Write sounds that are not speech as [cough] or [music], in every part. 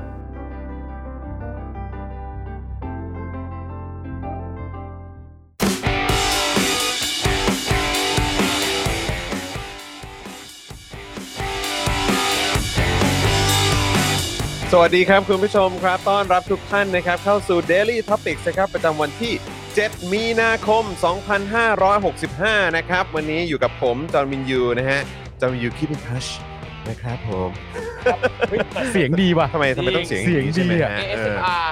สวัสดีครับคุณผู้ชมครับ ต้อนรับทุกท่านนะครับ เข้าสู่ Daily Topics นะครับ ประจำวันที่ 7 มีนาคม 2565 นะครับ วันนี้อยู่กับผม จอห์นวินยูนะฮะ จอห์นวินยูคิดเป็นทัชนะครับผม เสียงดีว่ะ ทำไมทำไมต้องเสียง เสียง อางนี้ใช่ไหม ดีอะ ฮะเออ ASMR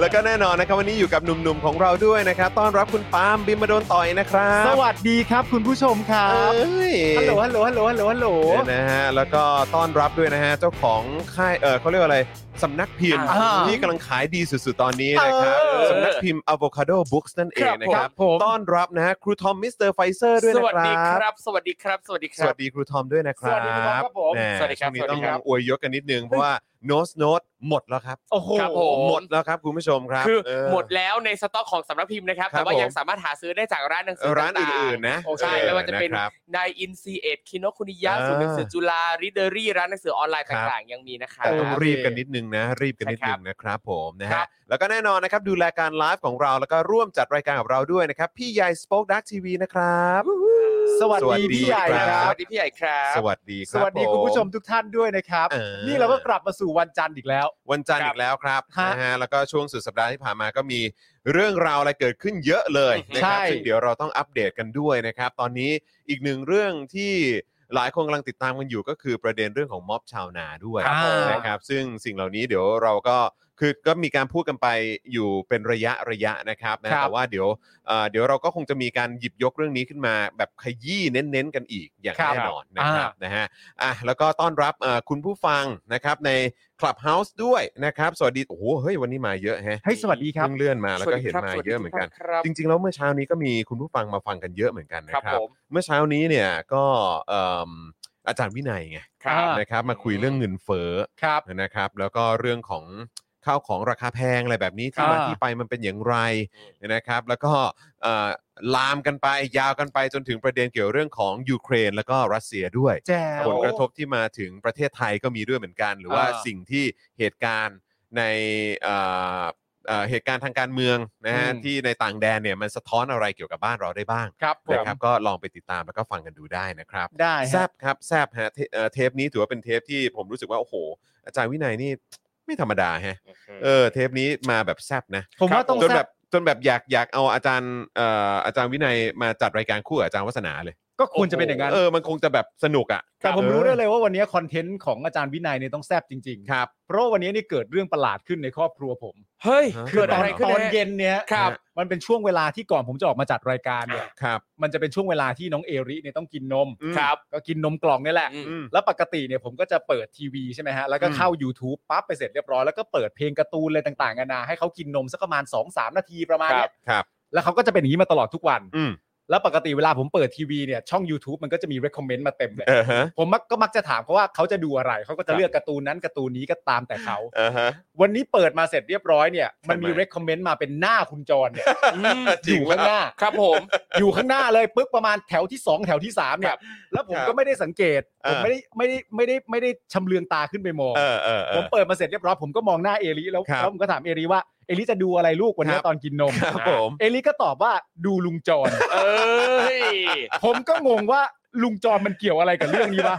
แล้วก็แน่นอนนะครับ วันนี้อยู่กับหนุ่มๆของเราด้วยนะครับ ต้อนรับคุณปาล์มบิมมาโดนต่อยนะครับ สวัสดีครับคุณผู้ชมครั เอบ ้ย ฮัลโหล ฮัลโหล ฮัลโหล ฮัลโหล ฮัลโหล เนี่ยนะฮะแล้วก็ต้อนรับด้วยนะฮะ เจ้าของค่ายเออเขาเรียกว่าอะไรสำนักพิมพ์ อ่า ที่กำลังขายดีสุดๆ ตอนนี้นะครับ เออ สำนักพิมพ์ Avocado Books นั่นเองนะค ค รั รั บบ ผม ต้อนรับนะฮะครูทอมมิสเตอร์ไฟเซอร์ด้วย ส นะ วัส ค ดี รั ครับ บ สวัสดีครับ สวัสดีค ส รับ วัสดีครูทอมด้วยนะครับ สวัสดีครับผม แห สวัสดีครับ ช่วงนี้ต้อง สวัสดีครับ อวยยศกันนิดนึง เพราะว่าโนสโนตหมดแล้วครับ โอ้โห ครับผม หมดแล้วครับคุณผู้ชมครับ คือ เออ หมดแล้วในสต็อกของสำนักพิมพ์นะครับ ครับ แต่ว่ายั ผ ง ม สามารถหาซื้อได้จากร้านหนังสือ ร้าน ต่งๆ อื่นๆนะ โอ้ใช่ เออ ไม่ว่าจะเป็น ครับ นายอินซีเอ็ดคินโนคุนิยะ อ่า ศูนย์หนังสือจุฬาริเดอรี่ร้านหนังสือออนไลน์ต่างๆ ยังมีนะครับ แต่ต้องรีบกันนิดนึงนะ รีบกันนิดนึงนะครับผมนะฮะแล้วก็แน่นอนนะครับดูแลการไลฟ์ของเราแล้วก็ร่วมจัดรายการกับเราด้วยนะครับ พี่ใหญ่สป็อคดักทีวีนะครับ สวัส สวัส ดี ดี พี่ใหญ่ ค ค รั รับ ค บ รับสวัสดีพี่ใหญ่ครับ สวัสดีค ส รับ วัสดีคุณผู้ชมทุกท่านด้วยนะครับ เออ นี่เราก็กลับมาสู่วันจันทร์อีกแล้ว วันจันทร์อีกแล้วครับ ฮะ นะฮะแล้วก็ช่วงสุดสัปดาห์ที่ผ่านมาก็มีเรื่องราวอะไรเกิดขึ้นเยอะเลยนะครับ ใช่ ซึ่งเดี๋ยวเราต้องอัปเดตกันด้วยนะครับ ตอนนี้อีกหนึ่งเรื่องที่หลายคนกำลังติดตามกันอยู่ก็คือประเด็นเรื่องของม็อบชาวนาด้วย อ่า นะครับซึ่งสิ่งเหล่านี้เดี๋ยวเราก็คือก็มีการพูดกันไปอยู่เป็นระยะระยะนะครับนะครับ แต่ว่าเดี๋ยวเอ่อเดี๋ยวเราก็คงจะมีการหยิบยกเรื่องนี้ขึ้นมาแบบขยี้เน้นๆกันอีกอย่าง ครับ แน่นอนนะครับ อ่าน นะฮะอ่ะแล้วก็ต้อนรับเอ่อคุณผู้ฟังนะครับใน Clubhouse ด้วยนะครับ สวัสดีโอ้โหเฮ้ยวันนี้มาเยอะแฮะ ให้ยสวัสดีครับ เพิ่งเลื่อนมาแล้วก็เห็น สมาวัสดีครับสวัสดี เยอะเหมือนกัน ครับ จริงๆแล้วเมื่อเช้านี้ก็มีคุณผู้ฟังมาฟังกันเยอะเหมือนกันนะ ค ค รั รั บบ ผม เมื่อเช้านี้เนี่ยก็เอิ่มอาจารย์วินัยไง ครับ อ่า นะครับมาคุยเรื่องเงินเฟ้อ ครับ นะครับแล้วก็เรื่องของข้าวของราคาแพงอะไรแบบนี้ที่มา อ่า ที่ไปมันเป็นอย่างไรนะครับ แล้วก็เอ่อลามกันไปยาวกันไปจนถึงประเด็นเกี่ยวเรื่องของยูเครน แล้วก็รัสเซียด้วย แจ๋ว ผลกระทบที่มาถึงประเทศไทยก็มีด้วยเหมือนกัน หรือว่า อ่า สิ่งที่เหตุการณ์ในเอ่อเอ่อเหตุการณ์ทางการเมืองนะฮะ อืม ที่ในต่างแดนเนี่ยมันสะท้อนอะไรเกี่ยวกับบ้านเราได้บ้าง ครับผ นะ ม ครับก็ลองไปติดตามแล้วก็ฟังกันดูได้นะครับ ได้ แซ ฮะ บครับแซบฮะเทเอ่อเทปนี้ถือว่าเป็นเทปที่ผมรู้สึกว่าโอ้โห อาจารย์วินัยนี่ไม่ธรรมดาฮะเออเทปนี้มาแบบแซบนะ ผมคว่ารับ ต้อง จน แซ แบบ บจนแบบอยากอยากเอาอาจารย์เอ่ออาจารย์วินัยมาจัดรายการคู่กับอาจารย์วัฒนาเลย ก็ควรจะเป็นอย่างนั้น เออมันคงจะแบบสนุกอ่ะ แต่ผม ออ รู้ได้เลยว่าวันนี้คอนเทนต์ของอาจารย์วินัยเนี่ยต้องแซบจริง ครับ ๆ เพราะวันนี้นี่เกิดเรื่องประหลาดขึ้นในครอบครัวผม เฮ้ย ฮะ คื เกิ อ ด ตอ อะ น ไรขึ้น ตอน ฮะ เย็นเนี่ย ครับ มันเป็นช่วงเวลาที่ก่อนผมจะออกมาจัดรายการเนี่ย ครับ มันจะเป็นช่วงเวลาที่น้องเอริเนี่ยต้องกินนม อืม ครับ ก็กินนมกล่องนี่แหละ อืม อืม แล้วปกติเนี่ยผมก็จะเปิดทีวีใช่ไหมฮะ แล้วก็เข้า YouTube ปั๊บไปเสร็จเรียบร้อย แล้วก็เปิดเพลงการ์ตูนอะไรต่างๆนานาให้เขากินนมสักประมาณ 2-3 นาทีประมาณเนี้ย ครับ แล้วเขาก็จะเป็นอย่างนี้มาตลอดทุกวัน อืม แล้วปกติเวลาผมเปิดทีวีเนี่ยช่อง YouTube มันก็จะมี recommend มาเต็มเลย อ่าฮะ ผมมักก็มักจะถามเขาว่าเขาจะดูอะไร เขาก็ ครั จะ บ เลือกการ์ตูนนั้นการ์ตูนนี้ก็ตามแต่เขา อ่าฮะ วันนี้เปิดมาเสร็จเรียบร้อยเนี่ย มันมี ทำไม recommend มาเป็นหน้าคุณจรเนี่ย อืม จ อ ริง ยู่ แล้ ข้าว งหน้า ครับผม อยู่ข้างหน้าเลยปึ๊บประมาณแถวที่ 2 แถวที่3เนี่ยแล้วผคมรับ ก็ไม่ได้สังเกต ผม อ่า ไม่ได้ไม่ได้ไม่ได้ไม่ได้ชำเลืองตาขึ้นไปมอง เออเออเอ ผ อ มเปิดมาเสร็จเรียบร้อยผมก็มองหน้าเอลิแล้ว ครับ แล้วผมก็ถามเอลิว่าเอลิจะดูอะไรลูกวันคนี้รับ ตอนกินนม ครับ อ่ะ ผม เอลิก็ตอบว่าดูลุงจ [laughs] ร เอ้ย ผมก็งงว่าลุงจรมันเกี่ยวอะไรกับเรื่องนี้วะ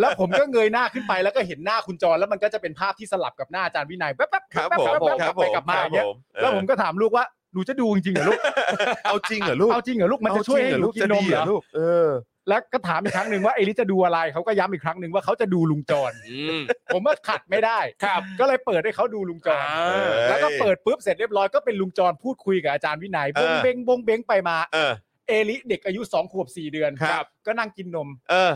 แล้วผมก็เงยหน้าขึ้นไปแล้วก็เห็นหน้าคุณจรแล้วมันก็จะเป็นภาพที่สลับกับหน้าอาจารย์วินัยแป๊บๆแป๊บๆ ครับ แป๊บ ผม ๆครัแป๊บๆกลั บบ ผ ไป ม กลับมาอย่าคงเงี้ รับผมยแล้วผมก็ถามลูกว่าหนูจะดูจริงๆเหรอลูก เอาจริงเหรอลูก เอาจริงเหรอลูกมันจะช่วยให้หนูกินนมเหรอ ลูกเออ แล้วก็ถามอีกครั้งหนึ่งว่าเอลิจะดูอะไรเขาก็ย้ำอีกครั้งหนึ่งว่าเขาจะดูลุงจร อืม ผมว่าขัดไม่ได้ ครับ ก็เลยเปิดให้เขาดูลุงจร อ่า เอ้ย แล้วก็เปิดปุ๊บเสร็จเรียบร้อยก็เป็นลุงจรพูดคุยกับอาจารย์วินัย เอบ ง อ เบงบงเบงไปมา เออ เอลิเด็กอายุสองขวบสี่เดือน ครับ ก็นั่งกินนม เออ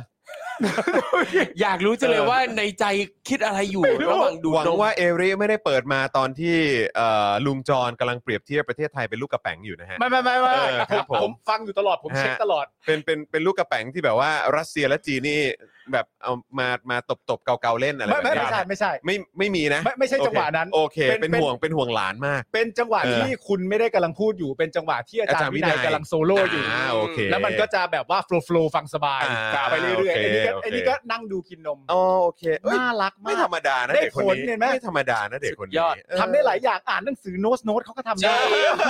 อยากรู้จังเลย เออ ว่าในใจคิดอะไรอยู่ ไม่รู้ ระหว่างดู หวัง นม ว่าเอริไม่ได้เปิดมาตอนที่เอ่อลุงจอนกำลังเปรียบเทียบประเทศไทยเป็นลูกกระแป๋งอยู่นะฮะ ไม่ไม่ไม่ไม่ เออครับผม ผมฟังอยู่ตลอดผม ฮะ เช็คตลอด เป็นเป็นเป็นลูกกระแป๋งที่แบบว่ารัสเซียและจีนนี่แบบเอามามาตบตบๆเกาๆเล่นอะไร ไม่ แบบ ไม่ นี้ ไม่ใช่ไม่ใช่ ไม่ไม่มีนะ ไม่ไม่ใช่จังหวะนั้น โอเค เป็น เป็น เป็น ห่วงเป็นห่วงหลานมาก เป็นจังหวะ เออ ที่คุณไม่ได้กำลังพูดอยู่ เป็นจังหวะที่อาจาร อาจารย์ ย์ วิ วิ นั นั ย ยกำลังโซโล่อยู่ อ่าโอเค แล้วมันก็จะแบบว่าโฟล์ฟฟังสบาย อ่า ไปเรื่อยๆ โอเค ไอ้นี่ก็ โอเค ไอ้นี่ก็นั่งดูกินนม อ๋อโอเคเอ้ย น่ารัก ไม่ มา ธ ก รรมดานะ ได้ เด็กคน ผล นี้ เห็นไหม ไม่ธรรมดานะเด็กคน สุด นี้ ยอด เออ ทำได้หลายอย่างอ่านหนังสือโน้ตโน้ตเขาก็ทำได้ ใช่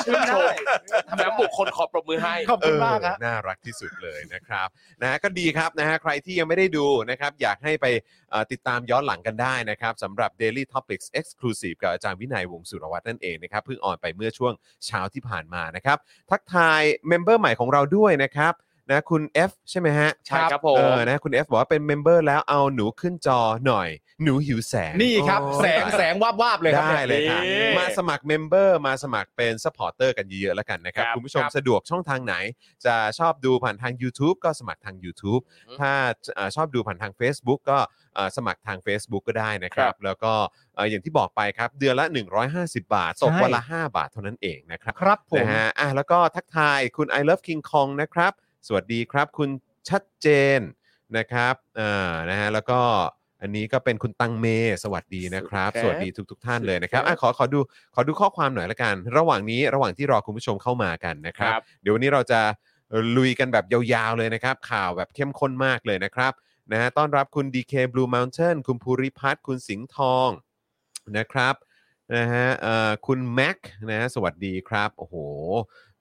ชื่นชม แต่บุคคลขอปรบมือให้ ขอบคุณมากครับ เออน่ารักที่สุดเลยนะครับนะก็ดีครับนะฮะใครที่ยังไม่ได้ดูนะครับอยากให้ไปเอ่อติดตามย้อนหลังกันได้นะครับสำหรับ Daily Topics Exclusive กับอาจารย์วินัยวงศ์สุรวัตรนั่นเองนะครับเพิ่งออนไปเมื่อช่วงเช้าที่ผ่านมานะครับ ทักทายเมมเบอร์ใหม่ของเราด้วยนะครับนะคุณ F ใช่ไหมฮะ ใช่ครับผม เออนะคุณ F บอกว่าเป็นเมมเบอร์แล้วเอาหนูขึ้นจอหน่อย หนูหิวแสง นี่ครับ โอ้ แสงแสงวาบวาบๆเลยครับ ได้เลยครับ นี่ มาสมัครเมมเบอร์มาสมัครเป็นสปอร์เตอร์กันเยอะๆแล้วกันนะครับ ครับ คุณผู้ชม ครับ สะดวกช่องทางไหน จะชอบดูผ่านทาง YouTube ก็สมัครทาง YouTube ถ้าเอ่อชอบดูผ่านทาง Facebook ก็เอ่อสมัครทาง Facebook ก็ได้นะครับ แล้วก็เอ่ออย่างที่บอกไปครับ เดือนละ 150 บาทตกวันละ 5 บาทเท่านั้นเองนะครับ ครับผม นะฮะอ่ะแล้วก็ทักทายคุณ I love King Kong นะครับ สวัสดีครับ คุณชัดเจนนะครับอ่านะฮะแล้วก็อันนี้ก็เป็นคุณตังเม สวัสดีนะครับ ส สวั วัส สดี ดี ครับ ทุก ๆ ท่านเลยนะครับอ่ะขอขอดูขอดูข้อความหน่อยละกัน ระหว่างนี้ระหว่างที่รอคุณผู้ชมเข้ามากันนะค ครับ รับ เดี๋ยววันนี้เราจะลุยกันแบบยาวๆเลยนะครับ ข่าวแบบเข้มข้นมากเลยนะครับนะฮะต้อนรับคุณ DK Blue Mountain คุณภูริพัฒน์คุณสิงห์ทองนะครับนะฮะเอ่อคุณแม็กนะฮะสวัสดีครับ โอ้โห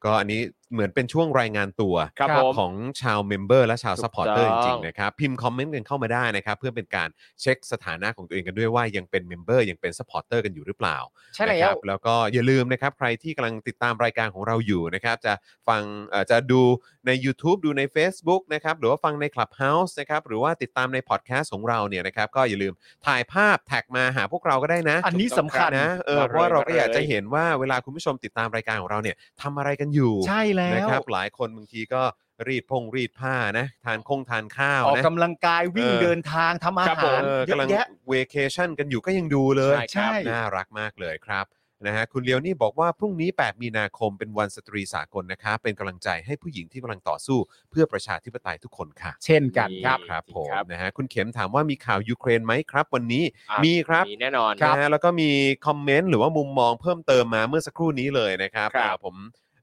ก็อันนี้เหมือนเป็นช่วงรายงานตัว ครับผม ของชาวเมมเบอร์และชาว ถูก ซัพพอร์เตอร์จ ต้อง ริงๆนะครับพิมพ์คอมเมนต์กันเข้ามาได้นะครับ เพื่อเป็นการเช็คสถานะของตัวเองกันด้วยว่ายังเป็นเมมเบอร์ยังเป็นซัพพอร์เตอร์กันอยู่หรือเปล่า ใช่แล้ นะคว รับแล้วก็อย่าลืมนะครับใครที่กำลังติดตามรายการของเราอยู่นะครับ จะฟังเอ่อจะดูใน YouTube ดูใน Facebook นะครับหรือว่าฟังใน Clubhouse นะครับหรือว่าติดตามในพอดแคสต์ของเราเนี่ยนะครับก็อย่าลืมถ่ายภาพแท็กมาหาพวกเราก็ได้นะ อันนี้สำคัญ นะเออเพราะว่าเราก็อยากจะเห็นว่าเวลาคุณผู้ชมติดตามรายการของเราเนี่ยทำอะไรกันอยู่ ใช่แล้ นะ ว ครับหลายคนบางทีก็รีดพงรีดผ้านะทานคงทานข้าว ออก นะ กำลังกายวิ่ง ออ เดินทางทำอา ครับผ หาม ร เออ เย กำลั อะ ง แยะ เวเคชั่นกันอยู่ก็ยังดูเลย ใช่ครับ ใช่ น่ารักมากเลยครับนะฮะคุณเลียวนี่บอกว่าพรุ่งนี้ 8 มีนาคมเป็นวันสตรีสากลนะคะเป็นกำลังใจให้ผู้หญิงที่กำลังต่อสู้ เพื่อประชาธิปไตยทุกคนค่ะ เช่นกันครับ ครับผม ครับ นะฮะคุณเข็มถามว่ามีข่าวยูเครนไหมครับ วันนี้ อ่ะ มีครับ มีแน่นอน นะฮะแล้วก็มีคอมเมนต์หรือว่ามุมมองเพิ่มเติมมาเมื่อสักครู่นี้เลยนะครับ ครับ อ่าผม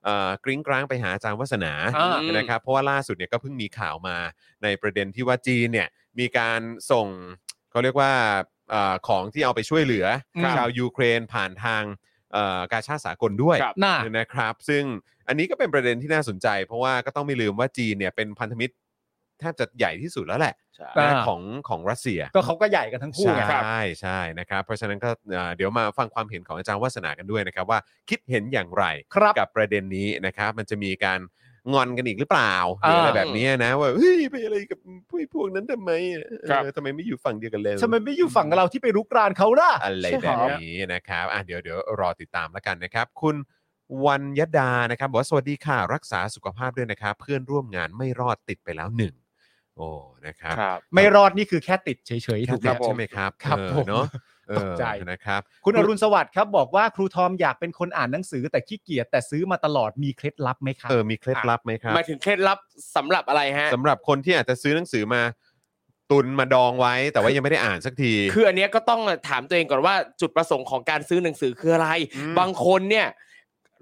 เอ่อกริ้งกร้างไปหาอาจารย์วัฒนา อ่า อืม นะครับเพราะว่าล่าสุดเนี่ยก็เพิ่งมีข่าวมาในประเด็นที่ว่าจีนเนี่ยมีการส่งเขาเรียกว่าเออของที่เอาไปช่วยเหลือ ครับ ชาวยูเครนผ่านทางเอ่อกาชาติสากลด้วย ครับ น่า นะครับ ซึ่งอันนี้ก็เป็นประเด็นที่น่าสนใจ เพราะว่าก็ต้องไม่ลืมว่าจีนเนี่ยเป็นพันธมิตรแทบจะใหญ่ที่สุดแล้วแหละ ใช่ อ่า นะของของรัสเซีย ก็เขาก็ใหญ่กันทั้งคู่ ใช่ ไง ใช่นะครับ เพราะฉะนั้นก็เอ่อเดี๋ยวมาฟังความเห็นของอาจารย์วัฒนากันด้วยนะครับ ว่าคิดเห็นอย่างไร ครับ กับประเด็นนี้นะครับ มันจะมีการงอนกันอีกหรือเปล่าห อ่า รืออะไรแบบนี้นะว่าเฮ้ยไปอะไรกับพวกพวกนั้นทำไมเออ ครับ ทำไมไม่อยู่ฝั่งเดียวกันเลย ทำไมไม่อยู่ฝั่งกับเราที่ไปรุกรานเขาล่ะ อะไร ใช่ แบ ครับ บ นี้นะครับอ่ะเดี๋ยวเดี๋ยวรอติดตามแล้วกันนะครับ คุณวันยดานะครับบอกว่าสวัสดีค่ะรักษาสุขภาพด้วยนะครับ เพื่อนร่วมงานไม่รอดติดไปแล้วหนึ่งโอ้นะครับ ครับ ไม่รอดนี่คือแค่ติดเฉยๆถูกไหม ใช่ไหมครับ ครับ เออ ผม เนาะ เออ ตกใจ นะครับ คุณอรุณสวัสดิ์ครับบอกว่าครูทอมอยากเป็นคนอ่านหนังสือแต่ขี้เกียจแต่ซื้อมาตลอดมีเคล็ดลับไหมครับ เออ มีเคล็ดลับไหมครับ หมายถึงเคล็ดลับสำหรับอะไรฮะ สำหรับคนที่อาจจะซื้อหนังสือมา ตุนมาดองไว้ แต่ว่ายังไม่ได้อ่านสักที คืออันเนี้ยก็ต้องถามตัวเองก่อนว่าจุดประสงค์ของการซื้อหนังสือคืออะไร อืม บางคนเนี่ย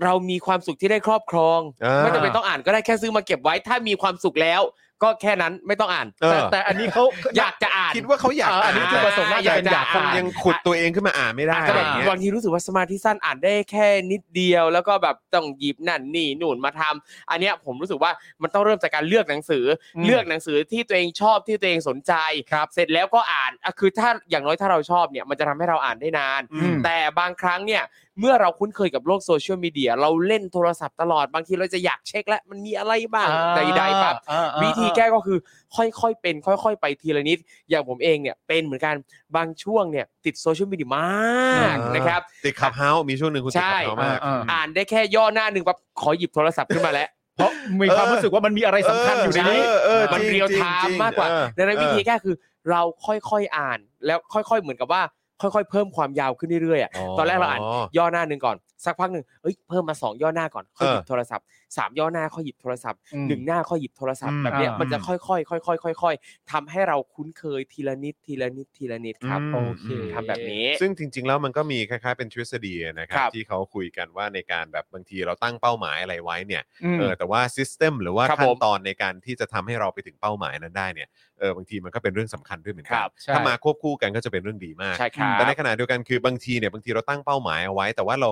เรามีความสุขที่ได้ครอบครอง อ่า ไม่จำเป็นต้องอ่านก็ได้แค่ซื้อมาเก็บไว้ ถ้ามีความสุขแล้ว ก็แค่นั้นไม่ต้องอ่าน เออ แต่แต่ แต่อันนี้เขา อยากจะอ่าน คิดว่าเขาอยาก เอออันนี้จุดประสงค์น่าจะเป็นอยาก ค อ่าน นยังขุดตัวเองขึ้นมาอ่านไม่ได้ อาอะจจะ ไร แบ อบ ย่างเงี้ย บางทีรู้สึกว่าสมาธิสั้นอ่านได้แค่นิดเดียว แล้วก็แบบต้องหยิบนั่นนี่นู่นมาทำอันเนี้ยผมรู้สึกว่ามันต้องเริ่มจากการเลือกหนังสืออ ม เลือกหนังสือที่ตัวเองชอบที่ตัวเองสนใจครับเสร็จแล้วก็อ่านอ่ะคือถ้าอย่างน้อยถ้าเราชอบเนี่ยมันจะทำให้เราอ่านได้นาน อืม แต่บางครั้งเนี่ยเมื่อเราคุ้นเคยกับโลกโซเชียลมีเดียเราเล่นโทรศัพท์ตลอดบางทีเราจะอยากเช็คและมันมีอะไรบ้างใดๆปั๊บ อ่าอ่า วิธีแก้ก็คือค่อยๆ เป็นค่อยๆ ไปทีละนิด อย่างผมเองเนี่ยเป็นเหมือนกันบางช่วงเนี่ยติดโซเชียลมีเดียมาก อ่าน นะครับ ติดขับเฮาส์มีช่วงหนึ่งคุณติดขับ ใช่ เฮาอ่ามส์าก อ่า อ่านได้แค่ย่อหน้าหนึ่งปั๊บขอหยิบโทรศัพท์ขึ้นมาแล้ว เพราะมีความรู้สึกว่ามันมีอะไรสำคัญอยู่ในนี้ เออเออ มัน จง เรียล จง ไท จง ม์มากกว่า เออ ดังนั้นวิธี เออ แก้คือเราค่อยๆอ่าน แล้วค่อยๆ เหมือนกับว่าค่อยๆ เพิ่มความยาวขึ้นเรื่อยๆอะ ตอนแรกเราอ่าน ย่อหน้าหนึ่งก่อนสักพักหนึ่งเอ้ยเพิ่มมาสองย่อหน้าก่อนค่อยหยิบโทรศัพท์สามย่อหน้าค่อยหยิบโทรศัพท์ อืม หนึ่งหน้าค่อยหยิบโทรศัพท์ อืม แบบเนี้ย อ่ามั มันจะค่อยๆค่อยๆค่อยๆทำให้เราคุ้นเคยทีละนิดทีละนิดทีละนิดครับ โอเค อืมทำแบบนี้ ซึ่งจริง ๆ แล้วมันก็มีคล้ายๆเป็นทฤษฎีนะครั ครับ บ ที่เขาคุยกันว่าในการแบบบางทีเราตั้งเป้าหมายอะไรไว้เนี่ย ม เออแต่ว่าซิสเต็มหรือว่า ครับ ขั้ ผ น ม ตอนในการที่จะทำให้เราไปถึงเป้าหมายนั้นได้เนี่ยเออบางทีมันก็เป็นเรื่องสำคัญด้วยเหมือนกั ครั น บใช่ ถ้ามาควบคู่กันก็จะเป็นเรื่องดีมาก ใช่ครั แต่ใน บ ขณะเดียวกันคือบางทีเนี่ยบางทีเราตั้งเป้าหมายเอาไว้ แต่ว่าเรา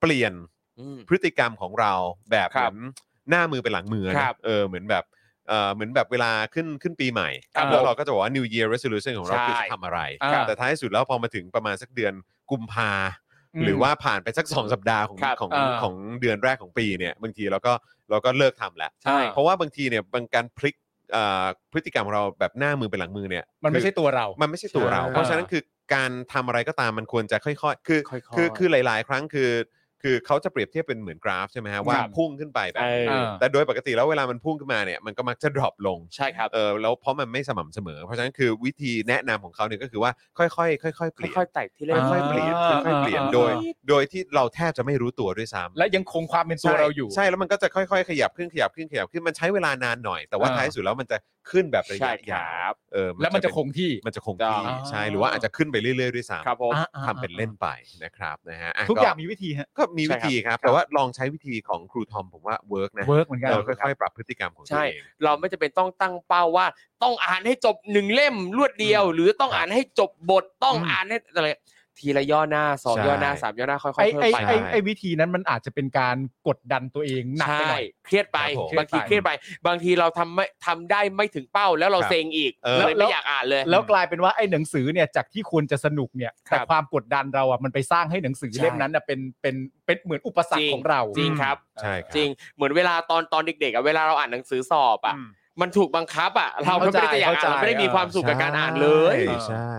เปลี่ยน อืม พฤติกรรมของเราแบบ ค เห รั มือบนหน้ามือเป็นหลังมือ ค นะ รับ เออเหมือนแบบเออเหมือนแบบเวลาขึ้นขึ้นปีใหม่ ครับ แล้วเราก็จะบอกว่า New Year Resolution ของเรา ใช่ คือจะทำอะไร ครับ แต่ท้ายสุดแล้วพอมาถึงประมาณสักเดือนกุมภา อืม หรือว่าผ่านไปสัก 2 สัปดาห์ของ ครับ ของ อ่า ของเดือนแรกของปีเนี่ยบางทีเราก็เราก็เลิกทำแล้ว ใช่ เพราะว่าบางทีเนี่ยบางการพลิกเอ่อพฤติกรรมของเราแบบหน้ามือเป็นหลังมือเนี่ย มันไม่ใช่ คือ ตัวเรา มันไม่ใช่ตัวเรา ใช่ เพราะฉะนั้นคือการทำอะไรก็ตามมันควรจะค่อยๆคือ ค่อยๆ คือคือหลาย ๆ ครั้งคือคือเขาจะเปรียบเทียบเป็นเหมือนกราฟใช่ไหมฮะว่า ครับ พุ่งขึ้นไปแบบนี้ เออ แต่โดยปกติแล้วเวลามันพุ่งขึ้นมาเนี่ยมันก็มักจะดรอปลง ใช่ครับ เออแล้วเพราะมันไม่สม่ำเสมอ เพราะฉะนั้นคือวิธีแนะนำของเขาเนี่ยก็คือว่าค่อยๆค่อยๆเปลี่ยน ค่อยๆไต่ทีละ ๆ ค่อยๆเปลี่ยน อ่า ค่อยๆเปลี่ยน อ่า โดย โดยที่เราแทบจะไม่รู้ตัวด้วยซ้ำ และยังคงความเป็นตัวเราอยู่ ใช่ใช่แล้วมันก็จะค่อยๆ ขยับขึ้นขยับขึ้นขยับขึ้นมันใช้เวลานานหน่อย แต่ว่า อ่า ท้ายสุดแล้วมันจะขึ้นแบบระ ใช่ ยะ คร ยาวั บ เออ แล้วมันจะคงที่ มันจะคงที่ อ่า ใช่หรือว่าอาจจะขึ้นไปเรื่อยๆด้วยซ้ ครับผม ำทำเป็นเล่นไปนะครับนะฮะะ ทุกอย่างมีวิธีฮะ ก็มีวิธีครับ ใช่ครับ แต่ว่าลองใช้วิธีของครูทอมผมว่าเวิร์กนะ เวิร์กเหมือนกัน เราค่อยๆปรับพฤติกรรมของตัวเอง เราไม่จำเป็นต้องตั้งเป้าว่า ต้องอ่านให้จบหนึ่งเล่มรวดเดียว หรือต้องอ่านให้จบบทต้อง อืม อ่านให้อะไรทีละย่อหน้าสอง ใช่ ย่อหน้าสามย่อหน้าค่อยๆ ไอ้ เพิ่ม ไอ้ ไป ไอ้ไอ้วิธีนั้นมันอาจจะเป็นการกดดันตัวเองหนักไปหน่อย ใช่เครียดไป ครับผม บางทีเครียดไป บางทีเราทำไม่ทำได้ไม่ถึงเป้าแล้วเรา ครับ เซ็งอีก เออ เลย แล้ ไม่ ว อยากอ่านเลย แล้วกลายเป็นว่าไอ้หนังสือเนี่ยจากที่ควรจะสนุกเนี่ย ครั แต่ บ ความกดดันเราอ่ะมันไปสร้างให้หนังสือ ใช่ เล่มนั้นน่ะเป็นเป็นเป็นเหมือนอุปสรรคของเรา จริงครับ ใช่ครับ จริงเหมือนเวลาตอนตอนเด็กๆอะเวลาเราอ่านหนังสือสอบอะ อืม มันถูกบังคับอะเราก็ไม่ได้จะอยากอ่าน เข้าใจ เราไม่ได้มีความสุขกับการอ่านเลย ใช่ใช่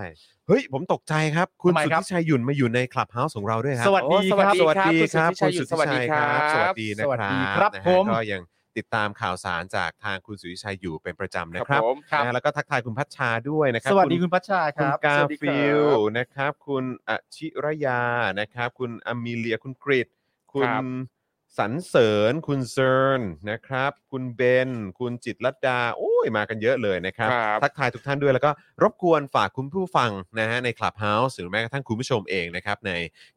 เฮ้ย ผมตกใจครับ คุณ ทำไม สุท ครับ ธิชัยหยุ่นมาอยู่ในคลับเฮาส์ของเราด้วยครับ สวัสดี โอ้ส ค วัส รับ ดี สวัสดีครับ ครั คุ บ ณสุทธิ คุณสุทธิ ชัยคชัยครั รับบ สวัสดีนะ สวัส ครั ดี บ ครับ นะฮะ ผม ก็ยังติดตามข่าวสารจากทางคุณสุทธิชัยอยู่เป็นประจำนะค ครั รั บบ ผม นะฮะแล้วก็ทักทายคุณพัชชาด้วยนะครั สวัสดี ณ คุณพัชชาค คุณ รับ กา สวัสดีครับ ฟิลนะครับ คุณอชิรยานะครับ คุณอมิเลียคุณกริดคุ ค ณ รับ สรรเสริญ คุณเซิร์นนะครับ คุณเบน คุณจิตรลดาโอ้ยมากันเยอะเลยนะครับ ครับ ทักทายทุกท่านด้วยแล้วก็รบกวนฝากคุณผู้ฟังนะฮะใน Clubhouse หรือแม้กระทั่งคุณผู้ชมเองนะครับ ใน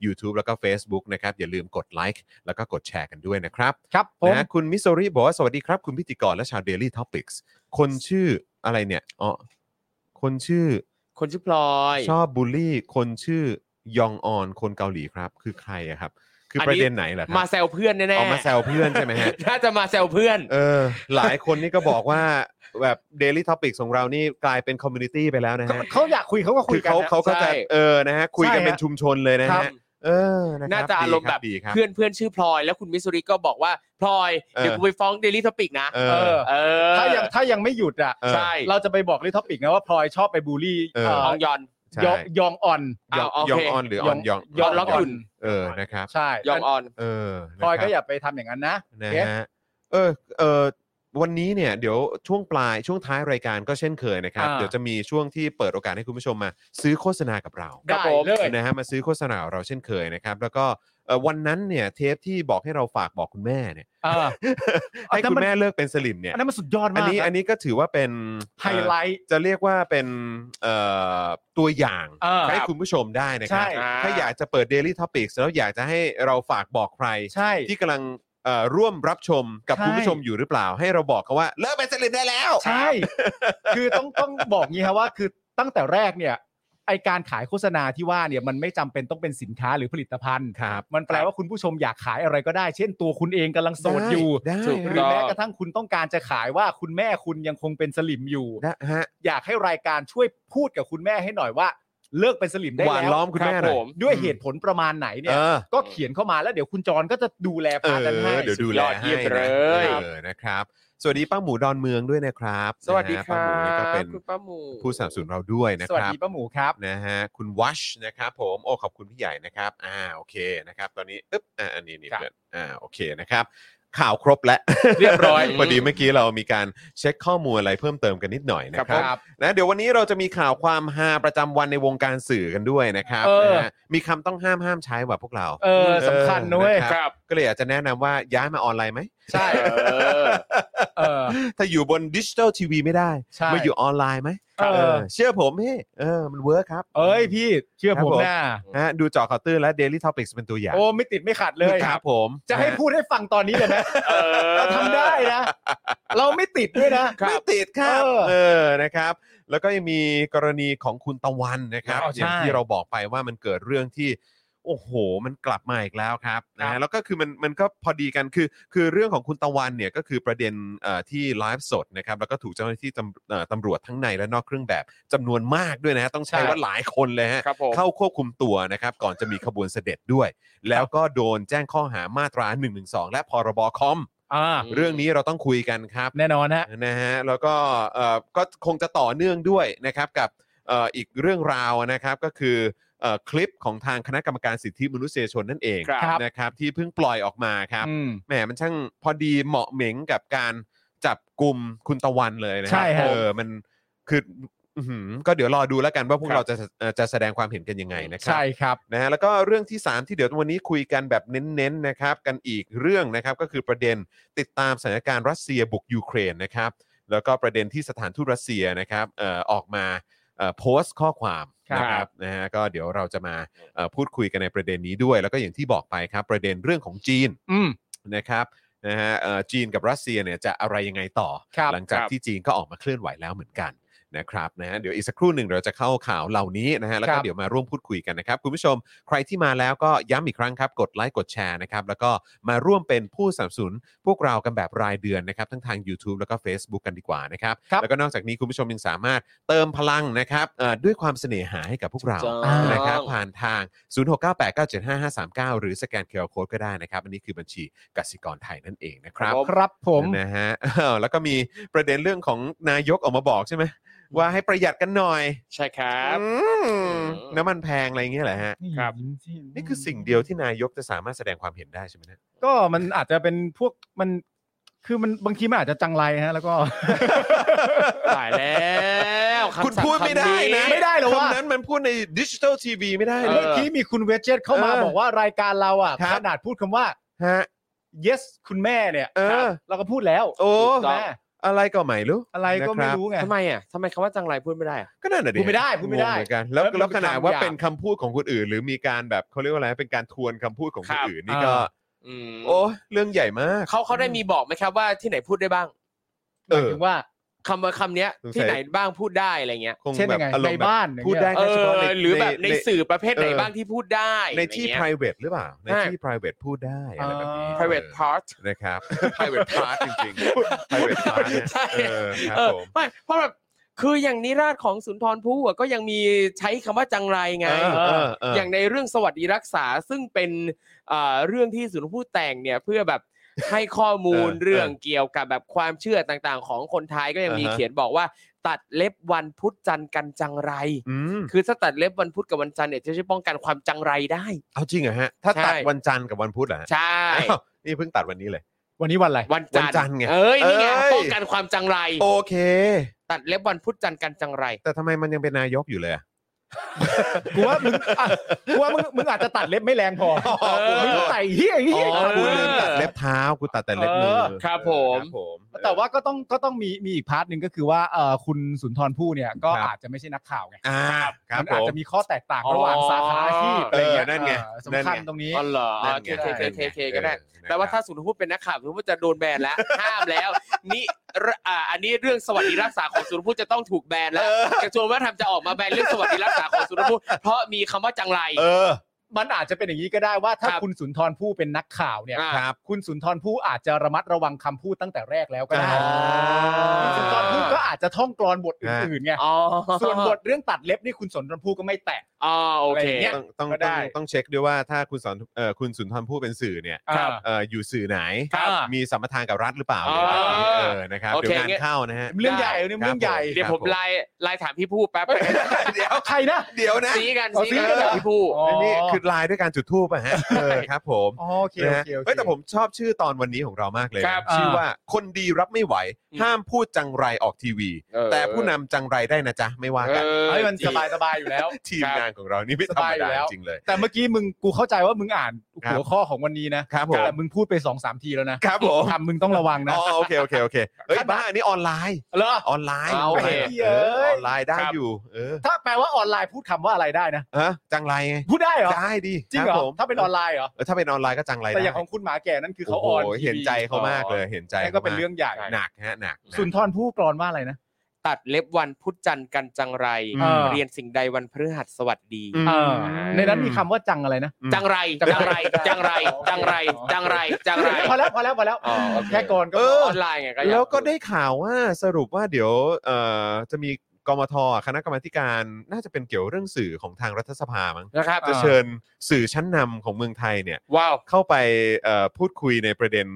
YouTube แล้วก็ Facebook นะครับ อย่าลืมกดไลค์แล้วก็กดแชร์กันด้วยนะครับ ครับผม นะฮะคุณมิโซริบอกว่า สวัสดีครับ คุณพิธีกรและชาว Daily Topics คนชื่ออะไรเนี่ยอ๋อคนชื่อ คนชื่อพลอย ชอบบูลลี่คนชื่อยองออนคนเกาหลีครับ คือใครอะครับ คือประเด็นไหนล่ะครั มาแซวเพื่อนแน่ เอามาแซวเพื่อนใช่ไหม [laughs] ฮะ น่าจะมาแซวเพื่อน เออ หลายคนนี่ก็บอกว่าแบบ Daily Topic ของเรานี่กลายเป็นคอมมูนิตี้ไปแล้วนะฮะ เขาอยากคุยเขาก็คุ คื ย อ กัน เขา นะ เขาก็จะ ใช่ เออนะฮะ คุยกัน ใช่ฮะ เป็นชุมชนเลยนะ ครั ฮะ บ เออคบ น่าจะอารมณ์แบบ ดีครัดี เพื่ ครับ อนเพื่อนชื่อพลอย แล้วคุณมิสซูริก็บอกว่าพลอย เดี๋ยว เออ กูไปฟ้องเดลิทอปิกนะ เอ เอ อ อ เออ ถ้ายังถ้ายังไม่หยุดอ่ะ เออ ใช่ เราจะไปบอกเรื่องท็อปิกนะว่าพลอยชอบไปบูลลี่ เออ เอ่ อ อ องยอน ใช่ ยองยองอ่อน ยอง อ่าโอเค ยองออนหรือออนยอง ยองล็อกหยุ่น เออนะครับ ใช่ ยองออน เออนะ พลอย ครับ ก็อย่าไปทำอย่างนั้นนะ นะ เอ๊ะ ฮะเออเออ วันนี้เนี่ยเดี๋ยวช่วงปลายช่วงท้ายรายการก็เช่นเคยนะครับ อ่า เดี๋ยวจะมีช่วงที่เปิดโอกาสให้คุณผู้ชมมา ซื้อโฆษณากับเรา ครับ ได้ ผม เลย นะฮะมาซื้อโฆษณาของเราเช่นเคยนะครับ แล้วก็เอ่อวันนั้นเนี่ยเทปที่บอกให้เราฝากบอกคุณแม่เนี่ย เออ อัน ให้ นั้นมัน คุณแม่เลิกเป็นสลิมเนี่ย อันนั้นมันสุดยอด อัน มาก นี้อันนี้ก็ถือว่าเป็น ไฮไลท์ จะเรียกว่าเป็นเอ่อตัวอย่าง เออ ให้คุณผู้ชมได้นะครั ใช่ ถ้าอยากจะเปิด Daily Topics แล้วอยากจะให้เราฝากบอกใคร ใช่ ที่กำลังเอ่อร่วมรับชมกับ ใช่ คุณผู้ชมอยู่หรือเปล่า ให้เราบอกเขาว่าเลิกเป็นสลิมได้แล้ว ใช่ คือต้องต้องบอกงี้ครับว่าคือตั้งแต่แรกเนี่ยไอการขายโฆษณาที่ว่าเนี่ยมันไม่จำเป็นต้องเป็นสินค้าหรือผลิตภัณฑ์ ครับ มันแปลว่าคุณผู้ชมอยากขายอะไรก็ได้ เช่นตัวคุณเองกำลังโสดอยู่ ได้ ถูก หรือแม้กระทั่งคุณต้องการจะขายว่าคุณแม่คุณยังคงเป็นสลิมอยู่ นะฮะ อยากให้รายการช่วยพูดกับคุณแม่ให้หน่อยว่า เลิกเป็นสลิมได้ หวาน แล้ ล้อ ว มคุณ ครั แม่ บ หน่ ผ อย ม ด้วยเหตุผลประมาณไหนเนี่ เอย อ ก็เขียนเข้ามาแล้วเดี๋ยวคุณจรก็จะดูแล เอ พา อ กันให้ เดี๋ยวดูแล ยอดเยี่ยม ให้นะ เลย เออนะครับ สวัสดีป้าหมูดอนเมืองด้วยนะครับ สวัสดี นะ ค ฮะป้าหมูรันี่ก็ บ เป็น คุณป้าหมู ผู้สนับสนุนเราด้วยนะ ส ค วัส รับ ดีป้าหมูครับ นะฮะคุณวัชนะครับผมโอ้ขอบคุณพี่ใหญ่นะครับอ่าโอเคนะครับ ตอนนี้อึ๊บอ่าอันนี้นี่ ครับ เพื่อนอ่าโอเคนะครับ ข่าวครบแล้ว เรียบร้อย [laughs] พอดีเมื่อกี้เรามีการเช็คข้อมูลอะไรเพิ่มเติมกันนิดหน่อยนะค ครั รับบ นะเดี๋ยววันนี้เราจะมีข่าวความฮาประจำวันในวงการสื่อกันด้วยนะครับ เออ นะฮะมีคำต้องห้ามห้ามใช้ว่ะพวกเรา เออสำคัญนะเว้ย เออนะ ครับ ก็เลยอยากจะแนะนำว่าย้ายมาออนไลน์ไหม ใช่ เออ ถ้าอยู่บนดิจิตอลทีวีไม่ได้ ใช่ มาอยู่ออนไลน์ไหม เออ เออเชื่อผมเฮ้เออ มันเวิร์คครับ เอ้ยพี่เชื่อผมนะ นะฮะดูเจอข่าวตื้นและ Daily Topics เป็นตัวอย่าง โอ้ไม่ติดไม่ขัดเลย ครับผม จะให้ น พูดให้ฟังตอนนี้เลยไหมเราทำได้นะ เราไม่ติดด้วยนะ ไม่ติดครับ เออ เออนะครับ แล้วก็ยังมีกรณีของคุณตะวันนะครับ อ๋อใช่ อย่างที่เราบอกไปว่ามันเกิดเรื่องที่ โอ้โห มันกลับมาอีกแล้วครับนะ ครั ฮะ บ แล้วก็คือมันมันก็พอดีกันคือ คือเรื่องของคุณตะวันเนี่ยก็คือประเด็นเอ่อที่ไลฟ์สดนะครับแล้วก็ถูกเจ้าหน้าที่ตำเอ่อตำรวจทั้งในและนอกเครื่องแบบจำนวนมากด้วยนะฮะต้องใช้ว่าหลายคนเลยฮะ ครับผม เข้าควบคุมตัวนะครับก่อนจะมีขบวนเสด็จด้วย แล้วก็โดนแจ้งข้อหามาตรา1นึและพรบคอม อ่า อืม เรื่องนี้เราต้องคุยกันครับ แน่นอนฮะ [laughs] นะฮะแล้วก็เอ่อก็คงจะต่อเนื่องด้วยนะครับกับเอ่ออีกเรื่องราวนะครับก็คือเอ่อคลิปของทางคณะกรรมการสิทธิมนุษยชนนั่นเอง ครับ นะครับที่เพิ่งปล่อยออกมาครับ อืม แหมมันช่างพอดีเหมาะเหม็งกับการจับกลุ่มคุณตะวันเลยนะค ใช่ รั ฮะ เออมันคืออื้อหือก็เดี๋ยวรอดูแล้วกันว่าพวก ครับ เราจะเอ่อจะแสดงความเห็นกันยังไงนะครั ใช่ครับ นะฮะแล้วก็เรื่องที่ 3 ที่เดี๋ยววันนี้คุยกันแบบเน้นๆนะครับกันอีกเรื่องนะครับก็คือประเด็นติดตามสถานการณ์รัสเซียบุกยูเครนนะครับ แล้วก็ประเด็นที่สถานทูตรัสเซียนะครับเอ่อออกมาเอ่อโพสต์ข้อความ ครับ นะครับนะฮะก็เดี๋ยวเราจะมาเอ่อพูดคุยกันในประเด็นนี้ด้วย แล้วก็อย่างที่บอกไปครับประเด็นเรื่องของจีน อืม นะครับนะฮะเอ่อจีนกับรัสเซียเนี่ยจะอะไรยังไงต่อ ครับ หลังจากที่จีนก็ออกมาเคลื่อนไหวแล้วเหมือนกันนะครับนะฮะเดี๋ยวอีกสักครู่หนึ่งเราจะเข้าข่าวเหล่านี้นะฮะแล้ว ค ก็ รับ เดี๋ยวมาร่วมพูดคุยกันนะครับ คุณผู้ชมใครที่มาแล้วก็ย้ำอีกครั้งครับ กดไลค์กดแชร์นะครับ แล้วก็มาร่วมเป็นผู้สนับสนุนพวกเรากันแบบรายเดือนนะครับ ทั้งทาง YouTube แล้วก็ Facebook กันดีกว่านะครับ ครับ แล้วก็นอกจากนี้คุณผู้ชมยังสามารถเติมพลังนะครับเอ่อด้วยความเสน่หาให้กับพวกเรา จ้า นะครับผ่านทาง 0698975539 หรือสแกนเคอร์โคดก็ได้นะครับ อันนี้คือบัญชีกสิกรไทยนั่นเองนะครับ ครับผม นะฮะ แล้วก็มีประเด็นเรื่องของนายกออกมาบอกใช่ไหมว่าให้ประหยัดกันหน่อย ใช่ครับ อืมน้ำมันแพงอะไรอย่างเงี้ยเหรอฮะ ครับ นี่คือสิ่งเดียวที่นายกจะสามารถแสดงความเห็นได้ใช่ไหม [laughs] เนี่ย ก็มันอาจจะเป็นพวกมันคือมันบางทีมันอาจจะจังไรฮะ [laughs] แล้วก็ ตายแล้วำ คุณ สั่ง พูดไม่ คำ ได้ นี้ นะ ไม่ได้เหรอวะ คำนั้นมันพูดในดิจิ t a ลทีวีไม่ได้นะ เมื่อกี้มีคุณเวจเจตเข้ามา เออ บอกว่ารายการเราอ่ะ ครับ ขนาดพูดคำว่า ฮะ yes คุณแม่เนี่ย เออ เราก็พูดแล้ว โอ้ ถูกต้ แม อง อะไรก็ไม่รู้ อะไรก็ไม่ นะคบ รู้ไง [laughs] ทำไมอ่ะทำไมคำว่าจังไรพูดไม่ได้อ่ะ ก็นั่นแหละ พูดไม่ได้พูดไม่ได้ งงเหอนกันแล้ว แล้วแล้วมันขนาดว่า เป็นคำหยาเป็นบคำพูดของคนอื่น หรือมีการแบบเขาเรียกว่าอะไรเป็นการทวนคำพูดของค คน รับ อื่นนี่ก็ อืม [laughs] โอ้เรื่องใหญ่มาก เขาเขาได้มีบอกไหมครับว่าที่ไหนพูดได้บ้าง หมายถึงว่า คำว่าคำเนี้ย สงสัย ที่ไหนบ้างพูดได้อะไรเงี้ย คง เช่น แบ ยั บ งไง อาร ใน มณ์แบบ บ้านอย่าง พูด เงี้ย ได้ เอ แค่เฉพาะ อ ใน หรือแบบใน ใน สื่อประเภทไหน เออ บ้างที่พูดได้ ในที่ อะไรเงี้ย private หรือเปล่า ใน ใช่ ที่ private พูดได้อะไรแบบนี้ อ่า private เออ part นะครับ private part จริงๆ private part เนี่ย ใช่ เออครับ เออ ผม ไม่เพราะแบบคืออย่างนิราชของสุนทรภู่อะก็ยังมีใช้คำว่าจังไรไง เออเออเออ อย่างในเรื่องสวัสดีรักษาซึ่งเป็นเอ่อเรื่องที่สุนทรภู่แต่งเนี่ยเพื่อ [laughs] แบบให้ข้อมูลเรื่องเกี่ยวกับแบบความเชื่อต่างๆ ของคนไทยก็ยังมีเขียนบอกว่า ตัดเล็บวันพุธจันทร์กันจังไร อืม คือถ้าตัดเล็บวันพุธกับวันจันทร์เนี่ยจะช่วยป้องกันความจังไรได้ เอาจริงเหรอฮะ ถ้า ใช่ ตัดวันจันทร์กับวันพุธเหรอฮะ ใช่ อ้าวนี่เพิ่งตัดวันนี้เลย วันนี้วันอะไร วันจัน วันจันทร์ไง เอ้ยนี่ไง เอ้ย ป้องกันความจังไร โอเค ตัดเล็บวันพุธจันทร์กันจังไร แต่ทำไมมันยังเป็นนายกอยู่เลยอะ กูว่ามึง [laughs] อ่ะกูว่ามึงมึงอาจจะตัดเล็บไม่แรงพอ เออ มึงใส่เฮี้ยเฮี้ย อ๋อกูลืมตัดเล็บเท้ากูตัดแต่เล็บมือ เออ ครับผม ครับผมเออ แต่ว่าก็ต้องก็ต้องมีมีอีกพาร์ทหนึ่งก็คือว่าเอ่อคุณสุนทรภู่เนี่ยก็ ครับ อาจจะไม่ใช่นักข่าวไง อ่าครับ มัน ผ อาจ ม จะมีข้อแตกต่างระหว่างสาขาอาชีพอะไร เออ เงี้ย นั่นไง เออสำคัญ นั่นไง ตรงนี้ อ๋อเหรออ๋อ นั่นไงเทเทเทเทเทก็ได้ เออ แต่ว่า นะครับ ถ้าสุนทรพูดเป็นนักข่าวสุนทรพูดจะโดนแบนแล้ว [laughs] ห้ามแล้ว นี่ระอ่าอันนี้เรื่องสวัสดิรักษาของสุนทรพูดจะต้องถูกแบนแล้ว เออ กระทรวงวัฒนธรรมจะออกมาแบนเรื่องสวัสดิรักษาของสุนทรพูดเพราะมีคำว่าจังไร เออ มันอาจจะเป็นอย่างนี้ก็ได้ว่าถ้า ครับ คุณสุนทรภู่เป็นนักข่าวเนี่ย อ่า ครับ คุณสุนทรภู่อาจจะระมัดระวังคำพูดตั้งแต่แรกแล้วก็ได้ อ่า คุณสุนทรภู่ก็อาจจะท่องกรอนบทอื่นๆไง อ๋อ ส่วนบทเรื่องตัดเล็บนี่คุณสุนทรภู่ก็ไม่แตะ อ๋อโออะเคไรอย่างเงี้ย ต้องต้อง ก็ได้ ต้องต้องเช็คด้วยว่าถ้าคุณสอนเอ่อคุณสุนทรผู้เป็นสื่อเนี่ย ครับ เอ่ออยู่สื่อไหน ครับ มีสัมปทานกับรัฐหรือเปล่า อ๋อ หรืออะไรเออนะครับ โอเค เดี๋ยวงานเข้านะฮะ เรื่องใหญ่เนี่ยเรื่องใหญ่ ครับ เดี๋ยวผมไลน์ไลน์ถามพี่ผู้แป๊บ เดี๋ยว ใครนะ เดี๋ยวนะ ซีกัน อ๋อ ซีกัน ซี้กันเหรอ กับพี่ผู้ อ๋อ นี่คือไลน์ด้วยการจุดทูปอะฮะเออครับผม อ๋อโอเคโอ นะฮะ เคโอเค เฮ้ยแต่ผมชอบชื่อตอนวันนี้ของเรามากเลยนะครับ ชื่อว่าคนดีรับไม่ไหว อืม ห้ามพูดจังไรออกทีวี เออ แต่ผู้นำจังไรได้นะจ๊ะไม่ว่ากัน เออ เฮ้ยมันสบายสบายอยู่แล้ว ทีมงานของเรานี่ไม่ธรรม สบายอยู่ ดา แล้ว จริงๆเลย แต่เมื่อกี้มึงกูเข้าใจว่ามึงอ่าน ครับ หัวข้อของวันนี้นะครับ ผม แต่มึงพูดไปสองสามทีแล้วนะครับ ผม คำมึงต้องระวังนะ อ๋อโอเคโอเคโอเคเฮ้ยบ้าอันนี้ออนไลน์ เหรอ ออนไลน์ เอาโอเค เออออนไลน์ได้ ครับ อยู่ เออ ถ้าแปลว่าออนไลน์พูดคำว่าอะไรได้นะ ฮะจังไรไง พูดได้เหรอ ได้ดิ จริงเหร ค อบ ผม ถ้าเป็นออนไลน์เหรอ เออถ้าเป็นออนไลน์ก็จังไร แต่อย่าง ได้ ของคุณหมาแก่นั่นคือ โอ้ เขา โห ออน เห็นใจเขามากเลยเห็นใจ นั่นก็เป็นเรื่องใหญ่ หนักฮะหนักหนัก สุนทรภู่กรอนว่าอะไรนะ ตัดเล็บวันพุธจันทร์กันจังไร อื ม เรียนสิ่งใดวันพฤหัสวัสดี อืม เออในนั้นมีคำว่าจังอะไรนะ อืม จังไร จังไร จังไร จังไร จังไร จังไร พอแล้วพอแล้วพอแล้ว อ๋อโอเค แค่กรอนก็ เอ พ อ ออนไลน์ไงก็อยา แล้วก็ได้ข่าวว่าสรุปว่าเดี๋ยวเอ่อจะมีกมทคณะกรรมาธิการน่าจะเป็นเกี่ยวเรื่องสื่อของทางรัฐสภามั้ง นะครับ จะเชิญสื่อชั้นนำของเมืองไทยเนี่ย ว้าว เข้าไปเอ่อพูดคุยในประเด็น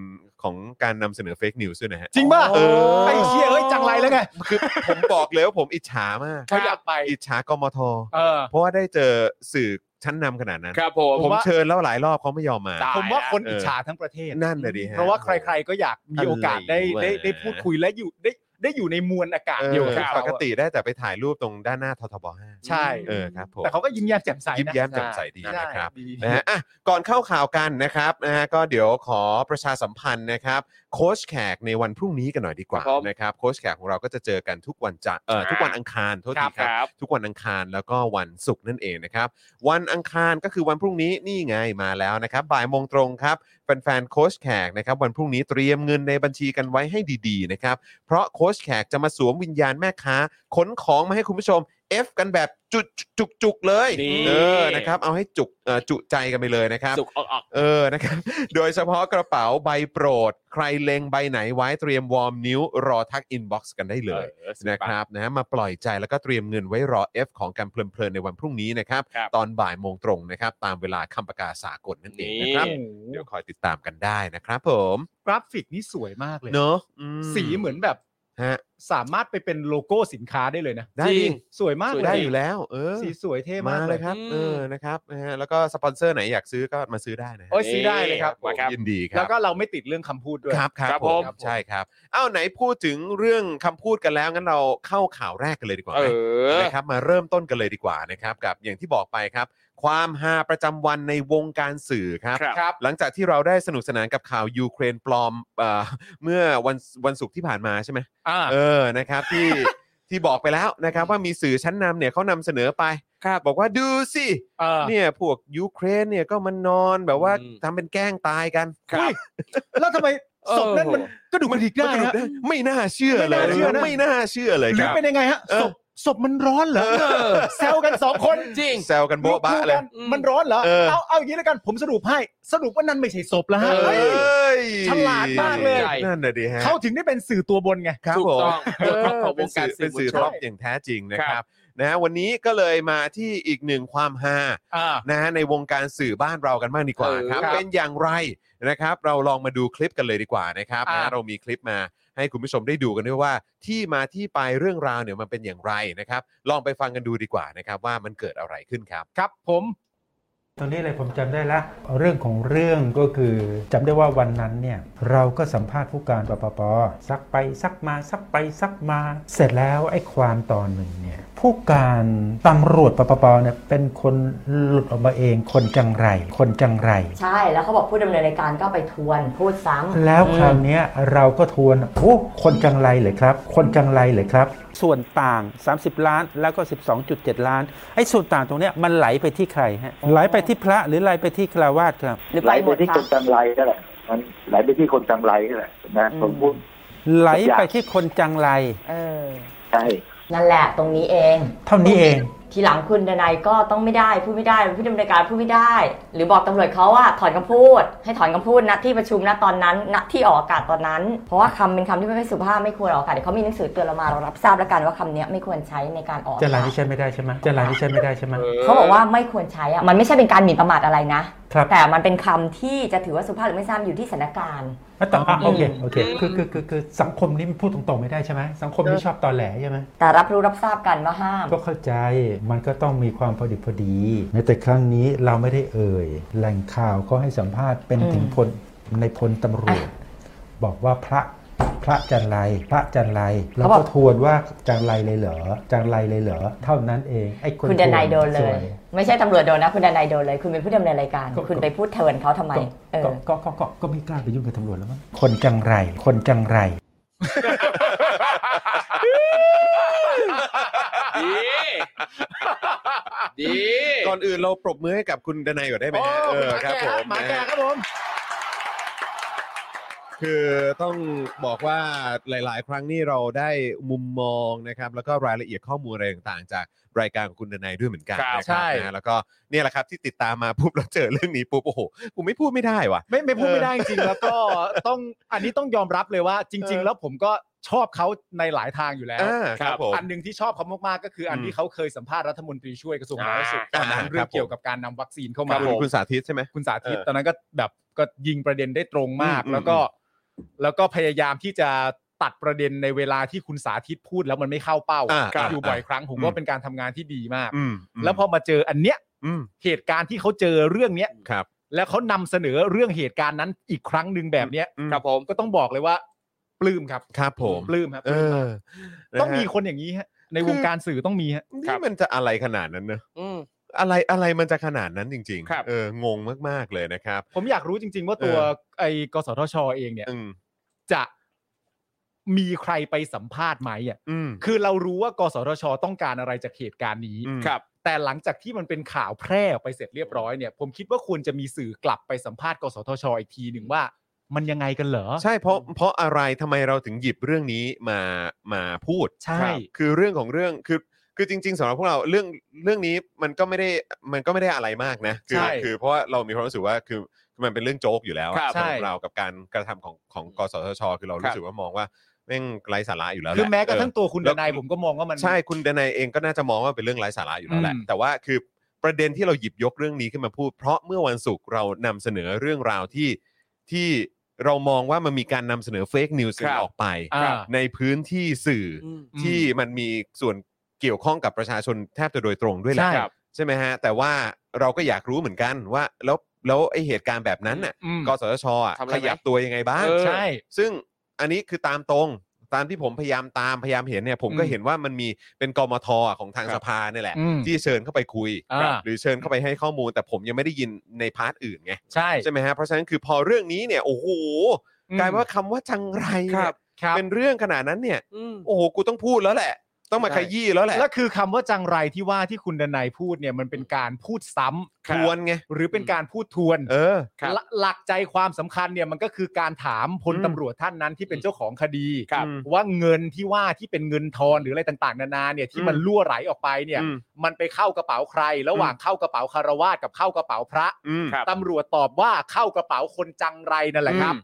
ของการนำเสนอเฟกนิวส์ด้วยนะฮะ จริงป่ะ เออ ไอ้เชี่ยเฮ้ยจังไรแล้วไง คือผมบอกเลยว่าผมอิจฉามาก ครับ เขาอยากไป อิจฉากมท เออ เพราะว่าได้เจอสื่อชั้นนำขนาดนั้น ครับผม ผม ว่า เชิญแล้วหลายรอบเขาไม่ยอมมา ตย ผมว่าคน เอออิ อิจฉาทั้งประเทศ นั่นเลยดิฮะ เพราะว่าใครๆก็อยากมีโอกาสได้ อะไรวะ ได้ได้พูดคุยและอยู่ได้ได้อยู่ในมวลอากาศ เออ เดียว คื กั อน ปกติได้แต่ไปถ่ายรูปตรงด้านหน้าททบห้า ใช่ เออครับผม แต่เขาก็ยิ้มแย้มแจ่มใส ยิ้ม นะ แย้มแจ่มใสดี ใช่ นะครับ ดี นะฮะอ่ะก่อนเข้าข่าวกันนะครับนะฮะก็เดี๋ยวขอประชาสัมพันธ์นะครับ โค้ชแขกในวันพรุ่งนี้กันหน่อยดีกว่า ครับผม นะครับโค้ชแขกของเราก็จะเจอกันทุกวันจันทร์เออทุกวันอังคารโทษ ครั ที บ ค ครับ รับ ทุกวันอังคารแล้วก็วันศุกร์นั่นเองนะครับ วันอังคารก็คือวันพรุ่งนี้นี่ไงมาแล้วนะครับบ่ายโมงตรงครับแฟนๆโค้ชแขกนะครับวันพรุ่งนี้เตรียมเงินในบัญชีกันไว้ให้ดีๆนะครับ เพราะโค้ชแขกจะมาสวมวิญญาณแม่ค้าขนของมาให้คุณผู้ชม F กันแบบจุกจุกจุกๆเลย นี่ เออนะครับเอาให้จุกเอ่อจุใจกันไปเลยนะครับ สุกออกออก เออ [laughs] นะครับ โดยเฉพาะกระเป๋าใบโปรด ใครเล็งใบไหนไว้เตรียมวอร์มนิ้ว รอทักอินบ็อกซ์กันได้เลย เออสุด นะครับนะฮะมาปล่อยใจแล้วก็เตรียมเงินไว้รอ F ของการเพลินๆในวันพรุ่งนี้นะครับ ครับ ตอนบ่ายโมงตรงนะครับ ตามเวลาคำประกาศสากลนั่นเองนะครับ โอ้โห เดี๋ยวคอยติดตามกันได้นะครับผม กราฟิกนี่สวยมากเลย เนอะอื สีเหมือนแบบ ฮะ สามารถไปเป็นโลโก้สินค้าได้เลยนะ ได้ จริ ดิ ง สวยมากเล ได้ ย อยู่แล้ว เออ สีสวยเท่ มาม าก เล เลย ย ครับ อืม เออนะครับนะฮะแล้วก็สปอนเซอร์ไหนอยากซื้อก็มาซื้อได้นะฮะ โอ้ยซื้อได้เลยครับ มาครับ ยินดีครับ แล้วก็เราไม่ติดเรื่องคำพูดด้วย ครับครับ ครับ ผ ผม ม ใช่ครับอ้าวไหนพูดถึงเรื่องคำพูดกันแล้วงั้นเราเข้าข่าวแรกกันเลยดีกว่า เอ ไหม อ นะครับมาเริ่มต้นกันเลยดีกว่านะครับกับอย่างที่บอกไปครับ ความฮาประจำวันในวงการสื่อครับ ครับ ครับ หลังจากที่เราได้สนุกสนานกับข่าวยูเครนปลอมเอ่อเมื่อวันวันศุกร์ที่ผ่านมาใช่ไหม อ่า เออนะครับที่ที่บอกไปแล้วนะครับว่ามีสื่อชั้นนำเนี่ยเขานำเสนอไป ครับ บอกว่าดูสิเนี่ยพวกยูเครนเนี่ยก็มันนอนแบบว่า อืม ทำเป็นแกล้งตายกัน คอุ๊รับย แล้วทำไม เออ ศพนั้นมันกระดูกมันดิกได้ มันกระดูฮะกได้ไม่น่าเชื่อเลย ไม่น่าเชื่อนะ ไม่น่าเชื่อเลย ห ค รือ รับ เป็นยังไงฮะ เออ ศพศพมันร้อนเหรอแซวกันสองคน จริง แซวกันโบ๊ะบะเลย กคู่กันมันร้อนเหรอ เออ เอาเอาอย่างนี้แล้วกันผมสรุปให้สรุปว่านั่นไม่ใช่ศพแล้วฮะ เออ เฮ้ย อ้ย ฉลาดมากเลย นั่นน่ะดิฮะ เขาถึงได้เป็นสื่อตัวบนไง ครับ ถูก ผม ต้อง เอ เรื่องครอบครั อ วว เป็น งการ สื่อ สื่ เป็ อนมว สื่ ล อ ช ท็อน ปอย่างแท้จริงนะค ครั รับบ นะฮะวันนี้ก็เลยมาที่อีกหนึ่งความฮานะฮะในวงการสื่อบ้านเรากันบ้างดีกว่าครับ ครับ เป็นอย่างไรนะครับ เราลองมาดูคลิปกันเลยดีกว่านะครับ อ่า นะฮะเรามีคลิปมาให้คุณผู้ชมได้ดูกันด้วยว่า ที่มาที่ไปเรื่องราวเนี่ยมันเป็นอย่างไรนะครับ ลองไปฟังกันดูดีกว่านะครับว่ามันเกิดอะไรขึ้นครับ ครับผม ตรงนี้เลยผมจำได้ละเรื่องของเรื่องก็คือจำได้ว่าวันนั้นเนี่ยเราก็สัมภาษณ์ผู้การปปปซักไปซักมาซักไปซักมา เสร็จแล้วไอ้ความตอนหนึ่งเนี่ยผู้การตำรวจปปปเนี่ยเป็นคนหลุดออกมาเองคนจังไร คนจังไร ใช่ แล้วเขาบอกผู้ดำเนินรายการก็ไปทวนพูดซ้ำ แล้วคราวเนี้ยเราก็ทวนโอ้คนจังไรเลยครับ คนจังไรเลยครับ ส่วนต่าง 30 ล้านแล้วก็ 12.7 ล้าน ไอ้ส่วนต่างตรงเนี้ยมันไหลไปที่ใครฮะไหลไปที่พระหรือไหลไปที่ฆราวาสครับ หรือ ไหล ไปห ไป มด ที่ค คะ นจำไรก็แหละมันไหลไปที่คนจำไรก็แหละนะผมพูด ไหลไปที่คนจังไร เออ ใช่ นั่นแหละตรงนี้เอง เท่านี้เอง ทีหลังคุณดนายก็ต้องไม่ได้พูดไม่ได้ผู้ดำเนินรายการพูดไม่ได้ หรือบอกตำรวจเขาว่าถอนคำพูด ให้ถอนคำพูดนะที่ประชุมนะตอนนั้นณที่ออกอากาศตอนนั้น เพราะว่าคำเป็นคำที่ไม่ค่อยสุภาพไม่ควรออกอากาศเดี๋ยวเขามีหนังสือเตือนเรามาเรารับทราบแล้วกันว่าคำเนี้ยไม่ควรใช้ในการออก จะ อา ไหล กาศ นี่ใช่ไม่ได้ใช่ไหมจะไหลนี่ใช่ไม่ได้ใช่ไหม เขาบอกว่าไม่ควรใช้อะมันไม่ใช่เป็นการหมิ่นประมาทอะไรนะ ครับ แต่มันเป็นคำที่จะถือว่าสุภาพหรือไม่สุภาพอยู่ที่สถานการณ์ อ่ะต่ออ่ะโอเคโอเคคือคือคือคือสังคมนี้มันพูดตรงๆไม่ได้ใช่ไหมสังคมนี้ชอบตอแหลใช่ไหม แต่รับรู้รับทราบกันว่าห้าม ก็เข้าใจมันก็ต้องมีความพอดิบพอดีแม้แต่ครั้งนี้เราไม่ได้เอ่ย แหล่งข่าวก็ให้สัมภาษณ์เป็น อืม ถึงพลในพลตำรวจ บอกว่าพระพระจันไรพระจันไรเรา เขาบ ก็ อก ทวนว่าจันไรเลยเหรอจันไรเลยเหรอเท่านั้นเองไอ้คน คุณดนายโดนเล สวย ย ไม่ใช่ตำรวจโดนนะ คุณดนายโดนเลย คุณเป็นผู้ดำเนินรายการ ก็ คุณไปพูดเทิร์นเขาทำไม เออ ก็ก็ก็ก็ก็ไม่กล้าไปยุ่งกับตำรวจแล้วมั้งคนจังไร คนจังไร ดี ดี ก่อนอื่นเราปรบมือให้กับคุณดนัยก่อนได้ไหมฮะ โอ้ เออครับผม หมา นะ แก่ ฮะ ครับผม คือต้องบอกว่าหลาย ๆ ครั้งนี่เราได้มุมมองนะครับ แล้วก็รายละเอียดข้อมูลอะไรต่างๆ จากรายการของคุณดนัยด้วยเหมือนกัน ครับ นะครับนะแล้วก็เนี่ยแหละครับที่ติดตามมาปุ๊บ [laughs] เราเจอเรื่องนี้ปุ๊บโอ้โหกูไม่พูดไม่ได้ว่ะ ไม่ไม่พูด เออ ไม่ได้จริงๆแล้วก็ [laughs] ต้องอันนี้ต้องยอมรับเลยว่า จริง ๆ แล้วผมก็ชอบเขาในหลายทางอยู่แล้ว อ่าครับผม อันหนึ่งที่ชอบเขามากๆก็คืออัน อืม ที่เขาเคยสัมภาษณ์รัฐมนตรีช่วยกระทรวงสาธารณสุขต อ่า อนนั้นเรื่ ครั อบผมงเกี่ยวกับการนำวัคซีนเข้า ค มา รับคุณคุณสาธิตใช่ไหม [laughs] คุณสาธิต เออ ตอนนั้นก็แบบก็ยิงประเด็นได้ตรงมาก อืม แล้วก็ แล้วก็พยายามที่จะตัดประเด็นในเวลาที่คุณสาธิตพูดแล้วมันไม่เข้าเป้า อ่า ก็อยู่ อ่า บ่อยครั้งผม อืม ว่าเป็นการทำงานที่ดีมาก อืม แล้วพอมาเจออันเนี้ย อืม เหตุการณ์ที่เขาเจอเรื่องเนี้ย ครับ แล้วเขานำเสนอเรื่องเหตุการณ์นั้นอีกครั้งหนึ่งแบบเนี้ย อืม ครับผม ก็ต้องบอกเลยว่า ปลื้มครับ ครับผม ปลื้มครับ เออนะฮะ ต้องมีคนอย่างนี้ฮะในวงการสื่อต้องมีฮะ ครั นี่ บ มันจะอะไรขนาดนั้นเนอะ อืม อะไรอะไรมันจะขนาดนั้นจริง ครับ ๆ เอองงมากๆเลยนะครับ ผมอยากรู้จริง ๆ ว่าตัว เออ ไอ้กสทชเองเนี่ย อืม จะมีใครไปสัมภาษณ์ไหมอ่ะ อืม คือเรารู้ว่ากสทชต้องการอะไรจากเหตุการณ์นี้ อืม ครับ แต่หลังจากที่มันเป็นข่าวแพร่ออกไปเสร็จเรียบร้อยเนี่ย ผมคิดว่าควรจะมีสื่อกลับไปสัมภาษณ์กสทชอีกทีหนึ่งว่า มันยังไงกันเหรอ ใช่เพราะเพราะอะไรทำไมเราถึงหยิบเรื่องนี้มามาพูด ใช่ ครับคือเรื่องของเรื่องคือคือจริง ๆสำหรับพวกเราเรื่องเรื่องนี้มันก็ไม่ได้มันก็ไม่ได้อะไรมากนะคื ใช่ คือเพราะว่าเรามีความรู้สึกว่าคือคือมันเป็นเรื่องโจ๊กอยู่แล้วอะ ครับ สำหรั ใช่ บเรากับการกระทำของของกสทช คือเรา ครั รู้ บ สึกว่ามองว่าแม่งไร้สาระอยู่แล้ว คือ หล แม้กระทั่ง เอ ตัวคุณ แล้ว ดนายผมก็มองว่ามัน อใช่คุณดนายเองก็น่าจะมองว่าเป็นเรื่องไร้สาระอยู่แล้วแหละ อืม แต่ว่าคือประเด็นที่เราหยิบยกเรื่องนี้ขึ้นมาพูด เพราะเมื่อวันศุกร์เรานำเสนอเรื่องราวที่ที่เรามองว่ามันมีการนำเสนอเฟกนิวส์ ครับ ออกไป อ่า ในพื้นที่สื่ออ อืม ม ที่มันมีส่วนเกี่ยวข้องกับประชาชนแทบจะโดยตรงด้วยแหละ ใช่ ครับใช่ไหมฮะ แต่ว่าเราก็อยากรู้เหมือนกันว่า แล้วแล้วไอเหตุการณ์แบบนั้นน่ะ อืม กสทชอ่ะ ทำอะไร ขยับตัวยังไงบ้าง เออ ใช่ ซึ่งอันนี้คือตามตรง ตามที่ผมพยายามตามพยายามเห็นเนี่ย ผมก็ อืม เห็นว่ามันมีเป็นกมทอ่ะของทาง ครับ สภาเนี่ยแหละ อืม ที่เชิญเข้าไปคุย อ่า หรือเชิญเข้าไปให้ข้อมูล แต่ผมยังไม่ได้ยินในพาร์ทอื่นไง ใช่ ใช่ไหมฮะเพราะฉะนั้นคือพอเรื่องนี้เนี่ยโอ้โหกลายเป็นว่าคำว่าจังไร ค เนี่ รั ย บ ครับ เป็นเรื่องขนาดนั้นเนี่ย อืม โอ้โห กูต้องพูดแล้วแหละ ต้องมา ใช่ ขยี้แล้วแหละ และคือคำว่าจังไรที่ว่าที่คุณดนายพูดเนี่ยมันเป็นการพูดซ้ำ ทวนไง หรือเป็นการพูดทวน เออ ครับ หลักหลักใจความสำคัญเนี่ยมันก็คือการถามพล อืม ตำรวจท่านนั้นที่เป็นเจ้าของคดี ครับ ว่าเงินที่ว่าที่เป็นเงินทอนหรืออะไรต่างๆ นานาเนี่ยที่มัน อืม ล่วไหลออกไปเนี่ย อืม มันไปเข้ากระเป๋าใคร ระหว่างเข้ากระเป๋าคารวาสกับเข้ากระเป๋าพระ อืม ครับ ตำรวจตอบว่าเข้ากระเป๋าคนจังไรนั่นแหละครับ อืม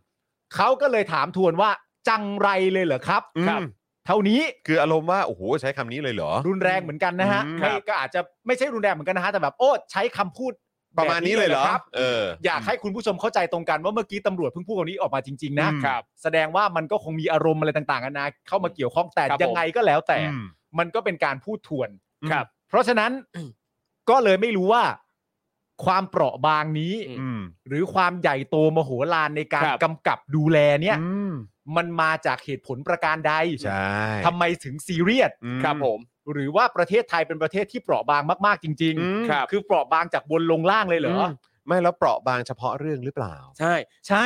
เขาก็เลยถามทวนว่าจังไรเลยเหรอครับ อืม ครับ เท่านี้ คืออารมณ์ว่า โอ้โห ใช้คำนี้เลยเหรอ รุนแรงเหมือนกันนะฮะ อืม ไม่ก็อาจจะไม่ใช่รุนแรงเหมือนกันนะฮะแต่แบบโอ้ใช้คำพูดแบบ ประมาณนี้เลยเหรอ ะครับ เออ อยากให้คุณผู้ชมเข้าใจตรงกันว่าเมื่อกี้ตำรวจเพิ่งพูดคำนี้ออกมาจริง ๆ นะครับ แสดงว่ามันก็คงมีอารมณ์อะไรต่างๆนานาเข้ามาเกี่ยวข้องแต่ ครับ ยังไงก็แล้วแต่ อืม มันก็เป็นการพูดทวน ครับ เพราะฉะนั้นก็เลยไม่รู้ว่า ความเปราะบางนี้ อืม อืม หรือความใหญ่โตมโหฬารในการ ครับ กำกับดูแลเนี่ย อืม มันมาจากเหตุผลประการใด ใช่ ทำไมถึงซีเรียส อืม ครับผม หรือว่าประเทศไทยเป็นประเทศที่เปราะบางมากๆจริง อืม ครับ คือเปราะบางจากบนลงล่างเลยเหรออ ม ไม่แล้วเปราะบางเฉพาะเรื่องหรือเปล่า ใช่ ใช่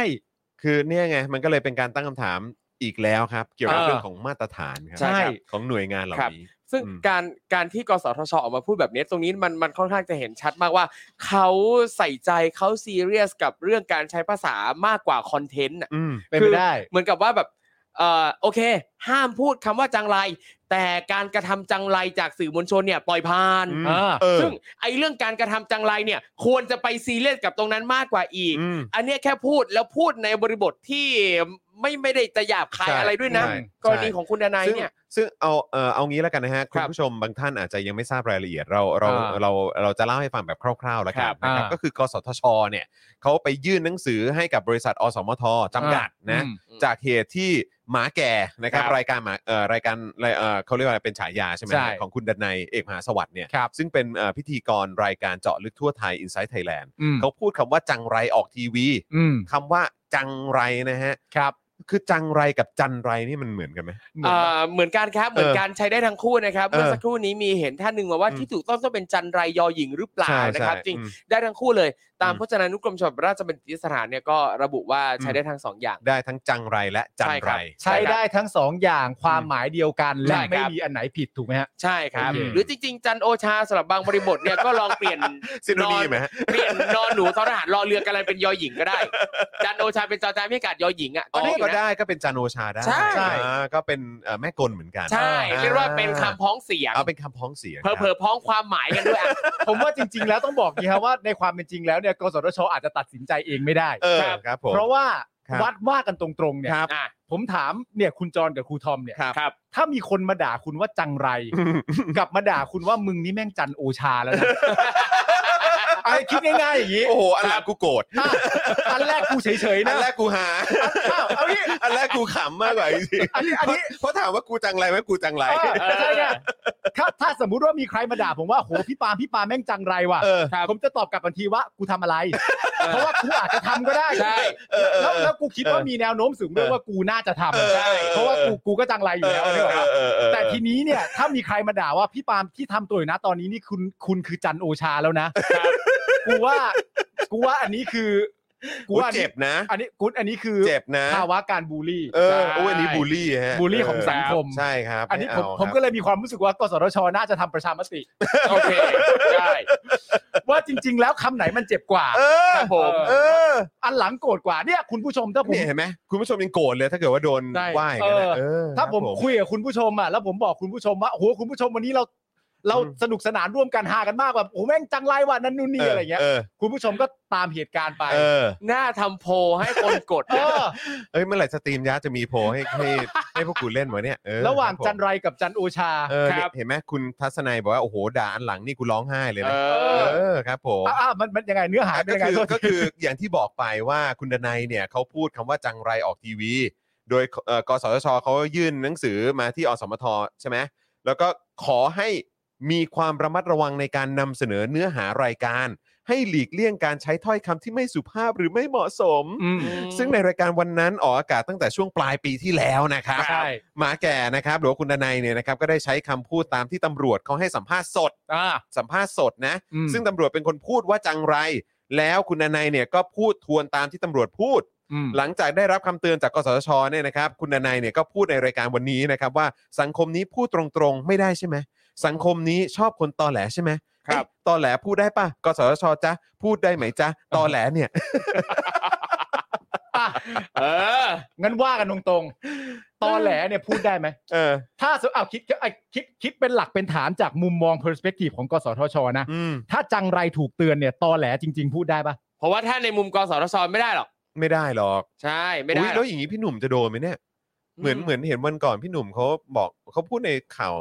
คือเนี่ยไงมันก็เลยเป็นการตั้งคำถามอีกแล้วครับ เกี่ยวกับ เออ เรื่องของมาตรฐานครั ใช่ครับ ของหน่วยงานเหล่า ครับ นี้ ซึ่ง อืม การการที่กสทชออกมาพูดแบบนี้ตรงนี้มันมันค่อนข้างจะเห็นชัดมากว่า เขาใส่ใจเขาซีเรียสกับเรื่องการใช้ภาษามากกว่าคอนเทนต์น่ะ อืม เป็นไปได้ เหมือนกับว่าแบบเอ่อโอเค ห้ามพูดคำว่าจังไร แต่การกระทำจังไรจากสื่อมวลชนเนี่ยปล่อยผ่าน อืม อ่า เออ ซึ่งไอ้เรื่องการกระทำจังไรเนี่ย ควรจะไปซีเรียสกับตรงนั้นมากกว่าอีก อืม อันเนี้ยแค่พูดแล้วพูดในบริบทที่ไม่ไม่ได้จะหยาบคาย ใช่ อะไรด้วยนะ ใช่ กรณีของคุณดนายเนี่ย ซึ่งซึ่งเอาเอ่อเอางี้แล้วกันนะฮะ ค คุ รั ณ บ ผู้ชมบางท่านอาจจะยังไม่ทราบรายละเอียดเราเรา อ่า เราเราจะเล่าให้ฟังแบบคร่าวๆแล้วกัน ครับ นะครับ อ่า ก็คือกสทชเนี่ยเขาไปยื่นหนังสือให้กับบริษัทอสมทจำกัดนะ อืม จากเหตุที่หมาแก่นะครับ ครับ รายการหมาเอ่อรายการรายเอ่อเขาเรียกว่าอะไรเป็นฉายาใช่ไหม ใช่ ของคุณดันในยเอกมหาสวัสดิ์เนี่ย ครับ ซึ่งเป็นเอ่อพิธีกรรายการเจาะลึกทั่วไทย Inside Thailand อืม เขาพูดคำว่าจังไรออกทีวี อืม คำว่าจังไรนะฮะ ครับ คือจังไรกับจันไรนี่มันเหมือนกันไหม เหมือนแบบ าเหมือนกันครับ เหมือนกันใช้ได้ทั้งคู่นะครับ เมื่อสักครู่นี้มีเห็นท่านหนึ่งมาว่า อืม ที่ถูกต้องต้องเป็นจันไรยอหญิงหรือเปล่า ใช่ นะ ใช่ ครับจริง อืม ได้ทั้งคู่เลยตาม อืม พจนานุกรมฉบับราชบัณฑิตยสถานเนี่ยก็ระบุว่าใช้ อืม ได้ทั้งสองอย่าง ได้ทั้งจังไรและจันไร ใช้ได้ทั้งสองอย่างความ อืม หมายเดียวกัน และ ใช่ครับ ไม่มีอันไหนผิดถูกไหมฮะ ใช่ครับ โอเค หรือจริง ๆ จันโอชาสำหรับบางบริบทเนี่ยก็ลองเปลี่ยน ซินโน นอ นี น มไหมฮะ เปลี่ยนนอนหนูทหารรอเรือกันอะไรเป็นยอหญิงก็ได้ จันโอชาเป็นจอจานพิการยอหญิงอ่ะ อันนี้ ยู่ ก็ นะ ได้ก็เป็นจานโอชาได้ ใช่ อ่าก็เป็นเอ่อแม่กลเหมือนกัน ใช่ อ่ เรียกว่าเป็นคำพ้องเสียง เอาเป็นคำพ้องเสียง เพอเพอๆพ้องความหมายกันด้วยอ่ะ ผมว่าจริง ๆ แล้วต้องบอกนี้ครับว่าในความเป็นจริงแล้วเนี่ยกสทชอาจจะตัดสินใจเองไม่ได้ เออครับผม เพราะว่า ครับ วัดว่ากันตรงๆเนี่ย ครับ อ่ะ ผมถามเนี่ยคุณจรกับครูทอมเนี่ย ครับ ครับ ถ้ามีคนมาด่าคุณว่าจังไร กลับมาด่าคุณว่ามึงนี่แม่งจันโอชาแล้วนะ ไอ้คิดง่ายๆอย่างนี้ โอ้โหอันแรกกูโกรธ อ่ะอันแรกกูเฉยๆ อั นะ นแรกกูหา อ้าวเอางี้ อันแรกกูขำมากกว่าจริง อันนี้อันนี้ เพราะถามว่ากูจังไรไหมกูจังไร เออใช่ไงถ้าถ้าสมมุติว่ามีใครมาด่าผมว่าโหพี่ปาล์มพี่ปาล์มแม่งจังไรว่ะ เออ ผมจะตอบกลับทันทีว่ากูทำอะไร เพราะว่ากูอาจจะทำก็ได้ ใช่ แล้วแล้วกูคิดว่ามีแนวโน้มสูงด้วย เออ ว่ากูน่าจะท เออ ำใช่เพราะว่ากูกูก็จังไรอยู่แล้ว เออ นึกออกปะ เออเออ แต่ทีนี้เนี่ยถ้ามีใครมาด่าว่าพี่ปาล์มที่ทำตัวอยู่นะตอนนี้นี่คุณคุณคือจันโอชาแล้วนะกูว่ากูว่าอันนี้คือ กู ว่าอัน เจ็ นี้ บนะ อันนี้กูอันนี้คือ เจ็บนะ ภาวะการบูลลี่ เออ ใช่ โอ้ยอันนี้บูลลี่ฮะ บูลลี่ของสังคม ใช่ครับ อันนี้ผม ไเา ผม ค ก็ รับ เลยมีความรู้สึกว่ากสทชน่าจะทำประชามติ โอเคได้ [laughs] ว่าจริง ๆ แล้วคำไหนมันเจ็บกว่า เออ ครับผม เออ อันหลังโกรธกว่าเนี่ยคุณผู้ชมถ้าผม เนี่ยเห็นไหมคุณผู้ชมยังโกรธเลยถ้าเกิดว่าโดน ใช่ ว่าอย่างนั้นนะ เออ เออ ถ้าผม ครับ คุยกับคุณผู้ชมอ่ะแล้วผมบอกคุณผู้ชมว่าโอ้โหคุณผู้ชมวันนี้เรา เรา อืม สนุกสนานร่วมกันฮากันมากแบบโอ้โหแม่งจังไรว่ะนั่นนู่นนี่อะไรเงี้ย เออ คุณผู้ชมก็ตามเหตุการณ์ไป เออ หน้าทำโพลให้คนกด เอ นะ อ เอ้ยเมื่อไหร่สตรีมยะจะมีโพลให้ให้ให้พวกกูเล่นวะเนี่ยเออ ระหว่างจัน คบ ไรกับจันโอชา ผมเออเนี่ยเห็นไหมคุณทัศนัยบอกว่า โอ้โห ด่าอันหลังนี่กูร้องไห้เลย เอ นะ อ เออครับผม อ่ะอ่ะมันมันยังไงเนื้อหา อ่ะ เป็ก็นยังไง คือ โทษ ก็คืออย่างที่บอกไปว่าคุณดนัยเนี่ยเขาพูดคำว่าจังไรออกทีวี โดยเอ่อกสทชเขายื่นหนังสือมาที่อสมทใช่ไหมแล้วก็ขอให้มีความระมัดระวังในการนำเสนอเนื้อหารายการ ให้หลีกเลี่ยงการใช้ถ้อยคำที่ไม่สุภาพหรือไม่เหมาะสม อืม ซึ่งในรายการวันนั้นออกอากาศตั้งแต่ช่วงปลายปีที่แล้วนะครับ ใช่ หมาแก่นะครับหรือว่าคุณดนัยเนี่ยนะครับก็ได้ใช้คำพูดตามที่ตำรวจเขาให้สัมภาษณ์สด อ่า สัมภาษณ์สดนะ อืม ซึ่งตำรวจเป็นคนพูดว่าจังไร แล้วคุณดนัยเนี่ยก็พูดทวนตามที่ตำรวจพูด อืม หลังจากได้รับคำเตือนจากกสทชเนี่ยนะครับคุณดนัยเนี่ยก็พูดในรายการวันนี้นะครับว่าสังคมนี้พูดตรงๆไม่ได้ใช่ไหมสังคมนี้ชอบคนตอแหลใช่ไหม ครับ เอ้ยตอแหลพูดได้ปะกสทชจ๊ะพูดได้ไหมจ๊ะตอแหลเนี่ย อ่ะ เออ งั้นว่ากันตรงๆ ตอนแหลเนี่ยพูดได้ไหม เออ ถ้าสมเอาคิดเอาคิดคิดเป็นหลักเป็นฐานจากมุมมองเพอร์สเปกทีฟของกสทชนะ อืม ถ้าจังไรถูกเตือนเนี่ยตอแหลจริง ๆ พูดได้ปะ เพราะว่าถ้าในมุมกสทชไม่ได้หรอก ไม่ได้หรอก ใช่ไม่ได้ อุ๊ย หร แล้ อ ว ก อย่างนี้พี่หนุ่มจะโดนไหมเนี่ยเหมือน อืม เหมือนเห็นวันก่อนพี่หนุ่มเขาบอกเขาพูดในข่าว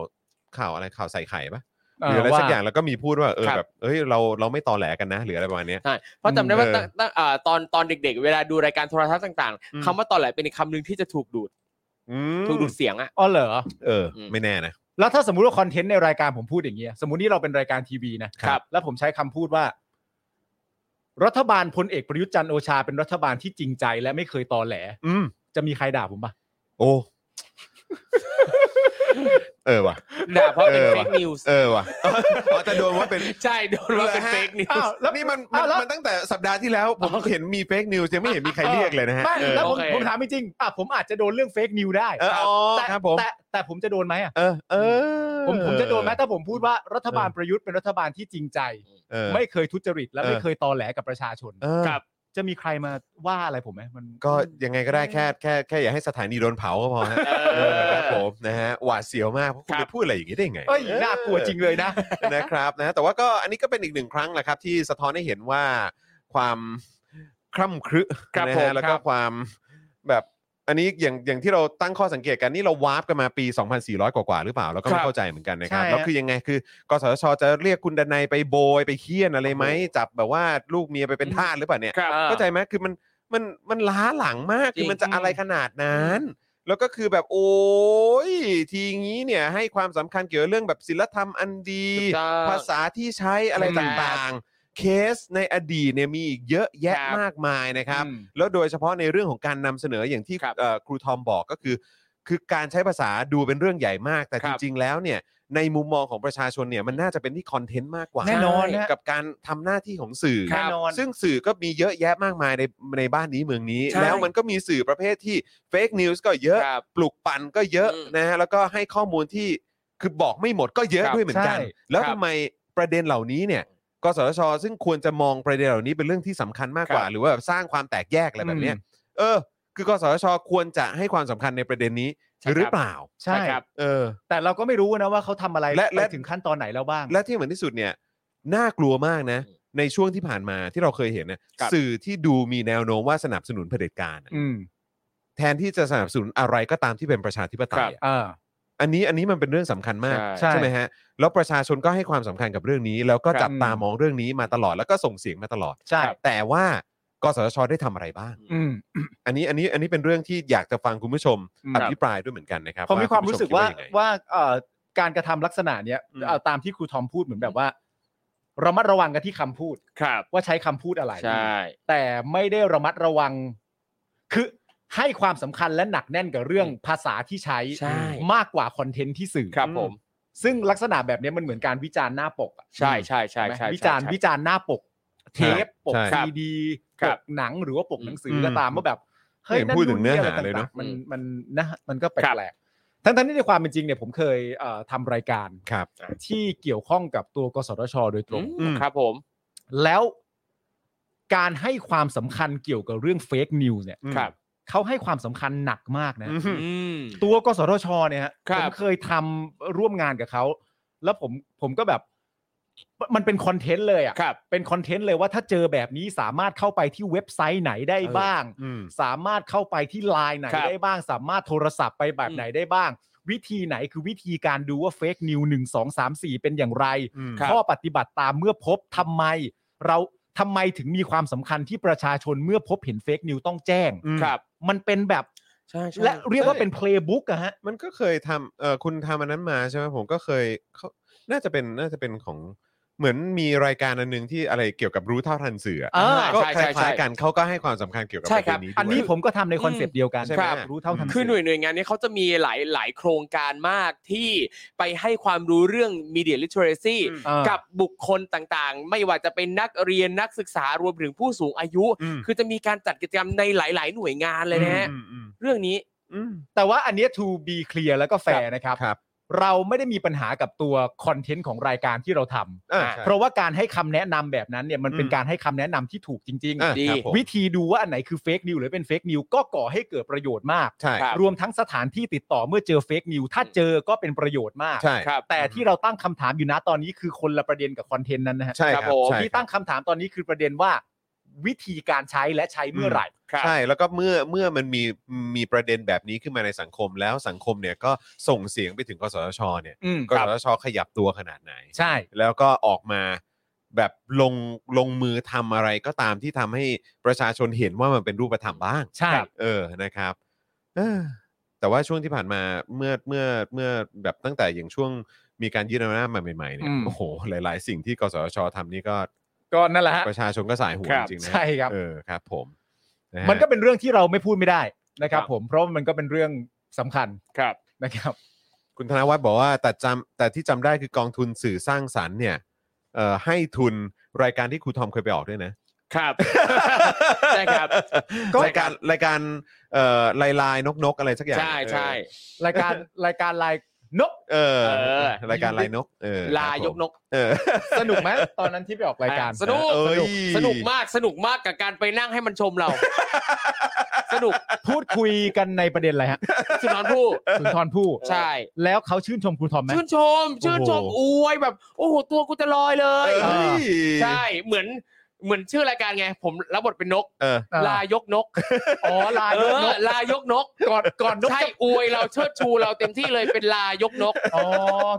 ข่าวอะไรข่าวใส่ไข่ปะหรืออะไรสักอย่างแล้วก็มีพูดว่าเออ ครับ แบบเอ้ยเราเราไม่ตอแหลกันนะหรืออะไรประมาณเนี้ย ใช่เพราะจำได้ว่า เออ ตั้งตั้งอ่าตอนตอนเด็ก ๆ เวลาดูรายการโทรทัศน์ต่าง อืม ๆคำว่าตอนแหลเป็นอีกคำหนึ่งที่จะถูกดูด อืม ถูกดูดเสียงอ่ะ อ๋อเหรอ เออ อืม ไม่แน่นะ แล้วถ้าสมมุติว่าคอนเทนต์ในรายการผมพูดอย่างเงี้ย สมมุตินี่เราเป็นรายการทีวีนะครับ แล้วผมใช้คำพูดว่า รัฐบาลพลเอกประยุทธ์จันทร์โอชาเป็นรัฐบาลที่จริงใจและไม่เคยตอแหล อืม จะมีใครด่าผมปะ โอ้ [laughs] เออว่ะ ด่าเพราะเป็น เออ เฟ ว่ะ กนิวส์ เออว่ะอ๋อแต่โดนว่าเป็น ใช่โดนว่าเป็น เหรอฮะ เฟกนิว อ้าว ส์ แล้ว นี่มันมัน อ้าวแล้ว มันตั้งแต่สัปดาห์ที่แล้ว ผมเห็นมีเฟกนิวส์ยังไม่เห็นมีใครเรียกเลยนะฮะ ไม่ เออ แล้วผม โอเค ผมถามจริงๆอ่ะผมอาจจะโดนเรื่องเฟกนิวได้ เอออ๋อ แต่ ครับผม แต่แต่ผมจะโดนไหมอ่ะ เออ เออ ผมผมจะโดนไหมถ้าผมพูดว่ารัฐบาลประยุทธ์เป็นรัฐบาลที่จริงใจ เออ ไม่เคยทุจริตและ เออ ไม่เคยตอแหลกับประชาชน เออ ครับ จะมีใครมาว่าอะไรผมไหมมัน ก็ยังไงก็ได้แค่แค่แค่อย่าให้สถานีโดนเผาก็พอฮะ เออ เออครับผมนะฮะหวาดเสียวมากเพราะคุณ ครับ ไปพูดอะไรอย่างนี้ได้ไง เอ้ยน่ากลัวจริงเลยนะ นะครับนะแต่ว่าก็อันนี้ก็เป็นอีกหนึ่งครั้งแหละครับ ที่สะท้อนให้เห็นว่าความคร่ำครึ ครับ นะ ผม ฮะแล้วก็ ครับ ความแบบอันนี้อย่างอย่างที่เราตั้งข้อสังเกตกันนี่เราวาร์ปกันมาปี 2,400 กว่าๆหรือเปล่า แล้วก็ไม่เข้าใจเหมือนกันนะครับ ใช่ฮะ แล้วคือยังไงคือกสทชจะเรียกคุณดนัยไปโบยไปเคี่ยนอะไรไหมจับแบบว่าลูกเมียไปเป็นทาสหรือเปล่าเนี่ย ครับ เข้าใจไหมคือมันมันมันล้าหลังมาก จริง คือมันจะอะไรขนาดนั้น แล้วก็คือแบบโอ้ยทีงี้เนี่ยให้ความสำคัญเกี่ยวกับเรื่องแบบศิลธรรมอันดี ถูกต้อง ภาษาที่ใช้อะไรต่างๆ เคสในอดีตเนี่ยมีอีกเยอะแยะ ครับ มากมายนะครับ อืม แล้วโดยเฉพาะในเรื่องของการนำเสนออย่างที่ ครับ เอ่อครูทอมบอกก็คือ คือการใช้ภาษาดูเป็นเรื่องใหญ่มาก แต่ ค จ รับ ริงๆแล้วเนี่ยในมุมมองของประชาชนเนี่ยมันน่าจะเป็นที่คอนเทนต์มากกว่า แน่นอนฮะ กับการทำหน้าที่ของสื่อ ครับ แน่นอน ซึ่งสื่อก็มีเยอะแยะมากมายในในบ้านนี้เมืองนี้ ใช่ แล้วมันก็มีสื่อประเภทที่เฟกนิวส์ก็เยอะ ครับ ปลุกปั่นก็เยอะ อืม นะฮะแล้วก็ให้ข้อมูลที่คือบอกไม่หมดก็เยอะ ครับ ด้วยเหมือนกัน ใช่ แล้ว ครับ ทำไมประเด็นเหล่านี้เนี่ยกสทช ซึ่งควรจะมองประเด็นเหล่านี้เป็นเรื่องที่สำคัญมากกว่า ครับ หรือว่าแบบสร้างความแตกแยกอะไรแบบเนี้ยเออ คือกสทช ควรจะให้ความสำคัญในประเด็นนี้ ใช่ครับ หรือเปล่า ใช่ ครับ เออ แต่เราก็ไม่รู้นะว่าเขาทำอะไร และและ ไปถึงขั้นตอนไหนแล้วบ้าง และที่เหมือนที่สุดเนี่ยน่ากลัวมากนะ ในช่วงที่ผ่านมาที่เราเคยเห็นเนี่ย ครับ สื่อที่ดูมีแนวโน้มว่าสนับสนุนเผด็จการอะ อืม แทนที่จะสนับสนุนอะไรก็ตามที่เป็นประชาธิปไตยอะ อ่า อันนี้อันนี้มันเป็นเรื่องสำคัญมาก ใช่ ไหมฮะแล้วประชาชนก็ให้ความสำคัญกับเรื่องนี้ แล้วก็จับ ครับ ตามองเรื่องนี้มาตลอดแล้วก็ส่งเสียงมาตลอด ใช่ แต่ว่ากสทชได้ทำอะไรบ้าง อืม อันนี้อันนี้อันนี้เป็นเรื่องที่อยากจะฟังคุณผู้ชม อืม อภิปรายด้วยเหมือนกันนะครับ ผมมีความรู้สึกว่า ณผู้ชคิดยังไง ว่าเอ่อการกระทำลักษณะเนี้ย อืม เอ่อตามที่ครูทอมพูดเหมือนแบบว่าระมัดระวังกันที่คำพูด ครับ ว่าใช้คำพูดอะไร ใช่ แต่ไม่ได้ระมัดระวัง คือให้ความสำคัญและหนักแน่นกับเรื่องภาษาที่ใช้ ใช่ มากกว่าคอนเทนต์ที่สื่อ ครับผม ซึ่งลักษณะแบบเนี้ยมันเหมือนการวิจารณ์หน้าปกอะ ใช่ใช่ใช่ใช่ ไหม ใช่ วิจารณ์ ใช่ วิจารณ์หน้าปก เทปปก ใช่ ซีดี ค ป รับ กหนังหรือว่าปกหนังสือ ม ก็ตามว่าแบบเฮ้ย เห็น นั่น พูดถึ นู่ ง น เนื้อ นี่อะไร หาเลยเนอะ ต่างๆมันมันนะมันก็แปลกๆทั้งๆที่ในความเป็นจริงเนี่ยผมเคยเอ่อทำรายการ ครับ ที่เกี่ยวข้องกับตัวกสทช โดยตรง อื อื ม มครับผม แล้วการให้ความสำคัญเกี่ยวกับเรื่องเฟกนิวส์เนี่ย อืม ครับ เขาให้ความสำคัญหนักมากนะ อืม อืม ตัวกสทชเนี่ยฮะ ครั ผ บ มเคยทำร่วมงานกับเขา แล้วผมผมก็แบบ มันเป็นคอนเทนต์เลยอ่ะ ครับ เป็นคอนเทนต์เลยว่าถ้าเจอแบบนี้สามารถเข้าไปที่เว็บไซต์ไหนได้บ้าง อืม สามารถเข้าไปที่ไลน์ไหน ครับ ได้บ้าง สามารถโทรศัพท์ไปแบบไหนได้บ้าง วิธีไหนคือวิธีการดูว่าเฟกนิวหนึ่งสองสามสี่เป็นอย่างไร อืม ข้อปฏิบัติตามเมื่อพบทำไม เราทำไมถึงมีความสำคัญที่ประชาชนเมื่อพบเห็นเฟกนิวต้องแจ้ง อืม ครับ มันเป็นแบบ ใช่ใช่ และเรียกว่าเป็นเพลย์บุ๊กอะฮะ มันก็เคยทำเออคุณทำอันนั้นมาใช่ไหมผมก็เคยเขาน่าจะเป็นน่าจะเป็นของเหมือนมีรายการอันหนึงที่อะไรเกี่ยวกับรู้เท่าทันสื่ออะ อ่า ก็คใช่ใช่ใช่ ล้ายๆกันเขาก็ให้ความสำคัญเกี่ยวกับ ใช่ ประ ครั เด็ บ นนี้ด้วย อันนี้ผมก็ทำในคอนเซปต์เดียวกัน ใช่ไหม ครับ ฮะ รู้เท่าทัน คือหน่วยหน่วยงานนี้เขาจะมีหลายหลายโครงการมากที่ไปให้ความรู้เรื่อง Media Literacy อืม อ่า กับบุคคลต่างๆ ไม่ว่าจะเป็นนักเรียนนักศึกษารวมถึงผู้สูงอายุ อืม คือจะมีการจัดกิจกรรมในหลาย ๆ หน่วยงานเลยนะฮะ อืมอืม เรื่องนี้ อืม แต่ว่าอันเนี้ย to be clear แล้วก็แฟร์นะครับ ครับ เราไม่ได้มีปัญหากับตัวคอนเทนต์ของรายการที่เราทำ อ่า อ่ะ ใช่ เพราะว่าการให้คำแนะนำแบบนั้นเนี่ยมันเป็น อืม การให้คำแนะนำที่ถูกจริง อ่ะ ดี ครับผม ๆ วิธีดูว่าอันไหนคือเฟกนิวหรือเป็นเฟกนิวก็ก่อให้เกิดประโยชน์มาก ใช่ ครับ รวมทั้งสถานที่ติดต่อเมื่อเจอเฟกนิวถ้าเจอก็เป็นประโยชน์มาก ใช่ ครับ แต่ที่เราตั้งคำถามอยู่นะตอนนี้คือคนละประเด็นกับคอนเทนต์นั้นนะฮะ ใช่ค ครัรับบ ผม ใช่ ที่ ครับ ตั้งคำถามตอนนี้คือประเด็นว่า วิธีการใช้และใช้เมื่อไหร่ ครับ ใช่แล้วก็เมื่อเมื่อมันมีมีประเด็นแบบนี้ขึ้นมาในสังคมแล้วสังคมเนี่ยก็ส่งเสียงไปถึงกสทชเนี่ย อืม กสทชขยับตัวขนาดไหน ใช่ แล้วก็ออกมาแบบลงลงมือทำอะไรก็ตามที่ทำให้ประชาชนเห็นว่ามันเป็นรูปธรรมบ้าง ใช่ เออนะครับเอ้อแต่ว่าช่วงที่ผ่านมาเมื่อเมื่อเมื่อแบบตั้งแต่อย่างช่วงมีการยึดอำนาจมาใหม่ๆเนี่ย อืม โอ้โห หลาย ๆ สิ่งที่กสทชทำนี่ก็ ก็นั่นแหละฮะ ประชาชนก็สายหัว ครับ จริงๆนะ ใช่ครับ เออครับ ผมะฮะ มันก็เป็นเรื่องที่เราไม่พูดไม่ได้นะครับ ครับ ผมเพราะมันก็เป็นเรื่องสำคัญ ครับ นะครับ คุณธนวัฒน์บอกว่าแต่จำแต่ที่จำได้คือกองทุนสื่อสร้างสรรค์เนี่ยเอ่อให้ทุนรายการที่ครูทอมเคยไปออกด้วยนะ ครับ [laughs] ใช่ครับ ก็ ใช่ ราย ครั การ บ รายการเอ่อลายลายนกนกๆอะไรสักอย่าง ใช่ใช่ รายการ [laughs] รายการรายนก เออเอ เอ อ อ รายการลายนกเออ ลายกนก เออ สนุกไหมตอนนั้นที่ไปออกรายการ สนุก เอ้ย สนุกมากสนุกมากกับการไปนั่งให้มันชม [laughs] เรา สนุก พูดคุยกันในประเด็นอะไรฮะ สุนทรภู่ สุนทรภู่ ใช่ แล้วเขาชื่นชมครูทอมไหม ชื่นชม ชื่นชม โอ้ อ โห วยแบบ โอ้โห ตัวกูจะลอยเล เอ้ ย ย เออ ใช่เหมือนเหมือนชื่อรายการไง ผมรับบทเป็นนก เออ อ่า ลายกนก อ๋อลาย เอน ก อกนลายกนก ก่อนก่อนนก ใช่ จะ อวยเราเชิดชูเราเต็มที่เลยเป็นลายกนก อ๋อ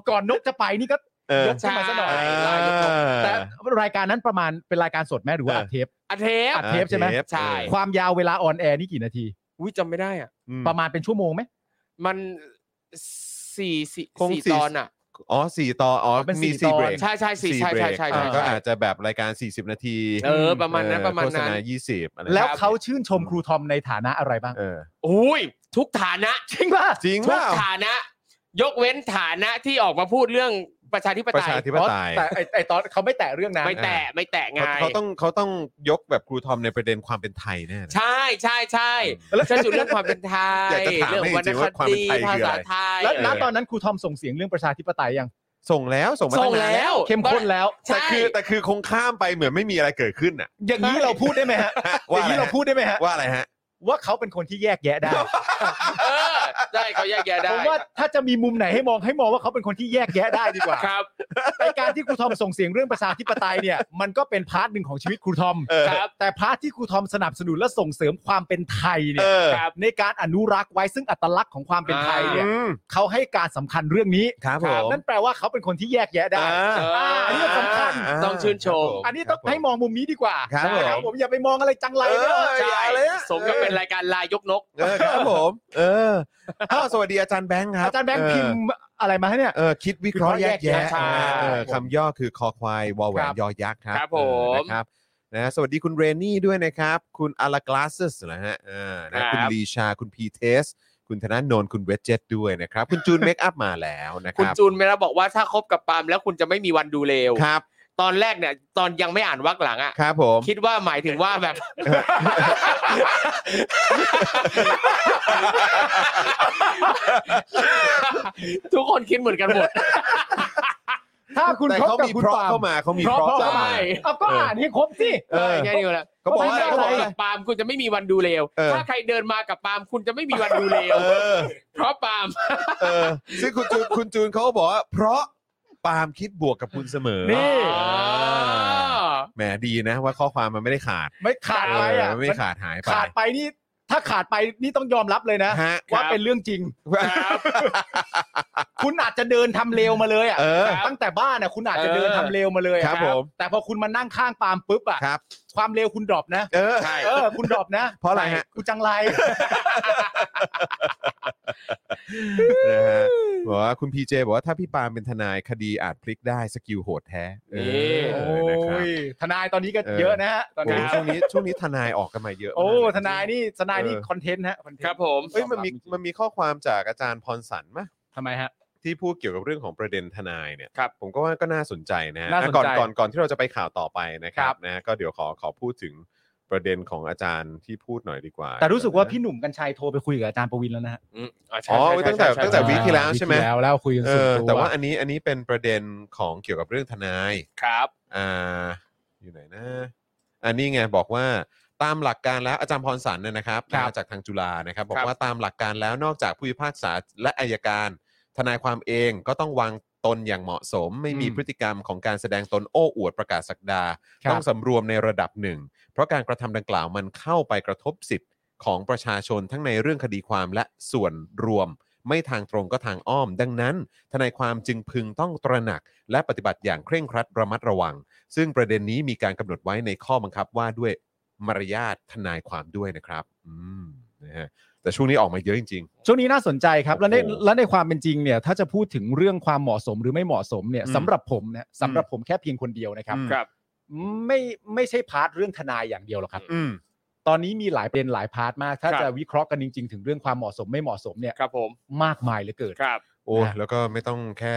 ก่อนนกจะไปนี่ก็ เออย กขึ้นมาซะหน่อย ใช่ ลายนกแต่ แต่ รายการนั้นประมาณเป็นรายการสดไหมหรือว่า เอออั อัดเทป อันเทป อัดเทปใช่ไหม ใช่ ความยาวเวลาออนแอร์นี่กี่นาที อุ้ยจำไม่ได้อ่ะ ป ประ ระ มาณ มาณเป็นชั่วโมงไหม มันสี่สี่ คง สี่ สี่ ตอนอ่ะ อ๋อสี่ต่ออ๋อ เป็น มี สี่ สี่ ตอน เบรก ใช่ใช่สี่ใช่ใช่ใช่ สี่เบรกอ่าใช่ก็ ใช่ อาจจะแบบรายการ 40 นาที เออประมาณนั้นประมาณ โฆษ นั้น ณา20อะไร แล้ว ครับ เขาชื่นชมครูทอมในฐานะอะไรบ้าง เออ อุ้ยทุกฐานะ จริงป่ะ จริง ทุ เป ก ล่า ฐานะ ยกเว้นฐานะที่ออกมาพูดเรื่องประชาธิป ป ไต ระ ย ชาธิปไตย แต่ไอ้ไอตอนเขาไม่แตะเรื่องนั้น ไม่แตะไม่แตะไง เขาเขาต้องเขาต้องยกแบบครูทอมในประเด็นความเป็นไทยแน่นะ ใช่ใช่ใช่ แล้ว ฉันจุดเรื่องความเป็นไทย อยากจะถาม เรื่วรรณค ให้จริงๆว่าความเป็น ดี ไทย ภา คืออะไร ษาไทย แล้วณ เออ ตอนนั้นครูทอมส่งเสียงเรื่องประชาธิปไตยยัง ส่งแล้วส่งมา ส่ ตั้ ง นาน แล้ว เข้มข้นแล้ว แต่ ใช่ คือแต่คือคงข้ามไปเหมือนไม่มีอะไรเกิดขึ้นน่ะ [laughs] อย่างนี้เราพูดได้ไหมฮะอ ว่า ย่าง อะไร นี้เรา ฮะ พูดได้ไหมฮะ ว่าอะไรฮะ ว่าเขาเป็นคนที่แยกแยะได้ เออได้เขาแยกแยะได้ ผมว่าถ้าจะมีมุมไหนให้มองให้มองว่าเขาเป็นคนที่แยกแยะได้ดีกว่า ครับ ไอการที่ครูทอมส่งเสียงเรื่องประชาธิปไตยเนี่ย [laughs] มันก็เป็นพาร์ทหนึ่งของชีวิตครูทอม เออ ครับแต่พาร์ทที่ครูทอมสนับสนุนและส่งเสริมความเป็นไทย เอ เนี่ย อ ครับ ในการอนุรักษ์ไว้ซึ่งอัตลักษณ์ของความเป็นไทยเนี่ย อืม เขาให้การสำคัญเรื่องนี้ ครับผ ครับ ม นั่นแปลว่าเขาเป็นคนที่แยกแยะได้ อ่า อ่า อันนี้สำคัญ อ่า ต้องชื่นชม ครับผ อันนี้ ค ต้ รั อบ ง ผม ให้มองมุมนี้ดีกว่า ครับผม ผมอย่าไปมองอะไรจังไร เอ เลย อ นะ อ ใช่ ย่าเลยอะ สมกับเป็นรายการลายยกนก เออครับผมเอออ้าวสวัสดีอาจารย์แบงค์ครับ อาจารย์แบงค์พิม เออ พ์อะไรมาให้เนี่ย เออคิดวิเคราะห์แยกแยะ วิเคราะห์แยกแยะ เออ ใช่ คำย่อคือคอควายวอแหวนยอยักษ์ครับ ครับผม เออนะครับนะสวัสดีคุณเรนนี่ด้วยนะครับ คุณอลากลาสสนะฮะเออนะคุณลีชาคุณพีเทส คุณธนาโนนคุณเวจเจตด้วยนะครับ คุณจูนเมคอัพมาแล้วนะค คุณ รับ จูนเมราบอกว่าถ้าคบกับปาล์มแล้วคุณจะไม่มีวันดูเลว ครับ ตอนแรกเนี่ย ตอนยังไม่อ่านวักหลังอ่ะ ครับผม คิดว่าหมายถึงว่าแบบ ทุกคนคิดเหมือนกันหมด ถ้าคุณ แต่ คบ เขา กับ มี คุณ เพราะ ปาล์ม เข้ามาเขามี เพ เพ ราะ ราะ เพราะ เข้า ทำไม มา เอาก็อ่านให้ครบสิ เออไงนี่แหละ เขาบอกว่า ถ้า เขา ค บอก บ ว่า กับปาล์มคุณจะไม่มีวันดูเลว เออ ถ้าใครเดินมากับปาล์มคุณจะไม่มีวันดูเลว เออ เพราะปาล์ม เออซึ่งคุณจูนคุณจูนเขาก็บอกว่า เพราะปาล์มคิดบวกกับคุณเสมอ นี่ อ่าแหมดีนะว่าข้อความมันไม่ได้ขาด ไม่ขาดไปอ่ะ เมันไม่ได้ขาดหาย มัน ไป ขาดไปนี่ ถ้าขาดไปนี่ต้องยอมรับเลยนะ ฮะ ว่าเป็นเรื่องจริง ครับ คุณอาจจะเดินทำเลวมาเลยอ่ะ เออ ตั้งแต่บ้านอ่ะคุณอาจจะ เออ เดินทำเลวมาเลยอะ ครับผม แต่พอคุณมานั่งข้างปาล์มปุ๊บอ่ะ ครับ ความเลวคุณดรอปนะ เออ ใช่ เออคุณดรอปนะ เพราะอะไรฮะ กูจังไร นะฮะบอกว่าคุณพีเจบอกว่าถ้าพี่ปาล์มเป็นทนายคดีอาจพลิกได้สกิลโหดแท้เออเนี่อ โอ อนะครั้ บ ยทนายตอนนี้ก็ เออ เยอะนะฮะตอน โอ้ นี้ ช่วงนี้ช่วงนี้ทนายออกกันมาเยอะมาก โอ้ เลย ทนายนี่ทนายนี่ เออ คอนเทนต์ฮะคอนเทนต์ ครับผม เอ้ยมันมีมันมีข้อความจากอาจารย์พรสันมะ ทำไมฮะ ที่พูดเกี่ยวกับเรื่องของประเด็นทนายเนี่ย ครับ ผมก็ว่าก็น่าสนใจนะฮะ น่าสนใจ ก่อนก่อนก่อนที่เราจะไปข่าวต่อไปนะครับ ครับ นะฮะก็เดี๋ยวขอขอพูดถึงประเด็นของอาจารย์ที่พูดหน่อยดีกว่า แต่รู้สึกว่าพี่หนุ่มกัญชัยโทรไปคุยกับอาจารย์ประวินแล้วนะฮะ อืมอ๋อใช่ อ๋อ ใช่ ตั้งแต่ ใช่ ตั้งแต่ ใช่ วีคที่แล้ว อ่า ใช่ไหม คที่แล้วแล้วคุยกัน เอ ส่วอนตัว แต่ว่าอันนี้อันนี้เป็นประเด็นของเกี่ยวกับเรื่องทนาย ครับ อ่าอยู่ไหนนะอันนี้ไงบอกว่าตามหลักการแล้วอาจารย์พรสันเนี่ยนะครับ ครับ มาจากทางจุฬานะครับ บอ ครั ก บ ว่าตามหลักการแล้วนอกจากผู้พิพากษาและอายการ ทนายความเองก็ต้องวางตนอย่างเหมาะสม ไม่มี อืม พฤติกรรมของการแสดงตนโอ้อวดประกาศศักดา ครับ ต้องสำรวมในระดับหนึ่ง เพราะการกระทำดังกล่าวมันเข้าไปกระทบสิทธิ์ของประชาชนทั้งในเรื่องคดีความและส่วนรวม ไม่ทางตรงก็ทางอ้อม ดังนั้น ทนายความจึงพึงต้องตระหนัก และปฏิบัติอย่างเคร่งครัดระมัดระวัง ซึ่งประเด็นนี้มีการกำหนดไว้ในข้อบังคับว่าด้วยมารยาททนายความด้วยนะครับ อืมนะฮะแต่ช่วงนี้ออกมาเยอะจริง ช่วงนี้น่าสนใจครับและใน โอ้โห และในความเป็นจริงเนี่ยถ้าจะพูดถึงเรื่องความเหมาะสมหรือไม่เหมาะสมเนี่ย อืม สำหรับผมเนี่ย อืม สำหรับผมแค่เพียงคนเดียวนะครับ อืม ครับ ไม่ไม่ใช่พาร์ทเรื่องทนายอย่างเดียวหรอกครับ อืม ตอนนี้มีหลายประเด็นหลายพาร์ทมาก ถ้า ครับ จะวิเคราะห์กันจริง ๆ ถึงเรื่องความเหมาะสมไม่เหมาะสมเนี่ย ครับผม มากมายเหลือเกิน ครับ โอ้ นะ แล้วก็ไม่ต้องแค่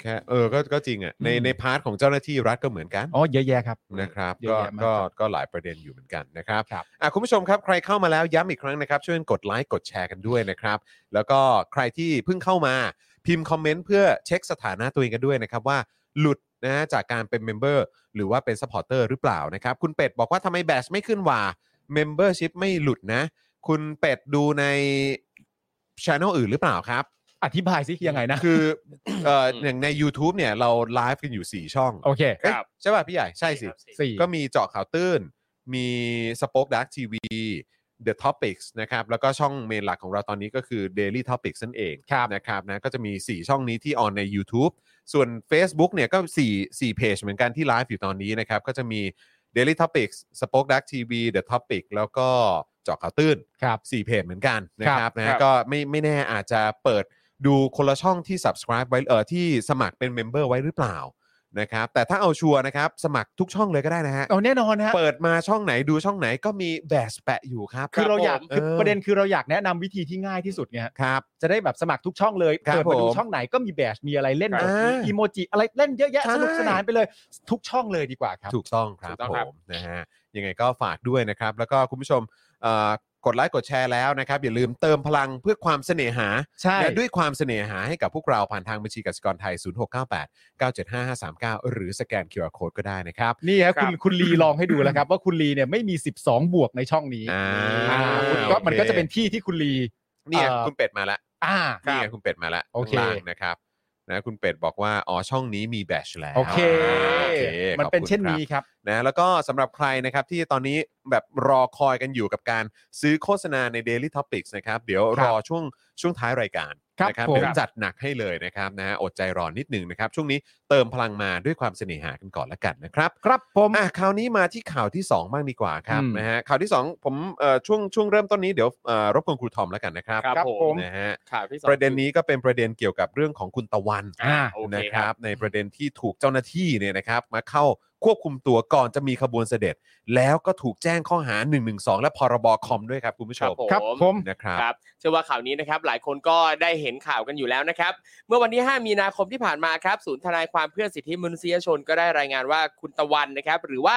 แค่เออก็ก็จริงอ่ะใน อืม ในพาร์ทของเจ้าหน้าที่รัฐก็เหมือนกัน อ๋อเยอะแยะครับ นะครับ เยอะ ก็ แยะมาก ก็ ครับ ก็หลายประเด็นอยู่เหมือนกันนะครับ ครับ อ่ะคุณผู้ชมครับใครเข้ามาแล้วย้ำอีกครั้งนะครับ ช่วยกดไลค์กดแชร์กันด้วยนะครับ แล้วก็ใครที่เพิ่งเข้ามาพิมพ์คอมเมนต์เพื่อเช็คสถานะตัวเองกันด้วยนะครับว่าหลุดนะจากการเป็นเมมเบอร์หรือว่าเป็นสปอร์เตอร์หรือเปล่านะครับ คุณเป็ดบอกว่าทำไมแบชไม่ขึ้นว่าเมมเบอร์ชิพไม่หลุดนะ คุณเป็ดดูในช anel อื่นหรือเปล่าครับ อธิบายสิยังไงนะ [coughs] คือเอ่ออย่างใน YouTube เนี่ยเราไลฟ์กันอยู่ 4 ช่อง โอเค เอ๊ะใช่ป่ะพี่ใหญ่ใช่สิ สี่ ก็มีเจาะข่าวตื้น มีสป็อคดักทีวี The Topics นะครับ แล้วก็ช่องเมนหลักของเราตอนนี้ก็คือ Daily Topics นั่นเองนะครับนะก็จะมี 4 ช่องนี้ที่ออนใน YouTube ส่วน Facebook เนี่ยก็4 4เพจเหมือนกันที่ไลฟ์อยู่ตอนนี้นะครับ ก็จะมี Daily Topics Spoke Dark TV The Topic แล้วก็เจาะข่าวตื้น ครับ 4เพจเหมือนกันนะค ครั รับบ นะ ค ฮะ รับ ก็ไม่ไม่แน่อาจจะเปิดดูคนละช่องที่ subscribe ไว้เออที่สมัครเป็นเมมเบอร์ไว้หรือเปล่านะครับแต่ถ้าเอาชัวร์นะครับสมัครทุกช่องเลยก็ได้นะฮะ เอาแน่นอนนะฮะ เปิดมาช่องไหนดูช่องไหนก็มีแบสแปะอยู่ครับ คือเราอยาก ผม คือ เออ ประเด็นคือเราอยากแนะนำวิธีที่ง่ายที่สุดไงฮะ ครับ จะได้แบบสมัครทุกช่องเลย ครับ เปิดมาผดูม ช่องไหนก็มีแบชมีอะไรเล่น อ่า อีโมจิอะไรเล่นเยอะแยะ ใช่ สนุกสนานไปเลยทุกช่องเลยดีกว่าครับ ถูกต้องครับ ถูกต้อง ผ ครับ มนะฮะยังไงก็ฝากด้วยนะครับ แล้วก็คุณผู้ชมเอ่อกดไลค์กดแชร์แล้วนะครับ อย่าลืมเติมพลังเพื่อความเสน่หา ใช่ และด้วยความเสน่หาให้กับพวกเราผ่านทางบัญชีกสิกรไทย 0698 975539 หรือสแกน QR Code ก็ได้นะครับ นี่ฮะคุณคุณลีลองให้ดูแล้วครับ [laughs] ว่าคุณลีเนี่ยไม่มี 12 บวกในช่องนี้ อ่า อ่าคุณก็ โอเค มันก็จะเป็นที่ที่คุณลี นี่ไง เอ่อ คุณเป็ดมาละ อ่า นี่ไงคุณเป็ดมาละ โอเค ข้างล่างนะครับนะคุณเป็ดบอกว่า อ๋อ ช่องนี้มีแบชแล้ว โอเค โอเค มันเป็น ขอบคุณ เช่นนี้ ครับ ครับ นะแล้วก็สำหรับใครนะครับที่ตอนนี้แบบรอคอยกันอยู่กับการซื้อโฆษณาใน Daily Topics นะครับ เดี๋ยวรอช่วงช่วงท้ายรายการ ครับ นะครับ ผม เดี๋ยวจัดหนักให้เลยนะครับนะฮะอดใจรอนิดหนึ่งนะครับ ช่วงนี้เติมพลังมาด้วยความเสน่หากันก่อนละกันนะครับ ครับผม อ่ะคราวนี้มาที่ข่าวที่ 2 บ้างดีกว่าครับ อืม นะฮะข่าวที่ 2 ผมเอ่อช่วงช่วงเริ่มต้นนี้เดี๋ยวเอ่อรบกวนครูทอมแล้วกันนะครับ ครับ ครับ ผ ผม ม นะฮะ ข่าวที่สอง ประเด็นนี้ก็เป็นประเด็นเกี่ยวกับเรื่องของคุณตะวัน อ่า โอเค นะค ค รั รั บบ ในประเด็นที่ถูกเจ้าหน้าที่เนี่ยนะครับมาเข้าควบคุมตัวก่อนจะมีขบวนเสด็จ แล้วก็ถูกแจ้งข้อหา 1 1 2 และพรบคอมด้วยครับคุณผู้ชม ครับผคมรับผม นะครับ ครับเชื่อว่าข่าวนี้นะครับหลายคนก็ได้เห็นข่าวกันอยู่แล้วนะครับ เมื่อวันที่ 5 มีนาคมที่ผ่านมาครับศูนย์ทนายความเพื่อสิทธิมนุษยชนก็ได้รายงานว่าคุณตะวันนะครับ หรือว่า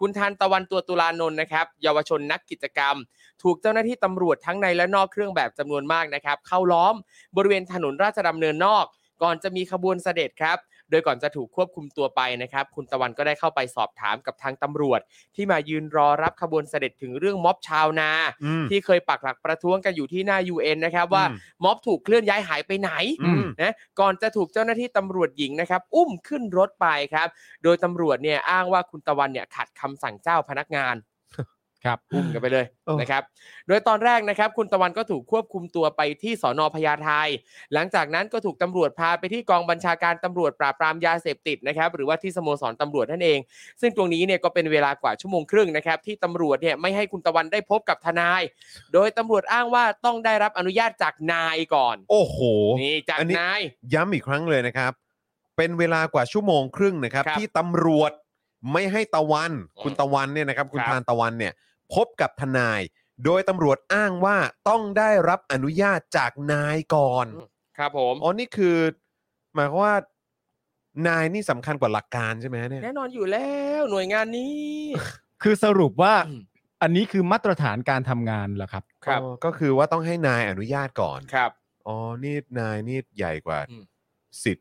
คุณทันตะวันตัวตุลานนท์นะครับ เยาวชนนักกิจกรรม ถูกเจ้าหน้าที่ตำรวจทั้งในและนอกเครื่องแบบจำนวนมากนะครับ เข้าล้อมบริเวณถนนราชดำเนินนอก ก่อนจะมีขบวนเสด็จครับ โดยก่อนจะถูกควบคุมตัวไปนะครับ คุณตะวันก็ได้เข้าไปสอบถามกับทางตำรวจ ที่มายืนรอรับขบวนเสด็จถึงเรื่องม็อบชาวนา อืม ที่เคยปักหลักประท้วงกันอยู่ที่หน้า UN นะครับว่า อืม ม็อบถูกเคลื่อนย้ายหายไปไหน อืม นะก่อนจะถูกเจ้าหน้าที่ตำรวจหญิงนะครับ อุ้มขึ้นรถไปครับ โดยตำรวจเนี่ยอ้างว่าคุณตะวันเนี่ยขัดคำสั่งเจ้าพนักงาน ครับ อุ้มกันไปเลย เออ นะครับ โดยตอนแรกนะครับ คุณตะวันก็ถูกควบคุมตัวไปที่สอนอพญาไท หลังจากนั้นก็ถูกตำรวจพาไปที่กองบัญชาการตำรวจปราบปรามยาเสพติดนะครับ หรือว่าที่สโมสรตำรวจนั่นเอง ซึ่งตรงนี้เนี่ยก็เป็นเวลากว่าชั่วโมงครึ่งนะครับ ที่ตำรวจเนี่ยไม่ให้คุณตะวันได้พบกับทนาย โดยตำรวจอ้างว่าต้องได้รับอนุญาตจากนายก่อน โอ้โห นี่จาก อันนี้ นาย ย้ำอีกครั้งเลยนะครับ เป็นเวลากว่าชั่วโมงครึ่งนะครับ ครับ ที่ตำรวจไม่ให้ตะวัน อืม คุณตะวันเนี่ยนะครับ คุณ ครับ ทานตะวันเนี่ย พบกับทนาย โดยตำรวจอ้างว่าต้องได้รับอนุญาตจากนายก่อน ครับผม อ๋อนี่คือ หมายความว่า นายนี่สำคัญกว่าหลักการใช่ไหมเนี่ย แน่นอนอยู่แล้วหน่วยงานนี้ คือสรุปว่า อืม อันนี้คือมาตรฐานการทำงานเหรอครับ อ๋อก็คือว่าต้องให้นายอนุญาตก่อน ครับ อ๋อนี่นายนี่ใหญ่กว่า อืม สิท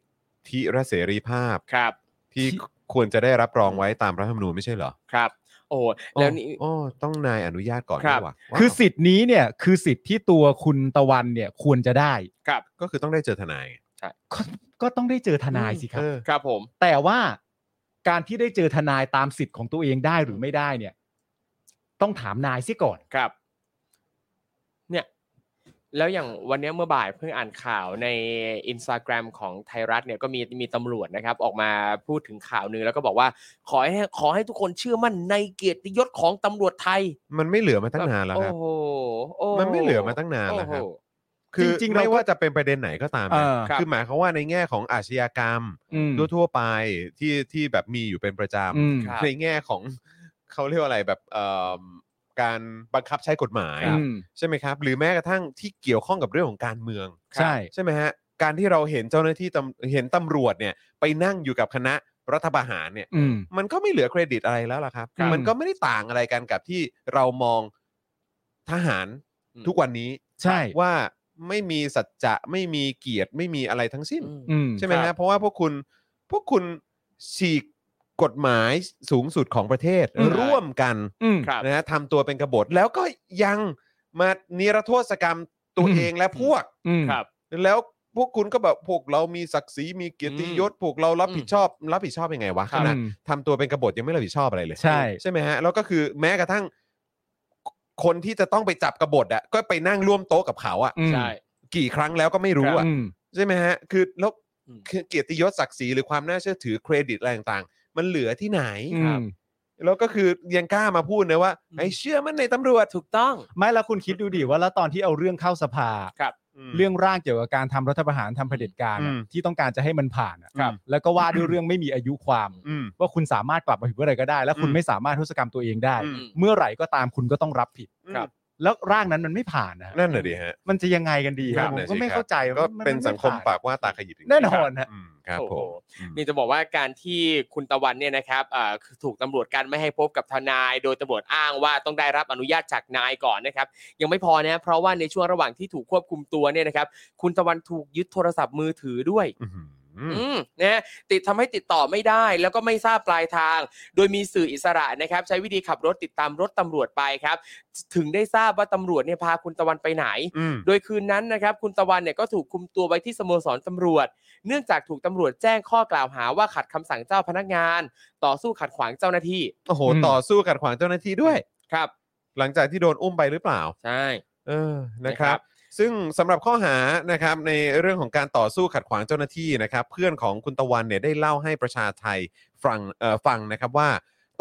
ธิและเสรีภาพ ครับ ที่ควรจะได้รับรองไว้ตามรัฐธรรมนูญไม่ใช่เหรอ ครับ โอ้โหแล้วนี่ อ๋ออ๋อต้องนายอนุญาตก่อน ครับ ด้วยว่ะว้าว คือสิทธิ์นี้เนี่ยคือสิทธิ์ที่ตัวคุณตะวันเนี่ยควรจะได้ ครับ ก็คือต้องได้เจอทนายไง ก็ก็ต้องได้เจอทนายสิครับ เออ ครับผม แต่ว่าการที่ได้เจอทนายตามสิทธิ์ของตัวเองได้หรือไม่ได้เนี่ย ต้องถามนายเสียก่อน ครับ เนี่ย แล้วอย่างวันเนี้ยเมื่อบ่ายเพิ่งอ่านข่าวใน Instagram ของไทยรัฐเนี่ยก็มีมีตำรวจนะครับ ออกมาพูดถึงข่าวหนึงแล้วก็บอกว่า ขอให้ขอให้ทุกคนเชื่อมั่นในเกียรติยศของตำรวจไทย มันไม่เหลือมาตั้งนานแล้วครับ โอ้โหโอ้ มันไม่เหลือมาตั้งนานแล้วครับ โอ้โห คือ จริงๆเราไม่ก็ว่าจะเป็นประเด็นไหนก็ตาม เอ นะ อครับ คือหมายความว่าในแง่ของอาชญากรรม อืม ทั่วๆไปที่ที่แบบมีอยู่เป็นประจ อืม ครับ ำในแง่ของ [laughs] เขาเรียกว่าอะไรแบบเอิ่มการบังคับใช้กฎหมาย อืม ใช่ไหมครับ หรือแม้กระทั่งที่เกี่ยวข้องกับเรื่องของการเมือง ใช่ ใช่ไหมฮะการที่เราเห็นเจ้าหน้าที่ตำเห็นตำรวจเนี่ยไปนั่งอยู่กับคณะรัฐประหารเนี่ย อืม มันก็ไม่เหลือเครดิตอะไรแล้วล่ะครับ ครับ มันก็ไม่ได้ต่างอะไรกันกับที่เรามองทหาร อืม ทุกวันนี้ ใช่ ว่าไม่มีสัจจะไม่มีเกียรติไม่มีอะไรทั้งสิ้น อืม อืม ใช่ไหม ครั ฮะ บ เพราะว่าพวกคุณพวกคุณฉีกกฎหมายสูงสุดของประเทศ อืม ร่วมกัน อืม ครับ นะฮะทำตัวเป็นกบฏแล้วก็ยังมานิรโทษกรรมตัว อืม เองและพวก อืม ครับ แล้วพวกคุณก็แบบพวกเรามีศักดิ์ศรีมีเกียรติยศพวกเรารับ อืม ผิดชอบ รับผิดชอบยังไงวะ ค ข รับ นาด ทำตัวเป็นกบฏยังไม่รับผิดชอบอะไรเลย ใช่ ใช่ไหมฮะแล้วก็คือแม้กระทั่งคนที่จะต้องไปจับกบฏอ่ะก็ไปนั่งร่วมโต๊ะกับเขาอ่ะ อืม ใช่ กี่ครั้งแล้วก็ไม่รู้อ่ะ อืม ใช่ไหมฮะคือแล้ว อืม คือเกียรติยศศักดิ์ศรีหรือความน่าเชื่อถือเครดิตอะไรต่างๆ มันเหลือที่ไหน อืม แล้วก็คือยังกล้ามาพูดนะว่าไอ้เชื่อมันในตำรวจ ถูกต้อง ไม่แล้วคุณคิดดูดิว่าแล้วตอนที่เอาเรื่องเข้าสภา เรื่องร่างเกี่ยวกับการทำรัฐประหารทำเผด็จการอะ อืม ที่ต้องการจะให้มันผ่านอะ ครับ แล้วก็ว่าด้วยเรื่องไม่มีอายุความ อืม ว่าคุณสามารถกลับมาผิดเมื่อไหร่ก็ได้ และคุณ อืม ไม่สามารถทศกรรมตัวเองได้ อืม เมื่อไหร่ก็ตามคุณก็ต้องรับผิด ครับ แล้วร่างนั้นมันไม่ผ่านนะฮะ นั่นน่ะดิฮะ มันจะยังไงกันดี นั่ ฮะ น ผม น่ะ ก็ สิ ไม่ ครับ เข้าใจ ก็ ว่ามั เป็นสังคม ไผ่ ปากว่าตาขยิบจริงๆ แน่นอนฮะ มครับ โอ้โห ผมอืม นี่จะบอกว่าการที่คุณตะวันเนี่ยนะครับเอ่อคือถูกตำรวจกันไม่ให้พบกับทนาย โดยตำรวจอ้างว่าต้องได้รับอนุญาตจากนายก่อนนะครับ ยังไม่พอนะเพราะว่าในช่วงระหว่างที่ถูกควบคุมตัวเนี่ยนะครับ คุณตะวันถูกยึดโทรศัพท์มือถือด้วย อื้อหือ อืมนะติดทำให้ติดต่อไม่ได้แล้วก็ไม่ทราบปลายทาง โดยมีสื่ออิสระนะครับ ใช้วิธีขับรถติดตามรถตำรวจไปครับ ถึงได้ทราบว่าตำรวจเนี่ยพาคุณตะวันไปไหน อืม โดยคืนนั้นนะครับ คุณตะวันเนี่ยก็ถูกคุมตัวไว้ที่สโมสรตำรวจ เนื่องจากถูกตำรวจแจ้งข้อกล่าวหาว่าขัดคำสั่งเจ้าพนักงาน ต่อสู้ขัดขวางเจ้าหน้าที่ โอ้โห อืม ต่อสู้กัดขวางเจ้าหน้าที่ด้วย ครับ หลังจากที่โดนอุ้มไปหรือเปล่า ใช่ เออ นะค นะครั รับ บ ซึ่งสำหรับข้อหานะครับในเรื่องของการต่อสู้ขัดขวางเจ้าหน้าที่นะครับ เพื่อนของคุณตะวันเนี่ยได้เล่าให้ประชาไทยฟังเอ่อฟังนะครับว่า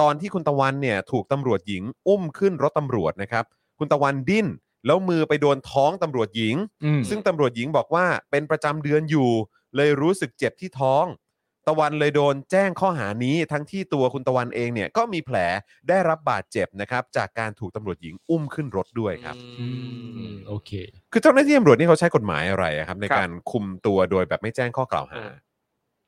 ตอนที่คุณตะวันเนี่ยถูกตำรวจหญิงอุ้มขึ้นรถตำรวจนะครับ คุณตะวันดิ้น แล้วมือไปโดนท้องตำรวจหญิง อืม ซึ่งตำรวจหญิงบอกว่าเป็นประจำเดือนอยู่ เลยรู้สึกเจ็บที่ท้อง ตะวันเลยโดนแจ้งข้อหานี้ทั้งที่ตัวคุณตะวันเองเนี่ยก็มีแผลได้รับบาดเจ็บนะครับ จากการถูกตำรวจหญิงอุ้มขึ้นรถด้วยครับ อื อื ม มโอเค คือเจ้าหน้าที่ตำรวจนี่เขาใช้กฎหมายอะไรอะครับ ใน ครับ การคุมตัวโดยแบบไม่แจ้งข้อกล่าวหา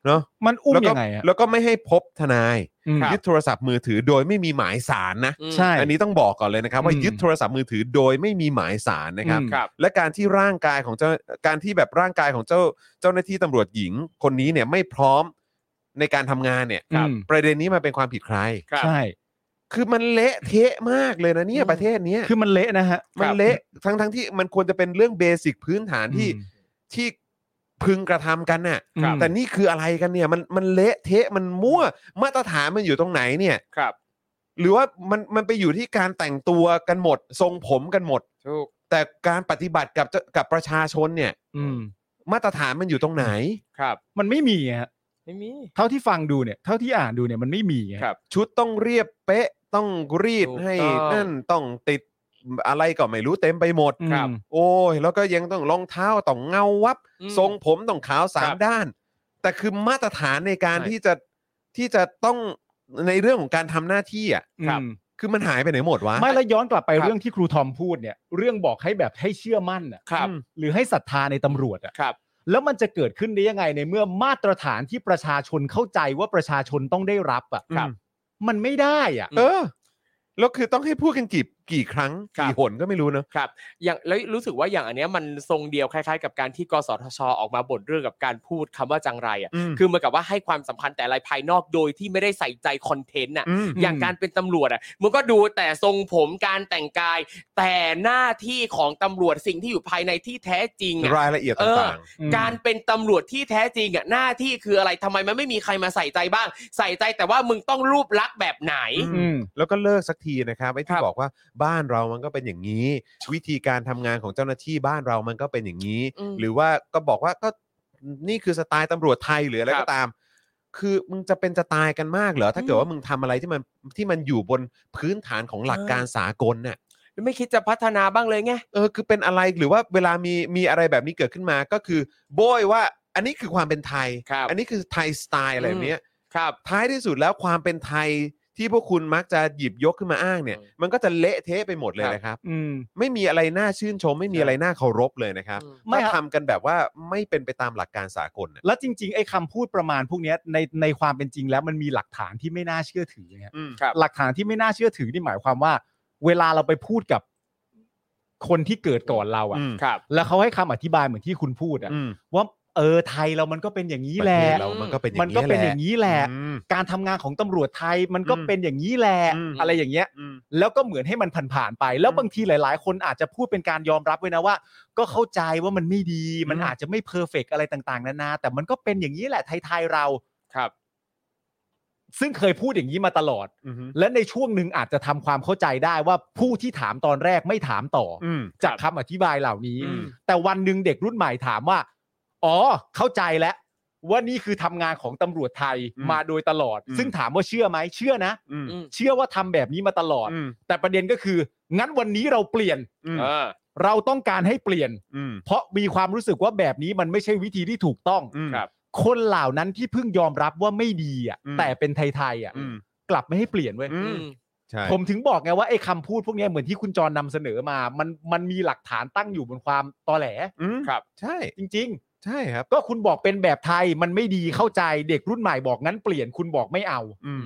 เนาะ มันอุ้ม แล้วก็ ยังไงอะ แล้วก็ไม่ให้พบทนาย อืม ยึดโทรศัพท์มือถือโดยไม่มีหมายสารนะ อืม ใช่ อันนี้ต้องบอกก่อนเลยนะครับว่า อืม ยึดโทรศัพท์มือถือโดยไม่มีหมายสารนะครับ อืม ครับ และการที่ร่างกายของเจ้าการที่แบบร่างกายของเจ้าเจ้าหน้าที่ตำรวจหญิงคนนี้เนี่ยไม่พร้อมในการทำงานเนี่ย อืม ประเด็นนี้มันเป็นความผิดใคร ครับ ใช่ คือมันเละเทะมากเลยนะเนี่ย อืม ประเทศเนี้ย คือมันเละนะฮะ มันเละทั้งทั้งที่มันควรจะเป็นเรื่องเบสิกพื้นฐานที่ที่พึงกระทำกันน่ะ ครับ แต่นี่คืออะไรกันเนี่ยมันมันเละเทะมันมั่วมาตรฐานมันอยู่ตรงไหนเนี่ย ครับ หรือว่ามันมันไปอยู่ที่การแต่งตัวกันหมด ทรงผมกันหมด ถูก แต่การปฏิบัติกับเจ้ากับประชาชนเนี่ย อืม มาตรฐานมันอยู่ตรงไหน ครับ มันไม่มีฮะ ไม่มี เท่าที่ฟังดูเนี่ย เท่าที่อ่านดูเนี่ยมันไม่มีฮะ ครับ ชุดต้องเรียบเป๊ะ ต้องรีด ถูก ให้ ต้อง นั่นต้องติดอะไรก็ไม่รู้เต็มไปหมด ครับ โอ้ยแล้วก็ยังต้องรองเท้าต้องเงาวับ อืม ทรงผมต้องขาวสาม ครับ ด้าน แต่คือมาตรฐานในการ ใช่ ที่จะที่จะต้องในเรื่องของการทำหน้าที่อ่ะ ครับ คือมันหายไปไหนหมดวะ ไม่แล้วย้อนกลับไป ครับ เรื่องที่ครูทอมพูดเนี่ย เรื่องบอกให้แบบให้เชื่อมั่นอ่ะ ครับ อืม หรือให้ศรัทธาในตำรวจอ่ะ ครับ แล้วมันจะเกิดขึ้นได้ยังไงในเมื่อมาตรฐานที่ประชาชนเข้าใจว่าประชาชนต้องได้รับอ่ะ ครับ มันไม่ได้อ่ะ เออแล้วคือต้องให้พูดกันกี่กี่ครั้ง ครับ กี่หนก็ไม่รู้เนอะ ครับอย่างแล้วรู้สึกว่าอย่างอันเนี้ยมันทรงเดียวคล้ายๆ กับการที่กสทช ออกมาบ่นเรื่องกับการพูดคำว่าจังไรอ่ะ อืม คือเหมือนกับว่าให้ความสำคัญแต่อะไรายภายนอกโดยที่ไม่ได้ใส่ใจคอนเทนต์อ่ะ อืม อย่างการเป็นตำรวจอ่ะมันก็ดูแต่ทรงผมการแต่งกาย แต่หน้าที่ของตำรวจสิ่งที่อยู่ภายในที่แท้จริงอ่ะ รายละเอียด เออ ต่าง อืม การเป็นตำรวจที่แท้จริงอ่ะหน้าที่คืออะไรทำไมมันไม่มีใครมาใส่ใจบ้าง ใส่ใจแต่ว่ามึงต้องรูปลักษณ์แบบไหน อื อืม ๆ แล้วก็เลิกสักทีนะครับไอ้ ค ที่ รับ บอกว่าบ้านเรามันก็เป็นอย่างนี้ วิธีการทำงานของเจ้าหน้าที่บ้านเรามันก็เป็นอย่างนี้ อืม หรือว่าก็บอกว่าก็นี่คือสไตล์ตำรวจไทยหรืออะไร ครั ก็ บ ตาม คือมึงจะเป็นจะตายกันมากเหรอถ้าเกิดว่ามึงทำอะไรที่มันที่มันอยู่บนพื้นฐานของหลัก เออ การสากลน่ะ ไม่คิดจะพัฒนาบ้างเลยไง เออคือเป็นอะไรหรือว่าเวลามีมีอะไรแบบนี้เกิดขึ้นมาก็คือโบยว่าอันนี้คือความเป็นไทย ครับ อันนี้คือไทยสไตล์อะไรแบบเนี้ย ครับ ท้ายที่สุดแล้วความเป็นไทยที่พวกคุณมักจะหยิบยกขึ้นมาอ้างเนี่ย อืม มันก็จะเละเทะไปหมดเลยนะครับ อืม ไม่มีอะไรน่าชื่นชม ไม่มีอะไรน่าเคารพเลยนะครับ อืม ไม่ ถ้า ครับ ทำกันแบบว่าไม่เป็นไปตามหลักการสากลน่ะ แล้วจริงๆไอ้คำพูดประมาณพวกเนี้ยในในความเป็นจริงแล้วมันมีหลักฐานที่ไม่น่าเชื่อถือนะฮะ อืม ครับ หลักฐานที่ไม่น่าเชื่อถือนี่หมายความว่า เวลาเราไปพูดกับคนที่เกิดก่อนเราอะ อืม ครับ แล้วเขาให้คำอธิบายเหมือนที่คุณพูดอะ อืม ว่าเออไทยเรามันก็เป็นอย่างนี้ ประ แห เท ละ ศเรามันก็เป็นอย่าง มันก็เป็นอย่าง นี้ นี้แหละ อืม การทำงานของตำรวจไทยมันก็ อืม เป็นอย่างนี้แหละ อืม อะไรอย่างเงี้ย อืม แล้วก็เหมือนให้มันผ่านๆไป แล้ว อืม บางทีหลาย ๆ คนอาจจะพูดเป็นการยอมรับไว้นะว่า ก็เข้าใจว่ามันไม่ดี มัน อืม อาจจะไม่เพอร์เฟกอะไรต่างๆนานาแต่มันก็เป็นอย่างนี้แหละไทยๆเรา ครับ ซึ่งเคยพูดอย่างนี้มาตลอด อืม และในช่วงหนึ่งอาจจะทำความเข้าใจได้ว่าผู้ที่ถามตอนแรกไม่ถามต่ออ อืม จากคำอธิบายเหล่านี้ อืม แต่วันหนึ่งเด็กรุ่นใหม่ถามว่า อ๋อ เข้าใจแล้วว่านี่คือทำงานของตำรวจไทย อืม มาโดยตลอด อืม ซึ่งถามว่าเชื่อไหมเชื่อนะ อืม อืม เชื่อว่าทำแบบนี้มาตลอด อืม แต่ประเด็นก็คือ งั้นวันนี้เราเปลี่ยน อืม เออ เราต้องการให้เปลี่ยน อืม เพราะมีความรู้สึกว่าแบบนี้มันไม่ใช่วิธีที่ถูกต้อง อืม ครับ คนเหล่านั้นที่เพิ่งยอมรับว่าไม่ดีอ่ะ อืม แต่เป็นไทยๆอ่ะ อืม กลับไม่ให้เปลี่ยนเว้ย อื อื ม ม ใช่ ผมถึงบอกไงว่าไอ้คำพูดพวกเนี้ยเหมือนที่คุณจรนำเสนอมา มันมันมีหลักฐานตั้งอยู่บนความตอแหล อืม ครับ ใช่ จริง ใช่ครับ ๆ ก็คุณบอกเป็นแบบไทยมันไม่ดีเข้าใจเด็กรุ่นใหม่บอกงั้นเปลี่ยนคุณบอกไม่เอา อืม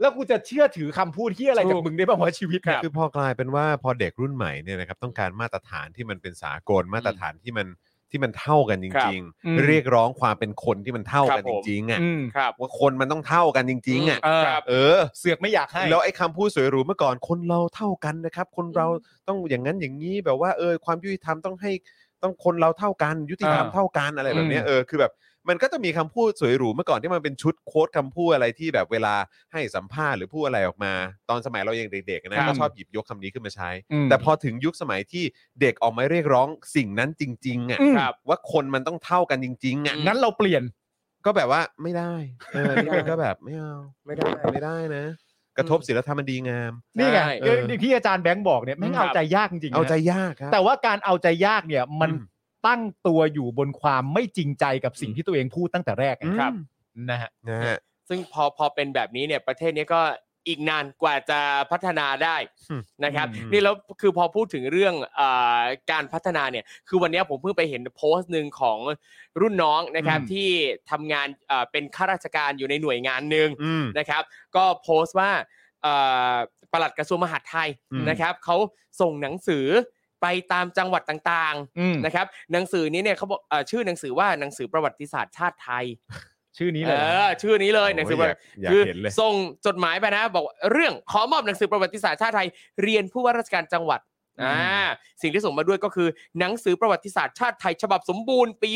แล้วกูจะเชื่อถือคำพูดที่อะไรจากมึงได้บ้างวะชีวิตเนี่ย คือพอกลายเป็นว่าพอเด็กรุ่นใหม่เนี่ยนะครับต้องการมาตรฐานที่มันเป็นสากลมาตรฐานที่มันที่มันเท่ากันจริง อืม ๆ เรียกร้องความเป็นคนที่มันเท่ากัน ครับ จ ผม ริงๆอ่ะ อืม ครับ ว่าคนมันต้องเท่ากันจริง ๆอ่ะ อืม ครับ เออ เสือกไม่อยากให้ แล้วไอ้คำพูดสวยหรูเมื่อก่อนคนเราเท่ากันนะครับ คนเราต้องอย่างนั้นอย่างนี้แบบว่าเออความยุติธรรมต้องให้ต้องคนเราเท่ากัน ยุติธรรม อ่า เท่ากันอะไรแบบเนี้ย อืม เออคือแบบมันก็จะมีคำพูดสวยหรูเมื่อก่อนที่มันเป็นชุดโค้ดคำพูดอะไรที่แบบเวลาให้สัมภาษณ์หรือพูดอะไรออกมา ตอนสมัยเรายังเด็กๆนะก็ชอบหยิบยกคำนี้ขึ้นมาใช้ แต่พอถึงยุคสมัยที่เด็กออกมาเรียกร้องสิ่งนั้นจริง ๆ อ่ะ อืม ครับ ว่าคนมันต้องเท่ากันจริง ๆ อ่ะ งั้นเราเปลี่ยน ก็แบบว่าไม่ได้ เออนี่มันก็แบบไม่เอา ไม่ได้ ไม่ได้นะ กระทบศิลธรรมอันดีงาม นี่ไง ใช่ เออที่อาจารย์แบงค์บอกเนี่ยแม่งเอา ครับ ใจยากจริงๆนะ เอาใจยากครับ แต่ว่าการเอาใจยากเนี่ย มัน อืม ตั้งตัวอยู่บนความไม่จริงใจกับสิ่งที่ตัวเองพูดตั้งแต่แรก อืม นะครับนะฮะ นะฮะ ซึ่งพอพอเป็นแบบนี้เนี่ยประเทศนี้ก็อีกนานกว่าจะพัฒนาได้ อืม นะครับ อืม นี่แล้วคือพอพูดถึงเรื่องอาการพัฒนาเนี่ย คือวันนี้ผมเพิ่งไปเห็นโพสต์หนึ่งของรุ่นน้องนะครับที่ทำงานอ่าเป็นข้าราชการอยู่ในหน่วยงานหนึ่ง อืม นะครับก็โพสต์ว่าเอ่อปลัดกระทรวงมหาดไทย อืม นะครับเขาส่งหนังสือไปตามจังหวัดต่าง อืม ๆนะครับหนังสือนี้เนี่ยเขาบอกเอ่อชื่อหนังสือว่าหนังสือประวัติศาสตร์ชาติไทย ชื่อนี้เล เอย นะ อชื่อนี้เลยหนังสือประ โย วั ยา ติ กอยาก คื เห็นเลย ส่งจดหมายไปนะ บอกว่าเรื่องขอมอบหนังสือประวัติศาสตร์ชาติไทย เรียนผู้ว่าราชการจังหวัด อืม อ่าสิ่งที่ส่งมาด้วยก็คือหนังสือประวัติศาสตร์ชาติไทย ฉบับสมบูรณ์ปี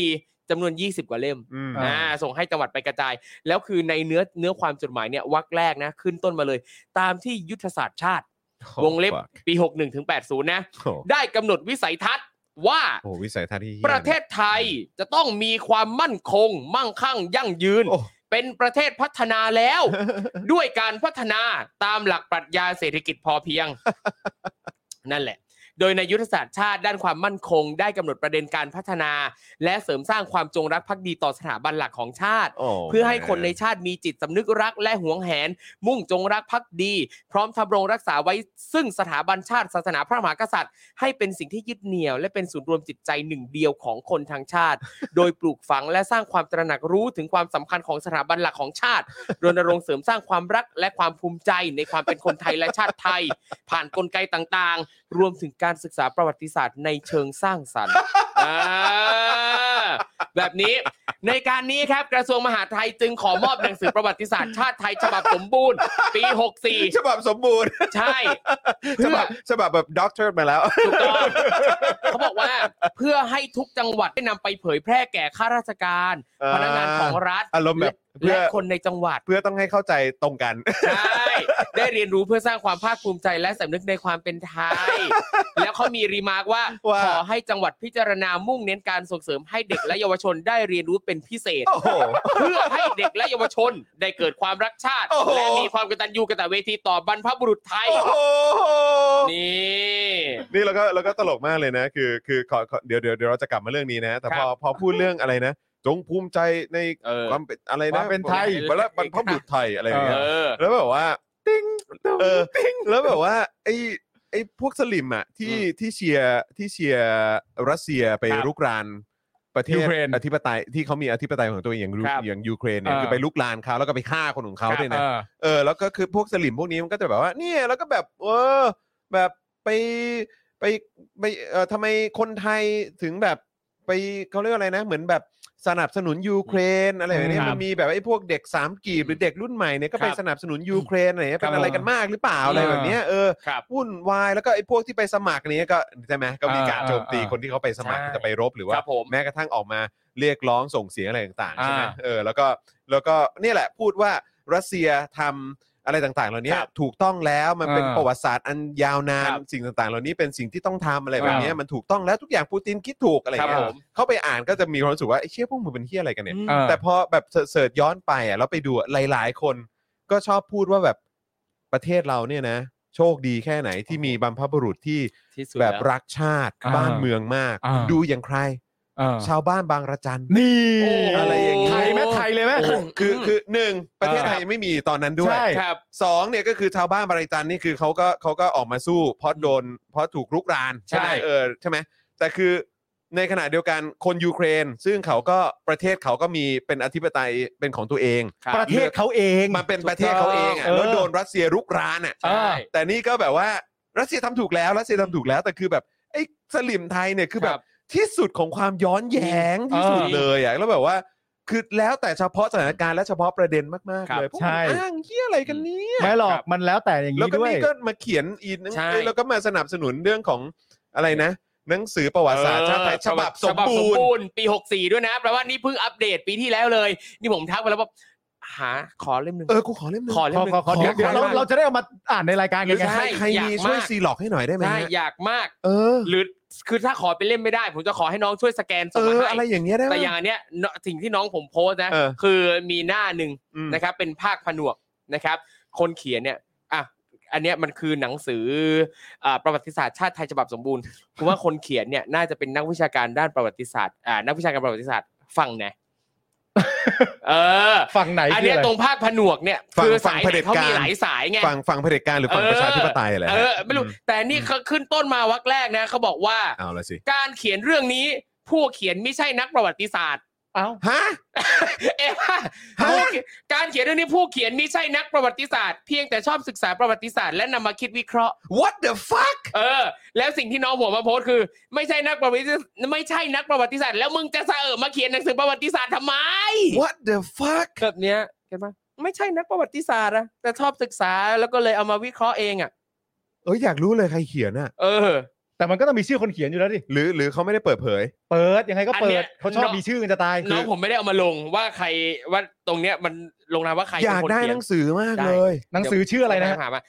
64จำนวน 20 กว่าเล่ม ม อ่า อ่าส่งให้จังหวัดไปกระจาย แล้วคือในเนื้อเนื้อความจดหมายเนี่ยวักแรกนะขึ้นต้นมาเลย ตามที่ยุทธศาสตร์ชาติ วงเล็บปี 61ถึง80 นะ โอ้ ได้กำหนดวิสัยทัศน์ว่า โอ้วิสัยทัศน์ที่หี้ย ประเทศไทยจะต้องมีความมั่นคง มั่งคั่งยั่งยืน โอ้ เป็นประเทศพัฒนาแล้ว [laughs] ด้วยการพัฒนาตามหลักปรัชญาเศรษฐกิจพอเพียง [laughs] นั่นแหละ โดยในยุทธศาสตร์ชาติด้านความมั่นคง ได้กำหนดประเด็นการพัฒนา และเสริมสร้างความจงรักภักดีต่อสถาบันหลักของชาติ โ เพื่อให้คนในชาติมีจิตสำนึกรักและหวงแหน มุ่งจงรักภักดี พร้อมทำรงรักษาไว้ซึ่งสถาบันชาติศาสนาพระมหากษัตริย์ ให้เป็นสิ่งที่ยึดเหนี่ยว และเป็นศูนย์รวมจิตใจหนึ่งเดียวของคนทั้งชาติ [laughs] โดยปลูกฝังและสร้างความตระหนักรู้ถึงความสำคัญของสถาบันหลักของชาติ รณรงค์เสริมสร้างความรักและความภูมิใจในความเป็นคนไทยและชาติไทย ผ่านกลไกต่างๆ รวมถึงการศึกษาประวัติศาสตร์ในเชิงสร้างสรรค์ อ่าแบบนี้ ในการนี้ครับกระทรวงมหาดไทยจึงขอมอบหนังสือประวัติศาสตร์ชาติไทยฉบับสมบูรณ์ ปี ฉบับสมบูรณ์ 64 ใช่ ฉบับฉบับแบบด็อกเตอร์มาแล้ว [laughs] ถูกต้องเขาบอกว่าเพื่อให้ทุกจังหวัดได้นำไปเผยแพร่แก่ข้าราชการ อ่า พนักงานของรัฐ อารมณ์แบบเพื่อ และคนในจังหวัด เพื่อต้องให้เข้าใจตรงกัน ใช่ ได้เรียนรู้เพื่อสร้างความภาคภูมิใจและสำนึกในความเป็นไทย แล้วเขามีรีมาร์กว่า ว่า ขอให้จังหวัดพิจารณามุ่งเน้นการส่งเสริมให้เด็กและเยาวชนได้เรียนรู้เป็นพิเศษ โอ้โห เพื่อให้เด็กและเยาวชนได้เกิดความรักชาติ โอ้โห และมีความกตัญญูกตเวทีต่อบรรพบุรุษไทย โอ้โห นี่ นี่เราก็เราก็ตลกมากเลยนะ คือคือขอขอเดี๋ยวเดี๋ยวเดี๋ยวเราจะกลับมาเรื่องนี้นะ แต่พอพอพูดเรื่องอะไรนะ จงภูมิใจใน เออ ความเป็นอะไร ค นะ วามเป็นไทย [laughs] บรรพบรรพบุรุษไทยอะไรอย่างเงี้ย เออ แล้วแบบว่าติ้งเออแล้วแบบว่าไอ้ไอ้พวกสลิมอ่ะที่ที่เชียร์ที่เชียร์รัสเซียไป ครับ รุกรานประเทศ ยูเครน อธิปไตยที่เขามีอธิปไตยของตัวเองอย่างยู ครับ อย่างยูเครนเนี่ย เออ คือไปลุกรานเขาแล้วก็ไปฆ่าคนของเขา ครับ ด้วย เอ นะ อ เออแล้วก็คือพวกสลิมพวกนี้มันก็จะแบบว่าเนี่ยแล้วก็แบบเออแบบไปไปไปเออทำไมคนไทยถึงแบบไปเขาเรียกว่าอะไรนะ เหมือนแบบสนับสนุนยูเครนอะไรแบบนี้ ครับ มันมีแบบไอ้พวกเด็กสามกีบหรือเด็กรุ่นใหม่เนี่ยก็ไป ครับ สนับสนุนยูเครนอะไรเงี้ย ครั เป็ บ นอะไรกันมากหรือเปล่าอะไรแบบเนี้ยเออ ครับ วุ่นวายแล้วก็ไอ้พวกที่ไปสมัครเนี้ยก็ใช่ไหมก็มีการ อ่า โจมตี อ่า คนที่เขาไปสมัคร ใช่ จะไปรบหรือว่า ครับผม แม้กระทั่งออกมาเรียกร้องส่งเสียงอะไรต่างๆใช่ไหม อ่า เออแล้วก็แล้วก็เนี่ยแหละพูดว่ารัสเซียทำอะไรต่างๆ เหล่านี้ ครับ ถูกต้องแล้วมันเป็น อ่า ประวัติศาสตร์อันยาวนาน ครับ สิ่งต่างๆ เหล่านี้เป็นสิ่งที่ต้องทำอะไรแบบเนี้ย อ่ามั มันถูกต้องแล้วทุกอย่างปูตินคิดถูกอะไร ครั เงี้ บ ย ผม เข้าไปอ่านก็จะมีความรู้สึกว่าไอ้เชี่ยพวกมึงเป็นเฮี้ยอะไรกันเนี่ย เออ แต่พอแบบเสิร์ชเสิร์ชย้อนไปอ่ะแล้วไปดูอ่ะหลาย ๆ คนก็ชอบพูดว่าแบบประเทศเราเนี่ยนะ โชคดีแค่ไหนที่มีบรรพบุรุษที่ ที่สุด แบ ล้ว บรักชาติ อ่า บ้านเมืองมาก อ่า ดูอย่างใคร เออ ชาวบ้านบางระจัน นี่ โอ้ อะไรอย่างงี้ ไทยไหมไทยเลยไหม โอ้โหคือ ม คือหนึ่งประเทศไทยไม่มีตอนนั้นด้วย ใช่ ครับ สองเนี่ยก็คือชาวบ้านบางระจันนี่คือเขาก็เขาก็ออกมาสู้เพราะโดนเพราะถูกรุกราน ใช่ ไหมเออใช่ไหมแต่คือในขณะเดียวกันคนยูเครน ซึ่งเขาก็ประเทศเขาก็มีเป็นอธิปไตยเป็นของตัวเอง ครับ ประเทศเขาเอง มันเป็นประเทศเขาเองอ่ะ เออ แล้วโดนรัสเซียรุกรานอ่ะ ใช่ แต่นี่ก็แบบว่ารัสเซียทำถูกแล้วรัสเซียทำถูกแล้วแต่คือแบบไอ้สลิมไทยเนี่ยคือแบ ครับ บ ที่สุดของความย้อนแย้งที่สุด เออ เลยอ่ะแล้วแบบว่าคือแล้วแต่เฉพาะสถานการณ์และเฉพาะประเด็นมาก คๆรับ เลยพวกมันอ้างเฮี้ยอะไรกันเนี่ย ไม่หรอ ค ก รับ มันแล้วแต่อย่าง แล้ว นี้ ก็ ด้วย นี่ก็มาเขียนอีกหนัง ใช่ แล้วก็มาสนับสนุนเรื่องของอะไรนะหนังสือประวัติศาสตร์ชาติไทยฉบับสมบูรณ์ รณ์ปี 64 ด้วยนะแปลว่านี่เพิ่งอัปเดตปีที่แล้วเลย นี่ผมทักไปแล้วว่าหาขอเล่มหนึ่ง เออกูขอเล่มหนึง ขอเล่ม ขอ หนึ่ ของ ขอเดี๋ยวเดี๋ยวเราเราจะได้เอามาอ่านในรายการ ห กั รื น อ ไง ใครใคร อยาก มี มาก ช่วยซีหลอกให้หน่อยได้ไหม ใช่ ฮะ อยากมาก เออ หรือคือถ้าขอเป็นเล่มไม่ได้ ผมจะขอให้น้องช่วยสแกน เอ ส่งมา อ ให้ อะไรอย่างเงี้ยได้ไหม แต่อย่างอันเนี้ยเนอะสิ่งที่น้องผมโพสต์นะ เออ คือมีหน้าหนึ่ง อืม นะครับ เป็นภาคผนวกนะครับ คนเขียนเนี่ยอ่ะอันเนี้ยมันคือหนังสืออ่าประวัติศาสตร์ชาติไทยฉบับสมบูรณ์ [laughs] คือว่าคนเขียนเนี่ยน่าจะเป็นนักวิชาการด้านประวัติศาสตร์อ่านักวิชาการประวัติศาสตร์ฝั่ง [laughs] ไหนเออ ฝั่งไหน อัน คื เนี้ย อะไร ตรงภาคผนวกเนี่ย ฝั่ง คือ ฝั่ สางย เผด็จ เขา การ มีหลายสายไง ฝั่งฝั่งเผด็จการหรือฝั่ง เออ ประชาธิปไตยอะไร เอ ฮะ อไม่รู้ อื แต่นี่เขาขึ้นต้นมาวักแรกนะเขาบอกว่า เอาละสิ การเขียนเรื่องนี้ ผู้เขียนไม่ใช่นักประวัติศาสตร์ เอ้า ฮะ เอะว่า ฮะ ผู้เขียนการเขียนเรื่องนี้ผู้เขียนไม่ใช่นักประวัติศาสตร์เพียงแต่ชอบศึกษาประวัติศาสตร์และนำมาคิดวิเคราะห์ what the fuck เออ แล้วสิ่งที่น้องหัวมาโพสต์คือ ไม่ใช่นักประวัติศาสตร์ไม่ใช่นักประวัติศาสตร์แล้วมึงจะเสอะมาเขียนหนังสือประวัติศาสตร์ทำไม what the fuck แบบเนี้ยเห็นปะไม่ใช่นักประวัติศาสตร์อะแต่ชอบศึกษาแล้วก็เลยเอามาวิเคราะห์เองอะ เอยอยากรู้เลยใครเขียนอะ เออ แต่มันก็ต้องมีชื่อคนเขียนอยู่แล้วดิ หรือหรือเขาไม่ได้เปิดเผย เปิดยังไงก็ อัน เปิ เนี้ ด ย เขาชอบ น้อง มีชื่อกันจะตาย น้องผมไม่ได้เอามาลงว่าใครว่าตรงเนี้ยมันลงนามว่าใคร อ เป็น ยาก คน ได้ เขี ห ยน นังสือมาก ได้ เลย หนังสือชื่ออะไรนะ ถามมา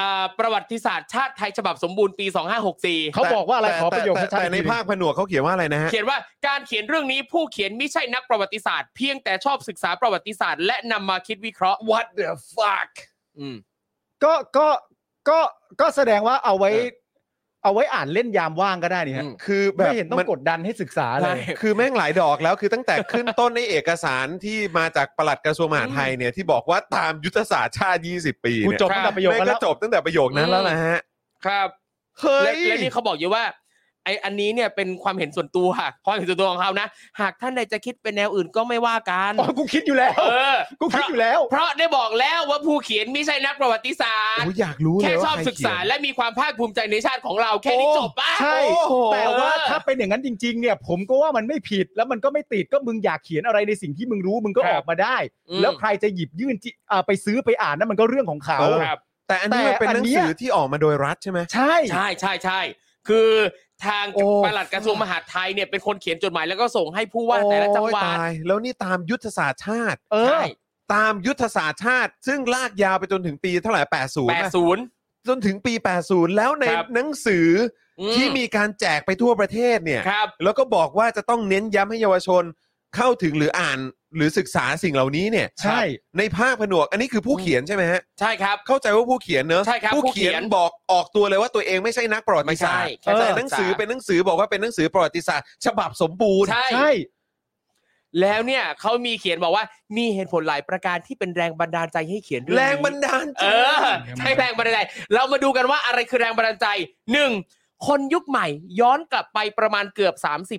อ่าประวัติศาสตร์ชาติไทยฉบับสมบูรณ์ปี 2564 เขาบอกว่าอะไร แต่ ขอประโยค แต่ ชัด แต่ ๆ ใน อีกที ภาคผนวกเขาเขียนว่าอะไรนะฮะ [laughs] เขียนว่าการเขียนเรื่องนี้ผู้เขียนไม่ใช่นักประวัติศาสตร์เพียงแต่ชอบศึกษาประวัติศาสตร์และนำมาคิดวิเคราะห์ what the fuck อืม ก็ก็ก็ก็แสดงว่าเอาไว้ เออ เอาไว้อ่านเล่นยามว่างก็ได้นี่ฮะ อืม คือแบ ไม่ บ เห็นต้อง มัน กดดันให้ศึกษาเล ใช่ ย คือแม่งหลายดอกแล้วคือตั้งแต่ขึ้นต้นในเอกสารที่มาจากปลัดกระทรวงมหาดไทยเนี่ยที่บอกว่าตามยุทธศาสตร์ชาติ 20 ปี กู เนี่ย จบตั้งแต่ประโยค แม่ง นั้น ก็ แล้ว จบตั้งแต่ประโยคนั้นแล้วนะฮะ ครับ เฮ้ และ ย และนี่เขาบอกอยู่ว่าไออันนี้เนี่ยเป็นความเห็นส่วนตัวค่ะความเห็นส่วนตัวของเขานะ หากท่านใดจะคิดเป็นแนวอื่นก็ไม่ว่ากัน อ๋อกูคิดอยู่แล้ว เออ กูคิดอยู่แล้ว เพราะได้บอกแล้วว่าผู้เขียนไม่ใช่นักประวัติศาสตร์ โอ้ยอยากรู้เลย แค่ ว่า ชอบ ใร ศึกษา เขียน และมีความภาคภูมิใจในชาติของเราแค่นี้ โอ้ จบปะ ใช่ โอ้โห แต่ว่าถ้าเป็นอย่างนั้นจริง ๆ เนี่ย ผมก็ว่ามันไม่ผิดแล้วมันก็ไม่ติดก็มึงอยากเขียนอะไรในสิ่งที่มึงรู้มึงก็ ค อ รับอก มาได้ อืม แล้วใครจะหยิบยื่นจิอ่าไปซื้อไปอ่านนั่นมันก็เรื่องของเขา เออ ครับ แต่อันนี้ แต่ มันเป็น อัน หนัง เนี้ย สือที่ออกมาโดยรัฐใช่ไหม ใช่ ใช่ใช่ใช่ คือทาง โอ้ ปลัดกระทรวงมหาดไทยเนี่ยเป็นคนเขียนจดหมายแล้วก็ส่งให้ผู้ว่าแต่ละจังหวัด โอ้ยตายแล้วนี่ตามยุทธศาสตร์ชาติ เออ ใช่ ตามยุทธศาสตร์ชาติ ซึ่งลากยาวไปจนถึงปีเท่าไหร่ 80 แปด ป่ะ ศูนย์ จนถึงปี 80 แล้วใน ครับ หนังสือ อื อที่มีการแจกไปทั่วประเทศเนี่ย ครับ แล้วก็บอกว่าจะต้องเน้นย้ำให้เยาวชนเข้าถึงหรืออ่านหรือศึกษาสิ่งเหล่านี้เนี่ย ใช่ ในภาคผนวก อันนี้คือผู้เขียนใช่ไหมฮะ ใช่ครับ เข้าใจว่าผู้เขียนเนอะ ใช่ครับ ผู้เขีย ผู้ น เขียน บอกออกตัวเลยว่าตัวเองไม่ใช่นักประวัติศาสตร์ ไม่ใช่แค่แต่หนักศึกษานังสือเป็นหนังสือบอกว่าเป็นหนังสือประวัติศาสตร์ ฉบับสมบูรณ์ ใช่ ใช่ แล้วเนี่ยเขามีเขียนบอกว่ามีเหตุผลหลายประการที่เป็นแรงบันดาลใจให้เขียนเรื่อง แร นี้ งบันดาลใจ เออใช่แรงบันดาลใจ เรามาดูกันว่าอะไรคือแรงบันดาลใจหนึ่งคนยุคใหม่ย้อนกลับไปประมาณเกือบ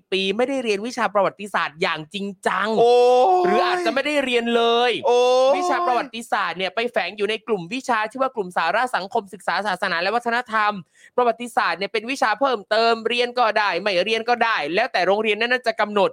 30 ปี ไม่ได้เรียนวิชาประวัติศาสตร์อย่างจริงจัง โอ้ย หรืออาจจะไม่ได้เรียนเลย โอ้ย วิชาประวัติศาสตร์เนี่ยไปแฝงอยู่ในกลุ่มวิชาที่ว่ากลุ่มสาระสังคมศึกษาศาสนาและวัฒนธรรม ประวัติศาสตร์เนี่ยเป็นวิชาเพิ่มเติมเรียนก็ได้ ไม่เรียนก็ได้ แล้วแต่โรงเรียนนั้นๆจะกำหนด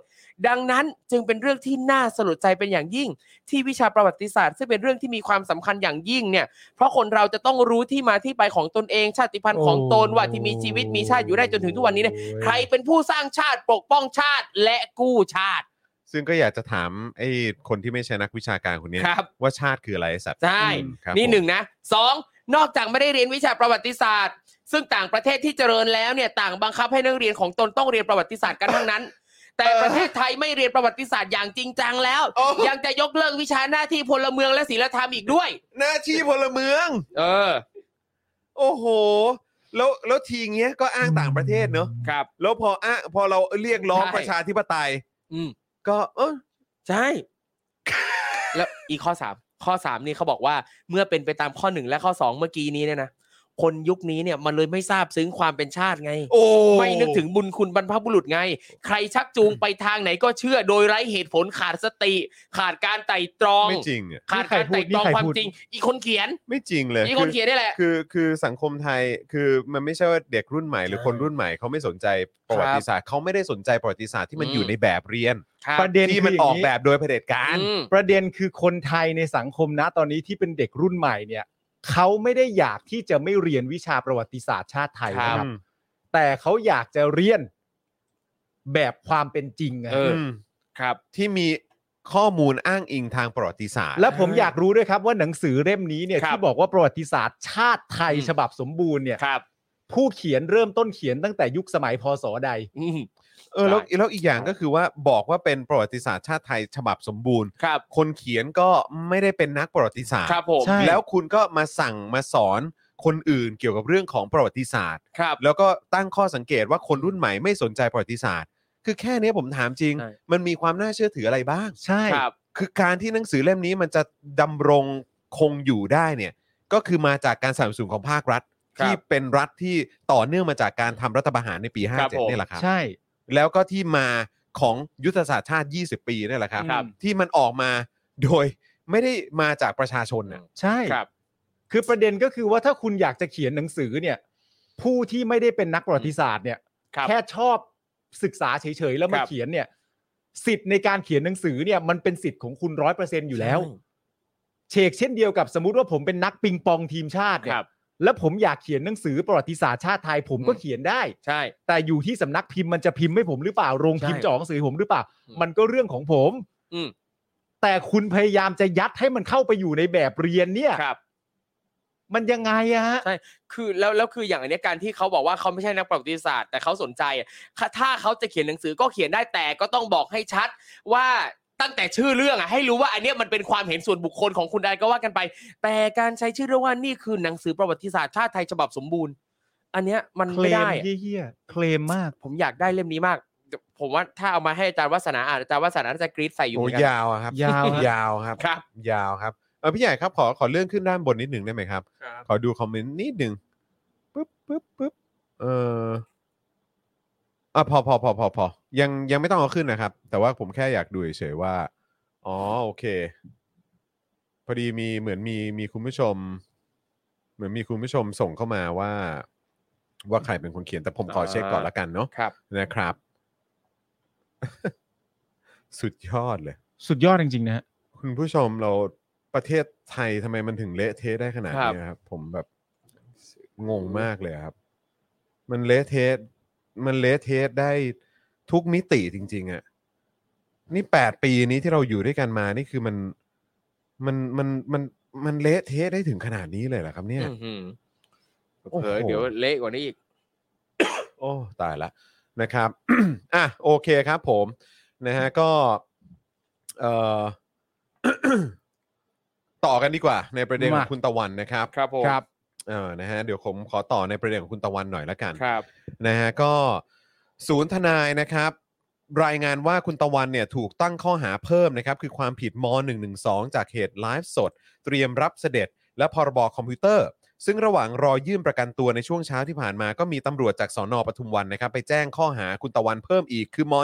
ดังนั้นจึงเป็นเรื่องที่น่าสลดใจเป็นอย่างยิ่ง ที่วิชาประวัติศาสตร์ ซึ่งเป็นเรื่องที่มีความสำคัญอย่างยิ่งเนี่ยเพราะคนเราจะต้องรู้ที่มาที่ไปของตนเอง ชาติพันธุ์ของตนว่าที่มีชีวิตมีชาติอยู่ได้จนถึงทุกวันนี้เนี่ยใครเป็นผู้สร้างชาติปกป้องชาติและกู้ชาติ ซึ่งก็อยากจะถามไอ้คนที่ไม่ใช่นักวิชาการคนเนี้ย ครับ ว่าชาติคืออะไรไอ้สัตว์ ใช่ ครับ นี่ ผม หนึ่งนะสองนอกจากไม่ได้เรียนวิชาประวัติศาสตร์ ซึ่งต่างประเทศที่เจริญแล้วเนี่ยต่างบังคับให้นักเรียนของตนต้องเรียนประวัติศาสตร์กันทั้งนั้น แต่ประเทศไทยไม่เรียนประวัติศาสตร์อย่างจริงจังแล้ว โอ้ ยังจะยกเลิกวิชาหน้าที่พลเมืองและศีลธรรมอีกด้วย หน้าที่พลเมือง เออ โอ้โห แล้วแล้วทีเงี้ยก็อ้างต่างประเทศเนอะ ครับ แล้วพออ้างพอเราเรียกร้อง ใช่ ประชาธิปไตย อืม ก็เออ ใช่ แล้วอีกข้อสามข้อสามนี่เขาบอกว่าเมื่อเป็นไปตามข้อหนึ่งและข้อสองเมื่อกี้นี้เนี่ยนะคนยุคนี้เนี่ยมันเลยไม่ทราบซึ้งความเป็นชาติไง โอ้ ไม่นึกถึงบุญคุณบรรพบุรุษไง ใครชักจูงไปทางไหนก็เชื่อโดยไร้เหตุผลขาดสติ ขาดการไตร่ตรอง ไม่จริงอ่ะ ขาดการไตร่ตรอง นี่ใครพูด ความจริง อีกคนเขียน ไม่จริงเลย อีก คื คนเขียนนี่แหละ คือคือสังคมไทยคือมันไม่ใช่ว่าเด็กรุ่นใหม่หรือคนรุ่นใหม่เขาไม่สนใจประวัติศาสตร์เขาไม่ได้สนใจประวัติศาสตร์ที่มัน อืม อยู่ในแบบเรียน ครับ ประเด็น ที่มัน คื ออก ย่าง แบบโดยเผด็จการ อืม ประเด็นคือคนไทยในสังคมนะตอนนี้ที่เป็นเด็กรุ่นใหม่เนี่ยเขาไม่ได้อยากที่จะไม่เรียนวิชาประวัติศาสตร์ชาติไทยนะค ครั รับ บ แต่เขาอยากจะเรียนแบบความเป็นจริงไง เออ ครับ ที่มีข้อมูลอ้างอิงทางประวัติศาสตร์ และผมอยากรู้ด้วยครับว่าหนังสือเล่มนี้เนี่ย ครับ ที่บอกว่าประวัติศาสตร์ชาติไทย อืม ฉบับสมบูรณ์เนี่ย ครับ ผู้เขียนเริ่มต้นเขียนตั้งแต่ยุคสมัยพศใด อืม เออแล้ว ใช่ แล้วอีกอย่างก็คือว่าบอกว่าเป็นประวัติศาสตร์ชาติไทยฉบับสมบูรณ์ ครับ คนเขียนก็ไม่ได้เป็นนักประวัติศาสตร์ ครับผม ใช่ แล้วคุณก็มาสั่งมาสอนคนอื่นเกี่ยวกับเรื่องของประวัติศาสตร์ ครับ แล้วก็ตั้งข้อสังเกตว่าคนรุ่นใหม่ไม่สนใจประวัติศาสตร์ คือแค่เนี้ยผมถามจริง ใช่ มันมีความน่าเชื่อถืออะไรบ้าง ใช่ ครับ คือการที่หนังสือเล่มนี้มันจะดำรงคงอยู่ได้เนี่ย ก็คือมาจากการสนับสนุนของภาครัฐ ครับ ที่เป็นรัฐที่ต่อเนื่องมาจากการทำรัฐประหารในปี ครับผม 57นี่แหละครับ ใช่ แล้วก็ที่มาของยุทธศาสตร์ชาติ 20 ปีนี่แหละครับ ครับ ที่มันออกมาโดยไม่ได้มาจากประชาชนน่ะ ใช่ ครับ คือประเด็นก็คือว่าถ้าคุณอยากจะเขียนหนังสือเนี่ย ผู้ที่ไม่ได้เป็นนักประวัติศาสตร์เนี่ย ครับ แค่ชอบศึกษาเฉยๆแล้วมา ครับ เขียนเนี่ย สิทธิ์ในการเขียนหนังสือเนี่ยมันเป็นสิทธิ์ของคุณร้อยเปอร์เซ็นอยู่แล้วเชกเช่นเดียวกับสมมติว่าผมเป็นนักปิงปองทีมชาติ ค เนี่ รั ย บ แล้วผมอยากเขียนหนังสือประวัติศาสตร์ชาติไทยผมก็ อืม เขียนได้ ใช่ แต่อยู่ที่สำนักพิมพ์มันจะพิมพ์ให้ผมหรือเปล่าโรงพิมพ์ ใช่ จะออกหนังสือผมหรือเปล่า อืม มันก็เรื่องของผม อืม แต่คุณพยายามจะยัดให้มันเข้าไปอยู่ในแบบเรียนเนี่ย ครับ มันยังไงอะฮะ ใช่ คือแล้วแล้วคืออย่างอันเนี้ยการที่เขาบอกว่าเขาไม่ใช่นักประวัติศาสตร์ แต่เขาสนใจอะค่ะถ้าเขาจะเขียนหนังสือก็เขียนได้แต่ก็ต้องบอกให้ชัดว่าตั้งแต่ชื่อเรื่องอะให้รู้ว่าอันเนี้ยมันเป็นความเห็นส่วนบุคคลของคุณใดก็ว่ากันไป แต่การใช้ชื่อเรื่องว่านี่คือหนังสือประวัติศาสตร์ชาติไทยฉบับสมบูรณ์ อันเนี้ยมัน เคล ไม่ ม ได้อะ เฮี้ยๆเคลมมาก ผมอยากได้เล่มนี้มาก ผมว่าถ้าเอามาให้อาจารย์วัฒนาอ่านอาจารย์วัฒนาน่าจะกรี๊ดใส่อยู่เห โอ้ มือนกัน ยาวอะครับ ยาวฮะ ยาวครับ ครับ ยาวครับเออพี่ใหญ่ครับขอขอเลื่อนขึ้นด้านบนนิดหนึ่งได้ไหมครับ ขอดูคอมเมนต์นิดหนึ่งปึ๊บปึ๊บปึ๊บเอออ่ะพอพอพอพอพอยังยังไม่ต้องเอาขึ้นนะครับ แต่ว่าผมแค่อยากดูเฉยๆว่า อ๋อโอเค พอดีมีเหมือนมีมีคุณผู้ชม เหมือนมีคุณผู้ชมส่งเข้ามาว่า ว่าใครเป็นคนเขียนแต่ผมขอเช็คก่อนละกันเนาะ ครับ นะครับ [laughs] สุดยอดเลย สุดยอดจริงๆนะฮะ คุณผู้ชมเราประเทศไทยทำไมมันถึงเละเทะได้ขนาด ครับ นี้ครับ ผมแบบงงมากเลยครับ มันเละเทะมันเละเทะได้ทุกมิติจริง ๆอะ่ะนี่แปดปีนี้ที่เราอยู่ด้วยกันมานี่คือมัน มันมันมันมันเละเทะได้ถึงขนาดนี้เลยเหรอครับเนี่ย อื้อหือ โอ้โห เผลอเดี๋ยวเละกว่านี้อีก โอ้ตายละนะครับ [coughs] อ่ะโอเคครับผมนะฮะก็เอ่อ [coughs] ต่อกันดีกว่า ในประเด็นของ มา คุณตะวันนะครับ ครับผม ครับเออนะฮะเดี๋ยวผมขอต่อในประเด็นของคุณตะวันหน่อยละกัน ครับ นะฮะก็ศูนย์ทนายนะครับ รายงานว่าคุณตะวันเนี่ยถูกตั้งข้อหาเพิ่มนะครับ คือความผิดม .112 จากเหตุไลฟ์สด เตรียมรับเสด็จ และพรบคอมพิวเตอร์ ซึ่งระหว่างรอยื่นประกันตัวในช่วงเช้าที่ผ่านมา ก็มีตำรวจจากสอนอปทุมวันนะครับ ไปแจ้งข้อหาคุณตะวันเพิ่มอีกคือม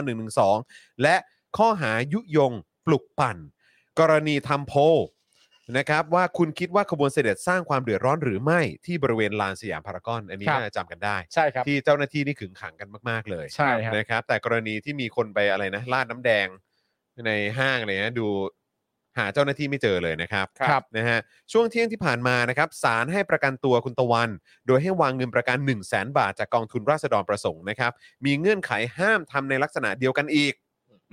.112 และข้อหายุยงปลุกปั่น กรณีทำโพลนะครับว่าคุณคิดว่าขบวนเสด็จสร้างความเดือดร้อนหรือไม่ที่บริเวณลานสยามพารากอนอันนี้ ครับ น่าจะจำกันได้ ใช่ครับ ที่เจ้าหน้าที่นี่ขึงขังกันมาก ๆ เลย ใช่ครับ นะครับ แต่กรณีที่มีคนไปอะไรนะลาดน้ำแดงในห้างอะไรเงี้ยดูหาเจ้าหน้าที่ไม่เจอเลยนะครับ ครับ นะฮะช่วงเที่ยงที่ผ่านมานะครับศาลให้ประกันตัวคุณตะวัน โดยให้วางเงินประกัน 1 0 0 0 0แบาทจากกองทุนราษฎรประสงค์นะครับ มีเงื่อนไขห้ามทำในลักษณะเดียวกันอีก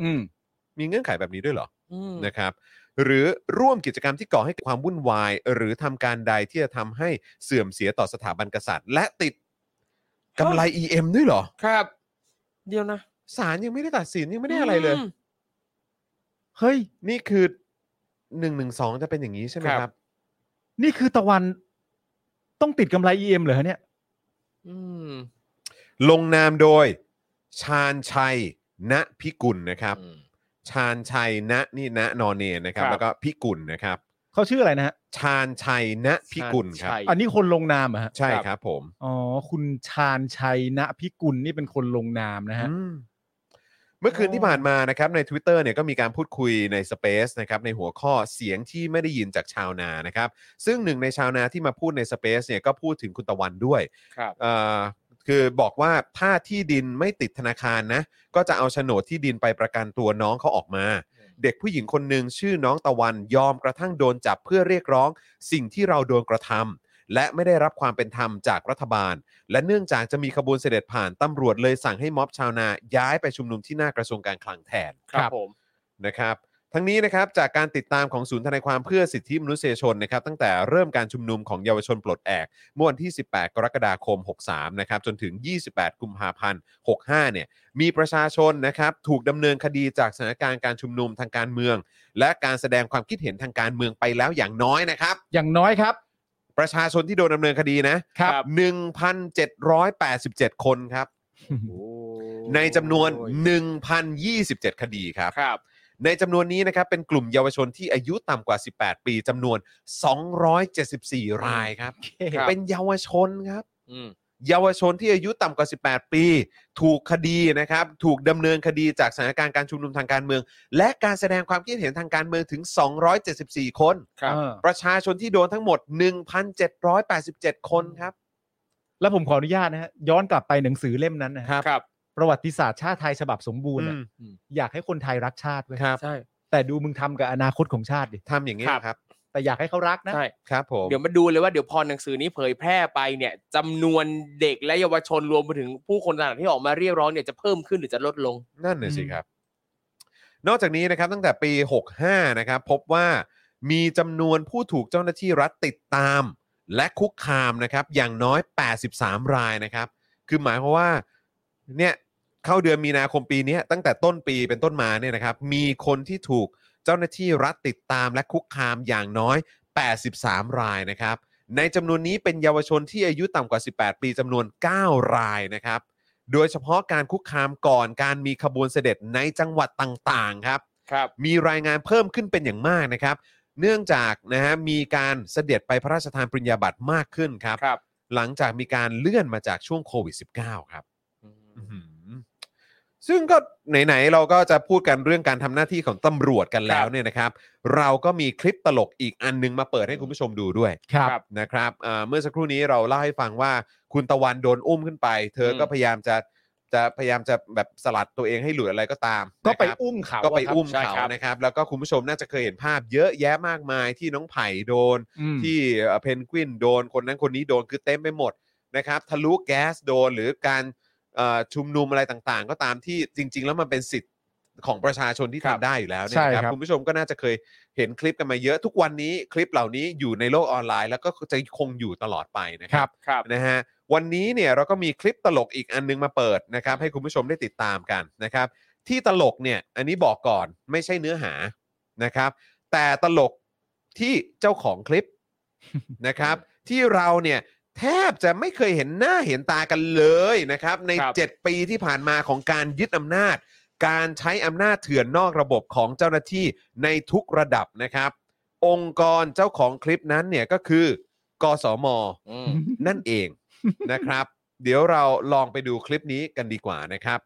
อืม มีเงื่อนไขแบบนี้ด้วยเหรอ อืม นะครับหรือร่วมกิจกรรมที่ก่อให้เกิดความวุ่นวาย หรือทำการใดที่จะทำให้เสื่อมเสียต่อสถาบันกษัตริย์ และติดกำไร EM ด้วยเหรอ ครับ เดียวนะ ศาลยังไม่ได้ตัดสินยังไม่ได้อะไรเลย ม เฮ้ย นี่คือหนึ่งหนึ่งสองจะเป็นอย่างนี้ใช่ไหม ครับ ครับ นี่คือตะวันต้องติดกำไร EM เหรอฮะเนี่ย อืม ลงนามโดย ชาญชัย ณพิกุลนะครับ อืม ชาญชัย ณนี่ณนอนเนนนะครับ ครับ แล้วก็พิกุลนะครับ เขาชื่ออะไรนะฮะ ชาญชัย ณพิกุลครับ ชาญชัย อันนี้คนลงนามเหรอะฮะ ใช่ครับผม อ๋อ คุณชาญชัยณพิกุลนี่เป็นคนลงนามนะฮะ อืมเมื่อคืนที่ผ่านมานะครับใน Twitter เนี่ยก็มีการพูดคุยใน Space นะครับในหัวข้อเสียงที่ไม่ได้ยินจากชาวนานะครับ ซึ่งหนึ่งในชาวนาที่มาพูดใน Space เนี่ยก็พูดถึงคุณตะวันด้วย ครับ เอ่อคือบอกว่าถ้าที่ดินไม่ติดธนาคารนะ ก็จะเอาโฉนดที่ดินไปประกันตัวน้องเขาออกมา เด็กผู้หญิงคนหนึ่งชื่อน้องตะวันยอมกระทั่งโดนจับเพื่อเรียกร้อง สิ่งที่เราโดนกระทำและไม่ได้รับความเป็นธรรมจากรัฐบาล และเนื่องจากจะมีขบวนเสด็จผ่านตำรวจเลยสั่งให้ม็อบชาวนาย้ายไปชุมนุมที่หน้ากระทรวงการคลังแทน ครับผม นะครับ ทั้งนี้นะครับจากการติดตามของศูนย์ทนายความเพื่อสิทธิมนุษยชนนะครับตั้งแต่เริ่มการชุมนุมของเยาวชนปลดแอกเมื่อวันที่ 18 กรกฎาคม 63 นะครับจนถึง 28 กุมภาพันธ์ 65 เนี่ยมีประชาชนนะครับถูกดำเนินคดีจากสถานการณ์การชุมนุมทางการเมือง และการแสดงความคิดเห็นทางการเมืองไปแล้วอย่างน้อยนะครับ อย่างน้อยครับ ประชาชนที่โดนดำเนินคดีนะครับ 1,787 คนครับ ในจำนวน 1,027 คดีครับ ครับ ในจำนวนนี้นะครับ เป็นกลุ่มเยาวชนที่อายุต่ำกว่า 18 ปีจำนวน 274 รายครับ ครับ เป็นเยาวชนครับ อืม เยาวชนที่อายุต่ำกว่า 18 ปี ถูกคดีนะครับ ถูกดำเนินคดีจากสถานการณ์การชุมนุมทางการเมือง และการแสดงความคิดเห็นทางการเมืองถึง 274 คน ครับ เออ ประชาชนที่โดนทั้งหมด 1,787 คนครับ แล้วผมขออนุญาตนะฮะ ย้อนกลับไปหนังสือเล่มนั้นนะฮะ ครับ ประวัติศาสตร์ชาติไทยฉบับสมบูรณ์อะ อืม อยากให้คนไทยรักชาติเว้ย ครับ ใช่ แต่ดูมึงทำกับอนาคตของชาติดิ ทำอย่างนี้ยครับ แต่อยากให้เขารักนะ ใช่ ครับผม เดี๋ยวมาดูเลยว่าเดี๋ยวพอหนังสือนี้เผยแพร่ไปเนี่ยจำนวนเด็กและเยาวชนรวมไปถึงผู้คนต่างๆที่ออกมาเรียกร้องเนี่ยจะเพิ่มขึ้นหรือจะลดลง นั่นน่ะสิ อืม ครับ นอกจากนี้นะครับตั้งแต่ปี 65 นะครับ พบว่ามีจำนวนผู้ถูกเจ้าหน้าที่รัฐติดตาม และคุกคามนะครับ อย่างน้อย 83 รายนะครับ คือหมายความว่าเนี่ยเข้าเดือนมีนาคมปีเนี้ยตั้งแต่ต้นปีเป็นต้นมาเนี่ยนะครับ มีคนที่ถูกเจ้าหน้าที่รัฐติดตามและคุกคามอย่างน้อย 83 รายนะครับ ในจำนวนนี้เป็นเยาวชนที่อายุต่ำกว่า 18 ปีจำนวน 9 รายนะครับ โดยเฉพาะการคุกคามก่อนการมีขบวนเสด็จในจังหวัดต่างๆครับ ครับ มีรายงานเพิ่มขึ้นเป็นอย่างมากนะครับ เนื่องจากนะฮะมีการเสด็จไปพระราชทานปริญญาบัตรมากขึ้นครับ ครับ หลังจากมีการเลื่อนมาจากช่วงโควิด -19 ครับอื้อหือซึ่งก็ไหน ๆ เราก็จะพูดกันเรื่องการทำหน้าที่ของตำรวจกันแล้วเนี่ยนะครับ เราก็มีคลิปตลกอีกอันนึงมาเปิดให้คุณผู้ชมดูด้วย ครับ นะครับเอ่อเมื่อสักครู่นี้เราเล่าให้ฟังว่าคุณตะวันโดนอุ้มขึ้นไป เธอก็ อืม พยายามจะจะพยายามจะแบบสลัดตัวเองให้หลุดอะไรก็ตาม ก็ไป นะครับ อุ้มเขา ก็ไป ะครับ อุ้ม ใช่ เขา ครับ นะครับ แล้วก็คุณผู้ชมน่าจะเคยเห็นภาพเยอะแยะมากมายที่น้องไผ่โดน อืม ที่เอ่อเพนกวินโดนคนนั้นคนนี้โดนคือเต็มไปหมดนะครับทะลุแก๊สโดนหรือการเอ่อชุมนุมอะไรต่างๆ ก็ตามที่จริง ๆ แล้วมันเป็นสิทธิ์ ของประชาชนที่ทำได้อยู่แล้วเนี่ย ใช่ นะครับ ครับ คุณผู้ชมก็น่าจะเคยเห็นคลิปกันมาเยอะทุกวันนี้คลิปเหล่านี้อยู่ในโลกออนไลน์ แล้วก็จะคงอยู่ตลอดไปนะครับ ครับ นะฮะวันนี้เนี่ยเราก็มีคลิปตลกอีกอันนึงมาเปิดนะครับให้คุณผู้ชมได้ติดตามกันนะครับ ที่ตลกเนี่ยอันนี้บอกก่อนไม่ใช่เนื้อหานะครับ แต่ตลกที่เจ้าของคลิป [laughs] นะครับ ที่เราเนี่ยแทบจะไม่เคยเห็นหน้าเห็นตากันเลยนะครับ ใน ครับ 7 ปีที่ผ่านมาของการยึดอำนาจ การใช้อำนาจเถื่อนนอกระบบของเจ้าหน้าที่ในทุกระดับนะครับ องค์กรเจ้าของคลิปนั้นเนี่ยก็คือกสม อืม นั่นเอง นะครับ เดี๋ยวเราลองไปดูคลิปนี้กันดีกว่านะครับ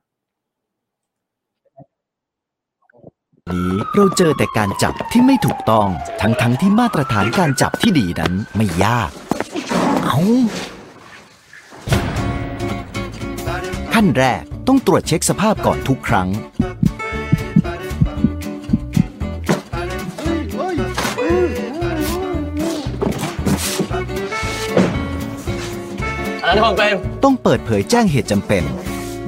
นี้เราเจอแต่การจับที่ไม่ถูกต้อง ทั้งๆทที่มาตรฐานการจับที่ดีนั้นไม่ยาก เอาขั้นแรกต้องตรวจเช็คสภาพก่อนทุกครั้ง อันนี้ของเป็น ต้องเปิดเผยแจ้งเหตุจำเป็น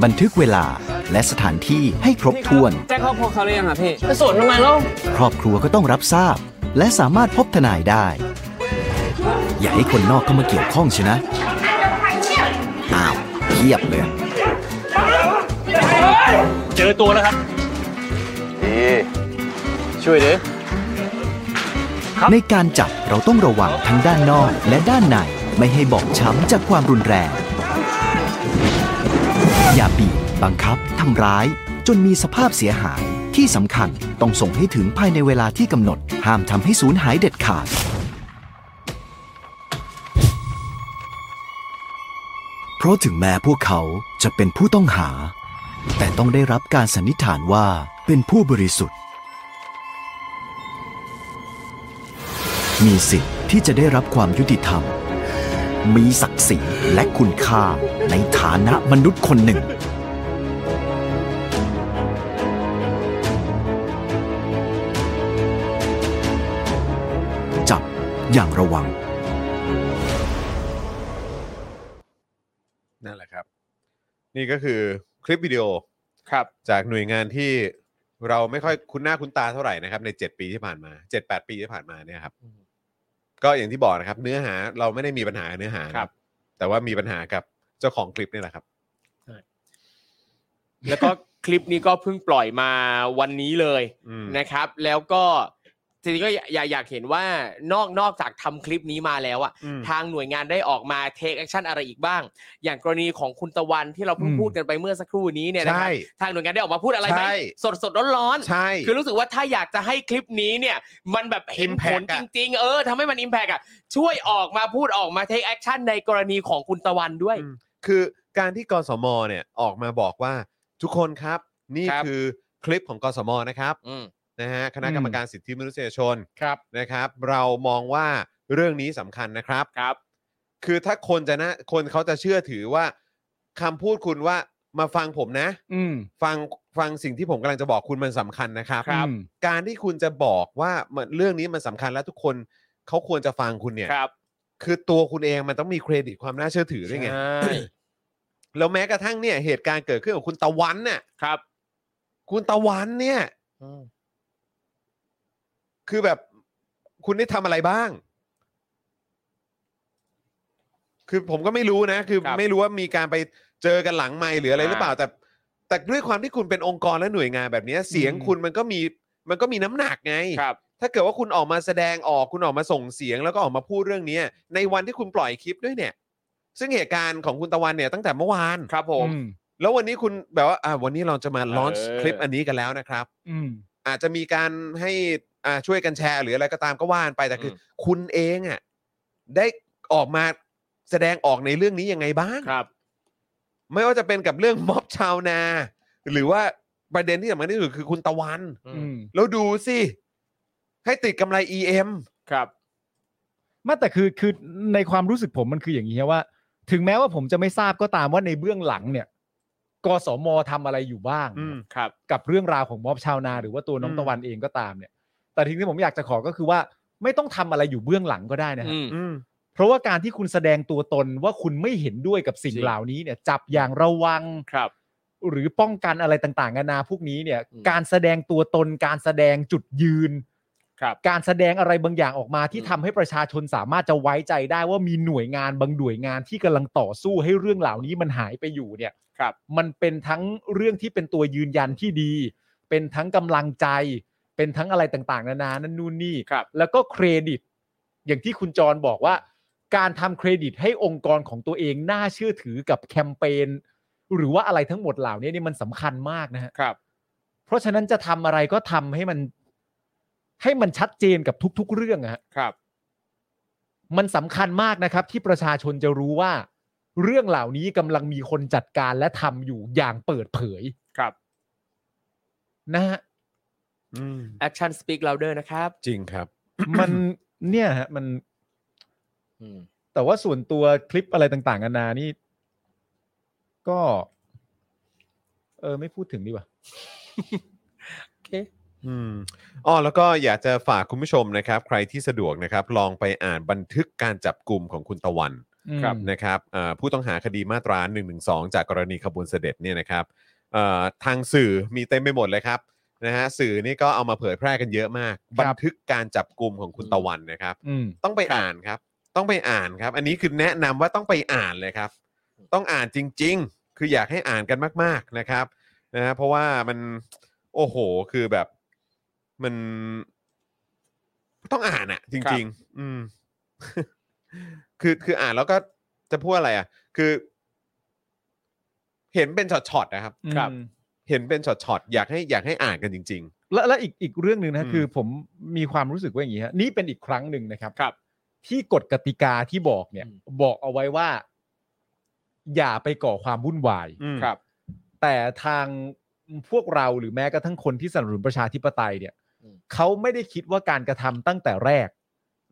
บันทึกเวลาและสถานที่ให้ครบถ้วน แจ้งครอบครัวเขาหรือยังอ่ะพี่ไปสวนทำไมเล่า ครอบครัวก็ต้องรับทราบ และสามารถพบทนายได้ อย่าให้คนนอกเข้ามาเกี่ยวข้องใช่นะอ้าวเทียบเลย เจอตัวแล้วครับ ในการจับเราต้องระวังทั้งด้านนอกและด้านในไม่ให้บอบช้ำจากความรุนแรง อย่าบีบบังคับทำร้าย จนมีสภาพเสียหายที่สำคัญต้องส่งให้ถึงภายในเวลาที่กำหนด ห้ามทำให้สูญหายเด็ดขาด เพราะถึงแม้พวกเขาจะเป็นผู้ต้องหา แต่ต้องได้รับการสันนิษฐานว่าเป็นผู้บริสุทธิ์ มีสิทธิ์ที่จะได้รับความยุติธรรม มีศักดิ์ศรีและคุณค่าในฐานะมนุษย์คนหนึ่ง จับอย่างระวัง นั่นแหละครับ นี่ก็คือคลิปวิดีโอ ครับ จากหน่วยงานที่เราไม่ค่อยคุ้นหน้าคุ้นตาเท่าไหร่นะครับ ใน 7 ปีที่ผ่านมา 7-8 ปีที่ผ่านมาเนี่ยครับ ก็อย่างที่บอกนะครับ เนื้อหาเราไม่ได้มีปัญหากับเนื้อหานะครับ แต่ว่ามีปัญหากับเจ้าของคลิปนี่แหละครับ แล้วก็คลิปนี้ก็เพิ่งปล่อยมาวันนี้เลย อืม นะครับ แล้วก็ทีนี้ก็อยากอยากอยากเห็นว่านอกนอกจากทำคลิปนี้มาแล้วอะ อืม ทางหน่วยงานได้ออกมาเทคแอคชั่นอะไรอีกบ้าง อย่างกรณีของคุณตะวันที่เราเพิ่ง อืม พูดกันไปเมื่อสักครู่นี้เนี่ยนะค ใช่ รับทางหน่วยงานได้ออกมาพูดอะไรไหม ใช่ สดสดร้อนร้อนๆ ใช่ คือรู้สึกว่าถ้าอยากจะให้คลิปนี้เนี่ย มันแบบเห็นผล Impact จ อะ ริง ๆ เออทำให้มันอิมแพกอ่ะ ช่วยออกมาพูดออกมาเทคแอคชั่นในกรณีของคุณตะวันด้วย อืมคือการที่กสมเนี่ยออกมาบอกว่าทุกคนครับ นี่ ครับ คือคลิปของกสมนะครับ อืม นะฮะคณะกรรมการสิทธิมนุษยชน ครับ นะครับ เรามองว่าเรื่องนี้สำคัญนะครับ ครับ คือถ้าคนจะนะคนเขาจะเชื่อถือว่าคำพูดคุณว่ามาฟังผมนะ อืม ฟังฟังสิ่งที่ผมกำลังจะบอกคุณมันสำคัญนะครับ ครับ อืม การที่คุณจะบอกว่ามันเรื่องนี้มันสำคัญและทุกคนเขาควรจะฟังคุณเนี่ย ครับ คือตัวคุณเองมันต้องมีเครดิตความน่าเชื่อถือด้วยไง ใช่ แล้วแม้กระทั่งเนี่ยเหตุการณ์เกิดขึ้นของคุณตะวันน่ะ ครับ คุณตะวันเนี่ย อืม คือแบบคุณได้ทำอะไรบ้าง คือผมก็ไม่รู้นะ คือ ครับ ไม่รู้ว่ามีการไปเจอกันหลังไม่หรืออะไรหรือเปล่า แต่ แต่ด้วยความที่คุณเป็นองค์กรและหน่วยงานแบบเนี้ยเสียงคุณมันก็มีมันก็มีน้ำหนักไง ครับ ถ้าเกิดว่าคุณออกมาแสดงออกคุณออกมาส่งเสียงแล้วก็ออกมาพูดเรื่องเนี้ยในวันที่คุณปล่อยคลิปด้วยเนี่ย ซึ่งเหตุการณ์ของคุณตะวันเนี่ยตั้งแต่เมื่อวาน ครับผม อืม แล้ววันนี้คุณแบบว่าอ่ะวันนี้เราจะมาลอน เออ คลิปอันนี้กันแล้วนะครับ อืม อาจจะมีการให้อ่าช่วยกันแชร์หรืออะไรก็ตามก็ว่านไปแต่คืออคุณเองอ่ะได้ออกมาแสดงออกในเรื่องนี้ยังไงบ้าง ครับ ไม่ว่าจะเป็นกับเรื่อง [laughs] ม็อบชาวนา หรือว่าประเด็นที่สำคัญที่สุดคือคุณตะวัน อืม แล้วดูสิ ให้ติดกำไร EM ครับ ไมาแต่คือคือในความรู้สึกผมมันคืออย่างนี้ครับว่า ถึงแม้ว่าผมจะไม่ทราบก็ตามว่าในเบื้องหลังเนี่ยกสมทำอะไรอยู่บ้าง อืม ครับ กับเรื่องราวของม็อบชาวนา หรือว่าตัวน้อง อืม ตะวันเองก็ตามเนี่ย แต่ทีนี้ผมอยากจะขอก็คือว่า ไม่ต้องทำอะไรอยู่เบื้องหลังก็ได้นะฮะ อืม อืม เพราะว่าการที่คุณแสดงตัวตนว่าคุณไม่เห็นด้วยกับสิ่ง จริง เหล่านี้เนี่ย จับอย่างระวัง ครับ หรือป้องกันอะไรต่างๆนานาพวกนี้เนี่ย อืม การแสดงตัวตนการแสดงจุดยืน ครับ การแสดงอะไรบางอย่างออกมาที่ อืม ทำให้ประชาชนสามารถจะไว้ใจได้ว่ามีหน่วยงานบางหน่วยงานที่กำลังต่อสู้ให้เรื่องเหล่านี้มันหายไปอยู่เนี่ย ครับ มันเป็นทั้งเรื่องที่เป็นตัวยืนยันที่ดี เป็นทั้งกำลังใจ เป็นทั้งอะไรต่างๆ นานานั่นนู่นนี่ ครับ แล้วก็เครดิต อย่างที่คุณจรบอกว่า การทำเครดิตให้องค์กรของตัวเองน่าเชื่อถือกับแคมเปญหรือว่าอะไรทั้งหมดเหล่านี้นี่มันสำคัญมากนะฮะ ครับ เพราะฉะนั้นจะทำอะไรก็ทำให้มัน ให้มันชัดเจนกับทุก ๆ เรื่องอะฮะ ครับ มันสำคัญมากนะครับ ที่ประชาชนจะรู้ว่า เรื่องเหล่านี้กำลังมีคนจัดการและทำอยู่อย่างเปิดเผย ครับ นะฮะ อืม action speak louder นะครับ จริงครับ มัน [coughs] เนี่ยฮะมัน อืม แต่ว่าส่วนตัวคลิปอะไรต่างๆนานานี่ ก็ เออ ไม่พูดถึงดีกว่า โอเค อืมอ๋อแล้วก็อยากจะฝากคุณผู้ชมนะครับ ใครที่สะดวกนะครับ ลองไปอ่านบันทึกการจับกลุ่มของคุณตะวัน ครับ นะครับเอ่อผู้ต้องหาคดีมาตรา1นึจากกรณีขบวนเสด็จเนี่ยนะครับเอ่อทางสื่อมีเต็มไปหมดเลยครับนะฮะสื่อนี่ก็เอามาเผยแพร่กันเยอะมาก ครับ บันทึกการจับกลุ่มของคุณตะวันนะครับ อืม ต้องไปอ่านครับ ต้องไปอ่านครับ อันนี้คือแนะนำว่าต้องไปอ่านเลยครับ ต้องอ่านจริง ๆ คืออยากให้อ่านกันมาก ๆนะครับนะฮะเพราะว่ามันโอ้โหคือแบบมันต้องอ่านอะจ ครั ริง บ ๆ อืม [laughs] คือคืออ่านแล้วก็จะพูดอะไรอะคือ เห็นเป็นช็อตๆนะครับ ครับ เห็นเป็นช็อตๆอยากให้อยากให้อ่านกันจริง ๆ และและอีกอีกเรื่องหนึ่งนะ อื ฮะ ม คือผมมีความรู้สึกว่าอย่างนี้ฮะนี่เป็นอีกครั้งหนึ่งนะครับ ครับ ที่กฎกติกาที่บอกเนี่ย อืม บอกเอาไว้ว่า อย่าไปก่อความวุ่นวาย อืม ครับ แต่ทางพวกเราหรือแม้กระทั่งคนที่สนับสนุนประชาธิปไตยเนี่ย อืม เขาไม่ได้คิดว่าการกระทำตั้งแต่แรก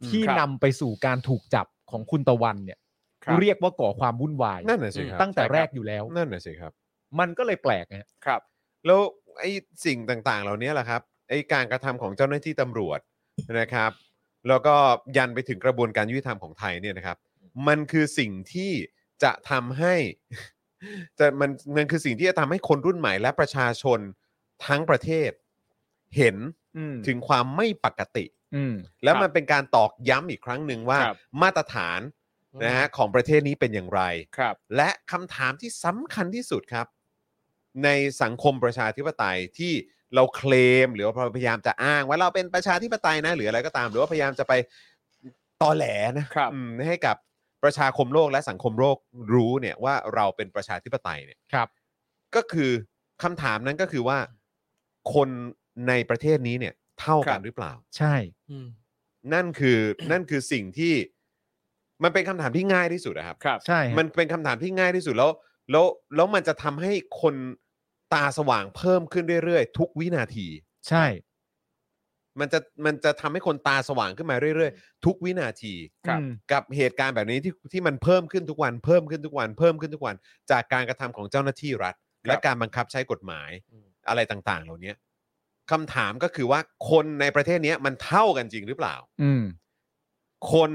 อืม ที่ ครับ นำไปสู่การถูกจับของคุณตะวันเนี่ย ครับ เรียกว่าก่อความวุ่นวาย นั่นน่ะสิครับ ตั้งแต่ ใช่ครับ แรกอยู่แล้ว นั่นน่ะสิครับ มันก็เลยแปลกนะฮะ ครับ แล้วไอ้สิ่งต่างๆ เหล่านี้แหละครับไอ้การกระทำของเจ้าหน้าที่ตำรวจนะครับ แล้วก็ยันไปถึงกระบวนการยุติธรรมของไทยเนี่ยนะครับ มันคือสิ่งที่จะทำให้ [laughs] จะมันมันคือสิ่งที่จะทำให้คนรุ่นใหม่และประชาชนทั้งประเทศ เห็น อืม ถึงความไม่ปกติ อืม แล้ว ครับ มันเป็นการตอกย้ำอีกครั้งหนึ่งว่า ครับ มาตรฐานนะฮะของประเทศนี้เป็นอย่างไร ครับ และคำถามที่สำคัญที่สุดครับ ในสังคมประชาธิปไตยที่เราเคลมหรือว่าพยายามจะอ้างว่าเราเป็นประชาธิปไตยนะ หรืออะไรก็ตาม หรือว่าพยายามจะไปตอแหลนะครับ อืมให้กับประชาคมโลกและสังคมโลกรู้เนี่ยว่าเราเป็นประชาธิปไตยเนี่ย ครับ ก็คือคำถามนั้นก็คือว่า คนในประเทศนี้เนี่ย เท่ากันหรือเปล่า ใช่ อืม นั่นคือ นั่นคือสิ่งที่มันเป็นคำถามที่ง่ายที่สุดนะครับ ครับ ใช่ฮะ มันเป็นคำถามที่ง่ายที่สุดแล้ว แล้วแล้วมันจะทำให้คนตาสว่างเพิ่มขึ้นเรื่อยๆ ทุกวินาที ใช่ มันจะมันจะทำให้คนตาสว่างขึ้นมาเรื่อยๆ ทุกวินาที ครับ กับเหตุการณ์แบบนี้ที่ที่มันเพิ่มขึ้นทุกวันเพิ่มขึ้นทุกวันเพิ่มขึ้นทุกวัน จากการกระทำของเจ้าหน้าที่รัฐ และการบังคับใช้กฎหมาย อืม อะไรต่างๆ เหล่านี้คำถามก็คือว่าคนในประเทศเนี้ยมันเท่ากันจริงหรือเปล่า อืม คน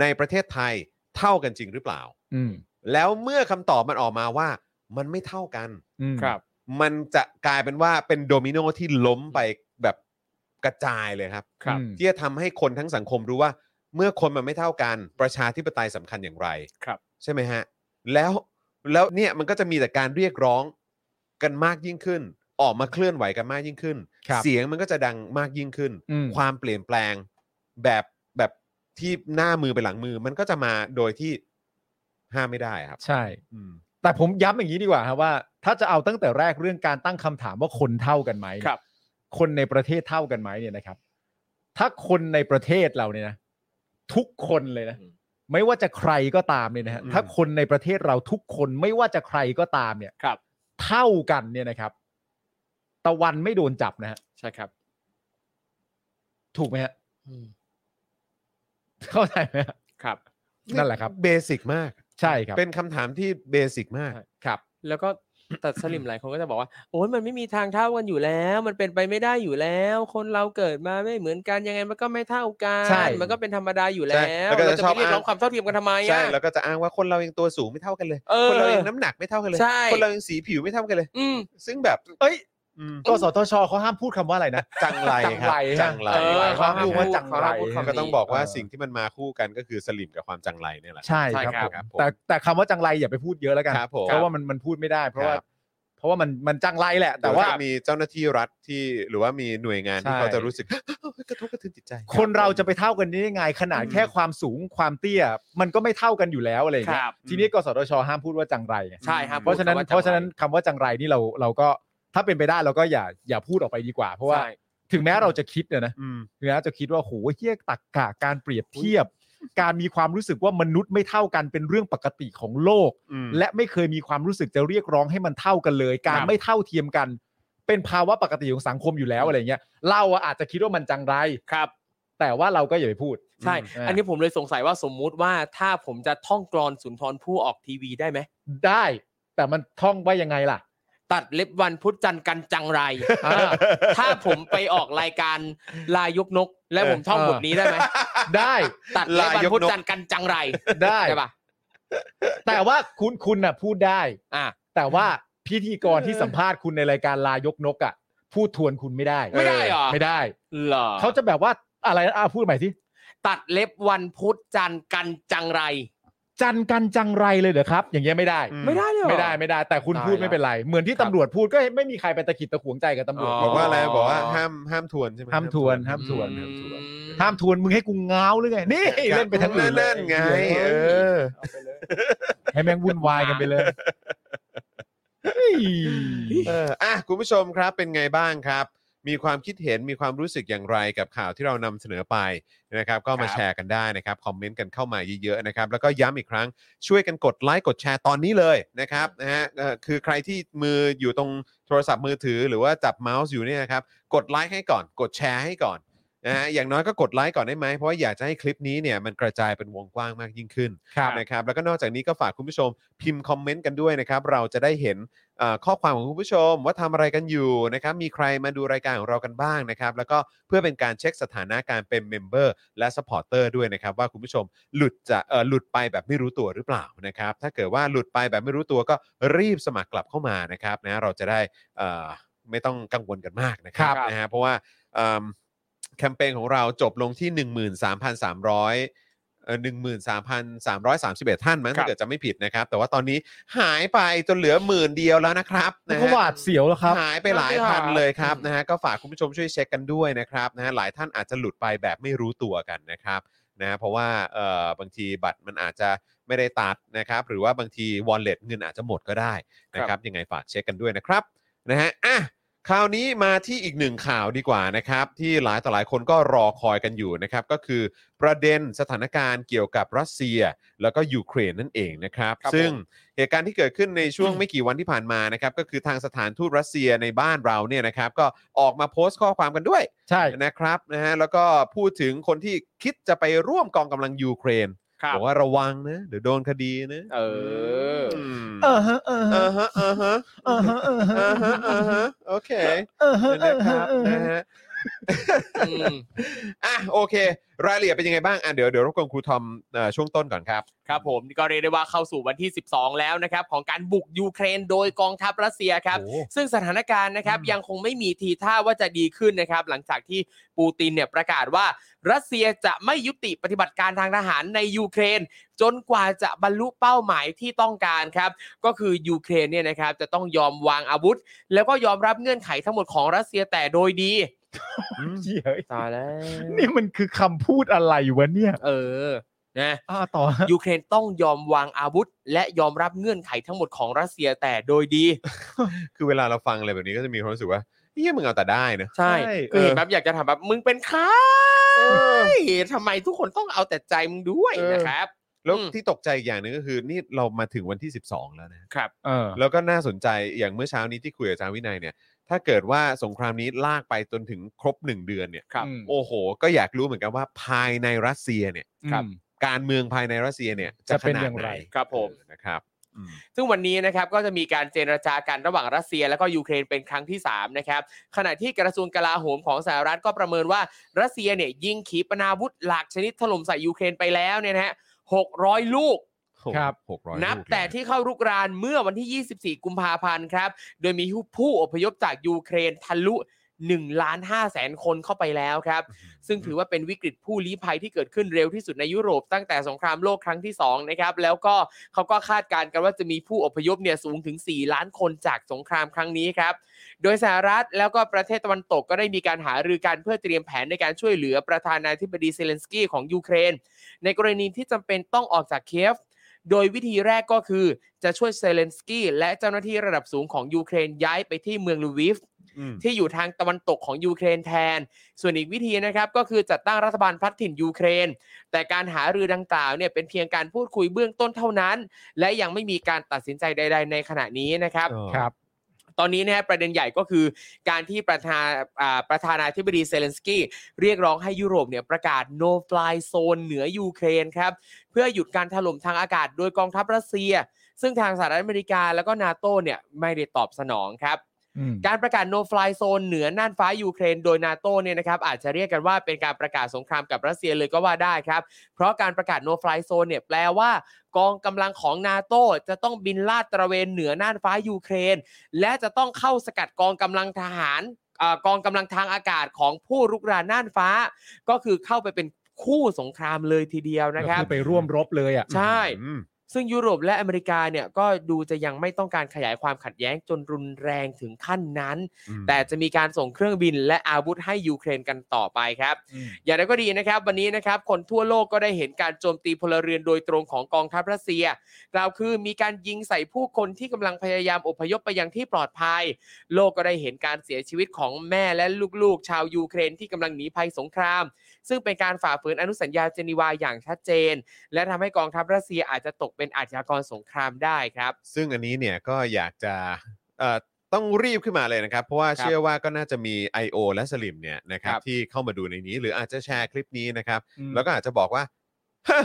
ในประเทศไทยเท่ากันจริงหรือเปล่า อืม แล้วเมื่อคำตอบมันออกมาว่ามันไม่เท่ากัน อืม ครับ มันจะกลายเป็นว่าเป็นโดมิโนที่ล้มไปแบบกระจายเลยครับ ครับ อืม ที่จะทำให้คนทั้งสังคมรู้ว่า เมื่อคนมันไม่เท่ากัน ประชาธิปไตยสำคัญอย่างไร ครับ ใช่ไหมฮะ แล้วแล้วเนี่ยมันก็จะมีแต่การเรียกร้องกันมากยิ่งขึ้น ออกมาเคลื่อนไหวกันมากยิ่งขึ้น เสียงมันก็จะดังมากยิ่งขึ้น อืม ความเปลี่ยนแปลงแบบแบบที่หน้ามือไปหลังมือ มันก็จะมาโดยที่ห้ามไม่ได้ครับ ใช่ อืม แต่ผมย้ำอย่างนี้ดีกว่าครับว่า ถ้าจะเอาตั้งแต่แรกเรื่องการตั้งคำถามว่าคนเท่ากันไหมเนี่ย ครับ คนในประเทศเท่ากันไหมเนี่ยนะครับ ถ้าคนในประเทศเราเนี่ยนะทุกคนเลยนะ ไม่ว่าจะใครก็ตามเนี่ยนะฮะ อืม ถ้าคนในประเทศเราทุกคนไม่ว่าจะใครก็ตามเนี่ย ครับ เท่ากันเนี่ยนะครับ ตะวันไม่โดนจับนะฮะ ใช่ครับ ถูกไหมฮะ อืม เข้าใจไหมฮะ ครับ นั่นแหละครับ เบสิกมาก ใช่ครับ เป็นคำถามที่เบสิกมาก ใช่ ครับ แล้วก็ แต่สลิมหลายคนก็จะบอกว่า โอ้ยมันไม่มีทางเท่ากันอยู่แล้ว มันเป็นไปไม่ได้อยู่แล้ว คนเราเกิดมาไม่เหมือนกันยังไงมันก็ไม่เท่ากัน ใช่ มันก็เป็นธรรมดาอยู่ ใช่ แล้ว แล้วก็ เรา จะ จะ ชอบ ไปเรียกร้อง อ้าง ความเท่าเทียมกันทำไม ใช่ อ่ะ แล้วก็จะอ้างว่าคนเรายังตัวสูงไม่เท่ากันเลย เออ คนเรายังน้ำหนักไม่เท่ากันเลย ใช่ คนเรายังสีผิวไม่เท่ากันเลย อืม ซึ่งแบบ เอ้ย อืม กสทชเขาห้ามพูดคำว่าอะไรนะ จังไรครับ จั จัง ง ไร ไร เออ ค เขา รับ ห้าม พูดว่าจังไร เขาห้ามพูดคำนี้ ก็ต้องบอกว่า เออ สิ่งที่มันมาคู่กันก็คือสลิมกับความจังไรเนี่ยแหละ ใช่ ใช่ ครับ ครับ ผม ผม แต่แต่คำว่าจังไรอย่าไปพูดเยอะแล้วกัน ครับผม เพราะว่ามันมันพูดไม่ได้ เพราะว่า ครับ เพราะว่ามันมันจังไรแหละ แต่ว่า เดี๋ยจะมีเจ้าหน้าที่รัฐที่หรือว่ามีหน่วยงานที่ ใช่ เขาจะรู้สึก กระทบกระเทือนจิตใจ คนเราจะไปเท่ากันได้ยังไงขนาด อืม แค่ความสูงความเตี้ย มันก็ไม่เท่ากันอยู่แล้วอะไรอย่างเงี้ คยรับ ทีนี้กสทชห้ามพูดว่าจังไรไง ใช่ครับ เพราะฉะนั้น พูดคำว่ เพราะฉะนั้นคำว่าจังไรนี่เราเราก็ถ้าเป็นไปได้เราก็อย่าอย่าพูดออกไปดีกว่า เพราะว่า ใช่ ถึงแม้เราจะคิดเนี่ยนะ อืม ถึงแม้เราจะคิดว่าโหเฮี้ยตักกะการเปรียบเทียบ การมีความรู้สึกว่ามนุษย์ไม่เท่ากันเป็นเรื่องปกติของโลก อืม และไม่เคยมีความรู้สึกจะเรียกร้องให้มันเท่ากันเลย การ ครับ ไม่เท่าเทียมกัน เป็นภาวะปกติของสังคมอยู่แล้วอะไรเงี้ยเราอะอาจจะคิดว่ามันจังไร ครับ แต่ว่าเราก็อย่าไปพูด ใช่ อืม อันนี้ผมเลยสงสัยว่าสมมุติว่าถ้าผมจะท่องกรอนสุนทรภู่ออกทีวีได้ไหม ได้ แต่มันท่องว่ายังไงล่ะ ตัดเล็บวันพุธจันทร์กันจังไร อ่า ถ้าผมไปออกรายการลายยกนก และผมท่อง เออ บทนี้ได้ไหม ได้ ตัดเล็บวันพุธ ลายยกนก จันทร์กันจังไร ได้ ใช่ปะ แต่ว่าคุณคุณน่ะพูดได้ อ่ะ แต่ว่าพิธีกรที่สัมภาษณ์คุณในรายการลายกนกอ่ะพูดทวนคุณไม่ได้ ไม่ได้เหรอ ไม่ได้ เหรอ เขาจะแบบว่าอะไรนะอ่ะพูดใหม่สิ ตัดเล็บวันพุธจันทร์กันจังไร จันกันจังไรเลยเหรอครับ อย่างเงี้ยไม่ได้ อืม ไม่ได้เลยเหรอ ไม่ได้ไม่ได้ แต่คุณ ตาย พูดไม่ ละ เป็นไร เหมือนที่ ครับ ตำรวจพูดก็ไม่มีใครไปตะขิดตะขวงใจกับตำรวจ อ๋ บอกว่าอะไรบอกว่าห้ามห้ามทวนใช่ไหม ห้ามทวนห้ามทวน อืม ห้ามทวนมึงให้กูง้าวหรือไงนี่เล่นไปทั้งอื่นเลย เล่นไงเออ ให้แม่งวุ่นวายกันไปเลยเฮ้ย เอออ่ะคุณผู้ชมครับเป็นไงบ้างครับ มีความคิดเห็นมีความรู้สึกอย่างไรกับข่าวที่เรานำเสนอไปนะครับ ก็มา ครับ แชร์กันได้นะครับคอมเมนต์กันเข้ามาเยอะๆนะครับ แล้วก็ย้ำอีกครั้งช่วยกันกดไลค์กดแชร์ตอนนี้เลยนะครับนะฮะเอ่อคือใครที่มืออยู่ตรงโทรศัพท์มือถือ หรือว่าจับเมาส์อยู่เนี่ยนะครับกดไลค์ให้ก่อน กดแชร์ให้ก่อนนะฮะอย่างน้อยก็กดไลค์ก่อนได้ไหมเพราะว่าอยากจะให้คลิปนี้เนี่ยมันกระจายเป็นวงกว้างมากยิ่งขึ้น ครับ นะครับแล้วก็นอกจากนี้ก็ฝากคุณผู้ชมพิมพ์คอมเมนต์กันด้วยนะครับเราจะได้เห็น เอ่อข้อความของคุณผู้ชมว่าทำอะไรกันอยู่นะครับ มีใครมาดูรายการของเรากันบ้างนะครับ แล้วก็เพื่อเป็นการเช็คสถานะการเป็นเมมเบอร์และสปอร์เตอร์ด้วยนะครับ ว่าคุณผู้ชมหลุดจะเอ่อหลุดไปแบบไม่รู้ตัวหรือเปล่านะครับ ถ้าเกิดว่าหลุดไปแบบไม่รู้ตัวก็รีบสมัครกลับเข้ามานะครับนะเราจะได้เอ่อไม่ต้องกังวลกันมากนะครับ ครับ นะฮะเพราะว่าเอิ่มแคมเปญของเราจบลงที่ 13,300 เอ่อ13,331 ท่านมั้ง ครั ถ้า บ เกิดจะไม่ผิดนะครับ แต่ว่าตอนนี้หายไปจนเหลือหมื่นเดียวแล้วนะครับ มัน นะ ก็ห ฮะ วาดเสียวแล้วครับ หายไปหลายพันเลยครับนะฮะก็ฝากคุณผู้ชมช่วยเช็คกันด้วยนะครับนะฮะหลายท่านอาจจะหลุดไปแบบไม่รู้ตัวกันนะครับนะฮะเพราะว่าเอ่อบางทีบัตรมันอาจจะไม่ได้ตัดนะครับ หรือว่าบางที wallet เงินอาจจะหมดก็ได้นะครับยังไงฝากเช็คกันด้วยนะครับนะฮะอ่ะ คราวนี้มาที่อีกหนึ่งข่าวดีกว่านะครับ ที่หลายต่อหลายคนก็รอคอยกันอยู่นะครับ ก็คือประเด็นสถานการณ์เกี่ยวกับรัสเซีย แล้วก็ยูเครนนั่นเองนะครับ ครับผม ซึ่งเหตุการณ์ที่เกิดขึ้นในช่วงไม่กี่วันที่ผ่านมานะครับ ก็คือทางสถานทูตรัสเซียในบ้านเราเนี่ยนะครับ ก็ออกมาโพสต์ข้อความกันด้วย ใช่ นะครับนะฮะแล้วก็พูดถึงคนที่คิดจะไปร่วมกองกำลังยูเครน ครับ บอกว่าระวังนะเดี๋ยวโดนคดีนะ เออ ม เออฮะเออ เอ ฮะ อฮะเออฮะ เออฮะเออฮะ เออฮะเออฮะโอเค เออฮะเอ นะ อ ค ฮะ รับ เออ นะ ฮะ ฮะ อืม อ่ะโอเค รายละเอียดเป็นยังไงบ้างอ่ะเดี๋ยวเดี๋ยวรบกวนครูทอมเอ่อช่วงต้นก่อนครับ ครับผมก็เรียกได้ว่าเข้าสู่วันที่ 12 แล้วนะครับ ของการบุกยูเครนโดยกองทัพรัสเซียครับ โอ้ ซึ่งสถานการณ์นะครับยังคงไม่มีทีท่าว่าจะดีขึ้นนะครับ หลังจากที่ปูตินเนี่ยประกาศว่า รัสเซียจะไม่ยุติปฏิบัติการทางทหารในยูเครน จนกว่าจะบรรลุเป้าหมายที่ต้องการครับ ก็คือยูเครนเนี่ยนะครับจะต้องยอมวางอาวุธ แล้วก็ยอมรับเงื่อนไขทั้งหมดของรัสเซียแต่โดยดี เฮ้ย ตายแล้ว นี่มันคือคำพูดอะไรวะเนี่ย เออนะ อ่าต่อฮะ ยูเครนต้องยอมวางอาวุธ และยอมรับเงื่อนไขทั้งหมดของรัสเซียแต่โดยดี คือเวลาเราฟังอะไรแบบนี้ก็จะมีความรู้สึกว่าเฮียมึงเอาแต่ได้นะ ใช่ เออ เห็นแบบอยากจะถามแบบมึงเป็นใครทำไมทุกคนต้องเอาแต่ใจมึงด้วยนะครับ แล้ว อืม ที่ตกใจอีกอย่างหนึงก็คือนี่เรามาถึงวันที่ 12 แล้วนะครับ เออ แล้วก็น่าสนใจอย่างเมื่อเช้านี้ที่คุยกับอาจารย์วินัยเนี่ย ถ้าเกิดว่าสงครามนี้ลากไปจนถึงครบหนึ่งเดือนเนี่ย ครับ อืม โอ้โห ก็อยากรู้เหมือนกันว่าภายในรัสเซียเนี่ย ครับ การเมืองภายในรัสเซียเนี่ย จะเป็นอย่างไร ขดห ครับผม เออนะครับ อืม ซึ่งวันนี้นะครับก็จะมีการเจรจากันระหว่างรัสเซียและก็ยูเครนเป็นครั้งที่ 3 นะครับ ขณะที่กระทรวงกลาโหมของสหรัฐก็ประเมินว่ารัสเซียเนี่ยยิงขีปนาวุธหลากชนิดถล่มใส่ยูเครนไปแล้วเนี่ยนะฮะ600 ลูก ครับ หกร้อย นับ ลูกเลย แต่ที่เข้ารุกรานเมื่อวันที่ 24 กุมภาพันธ์ครับ โดยมีผู้อพยพจากยูเครนทะลุ1ล้าน5แสนคนเข้าไปแล้วครับ ซึ่งถือว่าเป็นวิกฤตผู้ลี้ภัยที่เกิดขึ้นเร็วที่สุดในยุโรปตั้งแต่สงครามโลกครั้งที่2นะครับ แล้วก็เขาก็คาดการณ์กันว่าจะมีผู้อพยพเนี่ยสูงถึง 4 ล้านคนจากสงครามครั้งนี้ครับ โดยสหรัฐแล้วก็ประเทศตะวันตกก็ได้มีการหารือกันเพื่อเตรียมแผนในการช่วยเหลือประธานาธิบดีเซเลนสกี้ของยูเครน ในกรณีที่จำเป็นต้องออกจากเคฟ โดยวิธีแรกก็คือจะช่วยเซเลนสกี้และเจ้าหน้าที่ระดับสูงของยูเครนย้ายไปที่เมืองลูวิฟ อืม ที่อยู่ทางตะวันตกของยูเครนแทน ส่วนอีกวิธีนะครับก็คือจัดตั้งรัฐบาลพลัดถิ่นยูเครน แต่การหารือดังกล่าวเนี่ยเป็นเพียงการพูดคุยเบื้องต้นเท่านั้น และยังไม่มีการตัดสินใจใด ๆ ในขณะนี้นะครับ เออ ครับ ตอนนี้เนี่ยประเด็นใหญ่ก็คือการที่ประธานอ่าประธานาธิบดีเซเลนสกี้เรียกร้องให้ยุโรปเนี่ยประกาศ no fly zone เหนือยูเครนครับ เพื่อหยุดการถล่มทางอากาศโดยกองทัพรัสเซีย ซึ่งทางสหรัฐอเมริกาแล้วก็นาโตเนี่ยไม่ได้ตอบสนองครับ อืม การประกาศ no fly zone เหนือน่านฟ้ายูเครนโดยนาโตเนี่ยนะครับอาจจะเรียกกันว่าเป็นการประกาศสงครามกับรัสเซียเลยก็ว่าได้ครับ เพราะการประกาศ no fly zone เนี่ยแปลว่ากองกำลังของนาโตจะต้องบินลาดตระเวนเหนือน่านฟ้ายูเครน และจะต้องเข้าสกัดกองกำลังทหารเอ่อกองกำลังทางอากาศของผู้รุกรานน่านฟ้า ก็คือเข้าไปเป็นคู่สงครามเลยทีเดียวนะครับ ก็อไปร่วมรบเลยอ่ะ ใช่ อืม ซึ่งยุโรปและอเมริกาเนี่ยก็ดูจะยังไม่ต้องการขยายความขัดแย้งจนรุนแรงถึงขั้นนั้น อืม แต่จะมีการส่งเครื่องบินและอาวุธให้ยูเครนกันต่อไปครับ อย่างไรก็ดีนะครับ วันนี้นะครับคนทั่วโลกก็ได้เห็นการโจมตีพลเรือนโดยตรงของกองทัพรัสเซียกล่าวคือมีการยิงใส่ผู้คนที่กำลังพยายามอพยพไปยังที่ปลอดภัย โลกก็ได้เห็นการเสียชีวิตของแม่และลูกๆ ชาวยูเครนที่กำลังหนีภัยสงคราม ซึ่งเป็นการฝ่าฝืนอนุสัญญาเจนีวาอย่างชัดเจน และทำให้กองทัพรัสเซียอาจจะตกเป็นอาชญากรสงครามได้ครับ ซึ่งอันนี้เนี่ยก็อยากจะเอ่อต้องรีบขึ้นมาเลยนะครับ เพราะว่า ครับ เชื่อว่าก็น่าจะมี I.O. และสลิมเนี่ยนะครับ ครับ ที่เข้ามาดูในนี้ หรืออาจจะแชร์คลิปนี้นะครับ อืม แล้วก็อาจจะบอกว่าฮะ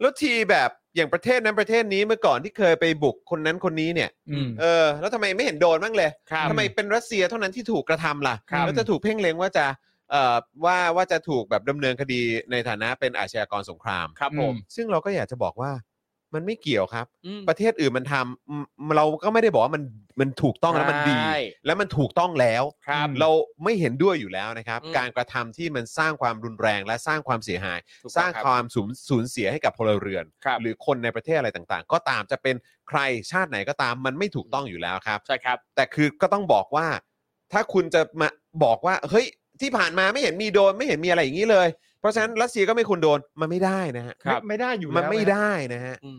แล้วทีแบบอย่างประเทศนั้นประเทศนี้เมื่อก่อนที่เคยไปบุกคนนั้นคนนี้เนี่ย อืม เออแล้วทำไมไม่เห็นโดนบ้างเลย ครับ ทำไมเป็นรัสเซียเท่านั้นที่ถูกกระทำล่ะ ครับ แล้วจะถูกเพ่งเล็งว่าจะเอ่อว่าว่าจะถูกแบบดำเนินคดีในฐานะเป็นอาชญากรสงคราม ครับผม ซึ่งเราก็อยากจะบอกว่ามันไม่เกี่ยวครับ อืม ประเทศอื่นมันทำอืมเราก็ไม่ได้บอกว่ามันมันถูกต้องแล้วมันดี ใช่ และมันถูกต้องแล้ว ครับ เราไม่เห็นด้วยอยู่แล้วนะครับ อืม การกระทำที่มันสร้างความรุนแรงและสร้างความเสียหาย ถูกต้อง สร้าง ครับ ความสูญสูญเสียให้กับพลเรือน ครับ หรือคนในประเทศอะไรต่างๆ ก็ตามจะเป็นใครชาติไหนก็ตามมันไม่ถูกต้องอยู่แล้วครับ ใช่ครับ แต่คือก็ต้องบอกว่า ถ้าคุณจะมาบอกว่าเฮ้ยที่ผ่านมาไม่เห็นมีโดนไม่เห็นมีอะไรอย่างนี้เลย เพราะฉะนั้นรัสเซียก็ไม่ควรโดนมันไม่ได้นะฮะ ครับ ไม่ได้อยู่แล้ว มันไม่ ะ ได้นะฮะ อืม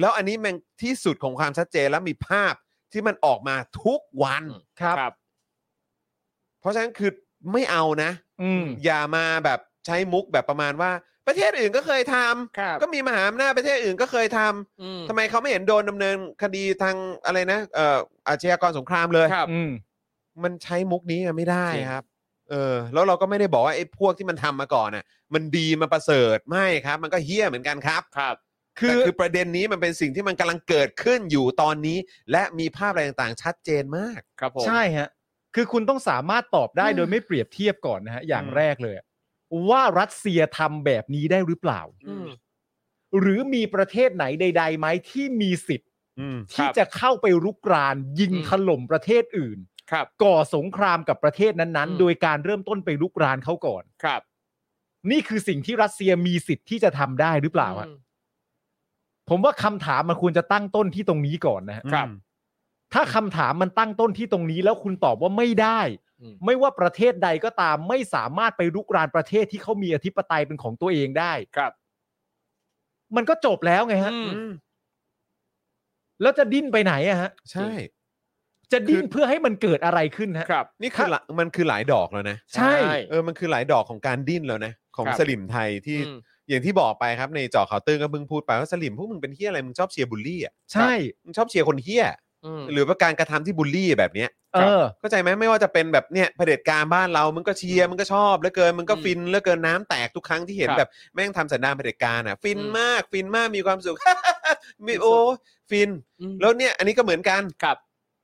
แล้วอันนี้แมันที่สุดของความชัดเจนแล้วมีภาพที่มันออกมาทุกวัน อืม ครับ ครับ เพราะฉะนั้นคือไม่เอานะ อืม อย่ามาแบบใช้มุกแบบประมาณว่า ประเทศอื่นก็เคยท ครั ำ บ ก็มีมหาอำนาจประเทศอื่นก็เคยทำ อืม ทำไมเขาไม่เห็นโดนดำเนินคดีทางอะไรนะเอ่ออาชญากรสงครามเลย ครับ อืม มันใช้มุกนี้อะไม่ได้ จริง ครับ เออ แล้วเราก็ไม่ได้บอกว่าไอ้พวกที่มันทำมาก่อนน่ะ มันดีมาประเสริฐไม่ครับ มันก็เฮี้ยเหมือนกันครับ ครับ คือคือประเด็นนี้มันเป็นสิ่งที่มันกำลังเกิดขึ้นอยู่ตอนนี้ และมีภาพอะไรต่างๆ ชัดเจนมาก ครับผม ใช่ฮะ คือคุณต้องสามารถตอบได้โดยไม่เปรียบเทียบก่อนนะฮะ อย่างแรกเลยอะว่ารัสเซียทำแบบนี้ได้หรือเปล่า อืม หรือมีประเทศไหนใดๆไหมที่มีสิทธิ์ อืม ค ที่ รับ จะเข้าไปรุกราน ยิง อืม ถล่มประเทศอื่น ครับ ก่อสงครามกับประเทศนั้น อืม ๆ โดยการเริ่มต้นไปรุกรานเขาก่อน ครับ นี่คือสิ่งที่รัสเซียมีสิทธิ์ที่จะทำได้หรือเปล่าฮะ อืม ผมว่าคำถามมันควรจะตั้งต้นที่ตรงนี้ก่อนนะฮะ ครับ ถ้าคำถามมันตั้งต้นที่ตรงนี้แล้วคุณตอบว่าไม่ได้ อืม ไม่ว่าประเทศใดก็ตามไม่สามารถไปรุกรานประเทศที่เขามีอธิปไตยเป็นของตัวเองได้ ครับ มันก็จบแล้วไงฮะ อืม แล้วจะดิ้นไปไหนอะฮะ ใช่ จะดิ้น คือ เพื่อให้มันเกิดอะไรขึ้นฮะ ครับ นี่คือหลายมันคือหลายดอกแล้วนะ ใช่ เออมันคือหลายดอกของการดิ้นแล้วนะ ของ ครับ สลิมไทยที่ อืม อย่างที่บอกไปครับในเจอข่าวตื้นก็เพิ่งพูดไปว่าสลิมพวกมึงเป็นเฮี้ยอะไรมึงชอบเชียร์บูลลี่อ่ะ ใช่ มึงชอบเชียร์คนเฮี้ย อืม หรือว่าการกระทำที่บูลลี่แบบเนี้ย เออ เข้าใจไหมไม่ว่าจะเป็นแบบเนี่ยเผด็จการบ้านเรามึงก็เชียร์มึงก็ชอบเหลือเกินมึงก็ อืม ฟินเหลือเกินน้ำแตกทุกครั้งที่เห็น ครับ แบบแม่งทำสันดานเผด็จการอ่ะ ฟิน อืม มากฟินมากมีความสุข [laughs] มีโอ้ฟิน อืม แล้วเนี่ยอันนี้ก็เหมือนกัน ครับ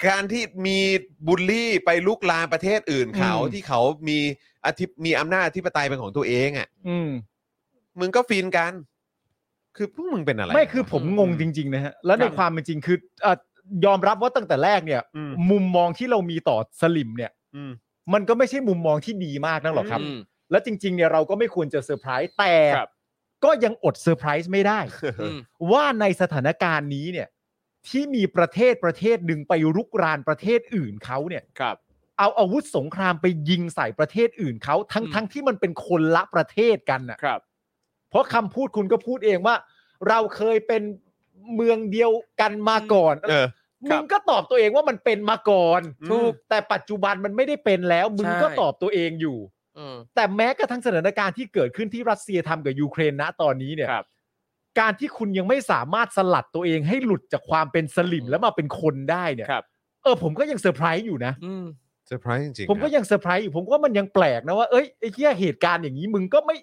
การที่มีบูลลี่ไปลุกลามประเทศอื่นเขา อืม ที่เขามีอธิปมีอำนาจอธิปไตยเป็นของตัวเองอ่ะ อืม มึงก็ฟินกัน คือพวกมึงเป็นอะไร ไม่คือผมงงจริง ๆ นะฮะ แล้วใน ครับ ความเป็นจริงคือเอ่อยอมรับว่าตั้งแต่แรกเนี่ย อืม มุมมองที่เรามีต่อสลิมเนี่ย อืม มันก็ไม่ใช่มุมมองที่ดีมากนักหรอกครับ อืม และจริง ๆ เนี่ยเราก็ไม่ควรจะเซอร์ไพรส์แต่ ครับ ก็ยังอดเซอร์ไพรส์ไม่ได้ อืม ว่าในสถานการณ์นี้เนี่ย ที่มีประเทศประเทศหนึ่งไปรุกรานประเทศอื่นเขาเนี่ย ครับ เอาอาวุธสงครามไปยิงใส่ประเทศอื่นเขาทั้ง อืม ทั้งที่มันเป็นคนละประเทศกันน่ะ ครับ เพราะคำพูดคุณก็พูดเองว่า เราเคยเป็นเมืองเดียวกันมาก่อน เออ มึงก็ตอบตัวเองว่ามันเป็นมาก่อน ถูก แต่ปัจจุบันมันไม่ได้เป็นแล้วมึงก็ตอบตัวเองอยู่ อืม แต่แม้กระทั่งสถานการณ์ที่เกิดขึ้นที่รัสเซียทำกับยูเครนณตอนนี้เนี่ย ครับ การที่คุณยังไม่สามารถสลัดตัวเองให้หลุดจากความเป็นสลิม อืม แล้วมาเป็นคนได้เนี่ย ครับ เออผมก็ยังเซอร์ไพรส์อยู่นะ อืม เซอร์ไพรส์จริงๆ ผมก็ นะ ยังเซอร์ไพรส์อยู่ผมว่ามันยังแปลกนะว่าเอ้ยไอ้เหี้ยเหตุการณ์อย่างนี้มึงก็ไม่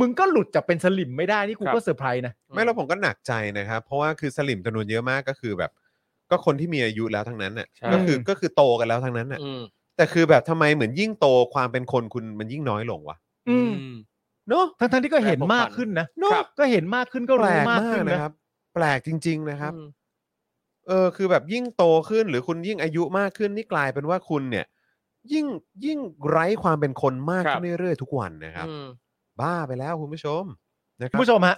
มึงก็หลุดจากเป็นสลิมไม่ได้นี่กู ครับ ก็เซอร์ไพรส์นะ ไม่แล้วผมก็หนักใจนะครับ เพราะว่าคือสลิมจำนวนเยอะมากก็คือแบบ ก็คนที่มีอายุแล้วทั้งนั้นน่ะ ใช่ ก็คือก็คือโตกันแล้วทั้งนั้นน่ะ อืม แต่คือแบบทำไมเหมือนยิ่งโตความเป็นคนคุณมันยิ่งน้อยลงวะ อืม ม เนาะ ทั้งทั้งๆที่ก็เห็น แปลกผม มากขึ้นนะครับ ก็เห็นมากขึ้นก็ แปลกรู้มาก มา ขึ้ ก นนะ นะครับ แปลกจริง ๆนะครับ อืม เออคือแบบยิ่งโตขึ้นหรือคุณยิ่งอายุมากขึ้นนี่กลายเป็นว่าคุณเนี่ย ยิ่งยิ่งไร้ความเป็นคนมาก ครับ ขึ้นเรื่อยๆทุกวันนะครับ อืม บ้าไปแล้วคุณผู้ชมนะค คุ รั ณ บ ผู้ชมฮะ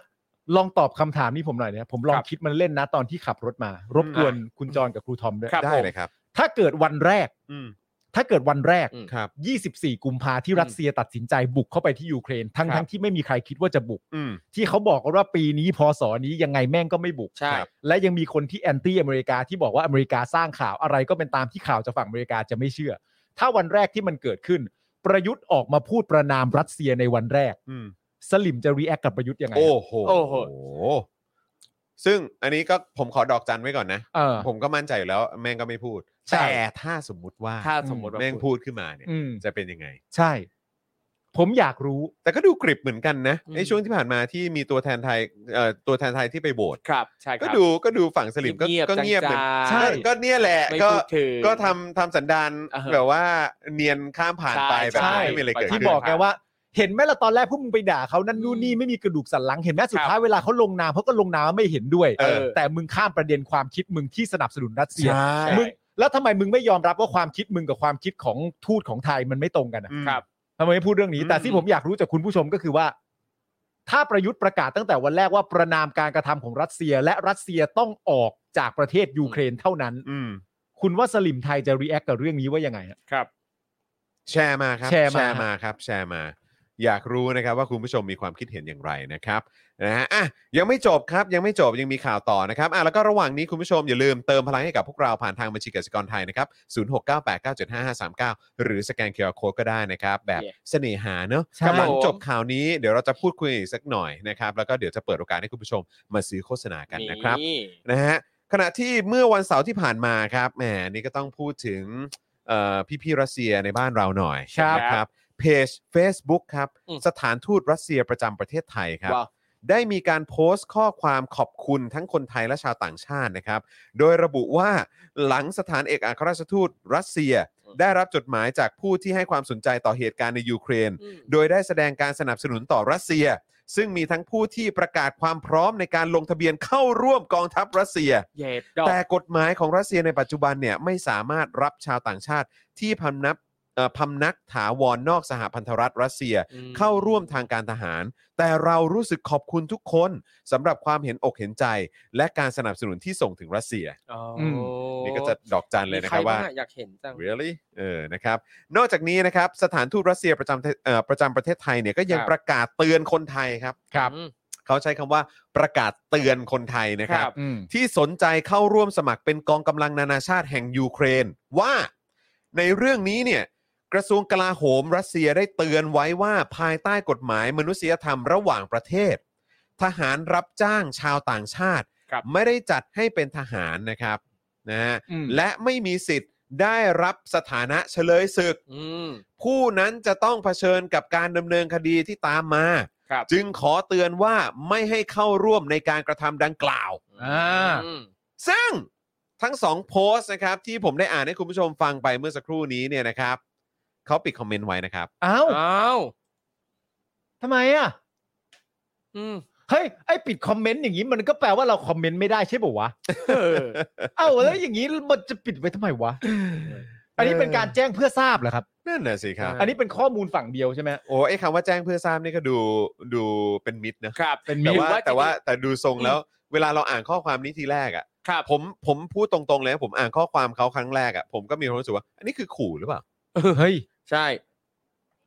ลองตอบคำถามนี้ผมหน่อยนะผมลอง ครับ คิดมันเล่นนะตอนที่ขับรถมา รบกวนคุณจรกับครูทอมด้วย ครับ ได้เลยครับ ถ้าเกิดวันแรก อืม ถ้าเกิดวันแรก อืม ครับ 24 กุมภาที่รัสเซียตัดสินใจบุกเข้าไปที่ยูเครน ทั้ง ครั ทั้ บ งที่ไม่มีใครคิดว่าจะบุก อืม ที่เขาบอกกันว่าปีนี้พศนี้ยังไงแม่งก็ไม่บุก ใช่ ครับ และยังมีคนที่แอนตี้อเมริกาที่บอกว่าอเมริกาสร้างข่าวอะไรก็เป็นตามที่ข่าวจากฝั่งอเมริกาจะไม่เชื่อ ถ้าวันแรกที่มันเกิดขึ้น ประยุทธ์ออกมาพูดประนามรัสเซียในวันแรก อืม สลิมจะรีแอคกับประยุทธ์ยังไง โอ้โห โอ้โห ซึ่งอันนี้ก็ผมขอดอกจันไว้ก่อนนะ เออ ผมก็มั่นใจอยู่แล้ว แม่งก็ไม่พูด ใช่ แต่ถ้าสมมุติว่า ถ้าสมมติว่า แม่งพูดขึ้นมาเนี่ย อืม จะเป็นยังไง ใช่ ผมอยากรู้ แต่ก็ดูกริบเหมือนกันนะ อืม ไอ้ช่วงที่ผ่านมาที่มีตัวแทนไทยเอ่อตัวแทนไทยที่ไปโบสถ์ ครับใช่ครับ ก็ดูก็ดูฝั่งสลิมก็ เงียบๆ ก็เงียบเหมือน จางๆ ใช่ก็เนี่ยแหละ ไม่ ก็ พูดถึง ก็ทำทำสันดาน อ่าฮะ แบบว่าเนียนข้ามผ่านไป ใช่ แบบ ใช่ ไม่มีอะไรเกิด ที่ ขึ้น บอกไงว่า เห็นไหมล่ะตอนแรกพวกมึงไปด่าเขานั่นนู่นนี่ไม่มีกระดูกสันหลังเห็นไหมสุดท้ายเวลาเขาลงนามเขาก็ลงนามว่าไม่เห็นด้วย เออ แต่มึงข้ามประเด็นความคิดมึงที่สนับสนุนรัสเซีย ใช่ มึงแล้วทำไมมึงไม่ยอมรับว่าความคิดมึงกับความคิดของทูตของไทยมันไม่ตรงกันอะ อืม ครับ ทำไมไม่พูดเรื่องนี้ อืม แต่ที่ผมอยากรู้จากคุณผู้ชมก็คือว่า ถ้าประยุทธ์ประกาศตั้งแต่วันแรกว่าประนามการกระทำของรัสเซีย และรัสเซียต้องออกจากประเทศยูเครนเท่านั้น อืม คุณว่าสลิมไทยจะรีแอคกับเรื่องนี้ว่ายังไงฮะ ครับ แชร์มาครับ แชร์มา ครับ แชร์มา อยากรู้นะครับว่าคุณผู้ชมมีความคิดเห็นอย่างไรนะครับนะฮะอ่ะยังไม่จบครับยังไม่จบยังมีข่าวต่อนะครับอ่ะแล้วก็ระหว่างนี้คุณผู้ชมอย่าลืมเติมพลังให้กับพวกเราผ่านทางบัญชีกสิกรไทยนะครับ0698975539 หรือสแกนเคอร์โคก็ได้นะครับแบบ เย้ เสน่หาเนอะ ใช่ กำลังจบข่าวนี้เดี๋ยวเราจะพูดคุยอีกสักหน่อยนะครับแล้วก็เดี๋ยวจะเปิดโอกาสให้คุณผู้ชมมาซื้อโฆษณากันนะครับ นะฮะขณะที่เมื่อวันเสาร์ที่ผ่านมาครับแหมนี่ก็ต้องพูดถึงเอ่อพี่ๆรัสเซียในบ้านเราหน่อย ครับ นะครับเพจ Facebook ครับ อืม สถานทูตรัสเซียประจำประเทศไทยครับ ว้าว ได้มีการโพสต์ข้อความขอบคุณทั้งคนไทยและชาวต่างชาตินะครับ โดยระบุว่าหลังสถานเอกอัครราชทูตรัสเซีย ได้รับจดหมายจากผู้ที่ให้ความสนใจต่อเหตุการณ์ในยูเครน อืม โดยได้แสดงการสนับสนุนต่อรัสเซีย ซึ่งมีทั้งผู้ที่ประกาศความพร้อมในการลงทะเบียนเข้าร่วมกองทัพรัสเซีย เหยดดอก แต่กฎหมายของรัสเซียในปัจจุบันเนี่ยไม่สามารถรับชาวต่างชาติที่พำนักเอ่อพำนักถาวรนอกสหพันธรัฐรัสเซีย อืม เข้าร่วมทางการทหาร แต่เรารู้สึกขอบคุณทุกคนสำหรับความเห็นอกเห็นใจ และการสนับสนุนที่ส่งถึงรัสเซีย อ๋ออ ม นี่ก็จะดอกจันเลยนะครับ มีว่าใงออยากเห็นจัง really เออนะครับนอกจากนี้นะครับสถานทูตรัสเซียประจำเทเอ่อประจำประเทศไทยเนี่ยก็ยัง ครับ ประกาศเตือนคนไทยครับ อืม เขาใช้คำว่าประกาศเตือนคนไทยนะครั ครับ บ อืม ที่สนใจเข้าร่วมสมัครเป็นกองกำลังนานาชาติแห่งยูเครน ว่าในเรื่องนี้เนี่ยกระทรวงกลาโหมรัสเซียได้เตือนไว้ว่าภายใต้กฎหมายมนุษยธรรมระหว่างประเทศ ทหารรับจ้างชาวต่างชาติ ครับ ไม่ได้จัดให้เป็นทหารนะครับนะฮะ อืม และไม่มีสิทธิ์ได้รับสถานะเฉลยศึก อืม ผู้นั้นจะต้องเผชิญกับการดำเนินคดีที่ตามมา ครับ จึงขอเตือนว่าไม่ให้เข้าร่วมในการกระทำดังกล่าว อ่า อืม ซึ่งทั้งสองโพสต์นะครับที่ผมได้อ่านให้คุณผู้ชมฟังไปเมื่อสักครู่นี้เนี่ยนะครับเขาปิดคอมเมนต์ไว้นะครับ เอ้า อ้าว ทำไมอ่ะ อืม เฮ้ย ไอปิดคอมเมนต์อย่างนี้มันก็แปลว่าเราคอมเมนต์ไม่ได้ใช่ [laughs] ป่าวะ เออ เอ้าแล้วอย่างนี้มันจะปิดไว้ทำไมวะ อันนี้เป็นการแจ้งเพื่อทราบเหรอครับ นั่นน่ะสิครับ อันนี้เป็นข้อมูลฝั่งเดียวใช่ไหม โอ้ไอ้คำว่าแจ้งเพื่อทราบนี่ก็ดูดูเป็นมิตรนะครับ เป็นมิ แต่ ตร ว่าแต่ว่าแต่ดูทรง อืม แล้ว เวลาเราอ่านข้อความนี้ทีแรกอ่ะ ครับ ผมผมพูดตรงๆเลยนะผมอ่านข้อความเขาครั้งแรกอ่ะผมก็มีความรู้สึกว่า อันนี้คือขู่หรือเปล่า เฮ้ย ใช่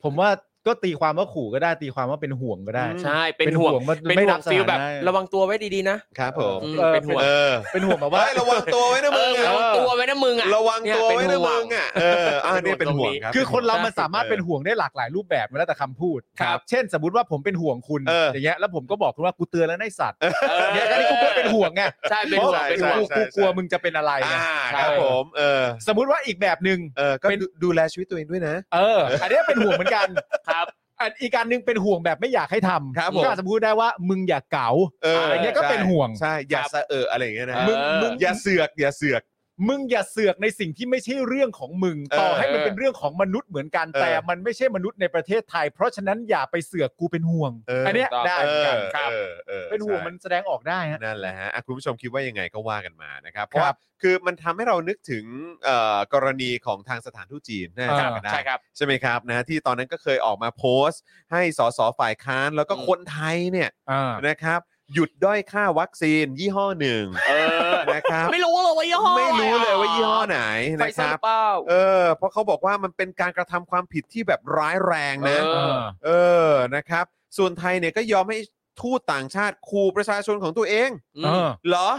ผมว่าก็ตีความว่าขู่ก็ได้ตีความว่าเป็นห่วงก็ได้ ใช่ เป็นห่วง ว่า เป็น ไม่ ห่ว รั ง บ ฟิลแบบ สถานะ ระวังตัวไว้ดีๆนะ ครับผม อืม ออ เป็นห่วง เออ เป็นห่วงแบบว่า เฮ้ยระวังตัวไว้นะ เอ มึ อง ระ อะ วังตัวไว้นะมึงอ่ะ ระวังตัวไว้นะ เนี่ยเป็นห่วง มึงอ่ะเอออ่ะเนี่ยเป็นห่วงครับ คือคนเรา ใช่ มันสามารถเป็นห่วงได้หลากหลายรูปแบบมาแล้วแต่คำพูด ครับ เช่นสมมติว่าผมเป็นห่วงคุณ เอออ อย่างเงี้ยแล้วผมก็บอกคุณว่ากูเตือนแล้วนายสัตว์ เออ อย่างเงี้ยอันนี้กูก็เป็นห่วงไง ใช่เป็นห่วง ใช่ เป็น ใช่ ห่วง กูกูกลัวมึงจะเป็นอะไรไง อ่าครับผมเออ สมมุติว่าอีกแบบหนึ่ง เออก็ เป็น ดูดูแลชีวิตตัวเองด้วยนะ เออ อันเนี้ยเป็นห่วงเหมือนกัน ครับ อันอีกการหนึ่งเป็นห่วงแบบไม่อยากให้ทำ ครับผม ก็อาจจะพูดได้ว่ามึงอย่าเก๋า เออ อันเนี้ยก็เป็นห่วง ใช่อย่าสะเอออะไรอย่างเงี้ยนะ มึงมึง อย่าเสือกอย่าเสือก มึงอย่าเสือกในสิ่งที่ไม่ใช่เรื่องของมึง เออ ต่อให้มันเป็นเรื่องของมนุษย์เหมือนกัน เออ แต่มันไม่ใช่มนุษย์ในประเทศไทย เพราะฉะนั้นอย่าไปเสือกกูเป็นห่วง เอออั นเนี้ยได้ เอ เหมือน อ กัน เออเออ เป็นห่วง ใช่ มันแสดงออกได้ฮะ นั่นแหละฮะอ่ะคุณผู้ชมคิดว่ายังไงก็ว่ากันมานะครับเพ ค ราะ รั ว่า บ คือมันทำให้เรานึกถึงเอ่อกรณีของทางสถานทูตจีนนะ อ่า จำกันได้ ใช่ครับ ใช่ไหมครับนะที่ตอนนั้นก็เคยออกมาโพสต์ ให้สสฝ่ายค้านแล้วก็ อืม คนไทยเนี่ย อ่า นะครับหยุดด้อยค่าวัคซีนยี่ห้อหนึ่ง เออ นะครับ ไม่รู้เลยว่ายี่ห้อ ไม่รู้เลยว่ายี่ห้อไหน ไฟ นะค เซอร์ รั ห บ รือเปล่า เออเพราะเขาบอกว่ามันเป็นการกระทำความผิดที่แบบร้ายแรงนะ เอ า เออนะครับ ส่วนไทยเนี่ยก็ยอมให้ทูตต่างชาติคูประชาชนของตัวเอง อื เอ ม อ เหรอ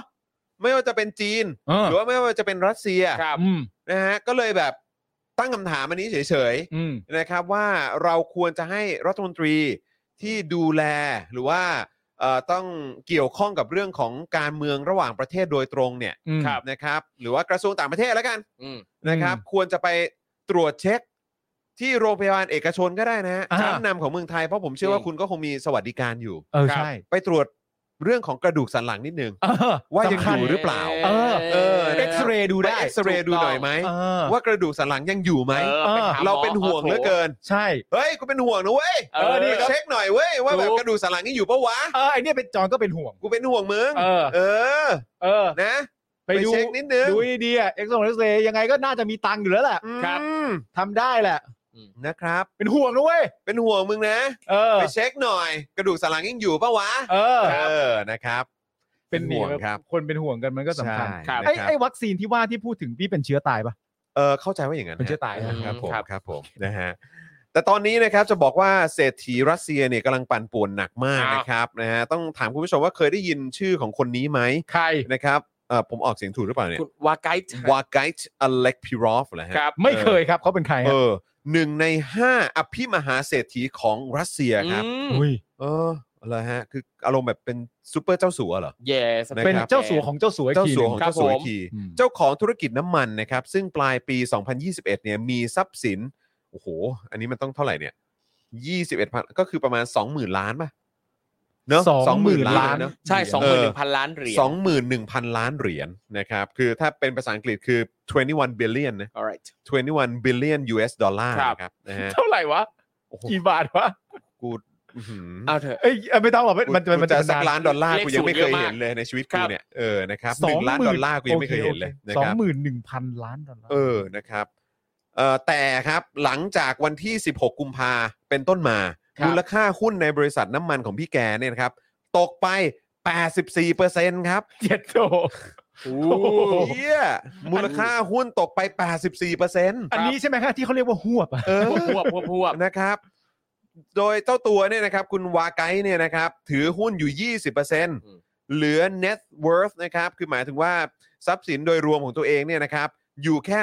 ไม่ว่าจะเป็นจีน เอหอรือว่าไม่ว่าจะเป็นรัสเซีย ครับ อืม นะฮะก็เลยแบบตั้งคำถามอันนี้เฉย อืม ๆนะครับว่าเราควรจะให้รัฐมนตรีที่ดูแลหรือว่าเอ่อต้องเกี่ยวข้องกับเรื่องของการเมืองระหว่างประเทศโดยตรงเนี่ย อืมครับ นะครับหรือว่ากระทรวงต่างประเทศแล้วกัน อืม นะครับ อืม ควรจะไปตรวจเช็ค ที่โรงพยาบาลเอกชนก็ได้นะฮะ อ่า ชั้นนำของเมืองไทยเพราะผมเชื่อว่าคุณก็คงมีสวัสดิการอยู่ เออ ครับ ใช่ ไปตรวจเรื่องของกระดูกสันหลังนิดนึง เออ ว่ายังอสำคัญ ยู่หรือเปล่า เออ เออ เอ็กซเรย์ดูได้ เอ็กซเรย์ ถู ดู กต้อง หน่อยไหม เออ ว่ากระดูกสันหลังยังอยู่ไหม เออ เราเป็นห่วงเหลือเกิน ใช่ เฮ้ยกูเป็นห่วงนะเว้ย เออนี่ครับ เช็คหน่อยเว้ยว่าแบบ ถูก กระดูกสันหลังยังอยู่ปะวะ เออไอเนี่ยเป็นจอนก็เป็นห่วง กูเป็นห่วงมึง เออ เออ เออ นะ ไปดู เช็คนิดนึง ดูดีๆอะเอ็กซ์เรย์เอ็กซเรย์ยังไงก็น่าจะมีตังค์อยู่แล้วแหละ อืม ทำได้แหละ นะครับ เป็นห่วงนะเว้ย เป็นห่วงมึงนะ เออ ไปเช็คหน่อย กระดูกสันหลังยังอยู่ปะวะ เออ เออนะครับ เป็นห่วเป็นงห่วงครับ คนเป็นห่วงกันมันก็สำคัญ ใช่ ไอ้ นะครับ ไอ้วัคซีนที่ว่าที่พูดถึงพี่เป็นเชื้อตายปะ เออเข้าใจว่าอย่างนั้น เป็นเชื้อตายนะ ครับผม ครับ ครับผมนะฮะแต่ตอนนี้นะครับจะบอกว่าเศรษฐีรัสเซียเนี่ยกำลังปั่นป่วนหนักมากนะครับนะฮะต้องถามคุณผู้ชมว่าเคยได้ยินชื่อของคนนี้ไหม ใคร นะครับเอ่อผมออกเสียงถูกหรือเปล่าเนี่ย คุณวาไกด์ วาไกต์อเล็กพิรอฟเหรอฮะ ครับ ไม่เคยครับเขาเป็นใคร เอ ฮะ อหนึ่งในห้าอภิมหาเศรษฐีของรัสเซียครับ อืม อุ้ย เออเหรอฮะ คืออารมณ์แบบเป็นซูเปอร์เจ้าสัวเหรอ Yes นะครับ เป็นเจ้าสัวของเจ้าสัวอีก เจ้า ทีห สัว นึ่ง ของ ครั เจ้า บ สัว ผม คี อืม เจ้าของธุรกิจน้ำมันนะครับ ซึ่งปลายปี 2021 เนี่ยมีทรัพย์สิน โอ้โห อันนี้มันต้องเท่าไหร่เนี่ย 21พันก็คือประมาณ 20,000 ล้านป่ะเนอะ สองหมื่น 20,000 ล้าน เนอะ ใช่สอง เอ หมื่น อ หนึ่งพันล้านเหรียญ 21,000 ล้านเหรียญนะครับ คือถ้าเป็นภาษาอังกฤษคือ 21 billion นะ alright 21 billion US ดอลลาร์ ครับ นะครับนะฮะ เท่าไหร่วะ โอ้โห กี่บาทวะ กูอื้อหือ เอาเถอะ เอ้ยเอ้ยไม่ต้องหรอกมัน กู มันมัน จะ จะ สักล้านดอลลาร์ เลข กูยังไม่ สู เคย งเยอะมาก เห็นเลยในชีวิตกู ครับ เนี่ยเออนะครับหนึ่งล้านดอลลาร์กูยังไม่เคยเห็นเลยนะ สคอง รับ หมื่นหนึ่งพันล้านดอลลาร์ เออนะครับเอ่อแต่ครับหลังจากวันที่ 16 กุมภาเป็นต้นมา ครับ มูลค่าหุ้นในบริษัทน้ำมันของพี่แกเนี่ยนะครับ ตกไป 84%ครับ เจ็ดโต เหี้ยมูลค่าหุ้นตกไป 84% อันนี้ใช่ไหมครับที่เขาเรียกว่าหวบอะ เออ พวบพวบพวบพวบ นะครับ โดยเจ้าตัวเนี่ยนะครับ คุณวาไกเนี่ยนะครับ ถือหุ้นอยู่ 20% ม เหลือ net worth นะครับ คือหมายถึงว่าทรัพย์สินโดยรวมของตัวเองเนี่ยนะครับ อยู่แค่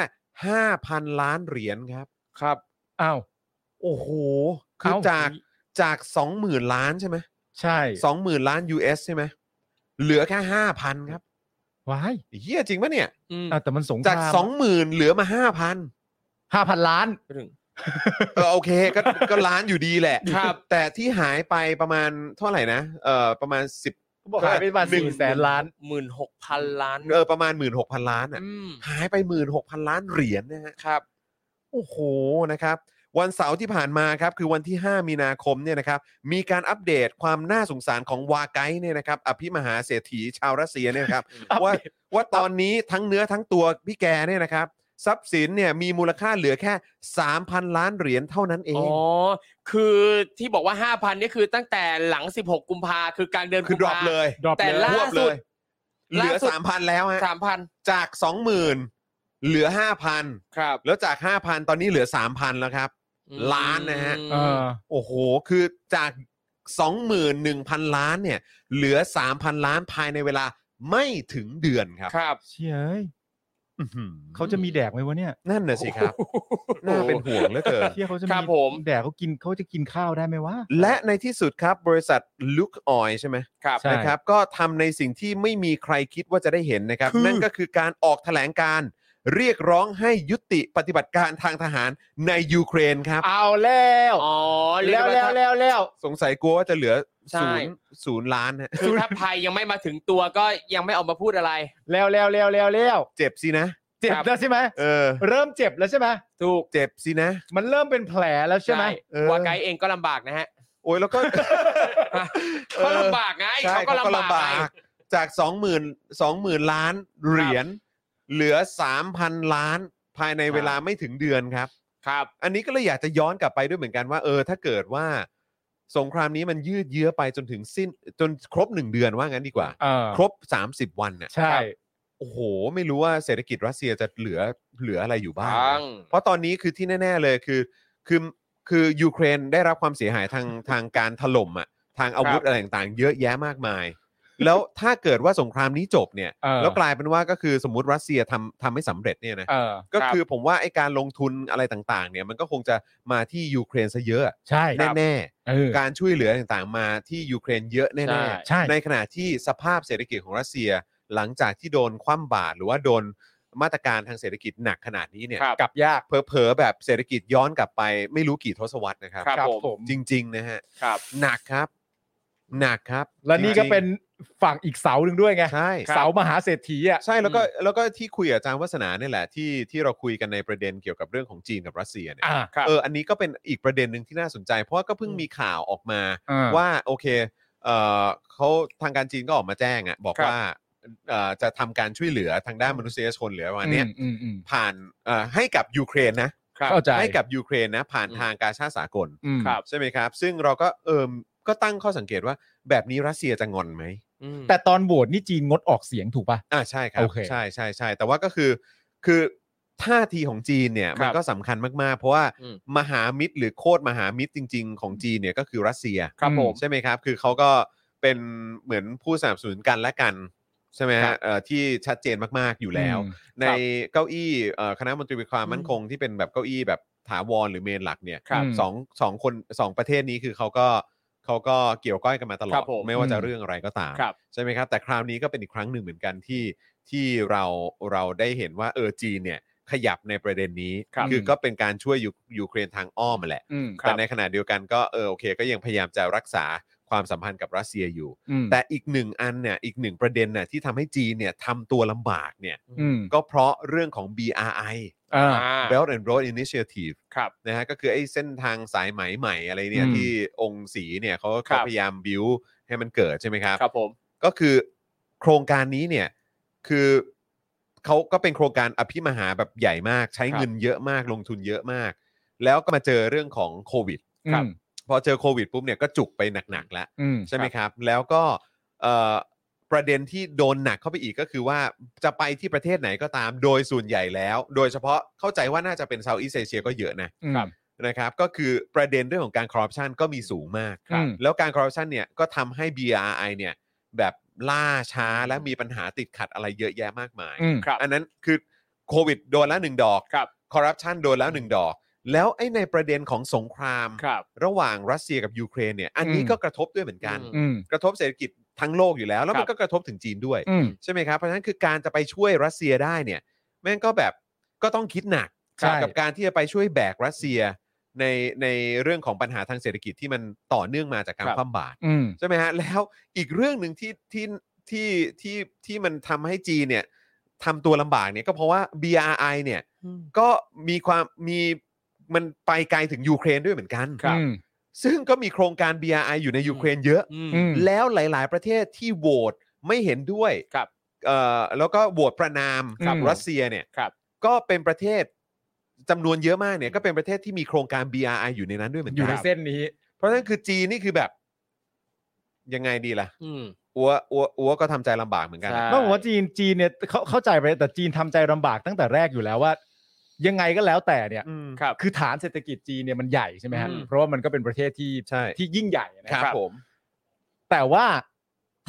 5,000 ล้านเหรียญครับ ครับ อ้าว โอ้โห คือ เอ้า จากจาก 20,000 ล้านใช่ไหม ใช่ 20,000 ล้าน US ใช่ไหมเหลือแค่ 5,000 ครับ ว้าย เฮียจริงปะเนี่ย อืม อ้าวแต่มันสงคราม จาก 20,000 เหลือมา 5,000 ห้าพันล้าน ถึง เออโอเคก็ [laughs] ก็ล้านอยู่ดีแหละ ครับ แต่ที่หายไปประมาณเท่าไหร่นะเออประมาณ 10 เขาบอกหายไปประมาณ หนึ่ง สี่แสนล้าน หมื่นหกพันล้าน เออประมาณ 16,000 ล้านอ่ะ อืม หายไป 16,000 ล้านเหรียญนะฮะ ครับ โอ้โหนะครับ วันเสาร์ที่ผ่านมาครับคือวันที่ 5 มีนาคมเนี่ยนะครับมีการอัปเดตความน่าสงสารของวาไกด์เนี่ยนะครับอภิมหาเศรษฐีชาวรัสเซียเนี่ยนะครับ [laughs] ว่าว่าตอนนี้ทั้งเนื้อทั้งตัวพี่แกเนี่ยนะครับทรัพย์สินเนี่ยมีมูลค่าเหลือแค่ 3,000 ล้านเหรียญเท่านั้นเอ อ๋ ง อ คือที่บอกว่า 5,000นี่คือตั้งแต่หลัง 16 กุมภาคือกลางเดือน คือ กุม ดรอป ภา เลย drop แต่ เลย ล่า ควบเล สุด ย เหลือ ล่าสุด 3,000 แล้วฮะ สามพัน จาก 20,000 เหลือ 5,000 ครับ แล้วจาก 5,000 ตอนนี้เหลือ 3,000 แล้วครับ ล้านนะฮะ เออ โอ้โห คือจาก 21,000 ล้านเนี่ย เหลือ 3,000 ล้านภายในเวลาไม่ถึงเดือนครับ ครับ เชี่ยเอ้ย อื้อหือ เขาจะมีแดกไหมวะเนี่ย นั่นน่ะสิครับ น่าเป็นห่วงเหลือเกิน เชี่ยเขาจะ ครับผม แดกเขากินเขาจะกินข้าวได้ไหมวะ และในที่สุดครับบริษัทลุคออยใช่ไหม ครับ ใช่ นะครับ ก็ทำในสิ่งที่ไม่มีใครคิดว่าจะได้เห็นนะครับ คือ นั่นก็คือการออกแถลงการ เรียกร้องให้ยุติปฏิบัติการทางทหารในยูเครนครับ เอาแล้ว อ๋อเรีย แล้ ก ว ได้ แล้ว ว่า แล้วแล้ว สงสัยกลัวว่าจะเหลือศูใช่นย์ศูนย์ล้านฮะ คือถ้าภัยยังไม่มาถึงตัวก็ยังไม่ออกมาพูดอะไร แล้วแล้วแล้วแล้วแล้ว เจ็บสินะ เจ็บ ครับ แล้วใช่ไหม เออ เริ่มเจ็บแล้วใช่ไหม ถูก เจ็บสินะ มันเริ่มเป็นแผลแล้วใช่ไหม เออ วาไกด์เองก็ลำบากนะฮะ โอ้ยแล้วก็ [laughs] เขาลำบากไง ใช่ เขาก็ลำบากไง จากสองหมื่นสองหมื่นล้านเหรียญเหลือสามพันล้านภายใน ครับ เวลาไม่ถึงเดือนครับ ครับ อันนี้ก็เลยอยากจะย้อนกลับไปด้วยเหมือนกันว่า เออ ถ้าเกิดว่าสงครามนี้มันยืดเยื้อไปจนถึงสิ้นจนครบหนึ่งเดือนว่างั้นดีกว่า เออ ครบ 30 วันเนี่ย ใช่ โอ้โห ไม่รู้ว่าเศรษฐกิจรัสเซียจะเหลือเหลืออะไรอยู่บ้าง บ้าง เพราะตอนนี้คือที่แน่ ๆเลยคือ คือคือยูเครนได้รับความเสียหายทางทางการถล่มอ่ะทางอาวุธอะไรต่างๆ เยอะแยะมากมาย แล้วถ้าเกิดว่าสงครามนี้จบเนี่ย เออ แล้วกลายเป็นว่าก็คือสมมติรัสเซียทำทำไม่สำเร็จเนี่ยนะ เออ ก็ ครับ คือผมว่าไอการลงทุนอะไรต่างๆ เนี่ยมันก็คงจะมาที่ยูเครนซะเยอะ ใช่ แน่ เออ ๆการช่วยเหลือต่างๆ มาที่ยูเครนเยอะแน่ ใช่ ๆ ใช่ ในขณะที่สภาพเศรษฐกิจของรัสเซียหลังจากที่โดนคว่ำบาตรหรือว่าโดนมาตรการทางเศรษฐกิจหนักขนาดนี้เนี่ย ครับ กลับยาก เผลอๆแบบเศรษฐกิจย้อนกลับไปไม่รู้กี่ทศวรรษนะครับ ครับผม จริง ๆ นะฮะ ครับ หนักครับ หนักครับ และนี่ จ ก็ ริงๆ เป็นฝั่งอีกเสาหนึ่งด้วยไง ใช่ เสามหาเศรษฐีอ่ะ ใช่แล้วก็แล้วก็ที่คุยกับอาจารย์วัฒนาเนี่ยแหละที่ที่เราคุยกันในประเด็นเกี่ยวกับเรื่องของจีนกับรัสเซียเนี่ย อ่า เอออันนี้ก็เป็นอีกประเด็นหนึ่งที่น่าสนใจ เพราะว่าก็เพิ่งมีข่าวออกมา ว่าโอเคเอ่อเขาทางการจีนก็ออกมาแจ้งอะบอก ครับ ว่าเอ่อจะทำการช่วยเหลือทางด้านมนุษยชนเหลือประมาณเนี้ย อืมอืม ผ่านเอ่อให้กับยูเครนนะ ครั เข้าใจ ให้กับยูเครนนะผ่าน อืม ทางการชาติสากล อืม ใช่ไหมครับ ซึ่งเราก็เอิมก็ตั้งข้อสังเกตว่าแบบนี้รัสเซียจะงอนไหม อืม แต่ตอนโหวตนี่จีนงดออกเสียงถูกป่ะ อ่าใช่ครับ โอเค ใช่ใช่ใช่แต่ว่าก็คือคือท่าทีของจีนเนี่ย ครับ มันก็สำคัญมากๆ เพราะว่า อืม มหามิตรหรือโคตรมหามิตรจริง ๆ ของจีนเนี่ยก็คือรัสเซีย ครับผม ใช่ไหมครับ คือเขาก็เป็นเหมือนผู้สนับสนุนกันและกัน ใช่ไหม ครั ฮะ บ เอ่อที่ชัดเจนมากๆอยู่แล้ว อืม ในเก้าอี้เอ่อคณะมนตรีความมั่นคงที่เป็นแบบเก้าอี้แบบถาวรหรือเมนหลักเนี่ย ครับ อืม สองสองคนสองประเทศนี้คือเขาก็เขาก็เกี่ยวก้อยกันมาตลอดครับผม ไม่ว่าจะ อืม เรื่องอะไรก็ตาม ครับ ใช่ไหมครับ แต่คราวนี้ก็เป็นอีกครั้งหนึ่งเหมือนกันที่ที่เราเราได้เห็นว่าเออจีนเนี่ยขยับในประเด็นนี้ ครับ คือก็เป็นการช่วยยูยูเครนทางอ้อมแหละ อืม แต่ในขณะเดียวกันก็เออโอเค ก็ยังพยายามจะรักษาความสัมพันธ์กับรัสเซียอยู่ อืม แต่อีกหนึ่งอันเนี่ยอีกหนึ่งประเด็นน่ะที่ทำให้จีนเนี่ยทำตัวลำบากเนี่ย อืม ก็เพราะเรื่องของ BRI อ่า อ่า Belt and Road Initiative ครับ นะฮะก็คือไอ้เส้นทางสายไหมใหม่อะไรเนี่ย อืม ที่องค์สีเนี่ยเขา ครั เขา บ พยายามบิวให้มันเกิดใช่ไหมครับ ครับผม ก็คือโครงการนี้เนี่ยคือเขาก็เป็นโครงการอภิมหาแบบใหญ่มาก ใช้เงินเยอะมากลงทุนเยอะมาก แล้วก็มาเจอเรื่องของโควิด ครับ พอเจอโควิดปุ๊บเนี่ยก็จุกไปหนักๆแล้ว อืม ใช่ไหมครับ แล้วก็เอ่อประเด็นที่โดนหนักเข้าไปอีกก็คือว่าจะไปที่ประเทศไหนก็ตามโดยส่วนใหญ่แล้ว โดยเฉพาะเข้าใจว่าน่าจะเป็นเซาท์อีสเอเชียก็เยอะนะ รับ นะครับ ก็คือประเด็นเรื่องของการคอร์รัปชันก็มีสูงมาก ครับ แล้วการคอร์รัปชันเนี่ยก็ทำให้ BRI เนี่ยแบบล่าช้าและมีปัญหาติดขัดอะไรเยอะแยะมากมาย อืม ครับ อันนั้นคือโควิดโดนแล้วหนึ่งดอก ครับ คอร์รัปชันโดนแล้วหนึ่งดอก แล้วไอ้ในประเด็นของสงคราม ครับ ระหว่างรัสเซียกับยูเครนเนี่ยอันนี้ก็กระทบด้วยเหมือนกัน อื อืม กระทบเศรษฐกิจทั้งโลกอยู่แล้ว แล้วมัน ครับ ก็กระทบถึงจีนด้วย อืม ใช่ไหมครับเพราะฉะนั้นคือการจะไปช่วยรัสเซียได้เนี่ยแม่งก็แบบก็ต้องคิดหนัก ใช่ กับการที่จะไปช่วยแบกรัสเซีย ในในเรื่องของปัญหาทางเศรษฐกิจที่มันต่อเนื่องมาจากการ ครับ คว่ำบาตร อืม ใช่ไหมฮะแล้วอีกเรื่องหนึ่งที่ที่ที่ที่ที่มันทำให้จีนเนี่ยทำตัวลำบากเนี่ยก็เพราะว่า BRI เนี่ยก็มีความมีมันไปไกลถึงยูเครนด้วยเหมือนกัน อืม ซึ่งก็มีโครงการ BRI อยู่ในยูเครนเยอะ อืม อืม แล้วหลาย ๆ ประเทศที่โหวตไม่เห็นด้วย ครับ เอ่อแล้วก็โหวตประนาม ครับ รัสเซียเนี่ย ครับ ก็เป็นประเทศจำนวนเยอะมากเนี่ยก็เป็นประเทศที่มีโครงการ BRI อยู่ในนั้นด้วยเหมือน อยู่ กั ในเส้นนี้ เพราะฉะนั้นคือจีนนี่คือแบบยังไงดีล่ะ อืม อัวอัวอัวก็ทำใจลำบากเหมือนกัน ใช่ นะ ต้องบอกว่าจีนจีนเนี่ยเขาเข้าใจไปแต่จีนทำใจลำบากตั้งแต่แรกอยู่แล้วว่า ยังไงก็แล้วแต่เนี่ย ครับ คือฐานเศรษฐกิจจีนเนี่ยมันใหญ่ใช่ไหมฮะ อืม เพราะว่ามันก็เป็นประเทศที่ ใช่ ที่ยิ่งใหญ่นะ ค ค รั รั บบ ผม แต่ว่า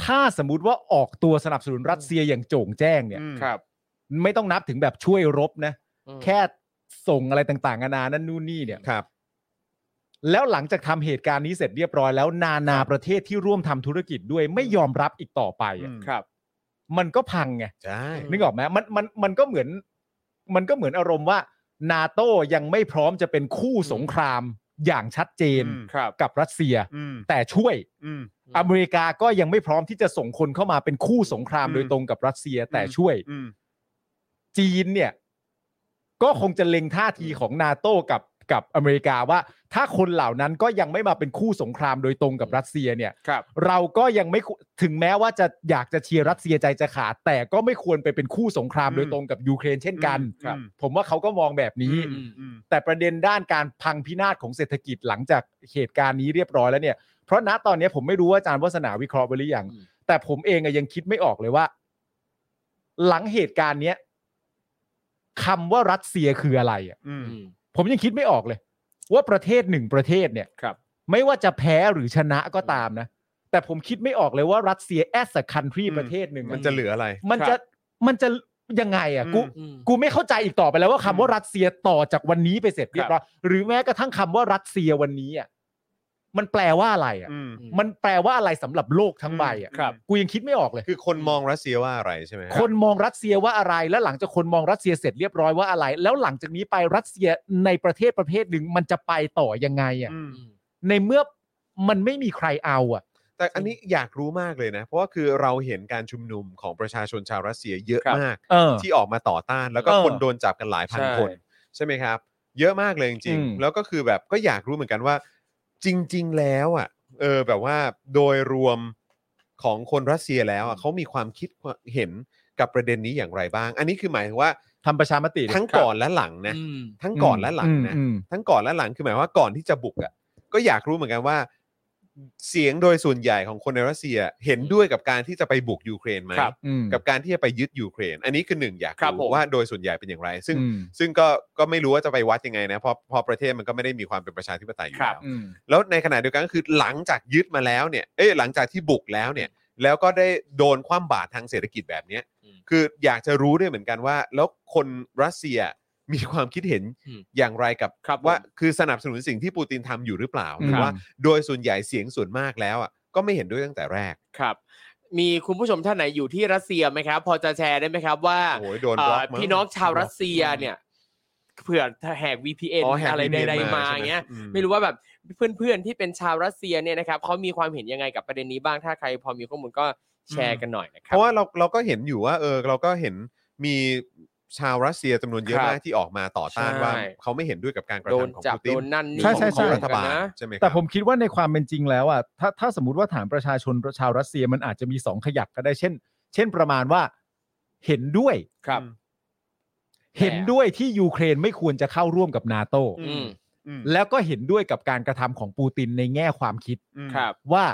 ถ้าสมมุติว่าออกตัวสนับสนุนรัสเซียอย่างโจ่งแจ้งเนี่ย ครับ ไม่ต้องนับถึงแบบช่วยรบนะ อืม แค่ส่งอะไรต่างๆนานานั่นนู่นนี่เนี่ย ครับ แล้วหลังจากทำเหตุการณ์นี้เสร็จเรียบร้อยแล้วนานาประเทศที่ร่วมทำธุรกิจด้วยไม่ยอมรับอีกต่อไปอะ อืม ครับ มันก็พังไง ใช่ อืม นึกออกไหมมันมันมันก็เหมือน มันก็เหมือนอารมณ์ว่า นาโต้ยังไม่พร้อมจะเป็นคู่สงครามอย่างชัดเจน อืม ครับ กับรัสเซีย อืม แต่ช่วย อืม อืม อเมริกาก็ยังไม่พร้อมที่จะส่งคนเข้ามาเป็นคู่สงคราม อืม โดยตรงกับรัสเซีย แต่ อืม ช่วย อืม จีนเนี่ย ก็คงจะเล็งท่าทีของนาโต้กับกับอเมริกาว่า ถ้าคนเหล่านั้นก็ยังไม่มาเป็นคู่สงครามโดยตรงกับรัสเซียเนี่ย ครับ เราก็ยังไม่คุถึงแม้ว่าจะอยากจะเชียร์รัสเซียใจจะขาด แต่ก็ไม่ควรไปเป็นคู่สงคราม อืม โดยตรงกับยูเครนเช่นกัน อืมครับ ผมว่าเขาก็มองแบบนี้ อืมอืม แต่ประเด็นด้านการพังพินาศของเศรษฐกิจหลังจากเหตุการณ์นี้เรียบร้อยแล้วเนี่ย เพราะณตอนนี้ผมไม่รู้ว่าอาจารย์วัฒนาวิเคราะห์ไปหรือยัง อืม แต่ผมเองอะยังคิดไม่ออกเลยว่า หลังเหตุการณ์เนี้ยคำว่ารัสเซียคืออะไรอะ อืม อืม ผมยังคิดไม่ออกเลย ว่าประเทศหนึ่งประเทศเนี่ย ครับ ไม่ว่าจะแพ้หรือชนะก็ตามนะ แต่ผมคิดไม่ออกเลยว่ารัสเซียแอสคันทรี อืม ประเทศหนึ่ง มันจะเหลืออะไร มันจะ ครับ มันจะยังไงอ่ะ อืม กู อืม กูไม่เข้าใจอีกต่อไปแล้วว่าคำว่ารัสเซียต่อจากวันนี้ไปเสร็จเรียบร้อยหรือแม้กระทั่งคำว่ารัสเซียวันนี้อ่ะมันแปลว่าอะไรอ่ะ อืม มันแปลว่าอะไรสำหรับโลกทั้งใบอ่ะ ครับ กูยังคิดไม่ออกเลย คือคนมองรัสเซียว่าอะไรใช่ไหม คนมองรัสเซียว่าอะไร แล้วหลังจากคนมองรัสเซียเสร็จเรียบร้อยว่าอะไร แล้วหลังจากนี้ไปรัสเซียในประเทศประเภทหนึ่งมันจะไปต่อยังไงอ่ะ อืม อืม ในเมื่อมันไม่มีใครเอาอ่ะ แต่อันนี้อยากรู้มากเลยนะ เพราะว่าคือเราเห็นการชุมนุมของประชาชนชาวรัสเซียเยอะ ครับ มาก เออ ที่ออกมาต่อต้าน แล้วก็ เออ คนโดนจับกันหลายพัน ใช่ คน ใช่ไหมครับ เยอะมากเลยจริง อืม ๆ แล้วก็คือแบบก็อยากรู้เหมือนกันว่า จริง ๆ แล้วอ่ะเออแบบว่าโดยรวมของคนรัสเซียแล้วอ่ะเขามีความคิดเห็นกับประเด็นนี้อย่างไรบ้าง อันนี้คือหมายถึงว่า ทำประชามติดิ ทั้งก่อนและหลังนะ อืม ทั้งก่อนและหลังนะ อืม ทั้งก่อนและหลังคือหมายว่าก่อนที่จะบุกอ่ะก็อยากรู้เหมือนกันว่า เสียงโดยส่วนใหญ่ของคนในรัสเซียเห็นด้วยกับการที่จะไปบุกยูเครนไหม ครับ อืม กับการที่จะไปยึดยูเครน อันนี้คือหนึ่งอยาก ครับผม ว่าโดยส่วนใหญ่เป็นอย่างไร ซึ่ง อืม ซึ่งก็ก็ไม่รู้ว่าจะไปวัดยังไงนะเพราะเพราะประเทศมันก็ไม่ได้มีความเป็นประชาธิปไตยอยู่แล้ว อืม แล้วในขณะเดียวกันก็คือหลังจากยึดมาแล้วเนี่ยเอ้ยหลังจากที่บุกแล้วเนี่ย แล้วก็ได้โดนคว่ำบาตรทางเศรษฐกิจแบบเนี้ย อืม คืออยากจะรู้ด้วยเหมือนกันว่า แล้วคนรัสเซียมีความคิดเห็น อืม อย่างไรกับ ครับ ว่า ผม คือสนับสนุนสิ่งที่ปูตินทำอยู่หรือเปล่าหรือว่า โดยส่วนใหญ่เสียงส่วนมากแล้วอ่ะก็ไม่เห็นด้วยตั้งแต่แรก ครับ มีคุณผู้ชมท่านไหนอยู่ที่รัสเซียไหมครับ พอจะแชร์ได้ไหมครับว่า โอ้ยโดน เอ่ บล็ออกมั้ง พี่น้องชาวรัสเซียเนี่ยเผื่อแหก VPN อ๋อแฮก อะไร วีพีเอ็น ใดๆมา ใช่ไห เงี้ย อื ไม่รู้ว่าแบบเพื่อนๆที่เป็นชาวรัสเซียเนี่ยนะครับเขามีความเห็นยังไงกับประเด็นนี้บ้างถ้าใครพอมีข้อมูลก็แชร์กันหน่อยนะค เพ รับ ราะว่าเราเราก็เห็นอยู่ว่าเออเราก็เห็นมีชาวรัสเซียจำนวนเยอะ ครับ มากที่ออกมาต่อต้าน ใช่ ว่าเขาไม่เห็นด้วยกับการกระ โดน ทำของ จับ ปูติ โด น นนั่นนี่ ใช่ใช่ ของ ใช่ รัฐบาล นะ ใช่ไหมครับ แต่ผมคิดว่าในความเป็นจริงแล้วอ่ะถ้าถ้าสมมติว่าถามประชาชนชาวรัสเซียมันอาจจะมีสองขยักก็ได้เช่น เช่นประมาณว่า เห็นด้วย ครับ เห็นด้วยที่ยูเครนไม่ควรจะเข้าร่วมกับนาโต อืม อืม แล้วก็เห็นด้วยกับการกระทำของปูตินในแง่ความคิด อืม ครับ ว่า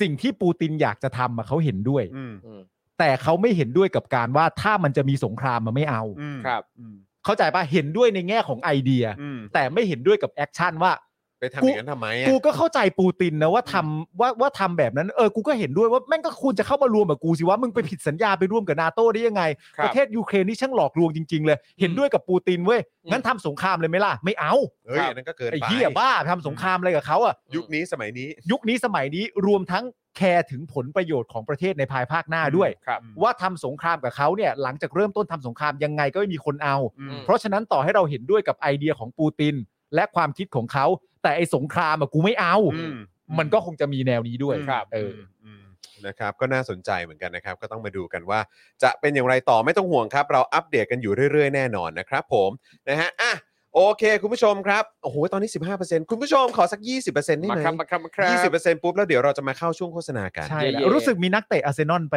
สิ่งที่ปูตินอยากจะทำอะเขาเห็นด้วย อืม อืม แต่เขาไม่เห็นด้วยกับการว่าถ้ามันจะมีสงครามมันไม่เอา อืม ครับ อืม เข้าใจปะเห็นด้วยในแง่ของไอเดีย อืม แต่ไม่เห็นด้วยกับแอคชั่นว่า ไปทำอย่างนั้นทำไมอ่ะ กูก็เข้าใจปูตินนะว่าทำว่าว่าทำแบบนั้นเออกูก็เห็นด้วยว่าแม่งก็ควรจะเข้ามารวมกับกูสิว่ามึงไปผิดสัญญาไปร่วมกับนาโต้ได้ยังไง ครับ ประเทศยูเครนนี่ช่างหลอกลวงจริงๆเลย เห็นด้วยกับปูตินเว้ย อืม งั้นทำสงครามเลยไหมล่ะไม่เอา เฮ้ยอันนั้นก็เกิน ไอ้ ไป เหี้ยบ้าทำสงครามอะไรกับเขาอ่ะ ยุคนี้สมัยนี้ ยุคนี้สมัยนี้รวมทั้งแคร์ถึงผลประโยชน์ของประเทศในภายภาคหน้าด้วย ครับ ว่าทำสงครามกับเขาเนี่ยหลังจากเริ่มต้นทำสงครามยังไงก็ไม่มีคนเอา อืม เพราะฉะนั้นต่อให้เราเห็นด้วยกับไอเดียของปูติน และความคิดของเขา แต่ไอ้สงครามอะกูไม่เอา อืม มันก็คงจะมีแนวนี้ด้วย ครับ เอออ มมนะครับก็น่าสนใจเหมือนกันนะครับ ก็ต้องมาดูกันว่า จะเป็นอย่างไรต่อไม่ต้องห่วงครับ เราอัปเดตกันอยู่เรื่อยๆ แน่นอนนะครับผมนะฮะอ่ะโอเค คุณผู้ชมครับโอ้โหตอนนี้ 15%คุณผู้ชมขอสัก 20%ได้ มา ไหม ครับมาครับมาครับ ยี่สิบเปอร์เซ็นต์ปุ๊บแล้วเดี๋ยวเราจะมาเข้าช่วงโฆษณากัน ใช่ เย่ แล้ เย่ วรู้สึกมีนักเตะอาร์เซนอลไป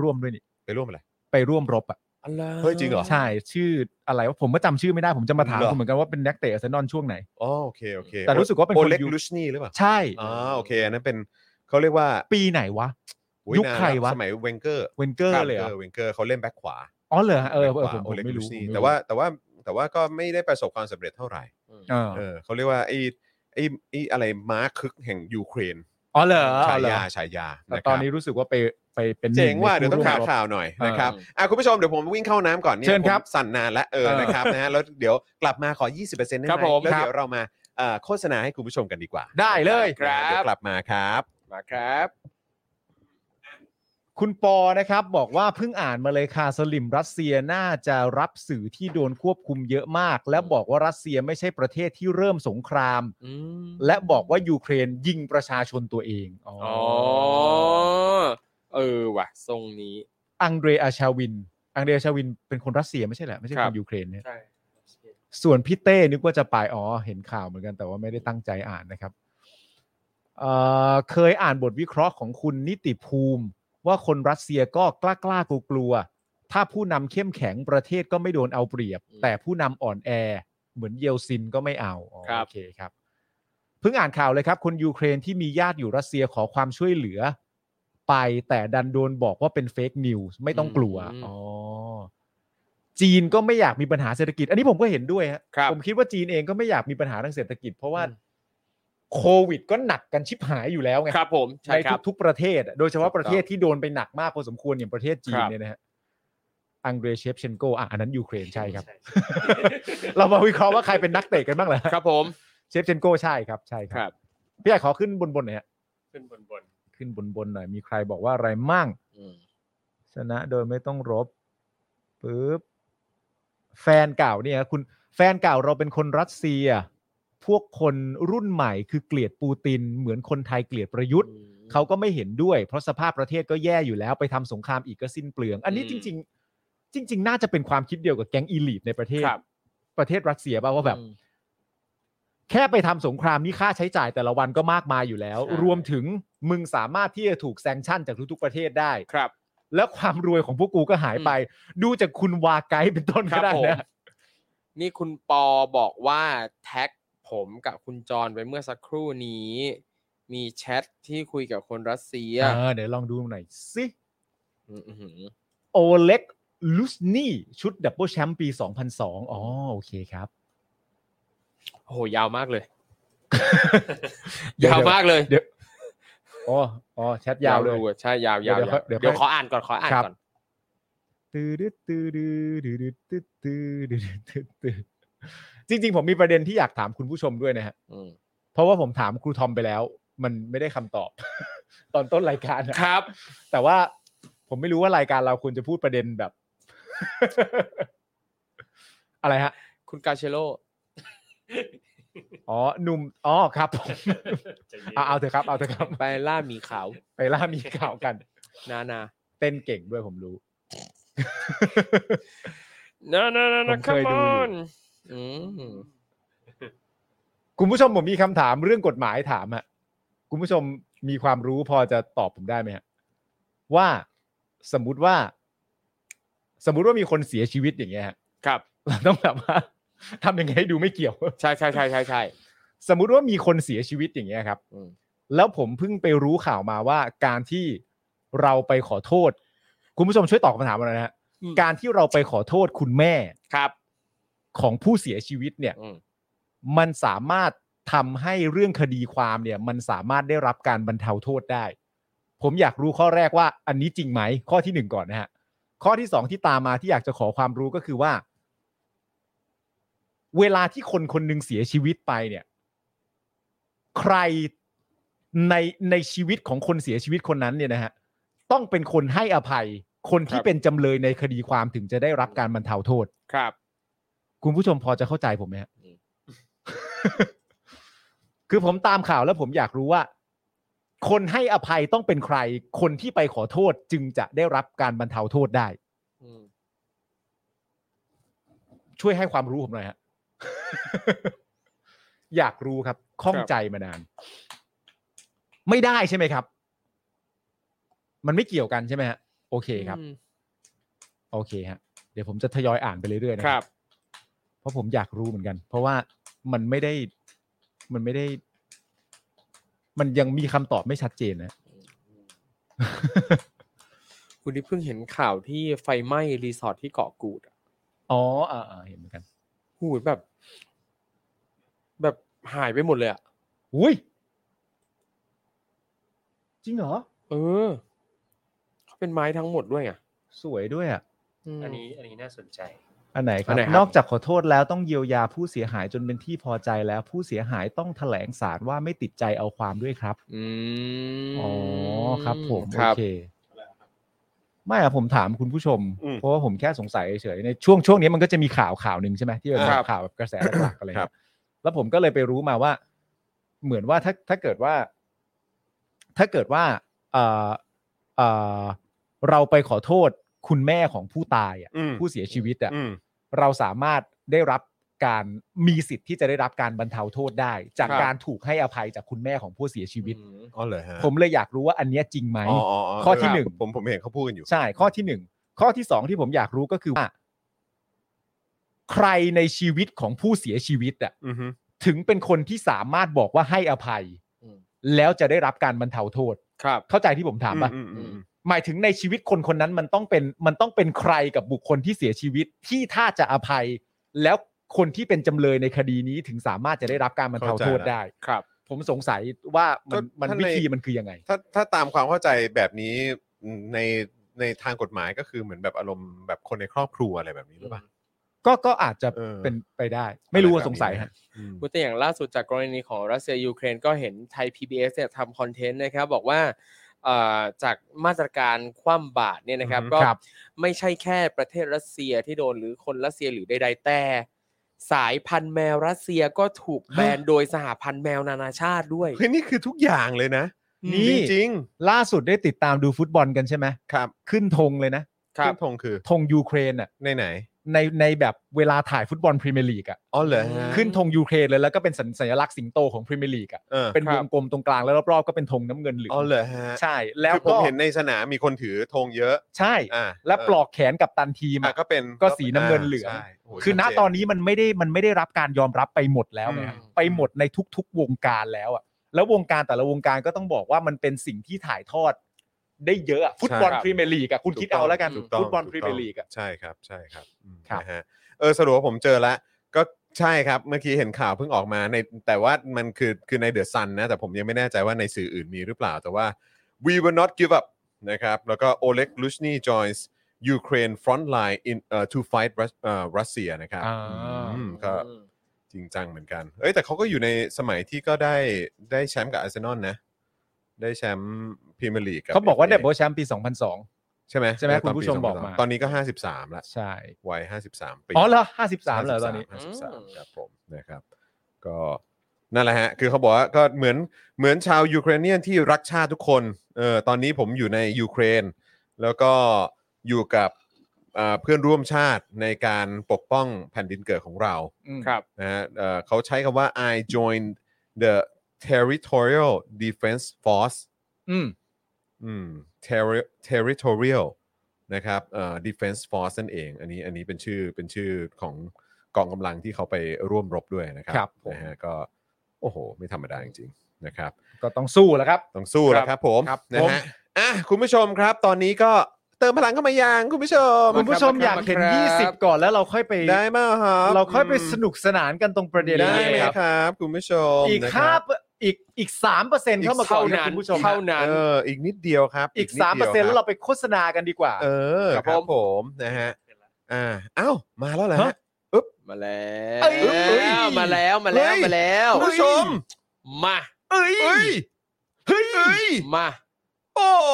ร่วมด้วยนี่ ไปร่วมอะไร ไปร่วมรบอ่ะ เฮ้ยจริงเหรอ ใช่ชื่ออะไรวะผมก็จำชื่อไม่ได้ผมจะมาถาม เหรอ คุณเหมือนกันว่าเป็นนักเตะอาร์เซนอลช่วงไหน อ๋อโอเคโอเค แต่รู้สึกว่าเป็น โอ คน เล็ก ยู ลูชนี่หรือเปล่า ใช่ อ๋อโอเคอันนั้นเป็นเขาเรียกว่า ปีไหนวะยุคนอุ๊าน ใครวะ สมัยเวนเกอร์ เวนเกอร์เลยเหรอ เวนเกอร์เขาเล่นแบ็คขวา อ๋อเหรอฮะเออเอ แบ็ อ คขวา ผมผ โอ ม เล็ก ไม่ ลู รู้ ชนี่ ผมไม่รู้ แต่ว่าแต่ว่าแต่ว่าก็ไม่ได้ประสบความสำเร็จเท่าไหร่ เออ เออเขาเรียกว่าไอ้ไอ้ไอ้อะไรม้าคึกแห่งยูเครน อ๋อเหรอ ฉา เหรอย าฉายา แต่ ะครับ ตอนนี้รู้สึกว่าไปไปเป็นหนึ่ เจ๋ง ใน ว่าเดี๋ยวต้ ผู้ องข่าว ร่วมรบ ข่าวหน่อย เออ นะครับอ่ะคุณผู้ชมเดี๋ยวผมวิ่งเข้าน้ำก่อนเนี่ย เชิญครับ ผมสั่นนานแล้วเออ เออ นะครับนะฮะแล้วเดี๋ยวกลับมาขอ 20%ได้ไหม ครับผม แล้ว ครับ เดี๋ยวเรามาเอ่อโฆษณาให้คุณผู้ชมกันดีกว่า ได้เลย นะเดี๋ยวกลับมาครับ มาครับ คุณปอนะครับบอกว่าเพิ่งอ่านมาเลยค่ะสลิมรัสเซียน่าจะรับสื่อที่โดนควบคุมเยอะมาก และบอกว่ารัสเซียไม่ใช่ประเทศที่เริ่มสงคราม อืม และบอกว่ายูเครนยิงประชาชนตัวเองอ๋อ อ๋อเออว่ะ ทรงนี้ อังเดรอาชาวิน อังเดรอาชาวินเป็นคนรัสเซียไม่ใช่แหละไม่ใช่ ค ค รั น บ ยูเครนเนี่ย ใช่ ส่วนพี่เต้นึกว่าจะไปอ๋อเห็นข่าวเหมือนกันแต่ว่าไม่ได้ตั้งใจอ่านนะครับเอ่อเคยอ่านบทวิเคราะห์ของคุณนิติภูมิ ว่าคนรัสเซียก็กล้ากล้ากลัวกลัวๆถ้าผู้นำเข้มแข็งประเทศก็ไม่โดนเอาเปรียบ แต่ผู้นำอ่อนแอ เหมือนเยลซินก็ไม่เอาอ๋อโอเคครับ เพิ่งอ่านข่าวเลยครับ คนยูเครนที่มีญาติอยู่รัสเซียขอความช่วยเหลือ ไปแต่ดันโดนบอกว่าเป็นเฟกนิวส์ไม่ต้องกลัวอ๋อจีนก็ไม่อยากมีปัญหาเศรษฐกิจ อันนี้ผมก็เห็นด้วยฮะ ครับ ผมคิดว่าจีนเองก็ไม่อยากมีปัญหาทางเศรษฐกิจ เพราะว่า อืม โควิดก็หนักกันชิบหายอยู่แล้วไง ครับผมใช่ ใน ครับ ทุกๆประเทศอะโดยเฉพาะ ถูกต้อง ประเทศที่โดนไปหนักมากพอสมควรอย่างประเทศจี คน รับ เนี่ยนะฮะอังเดรเชฟเชนโกอ่ะอันนั้นยูเครนใช่ครับ [laughs] เรามาวิเคราะห์ว่าใครเป็นนักเตะกันบ้างเหรอฮะ ครับผม เชฟเชนโกใช่ครับใช่ค ครั รับ บพี่ใหญ่ขอขึ้นบนบนๆหน่อยฮะ ขึ้นบนบน ขึ้นบนบนๆหน่อยมีใครบอกว่าอะไรมั่ง อืม ชนะโดยไม่ต้องรบปึ๊บแฟนเก่าเนี่ยคุณแฟนเก่าเราเป็นคนรัสเซีย พวกคนรุ่นใหม่คือเกลียดปูติน เหมือนคนไทยเกลียดประยุทธ์ เขาก็ไม่เห็นด้วย เพราะสภาพประเทศก็แย่อยู่แล้วไปทำสงครามอีกก็สิ้นเปลือง อันนี้ อืม จริง ๆ จริง ๆ น่าจะเป็นความคิดเดียวกับแก๊งอีลีทในประเทศ ครับ ประเทศรัสเซียป่าว่าแบบ อืม แค่ไปทำสงครามนี่ค่าใช้จ่ายแต่ละวันก็มากมายอยู่แล้ว ใช่ รวมถึงมึงสามารถที่จะถูกแซงชั่นจากทุกๆประเทศได้ ครับ แล้วความรวยของพวกกูก็หายไป ดูจากคุณวาไกด์เป็นต้น ค ก็ รับ ได้ ผม นะ นี่คุณปอบอกว่าแท็กผมกับคุณจรไปเมื่อสักครู่นี้ มีแชทที่คุยกับคนรัสเซีย เออเดี๋ยวลองดูหน่อยสิ มอื้อหือ โอเล็กลุสนี่ชุดดับเบิลแชมป์ปี 2002 อ๋อ โอเคครับ โอ้โหยาวมากเลย เดี๋ยวย าวมากเลย เดี๋ยว อ๋ออ๋อแชทยาวเลย อะใช่ยาว เดี๋ ยาว ยวเดี๋ เดี๋ ย ยว ว เดี๋ยว ขออ่านก่อนขออ่าน ครับ ก่อน ตืดดตืดดตืดดตืดดตืดดตืดดจริง ๆ ผมมีประเด็นที่อยากถามคุณผู้ชมด้วยนะฮะ อืม เพราะว่าผมถามครูทอมไปแล้ว มันไม่ได้คำตอบ ตอนต้นรายการอะ ครับ แต่ว่าผมไม่รู้ว่ารายการเราควรจะพูดประเด็นแบบ [laughs] อะไรฮะ คุณกาเชโล อ๋อหนุ่มอ๋อครับผมเอาเอาเถอะครับ เอาเถอะครับ ไปล่าหมีขาว ไปล่ามีข่าวกัน นานา เต้นเก่งด้วยผมรู้ [laughs] นานานา ผ นาม ค เคยดู ม อยู่ อนอืม คุณผู้ชมผมมีคำถามเรื่องกฎหมายถามฮะคุณผู้ชมมีความรู้พอจะตอบผมได้ไหมฮะว่าสมมุติว่า สมมุติว่ามีคนเสียชีวิตอย่างเงี้ยฮะ ครับ เราต้องแบบว่า [laughs] ทำยังไงให้ดูไม่เกี่ยว ใช่ใช่ใช่ใช่ใช่ สมมุติว่ามีคนเสียชีวิตอย่างเงี้ยครับ อืม แล้วผมเพิ่งไปรู้ข่าวมาว่าการที่เราไปขอโทษ คุณผู้ชมช่วยตอบคำถามมาหน่อยนะฮะการที่เราไปขอโทษคุณแม่ ครับ ของผู้เสียชีวิตเนี่ย อืม มันสามารถทำให้เรื่องคดีความเนี่ย มันสามารถได้รับการบรรเทาโทษได้ ผมอยากรู้ข้อแรกว่า อันนี้จริงไหม ข้อที่หนึ่งก่อนนะฮะ ข้อที่สองที่ตามมาที่อยากจะขอความรู้ก็คือว่า เวลาที่คนคนหนึ่งเสียชีวิตไปเนี่ย ใครในในชีวิตของคนเสียชีวิตคนนั้นเนี่ยนะฮะต้องเป็นคนให้อภัย คนที่ ครับ เป็นจำเลยในคดีความถึงจะได้รับการบรรเทาโทษ ครับ คุณผู้ชมพอจะเข้าใจผมไหมฮะ อืม [laughs] คือผมตามข่าวแล้วผมอยากรู้ว่า คนให้อภัยต้องเป็นใคร คนที่ไปขอโทษจึงจะได้รับการบรรเทาโทษได้ อืม ช่วยให้ความรู้ผมหน่อยฮะ [laughs] อยากรู้ครับข้องใจมานาน ไม่ได้ใช่ไหมครับ มันไม่เกี่ยวกันใช่ไหมฮะโอเคครับ อืม โอเคฮะเดี๋ยวผมจะทยอยอ่านไปเรื่อยๆนะ ค ค รั รับ บ เพราะผมอยากรู้เหมือนกัน เพราะว่ามันไม่ได้ มันไม่ได้ มันยังมีคำตอบไม่ชัดเจนนะ คุณนี่เพิ่งเห็นข่าวที่ไฟไหม้รีสอร์ทที่เกาะกูดอะ อ๋ออ่าๆเห็นเหมือนกัน หูยแบบ แบบหายไปหมดเลยอ่ะ อุ้ยจริงเหรอ เออเขาเป็นไม้ทั้งหมดด้วยไง สวยด้วยอ่ะ ม อันนี้อันนี้น่าสนใจ อันไหนค อั รับ นไหนครับ นอกจากขอโทษแล้วต้องเยียวยาผู้เสียหายจนเป็นที่พอใจแล้ว ผู้เสียหายต้องแถลงสารว่าไม่ติดใจเอาความด้วยครับ อืม อ๋อครับ ผม ค โอ รับ เคไม่อะผมถามคุณผู้ชม อืม เพราะว่าผมแค่สงสัยเฉยๆในช่วงช่วงนี้มันก็จะมีข่าวข่าวหนึ่งใช่ไหมที่เป็น ครับ ข่าวแบบกระแสหลักๆอะไร ครับ เงี้ยแล้วผมก็เลยไปรู้มาว่า เหมือนว่าถ้าถ้าเกิดว่า ถ้าเกิดว่าเอ่อเอ่อเราไปขอโทษคุณแม่ของผู้ตายอะ อืม ผู้เสียชีวิตอะ อืม เราสามารถได้รับการมีสิทธิ์ที่จะได้รับการบรรเทาโทษได้ จาก ครับ การถูกให้อภัยจากคุณแม่ของผู้เสียชีวิต อืม อ๋อเหรอฮะ ผมเลยอยากรู้ว่าอันเนี้ยจริงไหม อ๋ออ๋อ ข้อที่ เ หนึ่ง ผมผมเห็นเขาพูดกันอยู่ ใช่ข้อที่หนึ่งข้อที่สองที่ผมอยากรู้ก็คือว่า ใครในชีวิตของผู้เสียชีวิตอะ อือฮึ ถึงเป็นคนที่สามารถบอกว่าให้อภัย อืม แล้วจะได้รับการบรรเทาโทษ ครับ เข้าใจที่ผมถามปะ อือือืม หมายถึงในชีวิตคนคนนั้นมันต้องเป็นมันต้องเป็นใครกับบุคคลที่เสียชีวิตที่ถ้าจะอภัย แล้วคนที่เป็นจำเลยในคดีนี้ถึงสามารถจะได้รับการบรรเทาโทษได้ ครับ ผมสงสัยว่ามันมัน ก็ถ้า วิ ใ ธีมันคือยังไง ถ้าถ้าตามความเข้าใจแบบนี้ในในทางกฎหมายก็คือเหมือนแบบอารมณ์แบบคนในครอบครัวอะไรแบบนี้หรือเปล่า ก็ก็อาจจะ เออ เป็นไปได้ ไม่รู้ว่าสงสัยฮะ อืม พูดแต่อย่างล่าสุดจากกรณีของรัสเซียยูเครนก็เห็นไทย PBS เนี่ยทำคอนเทนต์นะครับ บอกว่าเอ่อจากมาตรการคว่ำบาตรเนี่ยนะครับ อือฮึ ก็ ครับ ไม่ใช่แค่ประเทศรัสเซียที่โดนหรือคนรัสเซียหรือใดๆแต่ สายพันธุ์แมวรัสเซียก็ถูกแบนโดยสหพันธ์แมวนานาชาติด้วย เฮ้ยนี่คือทุกอย่างเลยนะ อืม นี่ จริง ล่าสุดได้ติดตามดูฟุตบอลกันใช่ไหม ๆครับ ขึ้นธงเลยนะ ครั เครื่ บ องธงคือ ธงยูเครนอ่ะ ในไหน ในในแบบเวลาถ่ายฟุตบอลพรีเมียร์ลีกอ่ะ อ๋อเหรอฮะ ขึ้นธงยูเครนเลยแล้วก็เป็นสัญสัญลักษณ์สิงโตของพรีเมียร์ลีกอ่ะ เออ เป็น ครั ว บ งกลมตรงกลางแล้วรอบๆก็เป็นธงน้ำเงินเหลือง อ๋อเหรอฮะ ใช่ แล้ว คือผ ก็ มเห็นในสนามมีคนถือธงเยอะ ใช่ อ่า และปลอกแขนกับตันทีม อ่ะ อะ ก็เป็น ก็สีน้ำเงินเหลือง ใช่โโ คือณ ชัดเจ ตอนนี้มันไม่ได้มันไม่ได้รับการยอมรับไปหมดแล้วไงฮะ อืม ไปหมดในทุก ๆ วงการแล้วอ่ะแล้ววงการแต่ละวงการก็ต้องบอกว่ามันเป็นสิ่งที่ถ่ายทอด ได้เยอะอะฟุตบอล ครับ พรีเมียร์ลีกอะคุณ ถูก คิด ต้อง เอาแล้วกัน ถูกต้อง ฟุตบอล ถูก พรี ต้ เมี อย ง ร์ลีกอะ ใช่ครับใช่ครับอืม ครับ นะฮะเออสรุปว่าผมเจอละก็ใช่ครับเมื่อกี้เห็นข่าวเพิ่งออกมาในแต่ว่ามันคือคือในเดอะซันนะแต่ผมยังไม่แน่ใจว่าในสื่ออื่นมีหรือเปล่า แต่ว่า we will not give up นะครับแล้วก็ Oleg Lushny joins Ukraine front line in uh, to fight Rus- เอ่อรัสเซียนะครับ อ่า อืมก็จริงจังเหมือนกัน เอ้ยแต่เขาก็อยู่ในสมัยที่ก็ได้ได้แชมป์กับอาร์เซนอลนะ ได้แชมป์พรีเมียร์ลีกบ เขาบอกว่า FA เดบโบแชมป์ปี 2002 ใช่ไหม ใช่ไหม เออตอน คุณผู้ ปี ชม 2002 บอกมา ตอนนี้ก็ 53ละ ใช่ วัย 53 ปี อ๋อเหรอ53เหรอตอนนี้ 53ครับผมนะครับ ก็นั่นแหละฮะ คือเขาบอกว่าก็เหมือนเหมือนชาวยูเครเนียนที่รักชาติทุกคน เออตอนนี้ผมอยู่ในยูเครน แล้วก็อยู่กับเอ่อเพื่อนร่วมชาติในการปกป้องแผ่นดินเกิดของเรา อืม ครับ นะฮะเอ่อเขาใช้คำว่า I joined the territorial defense force อืม อืม Terri- territorial นะครับเอ่อ defense force นั่นเอง อันนี้อันนี้เป็นชื่อเป็นชื่อของกองกำลังที่เขาไปร่วมรบด้วยนะครั ครับผม นะฮะก็โอ้โห ไม่ธรรมดาจริงๆนะครับ ก็ต้องสู้แล้วครับ ต้องสู้แล้วครับผม ครับ นะ ผม ฮะอ่ะคุณผู้ชมครับ ตอนนี้ก็เติมพลังเข้ามายังคุณผู้ชม คุณผู้ชมอยากเห็น ครับ 20 ก่อนแล้วเราค่อยไป ได้มากครับ เราค่อยไปสนุกสนานกันตรงประเด็น ได้ นี้ ไหม ครับ ครับ คุณผู้ชม อีก นะค ห้า รับ อีกอีกสามเปอร์เซ็นต์เข้ามาก่อนนะ เท่านั้น คุณผู้ชม เท่านั้น เอออีกนิดเดียวครับ อีก ด สามเปอ ดียร์ว เซ็นต์ ค แล้ บ วเราไปโฆษณากันดีกว่า เออ ครับ ครับ ผม ผมนะฮะอ่าอ้าวมาแล้วเหรอฮะ ฮะ มาแล้ว เอ้ยเอ้ย มาแล้วมาแล้ว เฮ้ย มาแล้ว คุณผู้ชม มา เอ้ยเอ้ยเฮ้ย มา โอ้โห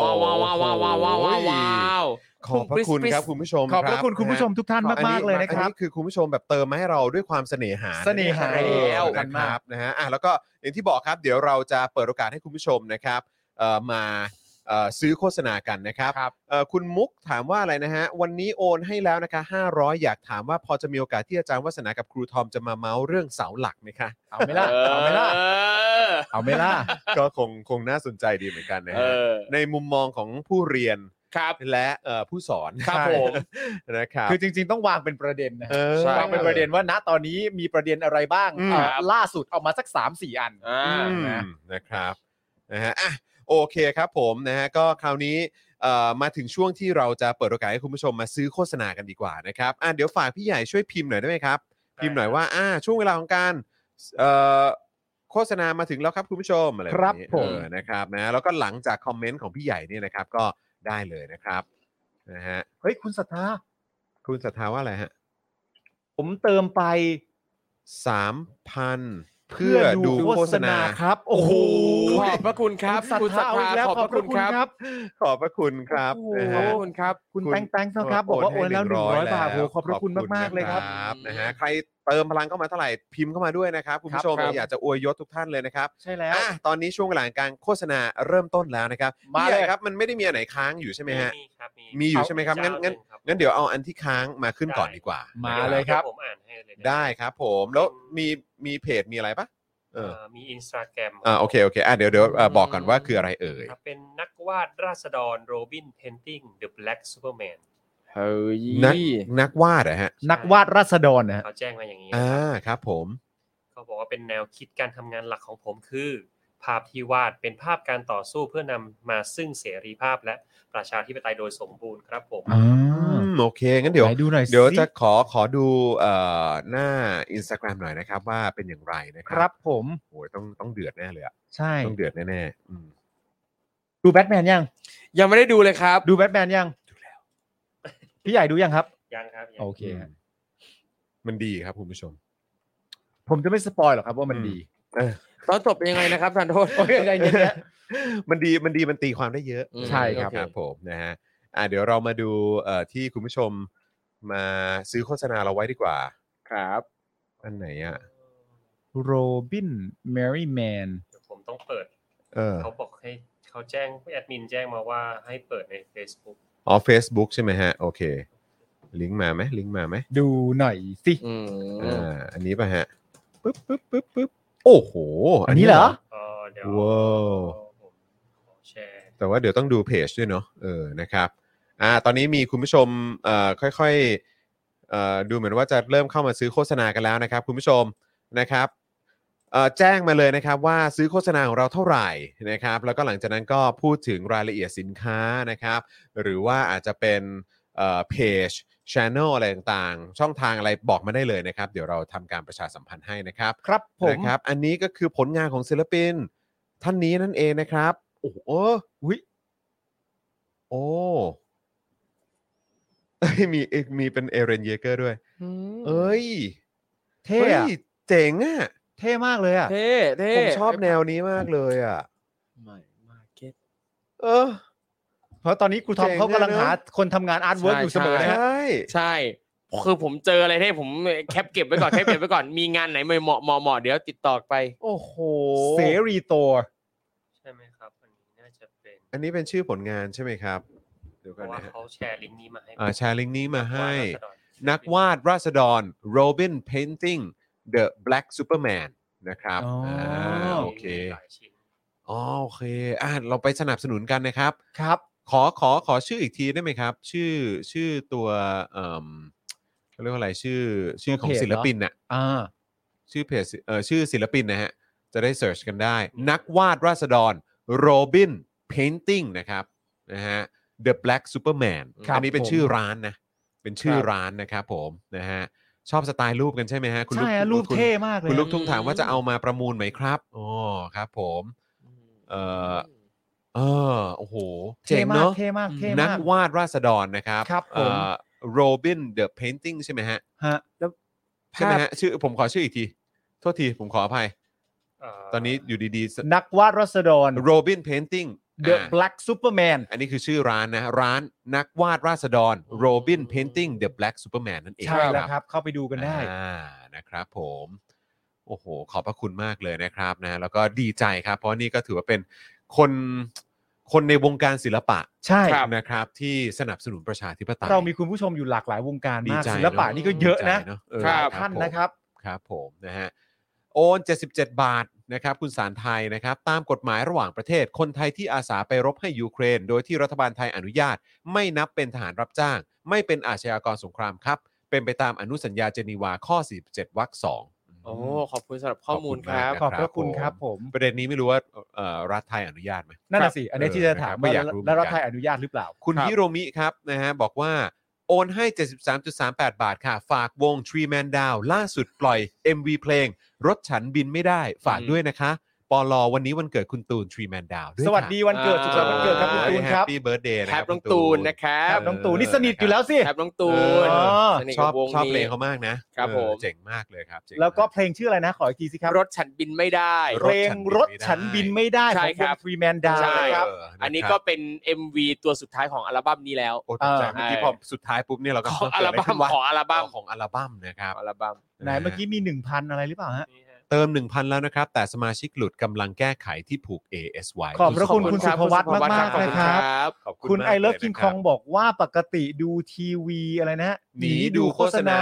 ว้าวว้าวว้าวว้าวว้าวว้าว ขอบพระคุณครับคุณผู้ชม ขอบพระคุณคุณผู้ชมทุกท่านมากๆเลยนะครับ อัคือคุณผู้ชมแบบเติมมาให้เราด้วยความเสน่หา เสน่หา แล้ว กั นะ น ค มาก รับนะฮะอ่ะแล้วก็อย่างที่บอกครับ เดี๋ยวเราจะเปิดโอกาสให้คุณผู้ชมนะครับเอ่อมาเอ่อซื้อโฆษณากันนะครับ ครับ เอ่อคุณมุกถามว่าอะไรนะฮะวันนี้โอนให้แล้วนะคะ500 อยากถามว่าพอจะมีโอกาสที่อาจารย์วัฒนากับครูทอมจะมาเมาส์เรื่องเสาหลักไหมคะ เอาไหม่ล่ะเอาไหม่ล่ะ เออ เอาไหม่ล่ะ ก็คงคงน่าสนใจดีเหมือนกันนะ เอ ฮะ อ ในมุมมองของผู้เรียน ครับ และเอ่อผู้สอน ครับผม นะครับ คือจริง ๆ ต้องวางเป็นประเด็นนะ เออ วางเป็นประเด็นว่าณตอนนี้มีประเด็นอะไรบ้าง อืม อ่าล่าสุดเอามาสัก 3 4 อัน อ่า อืม นะ นะครับนะฮะอ่ะโอเคครับผมนะฮะก็คราวนี้เอ่อมาถึงช่วงที่เราจะเปิดโอกาสให้คุณผู้ชมมาซื้อโฆษณากันดีกว่านะครับอ่ะเดี๋ยวฝากพี่ใหญ่ช่วยพิมพ์หน่อยได้ไหมครับ พิมพ์หน่อยว่าอ่าช่วงเวลาของการเอ่อโฆษณามาถึงแล้วครับคุณผู้ชมอะไรแ ครับ นี้ ผม เออนะครับนะแล้วก็หลังจากคอมเมนต์ของพี่ใหญ่เนี่ยนะครับก็ได้เลยนะครับนะฮะ เฮ้ยคุณศรัทธา คุณศรัทธาว่าอะไรฮะ ผมเติมไป สามพันเพื่อดูโฆษณา ครับ โอ้โห ขอบพระคุณครับ คุณศรัทธา คุณศรัทธา เอาอีกแล้ว ข ข อ อ บบ พ พ ระ ระ คุ คุณ ณ ค ค รั รับ บ ขอบพระคุณครับ โอ้โห นะ ขอ ฮะ บคุณครับ คุณ คุณ แตงแตงนะครับบอกว่าโอนแล้วหนึ่งร้อยบาทโอ้โหขอบพระคุณมากๆเลยครับ บนะฮะใครเติมพลังเข้ามาเท่าไหร่พิมพ์เข้ามาด้วยนะครับคุณผู้ชม ครับ อยากจะอวยยศทุกท่านเลยนะครับ ใช่แล้ว อ่ะตอนนี้ช่วงเวลาการโฆษณาเริ่มต้นแล้วนะครับ มา พี่ เลย ใหญ่ครับมันไม่ได้มีอันไหนค้างอยู่ใช่ไหมฮะ มีครับ มีอยู่ใช่ไหมครับงั้นงั้น งั้นเดี๋ยวเอาอันที่ค้างมาขึ้นก่อนดีกว่า มา เจ้ เลยครับ ผมอ่านให้เลยนะ ได้ครับผมแล้วมีมีเพจมีอะไรปะเอ เอ่ อ อมีอินสตาแกรม อ่าโอเคโอเคอ่ะเดี๋ยวเดี๋ยวเอ่อบอกก่อนว่าคืออะไรเอ่ย ครับเป็นนักวาดราษฎรโรบินเพนติงเดอะแบล็กซูเปอร์แมน เฮ้ย นักนักวาดเหรอฮะ นักวาดราษฎรนะฮะ เขาแจ้งมาอย่างนี้ อ่าครับผม เขาบอกว่าเป็นแนวคิดการทำงานหลักของผมคือ ภาพที่วาดเป็นภาพการต่อสู้เพื่อนำมาซึ่งเสรีภาพและประชาธิปไตยโดยสมบูรณ์ครับผม อ่า อืมโอเคงั้นเดี๋ยว ไหนดูหน่อยสิ เดี๋ยวจะขอขอดูเอ่อหน้า Instagram หน่อยนะครับ ว่าเป็นอย่างไรนะค ค รั รับผม โอ้ยต้องต้องเดือดแน่เลยอะ ใช่ ต้องเดือดแน่ๆอืม ดูแบทแมนยัง ยังไม่ได้ดูเลยครับ ดูแบทแมนยังพี่ใหญ่ดูยังครับ ยังครับยัง โอเคฮะ มันดีครับคุณผู้ชม ผมจะไม่สปอยหรอกครับว่ามัน อืม ดี ตอนจบเป็นยังไงนะครับทานโทษ โอ้ยใจเย็น [laughs] มันดีมันดีมันตีความได้เยอะ อืม ใช่ครับ ครับผมนะฮะอ่ะเดี๋ยวเรามาดูเอ่อที่คุณผู้ชมมาซื้อโฆษณาเราไว้ดีกว่า ครับ อันไหนอ่ะ โรบินแมรี่แมน เดี๋ยวผมต้องเปิด เออ เขาบอกให้เขาแจ้งแอดมินแจ้งมาว่าให้เปิดใน Facebook อ๋อ Facebook ใช่ไหมฮะ โอเค ลิงก์มาไหมลิงก์มาไหม ดูหน่อยสิ อืม อ่าอันนี้ป่ะฮะปึ๊บปึ๊บปึ๊บปึ๊บโอ้โห อันนี้เหรอ ก็เดี๋ยว ว้าว ผมขอแชร์ แต่ว่าเดี๋ยวต้องดูเพจด้วยเนาะ เออ นะครับ อ่า ตอนนี้มีคุณผู้ชม เอ่อ ค่อยๆ เอ่อ ดูเหมือนว่าจะเริ่มเข้ามาซื้อโฆษณากันแล้วนะครับ คุณผู้ชม นะครับ เอ่อ แจ้งมาเลยนะครับว่าซื้อโฆษณาของเราเท่าไหร่นะครับ แล้วก็หลังจากนั้นก็พูดถึงรายละเอียดสินค้านะครับ หรือว่าอาจจะเป็น เอ่อ เพจ channel อะไรต่างๆ ช่องทางอะไรบอกมาได้เลยนะครับ เดี๋ยวเราทำการประชาสัมพันธ์ให้นะครับ ครับผม นะครับ อันนี้ก็คือผลงานของศิลปิน ท่านนี้นั่นเองนะครับ โอ้โหวิโอ้ [laughs] เอ้ยมีเอ้ยมีเป็นเอเรนเยเกอร์ด้วย เอ้ย เท่ เฮ้ อะ ยเจ๋งอ่ะ เท่มากเลยอะ เท่เท่ ผมชอบแนวนี้มากเลยอ่ะ ไม่มาเก็ต เออ เพราะตอนนี้ครูทอม เจ๋ง เขากำลัง เลยเนอะ หาคนทำงานอาร์ตเวิร์กอใช่ยู่เสมอนะฮะ ใช่ ใช่ คือผมเจออะไรที่ผมแคปเก็บไว้ก่อน แคปเก็บไว้ก่อน มีงานไหนเหมาะเหมาะเหมาะเดี๋ยวติดต่อไป โอ้โห เสรีโต ใช่ไหมครับอันนี้น่าจะเป็น อันนี้เป็นชื่อผลงานใช่ไหมครับ เดี๋ยว เพ กัน ราะว่า นะฮะ เขาแชร์ลิงก์นี้มาให้ อ่าแชร์ลิงก์นี้มาให้ ว่ษฎร นักวาดราษฎรโรบินเพนติงเดอะแบล็กซูเปอร์แมนนะครับาโอเค มีหลายชิ้น อ๋อโอเคอ่ะเราไปสนับสนุนกันนะครับ ครับ ขอขอขอชื่ออีกทีได้ไหมครับ ชื่อชื่อตัวเอ่มเขาเรียกว่าอะไรชื่อชื่อของ เพจเหรอ ศิลปินน่ะ อ่า ชื่อเพจเอ่อชื่อศิลปินนะฮะ จะได้เสิร์ชกันได้ นักวาดราษฎรโรบินเพนติงนะครับนะฮะ The Black Superman ครับ อันี้เป็น ผม ชื่อร้านนะ เป็นชื่อ ครับ ร้านนะครับผมนะฮะชอบสไตล์รูปกันใช่ไหมฮะคุณลู ใช่ ก ฮะรูป คุณ เท่มากเลย คุณลูก ฮะ ทุ่งถามว่าจะเอามาประมูลไหมครับอ๋อครับผม เอ่อ เออโอ้โหเจ๋ เท่ ง มาก เนาะ เท่มากเท่ นัก มาก วาดราษฎรนะครับ ครับผม โรบินเดอะเพนติงใช่ไหมฮะ ฮะ ใช่ไหมฮะชื่อผมขอชื่ออีกที โทษทีผมขออภัย เ ตอนนี้อยู่ดี นักวาดรัศดร ๆโรบินเพนติง The อ่า Black Superman อันนี้คือชื่อร้านนะ ร้านนักวาดราษฎร Robin Painting The Black Superman นั่นเอง ใช่แล้วครับ เข้าไปดูกันได้ อ่านะครับผม โอ้โห ขอบพระคุณมากเลยนะครับนะ แล้วก็ดีใจครับ เพราะนี่ก็ถือว่าเป็นคนคนในวงการศิลปะ ใช่ นะครับที่สนับสนุนประชาธิปไตย เรามีคุณผู้ชมอยู่หลากหลายวงการ ดี มาก ใจ ศิลปะ เอ นี่ก็เยอะนะ ดีใจเเออ หลาคยรับ ท่าน ผม นะครับ ครับผมนะฮะโอน77 บาทนะครับคุณสารไทยนะครับ ตามกฎหมายระหว่างประเทศ คนไทยที่อาสาไปรบให้ยูเครน โดยที่รัฐบาลไทยอนุญาต ไม่นับเป็นทหารรับจ้าง ไม่เป็นอาชญากรสงครามครับ เป็นไปตามอนุสัญญาเจนีวาข้อ 47วรรคสอง โอ้ขอบคุณสำหรับข้อมูลครั มาก บ น ขอบพระคุณครับผม ประเด็นนี้ไม่รู้ว่าเอ่อรัฐไทยอนุญาตไหม นั่นน่ะสิ อันนี้ที่จะถามว่า เออนะครับก็อยากรู้เหมือนกัน แล้วรัฐไทยอนุญาตหรือเปล่า คุณฮิโรมิครับนะฮะบอกว่าโอนให้ 73.38 บาทค่ะ ฝากวง Tree Man Down ล่าสุดปล่อย MV เพลง รถฉันบินไม่ได้ฝาก อืม ด้วยนะคะ ปอลอวันนี้วันเกิดคุณตูน Tree Man Down สวัสดีวันเกิด อ่า สุขสันต์วันเกิดครับคุณตูนครับ แฮปปี้เบิร์ดเดย์นะ แค ครั ป บ น้องตูนนะครับ น้องตูนนี่สนิทอยู่แล้วสิ แคปน้องตูน เออ สนิท ช กั อบบ วง ชอบ นี้ เพลงเขามากนะครับ ผม เออเจ๋งมากเลยครับเจ๋งมา แล้วก็เพลงชื่ออะไรนะ ขออีกทีสิครับ รถฉันบินไม่ได้ ร เพ ถ ล ฉั ง นบินไม่ได้ รถฉันบินไม่ได้ ใช่ ของวงฟครับรีแมนดาว ใช่ นะครับ เะ อันนี้ ครับ ก็เป็น MV ตัวสุดท้ายของอัลบั้มนี้แล้ว โอ้ตกใจ เออ เมื่อกี้พอสุดท้ายปุ๊บเนี่ยเราก็ ของอัลบั้เกิดะไรมขึ้นวะ ของอัลบั้ม ของอัลบั้มนะครับ อัลบั้ม ไหนเมื่อกี้มี 1,000 อะไรหรือเปล่าฮะ นี่ฮะ เติม 1,000 แล้วนะครับ แต่สมาชิกหลุดกำลังแก้ไขที่ผูก ASY ขอบพระคุณคุณสุภวัตมากมาก ขอบ นะ คุณ ค ครั รับ บ ขอบ คุณ มาก ไอเลิฟ ย คิง นะ ค รั อบ งบอกว่าปกติดูทีวีอะไรนะ หนีดูโฆษณา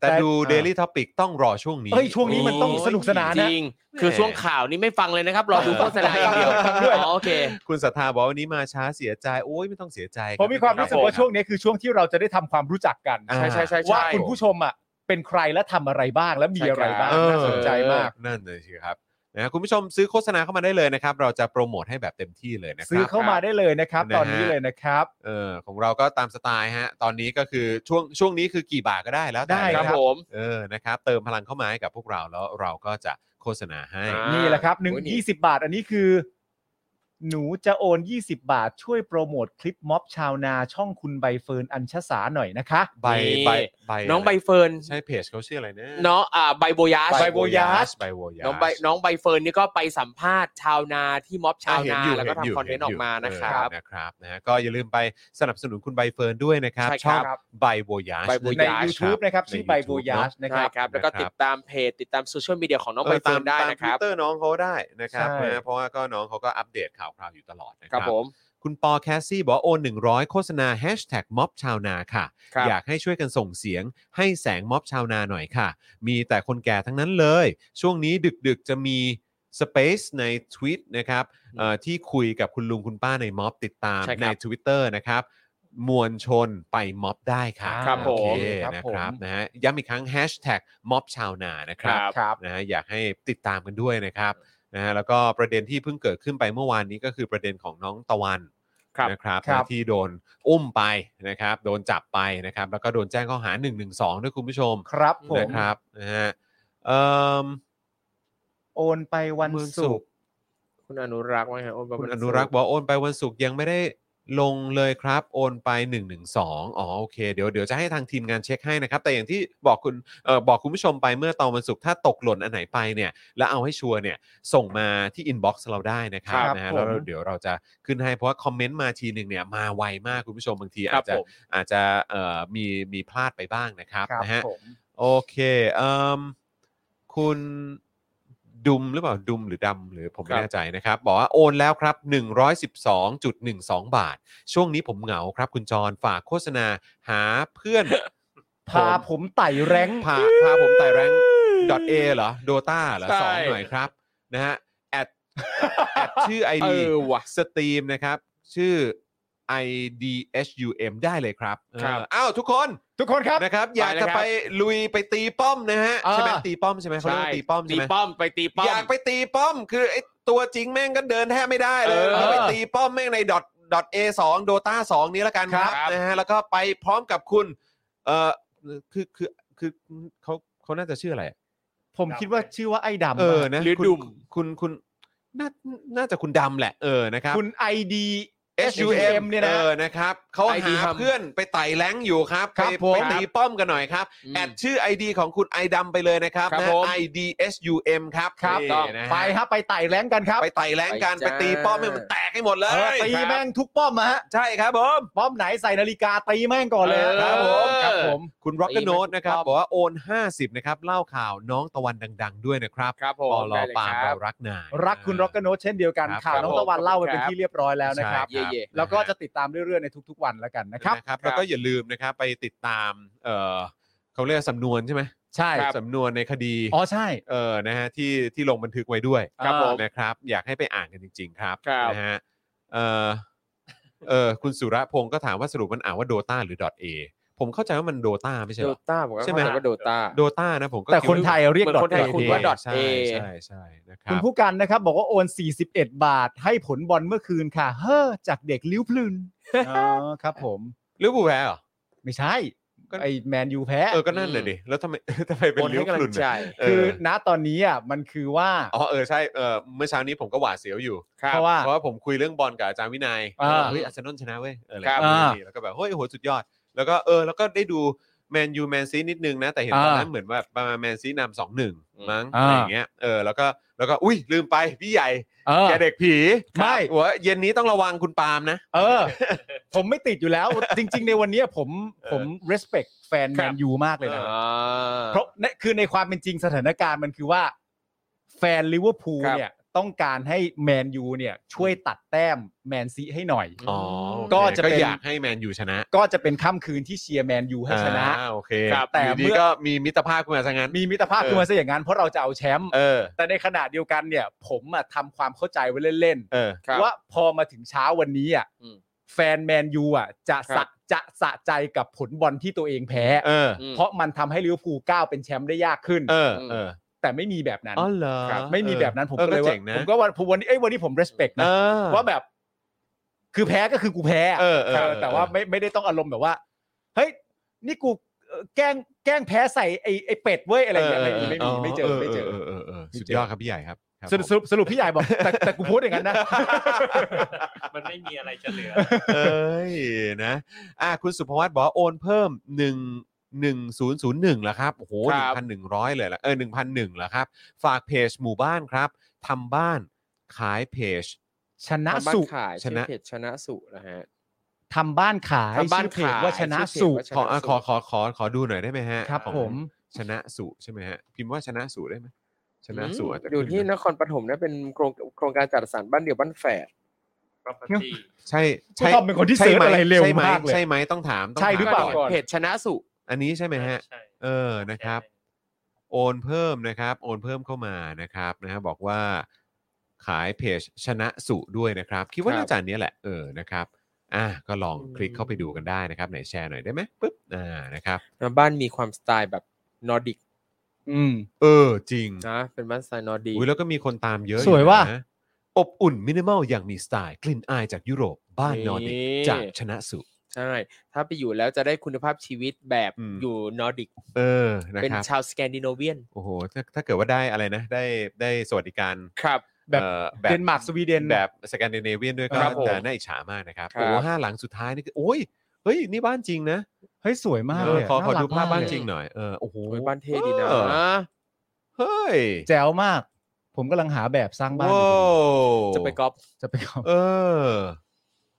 แต่ดู อ่า Daily Topic ต้องรอช่วงนี้ เอ้ย ช่วงนี้มันต้อง โย สนุกสนาน จ นะ ริงคือช่วงข่าวนี้ไม่ฟังเลยนะครับ รอดูโฆษณาอย่างเดียว ด้วย อ๋อโอเค คุณศรัทธาบอกวันนี้มาช้าเสียใจ โอ้ยไม่ต้องเสียใจบ ผมมีความรู้สึกว่า บ ช่วงนี้คือช่วงที่เราจะได้ทำความรู้จักกัน อ่า ใช่ใช่ใช่ ว่า ใช่ คุณผู้ชมอ่ะเป็นใครและทำอะไรบ้างและมีอะไรบ้าง เออ น่าสนใจมาก นั่นเลยสิครับนะคุณผู้ชมซื้อโฆษณาเข้ามาได้เลยนะครับ เราจะโปรโมทให้แบบเต็มที่เลยนะค ซื้อ รับ เข้ามาได้เลยนะครับ นะฮะ ตอนนี้เลยนะครับ เออของเราก็ตามสไตล์ฮะ ตอนนี้ก็คือช่วงช่วงนี้คือกี่บาทก็ได้แล้วแต่ ได้ ครับ นะ ผม เออนะครับ เติมพลังเข้ามาให้กับพวกเราแล้วเราก็จะโฆษณาให้ อ่า นี่แหละครับหนึ่ง โอ้ยนี่ ยี่สิบบาท อันนี้คือ หนูจะโอน 20 บาท ช่วยโปรโมทคลิปม็อบชาวนาช่องคุณใบเฟิร์นอัญชสาหน่อยนะคะ ใบใบใบ น้องใบเฟิร์น ใช่เพจเขาชื่ออะไรนะ เนาะอ่าใบโบยาส ใบโบยาส ใบโบยาส น้องใบน้องใบเฟิร์นนี่ก็ไปสัมภาษณ์ชาวนาที่ม็อบชาว เห็ นา ยู่ แล้วก็ ห็ ทำคอนเทนต์ออ ห็ กมานะครับ เออนะครับนะฮะก็อย่าลืมไปสนับสนุนคุณใบเฟิร์นด้วยนะครับ ใช่ ช่ ค อ รั ง บ ใบโบยาช ใบโบ ใน ยาช YouTube นะครับชื่อใบโบยาชนะค ใช่ รับ ครับ แล้วก็ติดตามเพจติดตามโซเชียลมีเดียของน้องใบเฟิร์นได้นะครับ เตอร์น้องเขาได้นะครับ ใช่ นะเพราะว่าก็น้องเขาก็อัปเดตข่าวคราวอยู่ตลอดนะค ครั รับ ผม คุณปอแคสซี่บอกว่าโอน100 โฆษณาแฮชแท็กม็อบชาวนาค่ะ ครับ อยากให้ช่วยกันส่งเสียงให้แสงม็อบชาวนาหน่อยค่ะ มีแต่คนแก่ทั้งนั้นเลย ช่วงนี้ดึกๆจะมี Space ใน t w e e t นะครับเอ่อที่คุยกับคุณลุงคุณป้าในม็อบติดตาม ใช่ครับ ใน Twitter นะครับมวลชนไปม็อบได้ค่ะ ครับ โอ ผม เค ครับ นะ ผม ครับนะฮะย้ำอีกครั้ง Hashtag ม็อบชาวนานะครับ ครับ นะฮะอยากให้ติดตามกันด้วยนะครับนะฮะแล้วก็ประเด็นที่เพิ่งเกิดขึ้นไปเมื่อวานนี้ก็คือประเด็นของน้องตะวัน ครับ นะครับ ครับ ที่โดนอุ้มไปนะครับ โดนจับไปนะครับ แล้วก็โดนแจ้งข้อหา1นึด้วยคุณผู้ชม ครับผ นะ ม ครับนะฮะเอิ่ม โอนไปวัน วันศุ ศุ ก ก ร์ ร์ คุณอนุรักษ์ว่าไงโอ้ย คุณอนุรักษ์บอกว่าโอนไปวันศุกร์ยังไม่ได้ลงเลยครับ โอนไป 1 1 2อ๋อโอเคเดี๋ยวเดี๋ยวจะให้ทางทีมงานเช็คให้นะครับ แต่อย่างที่บอกคุณเอ่อบอกคุณผู้ชมไปเมื่อตอนวันศุกร์ถ้าตกหล่นอันไหนไปเนี่ยแล้วเอาให้ชัวร์เนี่ยส่งมาที่อินบ็อกซ์เราได้นะครับ ครับ นะฮะ ผม แล้วเราเดี๋ยวเราจะขึ้นให้เพราะว่าคอมเมนต์มาทีหนึ่งเนี่ยมาไวมากคุณผู้ชมบางที ครั อา บ จจะ ผม อาจจะเอ่อมีมีพลาดไปบ้างนะครับ ครับ นะฮะ ผม โอเคเอ่มคุณดุมหรือเปล่า ดุมหรือดำหรือผมไม่แน่ใจนะครับ บอกว่าโอนแล้วครับ 112.12 บาท ช่วงนี้ผมเหงาครับ คุณจรฝากโฆษณาหาเพื่ [laughs] อน พาผมไต่แรงค์ พาพาผมไต่แรง .a เหรอ Dota เหรอสใช่องหน่อยครับนะฮะแอ [laughs] ดแอดชื่อ เอ ID อว่ะ สตรีมนะครับ ชื่อ IDHUM ได้เลยครับ ครับ เอออ้าวทุกคน ทุกคนครับ นะครับอยาก ไปเลย จะ ครับ ไปลุยไปตีป้อมนะฮะ เออ ใช่ไหมตีป้อมใช่ไหมเขาเรียกว่าตีป้อม ตี ใช่ไหม ป้อมไปตีป้อม อยากไปตีป้อม คือไอ้ตัวจริงแม่งก็เดินแทบไม่ได้เลย เออ ก็ไปตีป้อมแม่งในดอทดอทเอสองโดตาสองนี้ละกันครับ ครับ นะฮะแล้วก็ไปพร้อมกับคุณเออคือคือคือเขาเขาน่าจะชื่ออะไรอะ ผมคิดว่าชื่อว่าไอ้ดำ เออนะ หรือ คุณ ดุ่ม คุณคุณน่าน่าจะคุณดำแหละเออนะครับ คุณไอดี HUM เนี่ยนะ ออนะครับเขา ไอดี หา ทำ เพื่อนไปไต่แรงอยู่ครับ ค ไป รับผม ไปตีป้อมกันหน่อยครับ อืม แอดชื่อ ID ของคุณไอดำไปเลยนะครับ ครับ นะ ผม IDSUM ครับ ครับ นี่ ต้อง นะฮะ ไปฮะไปไต่แรงกันครับ ไปไต่แรงกัน ไป ไป จ้า ตีป้อมให้มันแตกให้หมดเล เออย ตี ครับ แม่งทุกป้อมนะฮะ ใช่ครับผม ป้อมไหนใส่นาฬิกาตีแม่งก่อนเลย เออ ครับผมครับผม คุณร็อกเกอร์โน ตีแม่งทุก นะครับ ป้อม บอกว่าโอน 50 นะครับ เล่าข่าวน้องตะวันดัง ๆ ด้วยนะครับ ครับผ ป ม อลอ ได้เลย ปาล์ม ค เรา บ รักนาย รักคุณร็อกเกอร์โนเช่นเดียวกัน ครับ ข่าวน้อคงรับ ตะวันเล่าไปเป็น ครับ ที่เรียบร้อยแล้วนะครับ ใช่ เย่ แล้วก็จะติดตามเรื่อยๆในทุกๆวันแล้วกันนะครับ นะครับ แล้วก็อย่าลืมนะครับไปติดตามเอ่อเขาเรียกสำนวนใช่ไหม ใช่ สำนวนในคดี อ๋อใช่ เออนะฮะที่ที่ลงบันทึกไว้ด้วย ครับผม นะครับ อยากให้ไปอ่านกันจริง ๆ ครับ ครับ นะฮะเออเออคุณสุรพงศ์ก็ถามว่าสรุปมันอ่านว่าโดตาหรือ .a ผมเข้าใจว่ามันโดตาไม่ใช่ โด เหรอ ต้าบอกว่า ใช่ไหม เขาเรียกว่าโดต้า โดตานะผมก็ แต่คนไทยเรียก เหมือนคนไทย .a คุณว่า .a ใช่ใช่ใช่นะครับ คุณผู้กันนะครับ บอกว่าโอน 41 บาทให้ผลบอลเมื่อคืนค่ะ เฮ้อจากเด็กลิ้วพลืนอ๋อครับผม ลิเวอร์พูลแพ้เหรอ ไม่ใช่ ก็ ไอแมนยูแพ้ เออ ก็นั่นเลยดิ แล้วทำไม ทำไมเป็น คน ลิ ให้ เวอร์ กำ พูลลังใจ น่ะเ คือณตอนนี้อ่ะมันคือว่า อ๋อ เออ ใช่ เออเมื่อเช้านี้ผมก็หวาดเสียวอยู่ เพราะว่า เพราะว่าผมคุยเรื่องบอลกับอาจารย์วินัย อ่า เฮ้ยอาร์เซนอลชนะเว้ยเอออะไร ครับ แบบนี้แล้วก็แบบเฮ้ยโอ้โหสุดยอด แล้วก็เออ แล้วก็ได้ดูแมนยูแมนซีนิดนึงนะ แต่เห็นตอนนั้นเหมือนว่าประมาณแมนซีนำสองหนึ่งมั้ง อ่า อะไรอย่างเงี้ย เออ แล้วก็ แล้วก็ อุ้ยลืมไป พี่ใหญ่ เออ แกเด็กผี ไม่ ครับหัวเย็นนี้ต้องระวังคุณปาล์มนะ เออ ผมไม่ติดอยู่แล้ว จริง ๆ ในวันเนี้ยผมผม respect แฟนแมนยูมากเลยนะ เออ เพราะในคือในความเป็นจริงสถานการณ์มันคือว่า แฟนลิเวอร์พูล ครับ เนี่ยต้องการให้แมนยูเนี่ยช่วยตัดแต้มแมนซีให้หน่อย อ๋อโอเค ก็จะเป็น อยากให้แมนยูชนะ ก็จะเป็นค่ำคืนที่เชียร์แมนยูให้ชนะ อ่าโอเค ครับแต่ แต่ เมื่ ดี อ ก็มีมิตรภาพขึ้นมาซะงั้น มีมิตรภาพ เออ ขึ้นมาซะอย่างนั้นเพราะเราจะเอาแชมป์ เออ แต่ในขณะเดียวกันเนี่ย ผมอะทำความเข้าใจไว้เล่น เออ ครับ ๆว่าพอมาถึงเช้าวันนี้อ่ะ อืม แฟนแมนยูอ่ะจะ ครั สะ บ จะสะใจกับผลบอลที่ตัวเองแพ้ เออ อืม เพราะมันทำให้ลิเวอร์พูลก้าวเป็นแชมป์ได้ยากขึ้น เออ อืม เออ แต่ไม่มีแบบนั้น อ๋อเหรอ ครับไม่มีแบบนั้นผม ออ ก็เลยว่า เจ๋งนะ ผมก็วันผมวันนี้เอ้ยวันนี้ผม respect เอ นะ อ ว่าแบบ คือแพ้ก็คือกูแพ้อะ เออเออ เออ เออ แต่ว่าไม่ไม่ได้ต้องอารมณ์แบบว่าเฮ้ยนี่กูเอ่อแกล้งแกล้งแพ้ใส่ไอ้ไอ้เป็ดเว้ยอะไรอย่างเงี้ยไม่มีไม่มีไม่เจอไม่เจอ เเออ ไม่ สุด เจอ ยอดครับพี่ใหญ่ครับครับ สรุปสรุปสรุปพี่ใหญ่บอกแต่แต่กูโพูดอย่างนั้นนะ มันไม่มีอะไรจะเหลือ เอ้ยนะอ่ะคุณสุภวัตบอกว่าโอนเพิ่ม 1 1001แล้วครับโอ้โห ครับ 1,100 เลยละเออ1,001แล้วครับ ฝากเพจหมู่บ้านครับทำบ้านขายเพจ [laughs] ชนะ ทำบ้า สุ นขาย ชนะ ชื่อเพจชนะสุนะฮะ ทำบ้านขาย ทำบ้าน ชื่อเพจ ขาย ว่าชนะ ชื่อเพจ สุ ว่าชนะ ขออ่ะขอขอขอขอดูหน่อยได้ไหมฮะ ครับ ของ ผม ชนะสุใช่ไหมฮะพิมพ์ว่าชนะสุได้ไหมชนะสุอาจจะ อยู่ที่ ขึ้น น นะ ครปฐมนะเป็นโครงโครงการจัดสรรบ้านเดี่ยวบ้านแฝด property ใช่ ชอบเป็นคนที่เสิร์ชอะไรเร็วมากเลย ใช่ไหมต้องถามต้อง ใช่หรือเปล่า ถมก่น เพจชนะสุ อันนี้ [laughs] ใช่ไหมฮะ ใช่ เออ นะครับ โอนเพิ่มนะครับ โอนเพิ่มเข้ามานะครับนะฮะบอกว่าขายเพจชนะสุด้วยนะครับ คิดว่า ครับ น่าจะอันเนี้ยแหละ เออ นะครับ อ่ะก็ลอง อืม คลิกเข้าไปดูกันได้นะครับ ไหนแชร์หน่อยได้ไหมปึ๊บ อ่า นะครับ บ้านมีความสไตล์แบบนอร์ดิก อืม เออ จริง นะเป็นบ้านสไตล์นอร์ดิก อุ้ยแล้วก็มีคนตามเยอะอ สวยว่ะ นอบอุ่นมินิมอลอย่างมีสไตล์ กลิ่นอายจากยุโรป บ้าน นี่ นอร์ดิกจากชนะสุ ใช่ ถ้าไปอยู่แล้วจะได้คุณภาพชีวิตแบบ อืม อยู่นอร์ดิก เออ นะ เป็น ครับ ชาวสแกนดิเนเวียน โอ้โห ถ้าถ้าเกิดว่าได้อะไรนะ ได้ได้สวัสดิการ ครับ แบบ เอ่อ เดนมาร์กสวีเดน แบบสแกนดิเนเวียนด้วยก็ ครับผม จะน่าอิจฉามากนะครับ ครับ โอ้โหห้าหลังสุดท้ายนี่คือโอ้ยเฮ้ย นี่บ้านจริงนะ เฮ้ยสวยมาก เออยเละ ขอขอ น่รัก ดูภาพ ม บ้าน กเลย จริงหน่อยเออโอ้โห โอ้ยบ้านเท่ดีนะ เออ เฮ้ย แจ๋วมาก ผมกำลังหาแบบสร้างบ้านอ ว้า ยู่ ว จะไปกอล์ฟ จะไปเอา เออ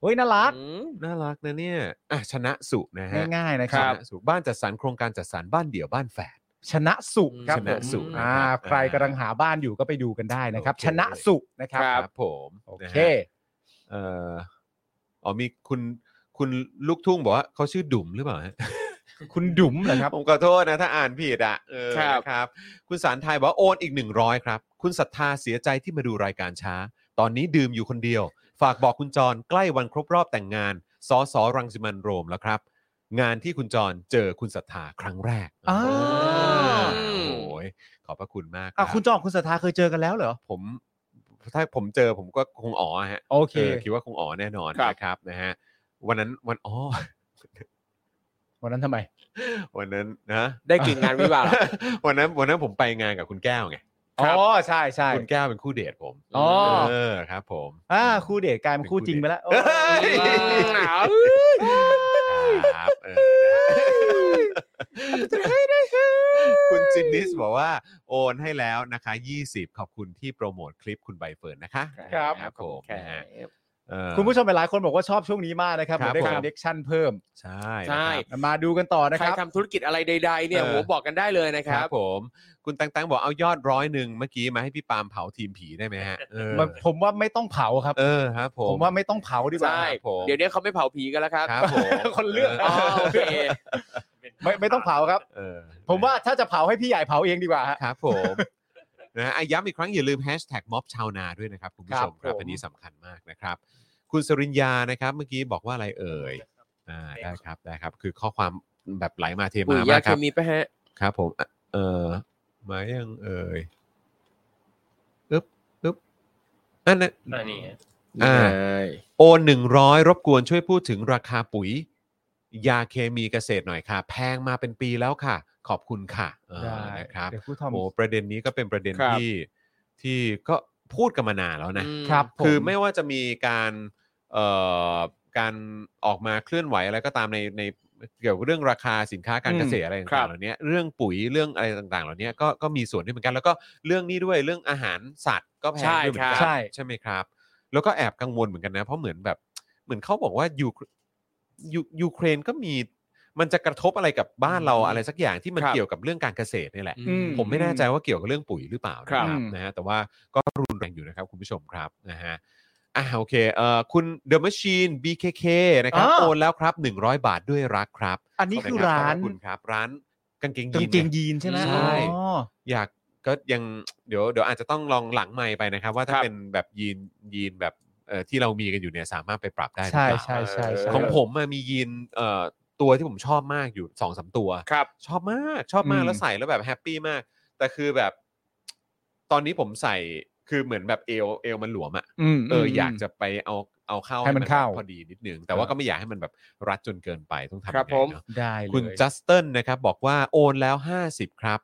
เฮ้ยน่ารัก อืม น่ารักนะเนี่ยอ่ะชนะสุนะฮะ ง่ายๆนะค ช รับ นะสุบ้านจัดสรรโครงการจัดสรรบ้านเดี่ยวบ้านแฝด ชนะสุ อืม ครับ ชนะสุ ผม นะครับ อ่า ใครกำลังหาบ้านอยู่ก็ไปดูกันได้นะครับ โอเค ชนะสุนะครับ ผม โอ นะ เค ฮะเอ่ออ๋อมีคุณคุณลูกทุ่งบอกว่าเขาชื่อดุ๋มหรือเปล่าฮะ คุณดุ๋มเหรอครับ ผมขอโทษนะ ถ้าอ่านผิดอ่ะเออ ครับ นะครับ คุณสารไทยบอกว่าโอนอีก 100 ครับ คุณศรัทธาเสียใจที่มาดูรายการช้า ตอนนี้ดื่มอยู่คนเดียว ฝากบอกคุณจรใกล้วันครบรอบแต่งงานสอสอรังสิมันโรมแล้วครับ งานที่คุณจรเจอคุณศรัทธาครั้งแรก อ้าอ่าวโอ้โหขอบพระคุณมาก อ่ะ รับ คุณจองคุณสทธาเคยเจอกันแล้วเหรอ ผมถ้าผมเจอผมก็คงอ๋อฮะ โอเค อคิดว่าคงอ๋อแน่นอน ครับ นะครับนะฮะวันนั้นวันอ๋อ [laughs] วันนั้นทำไม วันนั้นนะ [laughs] ได้กลิ่นงานวิวาห์เหรอ วันนั้นวันนั้นผมไปงานกับคุณแก้วไง อ๋อใช่ใช่ คุณแก้วเป็นคู่เดทผม อ๋อ เออครับผม อ่าคู่เดทกลายเป็นคู่จริงไปแล้วโอ้ อื ย มเอา ครับเออคุณจินนิสบอกว่าโอนให้แล้วนะคะ 20 ขอบคุณที่โปรโมทคลิปคุณใบเฟิร์นนะคะครับผมนะฮะเออ คุณผู้ชมหลายๆคนบอกว่าชอบช่วงนี้มากนะครับ ครับ เหมือนได้ ผม คอนเน็กชันเพิ่ม ใช่ ใช่ นะครับ มาดูกันต่อนะ ใค ค ร รับ ทำธุรกิจอะไรใด ๆ เนี่ย เออ โหบอกกันได้เลยนะค ค รั รั บบ ผมคุณแตงแตงบอกเอายอดร้อยหนึ่งเมื่อกี้มาให้พี่ปาล์มเผาทีมผีได้ไหมฮะเออ มันผมว่าไม่ต้องเผาครับ เออครับผม ผมว่าไม่ต้องเผาดีกว่า ใช่ ครับผม เดี๋ยวนี้เขาไม่เผาผีกันแล้วครับ ครับผม คนเลือก อ๋อโอเค ไม่ไม่ต้องเผาครับ เออ ผมว่าถ้าจะเผาให้พี่ใหญ่เผาเองดีกว่าฮะ ครับผมนะฮะอ่ะย้ำอีกครั้งอย่าลืมแฮชแท็กม็อบชาวนาด้วยนะครับคุณผู้ชมค ครั รับบ ผม อันนี้สำคัญมากนะครับ คุณสริญญานะครับเมื่อกี้บอกว่าอะไรเอ่ยอ่าได้ครับได้ครับ คือข้อความแบบไหลมาเท ปุ๋ มายามยากค เครับ มีปะฮะ ครับผมอ่ะเออมายังเอ่ยอึ๊บอึ๊บอันนั้น อันนี้ฮะ อ่า โอน100 รบกวนช่วยพูดถึงราคาปุ๋ย ยาเคมีเกษตรหน่อยค่ะ แพงมาเป็นปีแล้วค่ะ ขอบคุณค่ะเออ ได้ นะครับ เดี๋ยวครูทอม โอ้ประเด็นนี้ก็เป็นประเด็น ครับ ที่ที่ก็พูดกันมานานแล้วนะ อืม ครับผ คือไม่ว่าจะมีการเอ่อการออกมาเคลื่อนไหวอะไรก็ตามในในเกี่ยวกับเรื่องราคาสินค้าการเกษตรอะไร ครั ต่างๆ บ เหล่านี้เรื่องปุ๋ยเรื่องอะไรต่างๆ เหล่านี้ก็ก็มีส่วนด้วยเหมือนกัน แล้วก็เรื่องนี้ด้วยเรื่องอาหารสัตว์ก็แพงด้วยเหมือนกั ใช่ครับ ใช่ไหมครับ แล้วก็แอบกังวลเหมือนกันนะ เพราะเหมือนแบบเหมือนเขาบอกว่ายูเครยูยูเครนก็มีมันจะกระทบอะไรกับบ้านเราอะไรสักอย่างที่มัน ครับ เกี่ยวกับเรื่องการเกษตรนี่แหละ อืม ผมไม่แน่ใจว่าเกี่ยวกับเรื่องปุ๋ยหรือเปล่านะค ครั รับบ นะฮะแต่ว่าก็รุนแรงอยู่นะครับ คุณผู้ชมครับนะฮะอ่าโอเคเอ่อคุณ The Machine BKK นะครับ อ้าว โอนแล้วครับ 100 บาทด้วยรักครับ อันนี้คือ ขบณขร้าน บคุณครับ ร้านกางเกง กา ยี ง น เกงยีนใช่ไหม ใช่ อ๋อ อยากก็ยังเดี๋ยวเดี๋ยวอาจจะต้องลองหลังไม่ไปนะครับ ว่าถ้าเป็นแบบยีนยีนแบบเอ่อที่เรามีกันอยู่เนี่ยสามารถไปปรับได้หรือ ใช่ เปล่า ใช่ใช่ใช่ ของผมอะมียีนเอ่อตัวที่ผมชอบมากอยู่สองสามตัว ครับ ชอบมากชอบมาก อืม แล้วใส่แล้วแบบแฮปปี้มาก แต่คือแบบ ตอนนี้ผมใส่คือเหมือนแบบเอวเอวมันหลวมอะ อืม เออ ม อยากจะไปเอาเอาเข้า ให้มันเข้า พอดีนิดนึงแต่ว่าก็ไม่อยากให้มันแบบรัดจนเกินไปต้องทำยังไง ครับผม เนอะ ได้เลย คุณจัสตินนะครับ บอกว่าโอนแล้ว 50 ครับ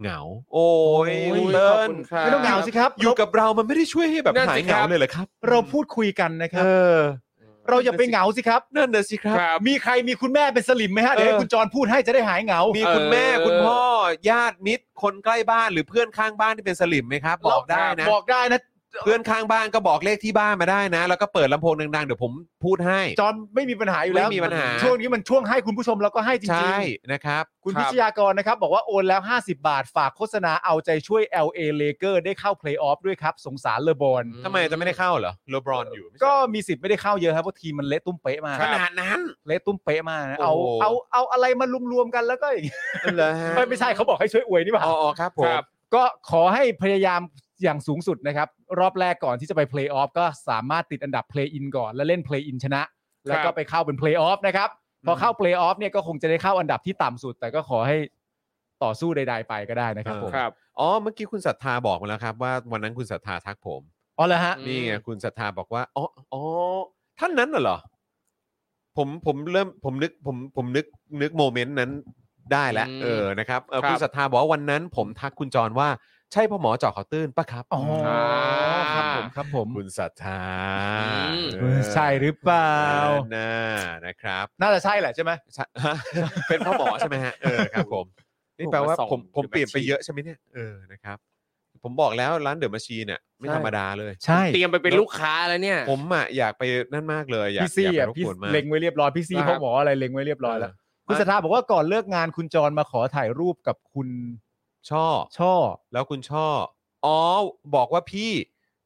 เหงา โอ้ย โอ้ย คุณเติ้ ขอบ ล คุณครับ ไม่ต้องเหงาสิครับ อยู่กับเรามันไม่ได้ช่วยให้แบบ นั่น หาย สิ เห ครั งา บ เลยเหรอครับ เราพูดคุยกันนะครับ อ เราอย่าไปเหงาสิครับ นั่นน่ะสิครับ ครับ มีใครมีคุณแม่เป็นสลิมไหมฮะ เดี๋ยวให้คุณจรพูดให้จะได้หายเหงา มี มี คุณแม่ เออ คุณพ่อญาติมิตรคนใกล้บ้านหรือเพื่อนข้างบ้านที่เป็นสลิมไหมครับ บอกได้นะ บอกได้นะ เพื่อนข้างบ้านก็บอกเลขที่บ้านมาได้นะ แล้วก็เปิดลำโพงดังๆ เดี๋ยวผมพูดให้ จอนไม่มีปัญหาอยู่แล้ว ไม่มีปัญหา ช่วงนี้มันช่วงให้คุณผู้ชมเราก็ให้จริ ใช่ ง นะครับ ๆ คุณ ครั พิ บ ชยากรนะครับ บอกว่าโอนแล้ว 50 บาทฝากโฆษณาเอาใจช่วย LA l a k e r ได้เข้าเพลย์ออฟด้วยครับ สงสารเลอบอล ทำไมจะไม่ได้เข้าเหรอโลบรอนอยู่ไม่ใช่ ก็มีสิทธิ์ไม่ได้เข้าเยอะครับเพราะทีมมันเละตุ้มเป๊ะมาก ขนาดนั้น เละตุ้มเป๊ะมากนะเอา โอ้โห เอาเอาอะไรมารวมๆกันแล้วก็อย่างเงี้ย เหรอฮะ ไม่ไม่ใช่เขาบอกให้ช่วยอวยนี่เปล่า อ๋ออ๋อครับผม ครับ ก็ขอให้พยายามอย่างสูงสุดนะครับ รอบแรกก่อนที่จะไปเพลย์ออฟก็สามารถติดอันดับเพลย์อินก่อน แล้วเล่นเพลย์อินชนะ แล้วก็ไปเข้าเป็นเพลย์ออฟนะครับ พอเข้าเพลย์ออฟเนี่ยก็คงจะได้เข้าอันดับที่ต่ำสุด แต่ก็ขอให้ต่อสู้ใด ๆ ไปก็ได้นะครับ เออ ผม ครับ อ๋อเมื่อกี้คุณศรัทธาบอกมาแล้วครับ ว่าวันนั้นคุณศรัทธาทักผม อ๋อเหรอฮะ อืม นี่ไงคุณศรัทธาบอกว่าอ๋ออ๋อท่านนั้นน่ะเหรอผมผมเริ่มผมนึกผมผมนึกนึกโมเมนต์นั้นได้แล้ว อืม เออนะครับเออ ครับ คุณศรัทธาบอกว่าวันนั้น ผมทักคุณจรว่าใช่พ่อหมอเจาะเขาวตื้นปะครับ อ๋อ อ่า ครับผมครับผม คุณศรัทธา อืม เออ ใช่หรือเปล่า น่านะครับ [laughs] น่าจะใช่แหละใช่ไหม ใช่ เป็นพ่อหมอใช่ไหมฮะ เออครับผม นี่แปลว่า ส่อง ผมผม เดอะ เปลี่ยนไป แมชชีน เยอะใช่ไหมเนี่ย เออนะครับ ผมบอกแล้วร้านเดอะม h ชีนเนี่ยไม่ ใช่ ธรรมดาเลย ใช่ เตรียมไปเป็นลูกค้าแล้วเนี่ย ผมอ่ะอยากไปนั่นมากเลย อยาก พี่ซี่ อยากไปรอะบ พี่ กวนมาก เล็งไว้เรียบร้อยพี่ซี่ นะครับ พ่อหมออะไรเล็งไว้เรียบร้อยแล้ว เ คุณสถาบอกว่าก่อนเลิกงานคุณจรมาขอถ่ายรูปกับคุณ ช่อ ช่อ แล้วคุณช่อ อ๋อ บอกว่าพี่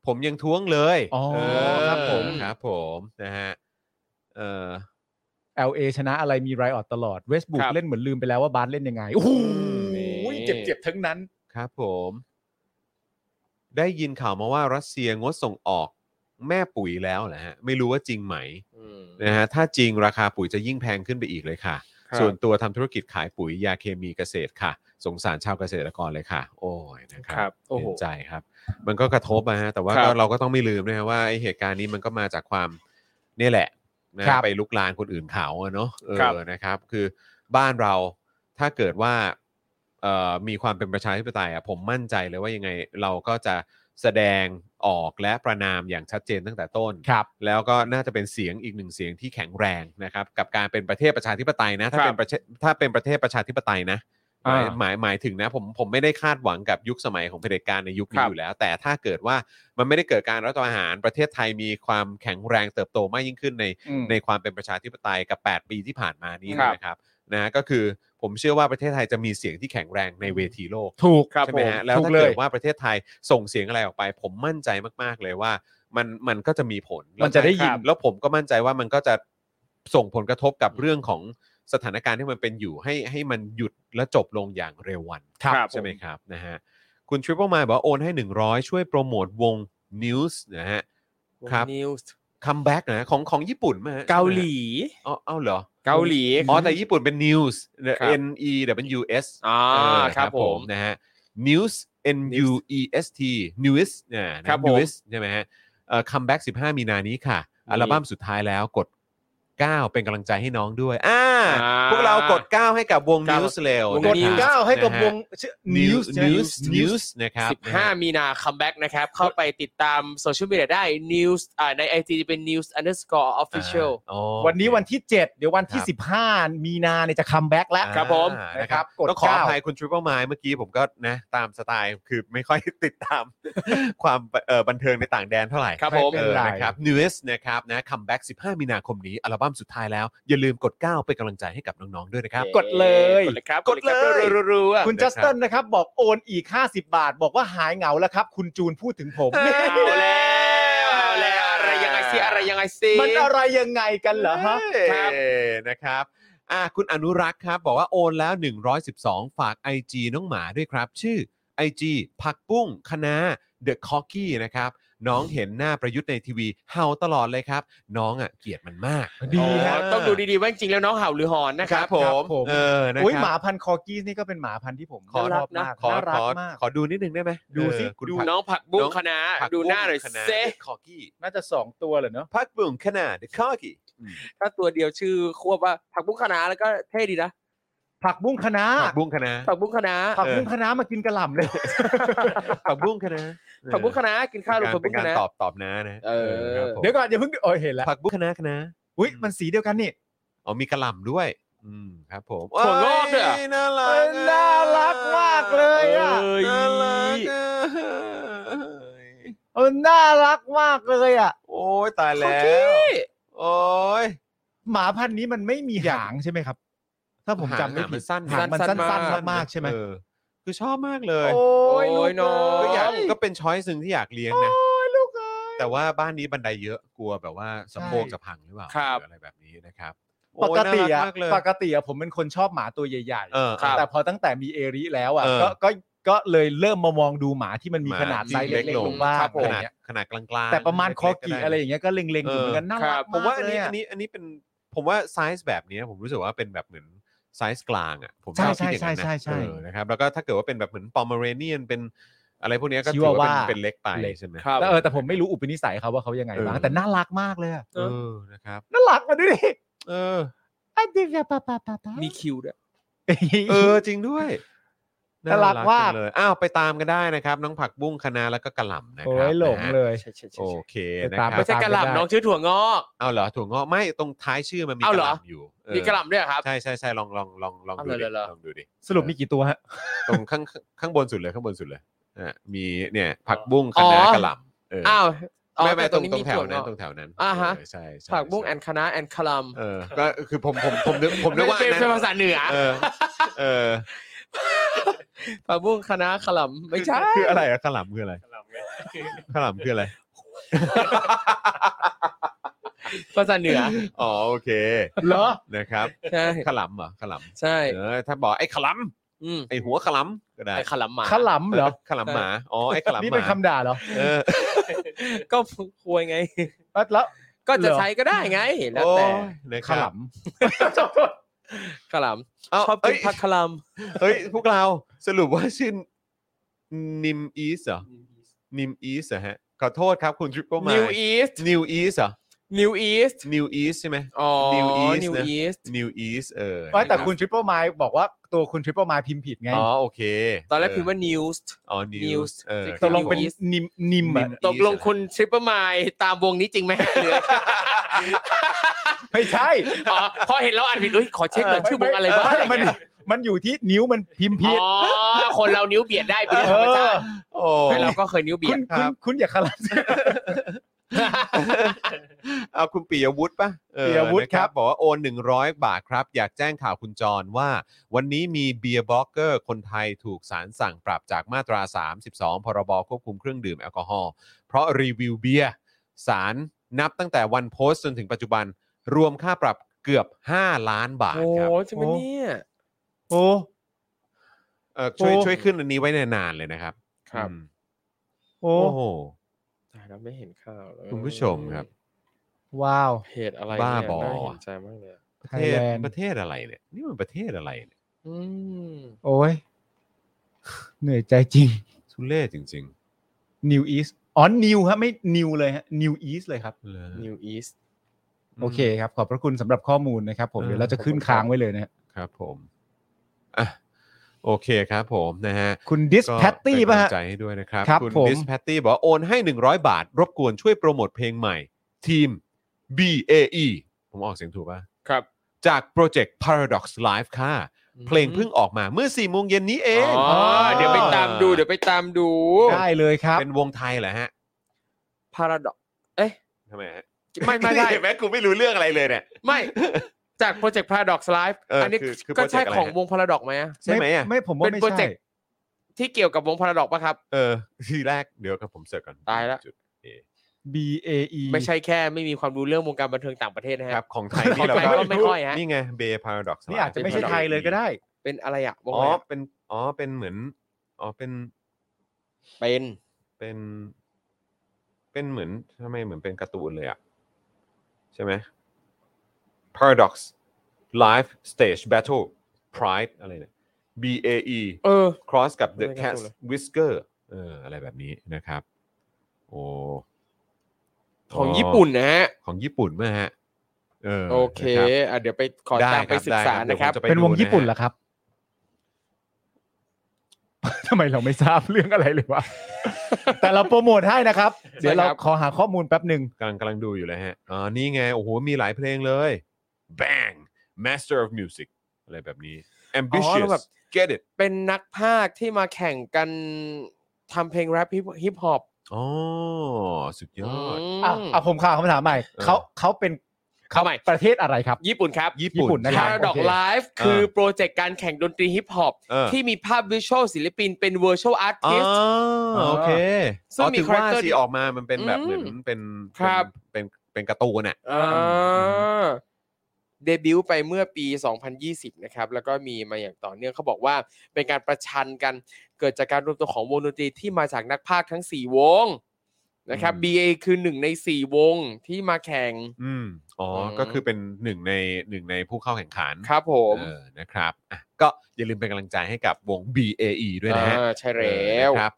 ผมยังท้วงเลย อ๋อ เ ครับผม ครับผมนะฮะ เออ LA ชนะอะไรมีไรออดตลอดเวสบุ ค ก รับ เล่นเหมือนลืมไปแล้วว่าบาสเล่นยังไงโอ้โห นี่ เจ็บเจ็บๆทั้งนั้น ครับผม ได้ยินข่าวมาว่ารัสเซียงดส่งออกแม่ปุ๋ยแล้วนะฮะ ไม่รู้ว่าจริงไหม อืม นะฮะถ้าจริงราคาปุ๋ยจะยิ่งแพงขึ้นไปอีกเลยค่ะ ครับ ส่วนตัวทำธุรกิจขายปุ๋ยยาเคมีเกษตรค่ะ สงสารชาวเกษตรกรเลยค่ะ โอ้ยนะค ค รั รั บบ โอ้โห เห็นใจครับ มันก็กระทบนะฮะแต่ว่า ครั ก็ บ เราก็ต้องไม่ลืมนะฮะว่าไอเหตุการณ์นี้มันก็มาจากความเนี่ยแหละนะครับ ไปลุกลานคนอื่นเขาอะเนาะเอ ครับ อนะครับ คือบ้านเราถ้าเกิดว่า เอ่อมีความเป็นประชาธิปไตยอ่ะผมมั่นใจเลยว่ายังไงเราก็จะแสดงออกและประนามอย่างชัดเจนตั้งแต่ต้น ครับ แล้วก็น่าจะเป็นเสียงอีกหนึ่งเสียงที่แข็งแรงนะครับ กับการเป็นประเทศประชาธิปไตยนะ ถ้า ครับ เป็นประเทศถ้าเป็นประเทศประชาธิปไตยนะหมาย อ่า หมายหมายถึงนะผมผมไม่ได้คาดหวังกับยุคสมัยของเผด็จการในยุค ค นี้ รับ อยู่แล้ว แต่ถ้าเกิดว่ามันไม่ได้เกิดการรัฐประหารประเทศไทยมีความแข็งแรงเติบโตมากยิ่งขึ้นใน ในความเป็นประชาธิปไตยกับ 8 ปีที่ผ่านมานี้ ครับ นะครับนะฮะก็คือผมเชื่อว่าประเทศไทยจะมีเสียงที่แข็งแรงในเวทีโลก ถูก ใช่ไหมฮะแล้ว ถูก ถ้า เล เกิ ย ดว่าประเทศไทยส่งเสียงอะไรออกไป ผมมั่นใจมาก ๆ เลยว่ามันมันก็จะมีผล มันจะได้ยิน แล้วผมก็มั่นใจว่ามันก็จะส่งผลกระทบกับเรื่องของสถานการณ์ที่มันเป็นอยู่ให้ให้มันหยุดและจบลงอย่างเร็ววัน ครับ ใช่ไหมครับนะฮะคุณทริปเปิลมาบอกว่าโอนให้ 100 ช่วยโปรโมทวง News นะฮะครับ นิวส์ คัมแบ็กนะของของญี่ปุ่นมา เกาหลี อ๋อเอาเหรอ เกาหลี อ๋อแต่ญี่ปุ่นเป็น news ครับ N E W S อ่าครับผม นะฮะ news N U E S T news นะนะ ครับผม news ใช่ไหมฮะคัมแบ็ก15 มีนานี้ค่ะ อัลบั้มสุดท้ายแล้วกด 9 เป็นกำลังใจให้น้องด้วย อ่า อ่า พวกเรากด 9 ให้กับวง ครับ news เร็ว วง นะ ด ค News รับ เก้าให้กับ นะฮะ วงชื่อ news news news ใช่ news ไหมนะครับนะฮะ 15 มีนาคัมแบ็กนะครับ เข้าไปติดตามโซเชียลมีเดียได้ News อ่าใน IG จะเป็น News underscore official อ่าอ๋อ วันนี้วันที่ 7 เดี๋ยววันที่ ครับ 15 มีนาเนี่ยจะคัมแบ็กแล้ว อ่า ครับผม นะครับกด ต้องขออ เก้า ภัยคุณทริปเปิลไมล์เมื่อกี้ผมก็นะตามสไตล์คือไม่ค่อยติดตาม [laughs] ความเอ่อบันเทิงในต่างแดนเท่าไหร่ ครับผม เออนะครับ n e w s นะครับนะคัมแบ็ก15 มีนาคมนี้ อัลบั้มสุดท้ายแล้ว อย่าลืมกด 9 เป็นกำลังใจให้กับน้อง ๆ ด้วยนะครับ กดเลย กดเลยครับ กดเลย รัวๆ คุณ นะครับ จัสตินนะครับ บอกโอนอีก 50 บาท บอกว่าหายเหงาแล้วครับ คุณจูนพูดถึงผม เอาแล้วเอาแล้วอะไรยังไงสิอะไรยังไงสิ มันอะไรยังไงกันเหรอฮะ ครับ เอ้ยนะครับอ่ะคุณอนุรักษ์ครับ บอกว่าโอนแล้ว 112 ฝาก IG น้องหมาด้วยครับ ชื่อ IG ผักปุ้งคณะเดอะคอกี้นะครับ น้องเห็นหน้าประยุทธ์ในทีวีเห่าตลอดเลยครับ น้องอ่ะเกลียดมันมาก ดี อ๋อ ฮะ ต้องดูดีๆว่าจริงๆแล้วน้องเห่าหรือหอนนะครับ ผม ครับผม เออนะ โอ้ย ค หมา รับ พันธุ์คอกี้นี่ก็เป็นหมาพันธุ์ที่ผม ขอ ชอบมาก ขอ น่ารั ข ก อ มาก ขอดูนิดนึงได้ไหม ดูสิ เออคุณ ดู ผัก น้องผักบุ้ น้องง คณะ ผัก ดู บุ้ง หน้าหน่อย คณะ เซ คอกี้ น่าจะสองตัวเหรอเนาะ ผักบุ้งคณะเดอะคอกี้ ถ้าตัวเดียวชื่อควบว่าผักบุ้งคณะแล้วก็เท่ดีนะ ผักบุ้งคะน้า ผักบุ้งคณะ ผักบุ้งคณะ ผักบุ้งคะน้ามากินกระหล่ำเลย ผักบุ้งคณะ ผักบุ้งคณะกินข้าวหรือผัก เป็ บุ้ น ง กา ค ร ณะ ตอบตอบนะนะ เออ ครับผม เดี๋ยวก่อนอย่าเพิ่งโอ้ยเห็นแล้ว ผักบุ้งคณะคณะ อุ้ยมันสีเดียวกันนี่ อ๋อมีกระหล่ำด้วย อืมครับผม ถั่วงอกด้วยเหรอ โน่ารักอะเอ้ยน่ารักมากเล เอ้ ยอะ ย น่ารักอะ เออน่ารักมากเลยอ่ะ โอ้ยตาย โอ แล้ เคว โอ้ย หมาพันธุ์นี้มันไม่มีหางใช่ไหมครับ ถ้าผมจำไม่ หาง ผิ มัน ด สั้น หางมัน สั้ สั้ น น ๆมาก ๆมากๆใช่ไหม เออคือชอบมากเลย ยโอ้ยน้อง ก็อยากก็เป็นช้อยซึ่งที่อยากเลี้ยงนะ ลูกเอ้ย แต่ว่าบ้านนี้บันไดเยอะกลัวแบบว่าสะโพกจะพังหรือเปล่า ครับ หออะไรแบบนี้นะครับ ปกติ โยน่ารั อะ มากเลย ปกติอะผมเป็นคนชอบหมาตัวใหญ่ เออ แต่พอตั้งแต่มีเอริแล้วอะ เออ ก็ก็ก็เลยเริ่มมามองดูหมาที่มันมีขนาด หที่ ไซส์เล็กๆลงบ้าง ครับ อะไร ข อนาดย่างเงี้ย ขนาดกลางๆ แต่ประมาณ เล็ ค ๆ อ ด้ กี่อะไรอย่างเงี้ยก็เล็งๆอยู่เหมือนกันน่า ครั รับ ก ผมว่าอันนี้ มกเลยะ อันนี้อันนี้เป็นผมว่าไซส์แบบเนี้ยผมรู้สึกว่าเป็นแบบเหมือนไซส์กลางอ่ะผมชอบ ใช่ คิดอย่างนั้น ใช่ นะ ใช่ใช่ เออนะครับแล้วก็ถ้าเกิดว่าเป็นแบบเหมือนปอมเมเรเนียนเป็นอะไรพวกเนี้ยก็ ชิ ถือ วา ว่าเป็นว่าเป็นเล็กไปใช่ไหม ครับ แล้วเออแต่ผมไม่รู้อุปนิสัยเขาว่าเขายังไงบ้าง เออ แต่น่ารักมากเลยอะ เออนะครับ น่ารักมาด้วยดิ เออ อันนี้แบบปะปะปะปะ มีคิวด้วย เออจริงด้วย น่ารักมาก จังเลยอ้าวไปตามกันได้นะครับ น้องผักบุ้งคะนาแล้วก็กะหล่ำนะค โอ้ รับ ยหลง นะฮะ เลย ใช่ใช่ใช่ โอ ใช่ เคนะครั ไปบตาไม่ใช่กระหล่ำน้องชื่อถั่วงอก เอาเหรอถั่วงอกไม่ตรงท้ายชื่อมันมี เอา กะ เห ห รอ ล่ำอยู่เออ มีกระหล่ำด้วยเหรอครับ ใช่ใช่ใช่ลองลองลองลองดู เอาเหร ดิ อเหรอ ลองดูดิ สรุปมีกี่ตัวฮะ ตรงข้างข้างบนสุดเลยข้างบนสุดเลยอ่ะมีเนี่ยผักบุ้งคะ อ๋อ น้ากะหล่ำเอออ อ้าวอ๋อ ไม่ไม่ แต่ ตรงตรง มี แถวนั้น ถั่งอก ตรงแถวนั้น อ่าฮะ เใช่ใช่ ผักบุ้ง ใช่ แอนคณะแอนคลัม เออก็คือผมผมผมนึกผมนึกว่าอัน เป็น นั้น ภาษาเหนือ เออเออ ผักบุ้งคณะคลัมไม่ใช่ คืออะไรอะกะหล่ำคืออะไร กระหล่ำไง [laughs] กะหล่ำคืออะไร ภาษาเหนือ อ๋อโอเค เหรอ นะครับ ใช่ กะหล่ำเหรอกะหล่ ใช่ ำเออถ้าบอกไอ้กะหล่ อืม ำไอ้หัวกะหล่ำก็ได้ ไอ้ขลัมหมา ขลำเหรอก ะหล่ำหมาอ๋อไอ้กะหล่ำหมา นี่เป็นคำด่าเหรอ เออ [laughs] ก็ควย [laughs] ไง แล้ว ก็จะ เหรอ ใช้ก็ได้ไง แล้ว โอ้ แต่ ยนะค ข รับ ลำ ขลัม เอ้า ชอบ เอ้ กิน ย ผักขลัม เฮ้ย พวกเราสรุปว่าชื่อนิมอีสเหรอนิมอีสเหรอฮะ ขอโทษครับคุณทริปเปิลมา New East นิวอีสเหรอ New East New East ใช่ไหม อ๋อ New East New นะ East New East เออ ไม่แต่ นะรับ คุณทริปเปิลไมล์บอกว่าตัวคุณทริปเปิลไมล์พิมพ์ผิดไง อ๋อโอเค ตอนแรก เ พิมพ์ว่า News อ๋อ News News เออ ตกลงเป็น นิวอีส นิมนิมอะ นิม ตกลงคุณทริปเปอร์มายตามวงนี้จริงไหม [laughs] หรือ ไม่ใช่ อ๋อพอเห็นแล้วอ่านผิดอุ้ยขอเช็คหน่อยชื่อวงอะไรบ้าง ม่มันมันอยู่ที่นิ้วมันพิมพ์ผิด อ๋อคนเรานิ้วเบียดได้เป็นเรื่องธรรมชาติ โอ้ แต่เราก็เคยนิ้วเบี คุ ยด ณ ค คุณ รับ คุณอย่าคาราสิ [laughs] เอาคุณปิยวุฒิป่ะเออ ปิยวุฒิ นะครับ บอกว่าโอน100 บาทครับ อยากแจ้งข่าวคุณจรว่า วันนี้มีเบียร์บล็อกเกอร์คนไทยถูกศาลสั่งปรับจากมาตรา 32 พรบควบคุมเครื่องดื่มแอลกอฮอล์เพราะรีวิวเบียร์ศาลนับตั้งแต่วันโพสต์จนถึงปัจจุบัน รวมค่าปรับเกือบ 5 ล้านบาท โอ้ ครับ ใช่ไหมเนี่ย โอ้ เออช่วย โอ้ ช่วยขึ้นอันนี้ไว้นานๆเลยนะครับอืม โอ้ โอ้โห เราไม่เห็นข่าวเลย คุณผู้ชมครับ ว้าว เพจอะไร บ้า เนี่ย บอ น่เห็นใจมากเลยอะ ประเทศ Thailand ประเทศอะไรเนี่ยนี่มันประเทศอะไรเนี่ย อืม โอ้ยเหนื่อยใจจริง ทุเรศจริง New East อ๋อ New ฮะไม่ New เลยฮะ New East เลยครับ ๆเลย นิวอีส โอเคครับ ขอบพระคุณสำหรับข้อมูลนะครับผม เออ เดี๋ยวเราจะขึ้นค้างไว้เลยนะฮะ ครับผมอ่ะโอเคครับผมนะฮะ คุณ Dis ก็ Patty เป็น ป่ะฮะ กำลังใจให้ด้วยนะครับ ครับ คุณ ผม ดิสแพตตี้บอกว่าโอนให้ 100 บาท รบกวนช่วยโปรโมทเพลงใหม่ ทีม BAE ผมออกเสียงถูกป่ะ ครับ จากโปรเจกต์ Paradox Live ค่ะ เพลงเพิ่งออกมาเมื่อ4โมงเย็นนี้เอ อ๋ ง อเดี๋ยวไปตามดูเดี๋ยวไปตามดู ได้เลยครับ เป็นวงไทยเหรอฮะ Paradox ทำไมฮะ ไม่ไม่ได้ เห็นไหมกูไม่รู้เรื่องอะไรเลยเนี่ย ไม่ จากโปรเจกต์ Paradox Live เอออั อันนี้ คือคือ ก็ใช่ Project อะไร ของ ฮะ วง Paradox ไหมอะ ใช่ไหมอ่ะ ไม่ผมว่า เป็น ไม่ โปรเจ ใช่ กต์ที่เกี่ยวกับวง Paradox ป่ะครับ เอ [laughs] อ ทีแรกเดี๋ยวครับผมเสิร์ชก่อน ตายละ จุด A B A E ไม่ใช่แค่ไม่มีความรู้เรื่องวงการบันเทิงต่างประเทศนะ ค ค รั รั บบ ของไทยนี่ ขเราองไทย ก็ ก็ไม่ค่อยฮะ นี่ไงเบย์พาราดอกซ์ นี่อาจจะไม่ใช่ไทยเลยก็ได้ เป็นอะไรอ่ะวง อ๋ออะไรอะ เป็นอ๋อเป็นเหมือนอ๋อเป็น เป็น เป็น เป็นเหมือนทำไมเหมือนเป็นการ์ตูนเลยอะใช่ไหม Paradox Live Stage Battle Pride อะไรเนี่ย BAE เออ Cross กับ The ไม่เป็นกา Cat ร์ตูนเลย Whisker เอออะไรแบบนี้นะครับ โอ้ ของญี่ปุ่นนะฮะ ของญี่ปุ่นไหมฮะเออ โอเคอ่ะเดี๋ยวไปขอ ด้ ตามไป ครับ ศึก ด้ ษา เดี๋ย นะ ผม ครับ จะไ เป็นวง ดูะ ญี่ปุ่นเหร ฮะ อครับ [laughs] ทำไมเราไม่ทราบเรื่องอะไรเลย [laughs] วะ แต่เราโปรโมทให้นะครับ เดี๋ยวเรา ใช่ครับ ขอหาข้อมูลแป๊บหนึ่ง กำลังกำลังดูอยู่เลยฮะอ่านี่ไง โอ้โห มีหลายเพลงเลย Bang Master of Music อะไรแบบนี้ แล้ Ambitious วแบบ Get it เป็นนักภาคที่มาแข่งกันทำเพลงแรปฮิปฮอป อ๋อ สุดยอด ม อ่ะอ่ะผมข่าวคำถามใหม่ เออ เขาเขาเป็น เอาใหม่ ประเทศอะไรครับ ญี่ปุ่นครับ ญี่ ญี่ปุ่นนะครั คา บ ราดอโอกเค ไลฟ์คือโปรเจกต์การแข่งดนตรีฮิปฮอป เออ ที่มีภาพวิชวลศิลปินเป็นเวอร์ชวลอาร์ อ๋อ ติส โอเค ซึ่ง อ๋อ มี ถึว่า character สีออกมามันเป็นแบบ อืม เหมือนเป็น ครับ เป็นเป็นเป็นการ์ตูนอ่ะ เดบิวต์ไปเมื่อปี 2020 นะครับ แล้วก็มีมาอย่างต่อเนื่องเขาบอกว่าเป็นการประชันกันเกิดจากการรวมตัวของวงดนตรีที่มาจากนักพากย์ทั้ง 4 วงนะครับ อืม BA คือ 1 ใน 4 วงที่มาแข่ง อืมอ๋ออ ม ก็คือเป็นหนึ่งในหนึ่งในผู้เข้าแข่งขัน ครับผม เออนะครับอ่ะก็อย่าลืมเป็นกำลังใจให้กับวง BAE ด้วยนะฮะ อ่าใช่แล เออ้ ว นะครับ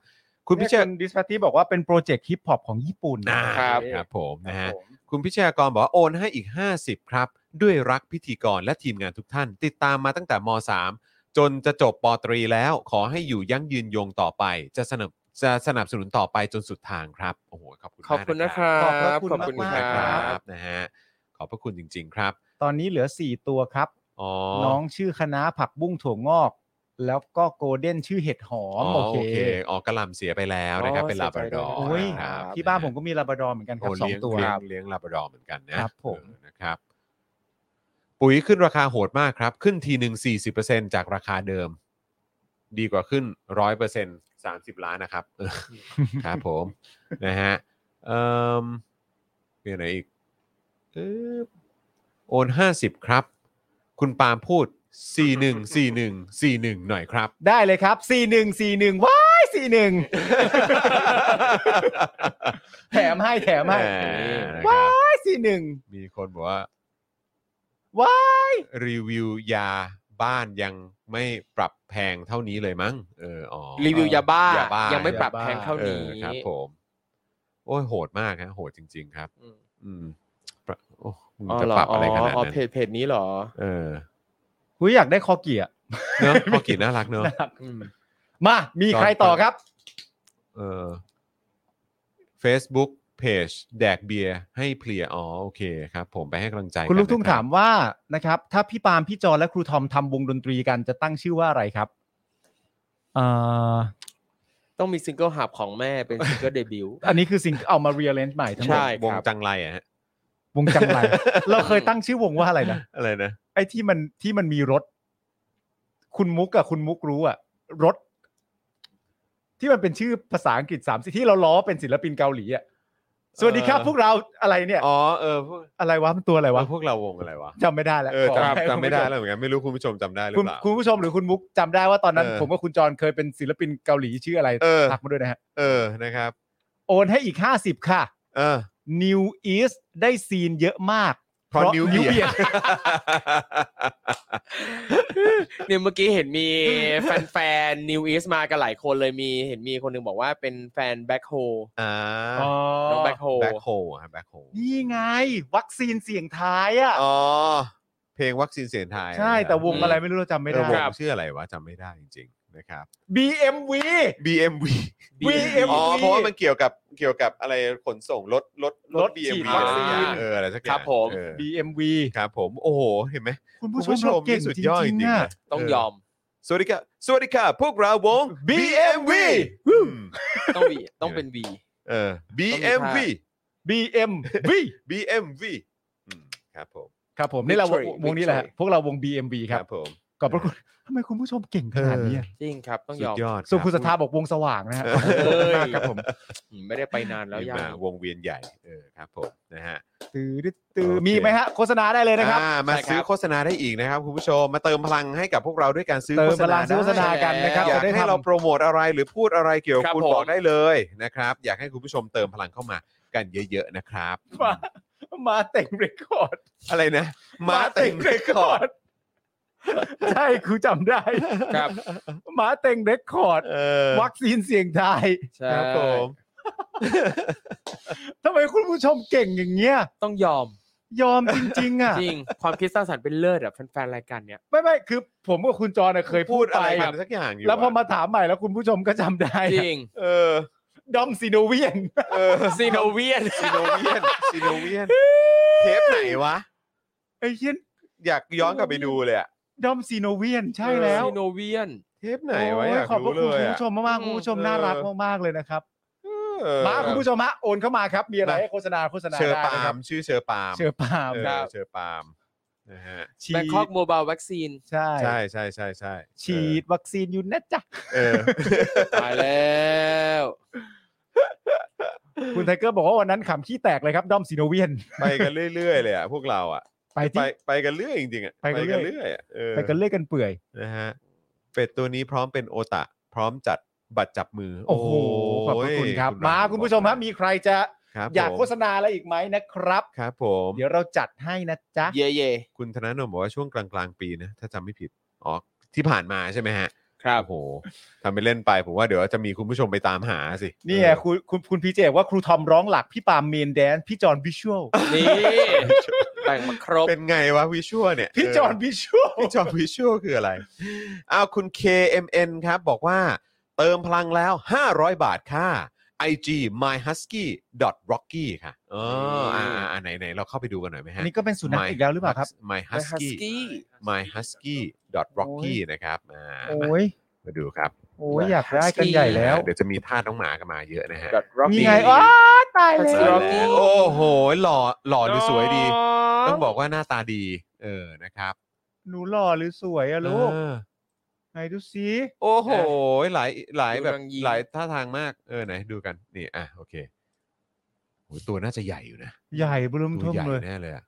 คุณพิเชษ ดิสแพทที่บอกว่าเป็นโปรเจกต์ฮิปฮอปของญี่ปุ่น นะ นะครับ ครับผมนะฮะ ผม คุณพิชยากรบอกว่าโอนให้อีก 50 ครับ ด้วยรักพิธีกรและทีมงานทุกท่าน ติดตามมาตั้งแต่ม .3 จนจะจบปตรีแล้ว ขอให้อยู่ยั่งยืนยงต่อไป จะสนับจะสนับสนุนต่อไปจนสุดทางครับ โอ้โหขอบคุณ ขอบคุณนะครับ ขอบพระคุณ ขอบคุณ มาก ค ๆนะครับ รับนะฮะขอบพระคุณจริง ๆ ครับ ตอนนี้เหลือ 4 ตัวครับ อ๋อ น้องชื่อคณะผักบุ้งถั่วงอก แล้วก็โกลเด้นชื่อเห็ดหอม โอเค อ๋อกระหลำเสียไปแล้วนะครับ อ๋อ เป็นลาบราดอร์ โอ้ย ครับ ที่บ้านผมก็มีลาบราดอร์เหมือนกันครั โอ้ บสอ เลี้ ง ยง ตัว เลี้ยงเลี้ยงลาบราดอร์เหมือนกันนะครับ ผม เออนะครับ ปุ๋ยขึ้นราคาโหดมากครับ ขึ้นทีหนึ่ง40%จากราคาเดิม ดีกว่าขึ้น 100% 30 ล้านนะครับเอ [laughs] อครับผม นะฮะเอ่มมีอะไรอีกอึ๊บโอน 50 ครับ คุณปาล์มพูด 41 41 41 หน่อย [laughs] ครับ ได้เลยครับ 4 1 4 1ว้าย4 1 แถมให้แถมให้ แหมนะครับ ว้าย4 มีคนบอกว่า 1ว้าย รีวิวยาบ้านยังไม่ปรับแพงเท่านี้เลยมั้ง เอออ๋อ รีวิวยาบ้า ยาบ้า ยั ยัง ไม่ปรับ ยาบ้า แพงเท่า เอ นี้ อครับผม โอ้ยโหดมากฮะโหดจริง ๆ ครับ อืม อืม ประโอ้มึงจะปรับอะไรขนาด อ๋อ นั้น เพจเพจนี้เหรอ เออ หุยอยากได้คอเกียร์ เนอะพอกินน่ารักเนอะ อืม มามีใครต่อครับ เออ Facebook Page แดกเบียร์ให้เพลียอ๋อโอเคครับ ผมไปให้กำลังใจ คุณลูก น ทุ่ง นะรั ถา บ มว่านะครับ ถ้าพี่ปาล์มพี่จอนและครูทอมทำวงดนตรีกันจะตั้งชื่อว่าอะไรครับเอ่อ ต้องมีซิงเกิลหับของแม่เป็นซิงเกิลเดบิวต์ อันนี้คือสิ่งเอามาเรียลเลนใหม่ทั้งหมด ใช่ วงจังไรอะฮะ วงจังไร เราเคยตั้งชื่อวงว่าอะไรนะ อะไรนะ ไอ้ที่มันที่มันมีรถ คุณมุกอะคุณมุกรู้อะรถ ที่มันเป็นชื่อภาษาอังกฤษสามสิที่เราล้อเป็นศิลปินเกาหลีอะสวัสดีครับ พวกเราอะไรเนี่ย อ๋อเออพวก อะไรวะมันตัวอะไรวะ พวกเราวงอะไรวะ จำไม่ได้แล้ว เออ ขออภัย จำจำไม่ได้ คุณผู้ช แล้วเหมือนกันไม่รู้คุณผู้ชมจำได้หรือ คุณ เปล่า คุณผู้ชมหรือคุณมุกจำได้ว่าตอนนั้น เออ ผมกับคุณจรเคยเป็นศิลปินเกาหลีชื่ออะไร เออ ทักมาด้วยนะฮะ เออนะครับ โอนให้อีก 50 ค่ะ เออ New East ได้ซีนเยอะมาก เพราะนิ้วเบีย ด ร์ [laughs] เนี่ยเมื่อกี้เห็นมีแฟนๆนิวอีสมากันหลายคนเลยมีเห็นมีคนหนึงบอกว่าเป็นแฟนแบ็คโฮ [laughs] อ่า อ๋อ น้องแบ็คโฮ แบ็คโฮครับแบ็คโฮ นี่ไง วัคซีนเสียงท้ายอ่ะ อ๋อ เพลงวัคซีนเสียงไทย ใช่แต่วงอะไรไม่รู้เราจำไม่ เอ ได้ อวงชื่ออะไรวะจำไม่ได้จริงๆนะครับ BMV BMV BMV อ๋อเพราะว่ามันเกี่ยวกับเกี่ยวกับอะไรขนส่งรถรถ รถฉีด บี วัคซีน เอออะไรสักอย่างครับผม เออ BMV ครับผมโอ้โหเห็นไหม คุณผู้ช คุ ม ณ เราเก่ง นี่ จ สุด ริ ยอดจ ง ริ ๆ งๆ อ่ะ นะ ต้องยอม สวัสดีครับสวัสดีค่ะพวกเราวง BMV อืม ต้องวีต้องเป็นวี เออ BMV BMV BMV อืมครับผม ครับผมนี่เราวง Victory วงนี้แหละฮะ Victory พวกเราวง BMV ค ครั รั บบ ผม ขอบพระคุณทำไมคุณผู้ชมเก่งขนาดนี้อะ จริงครับ ต้อง สุ ย ด อม ยอด ส่วน รับ คุณสทธาบอกวงสว่างนะฮะ เออ ขอบคุณมากครับผม อืมไม่ได้ไปนานแล้วยัง มาวงเวียนใหญ่เออครับผมนะฮะ ตื่อตื่อ โอเค มีไหมฮะ โฆษณาได้เลยนะครับ อ่ามา ใช่ครับ ซื้อโฆษณาได้อีกนะครับคุณผู้ชมมาเติมพลังให้กับพวกเราด้วยการซื้อ เติ โฆ ม ษ พ ณา ลังซื้อโฆษณากันนะครับ อยา จะ ก ได้ ให้ ทำ เราโปรโมทอะไรหรือพูดอะไรเกี่ยวกับ ครับ คุณ ผม บอกได้เลยนะครับอยากให้คุณผู้ชมเติมพลังเข้ามากันเยอะๆนะครับ มา มาเต่งเรคคอร์ด อะไรนะ มาเต็งเรคคอร์ด ใช่ครูจำได้ ครับ มาเต่งเรคคอร์ด เออ วัคซีนเสี่ยงทาย ใช่ ครับผม ทำไมคุณผู้ชมเก่งอย่างเงี้ย ต้องยอม ยอมจริง ๆ อ่ะ จริง ความคิดสร้างสรรค์เป็นเลิศอ่ะแฟนๆรายการเนี้ย ไม่ไม่คือผมกับคุณจรน่ะเคย พู พู ด ด อะ ไป ไรกันสักอย่างอยู่ แล้วพอะ มาถามใหม่แล้วคุณผู้ชมก็จำได้ จริง เออ ดอมซิโนเวียน เออ ซีโนเวียน ซีโนเวียนซีโนเวียนเทปไหนวะ ไอ้เหี้ย อยากย้อนกลับไปดูเลยอะ ดอมซิโนเวียนใช่แล้ว ซีโนเวียน เทปไหนวะอยาก โขอบพ รู้ ระ เลยคุณคุณ อะ ผู้ชมมากๆคุณผู้ชมน่ารักมากๆเลยนะครับ เออ มาคุณผู้ชมฮะโอนเข้ามาครับ มีอะไรให้โฆษณาโฆษณา เชอร์ ได้ ปา นะค ล์ รั ม บ ชื่อเชอร์ปาล์ม เชอร์ปาล์ม เออ ครับ เชอร์ปาล์มนะฮะ ฉี แบง ด คอกโมบายวัคซีน ใช่ ใช่ใช่ใช่ใช่ ฉีดวัคซีนอยู่นะจ๊ะ เออ มาแล้ว คุณไทเกอร์บอกว่าวันนั้นขำขี้แตกเลยครับ ด้อมซีโนเวียน ไปกันเรื่อยๆเลยอ่ะพวกเราอ่ะ ไป ไป ที่ ไปกันเรื่อยจริงๆอ่ะ ไปกันเรื่อย เรื่อยอะเออ ไปกันเล่อยกันเปื่อย นะฮะเป็ดตัวนี้พร้อมเป็นโอตะ พร้อมจัดบัตรจับมือ โอ้โห ขอบพระคุณครับ รั มาคุณผู้ชมฮะมีใครจะ ครับ อยาก ผม โฆษณาอะไรอีกไหมนะครับ ครับผม เดี๋ยวเราจัดให้นะจ๊ะ เย่เย่ คุณธนาโนมบอกว่าช่วงกลางๆปีนะถ้าจำไม่ผิดอ๋อที่ผ่านมาใช่ไหมฮะ ครับ โอ้โหทำไปเล่นไปผมว่าเดี๋ยวจะมีคุณผู้ชมไปตามหาสิ นี่ไงคุณคุณคุณพีเจบอกว่าครูทอมร้องหลัก พี่ปาล์มเมนแดนซ์พี่จอห์นวิชวล [laughs] นี่แบ่งมาครบ เป็นไงวะวิชวลเนี่ย พี่จอห์นวิชวล พี่จอมวิชวลคืออะไร อ้าวคุณ KMN ครับ บอกว่าเติมพลังแล้ว 500 บาทค่ะ IG myhusky rocky ค่ะอ๋ออ่าอ่าไหนไหนเราเข้าไปดูกันหน่อยไหมฮะ นี่ก็เป็นสุนัข My- อีกแล้วหรือเปล่าครับ my husky myhusky rocky นะครับอ่า โอ้ย มาดูครับ โอ้ยอยากได้กันใหญ่แล้ว เดี๋ยวจะมีท่าน้องหมากันมาเยอะนะฮะ Rocky นี่ไงอ้าตาย มา แล้ ใช่ ว Rocky แล้วโอ้โห หล่อหล่อหรือสวยดี ต้องบอกว่าหน้าตาดี เออนะครับ หนูหล่อหรือสวยอะลูก เออ ไหนดูซิ โอ้โห หลายหลาย ดู แบบ นางยี หลายท่าทางมาก เออไหนดูกัน นี่ อ่ะ โอเคโอ้ยตัวน่าจะใหญ่อยู่นะ ใหญ่บลุ่ม ตัว ท่วม ใหญ่ เลย แน่เลยอะ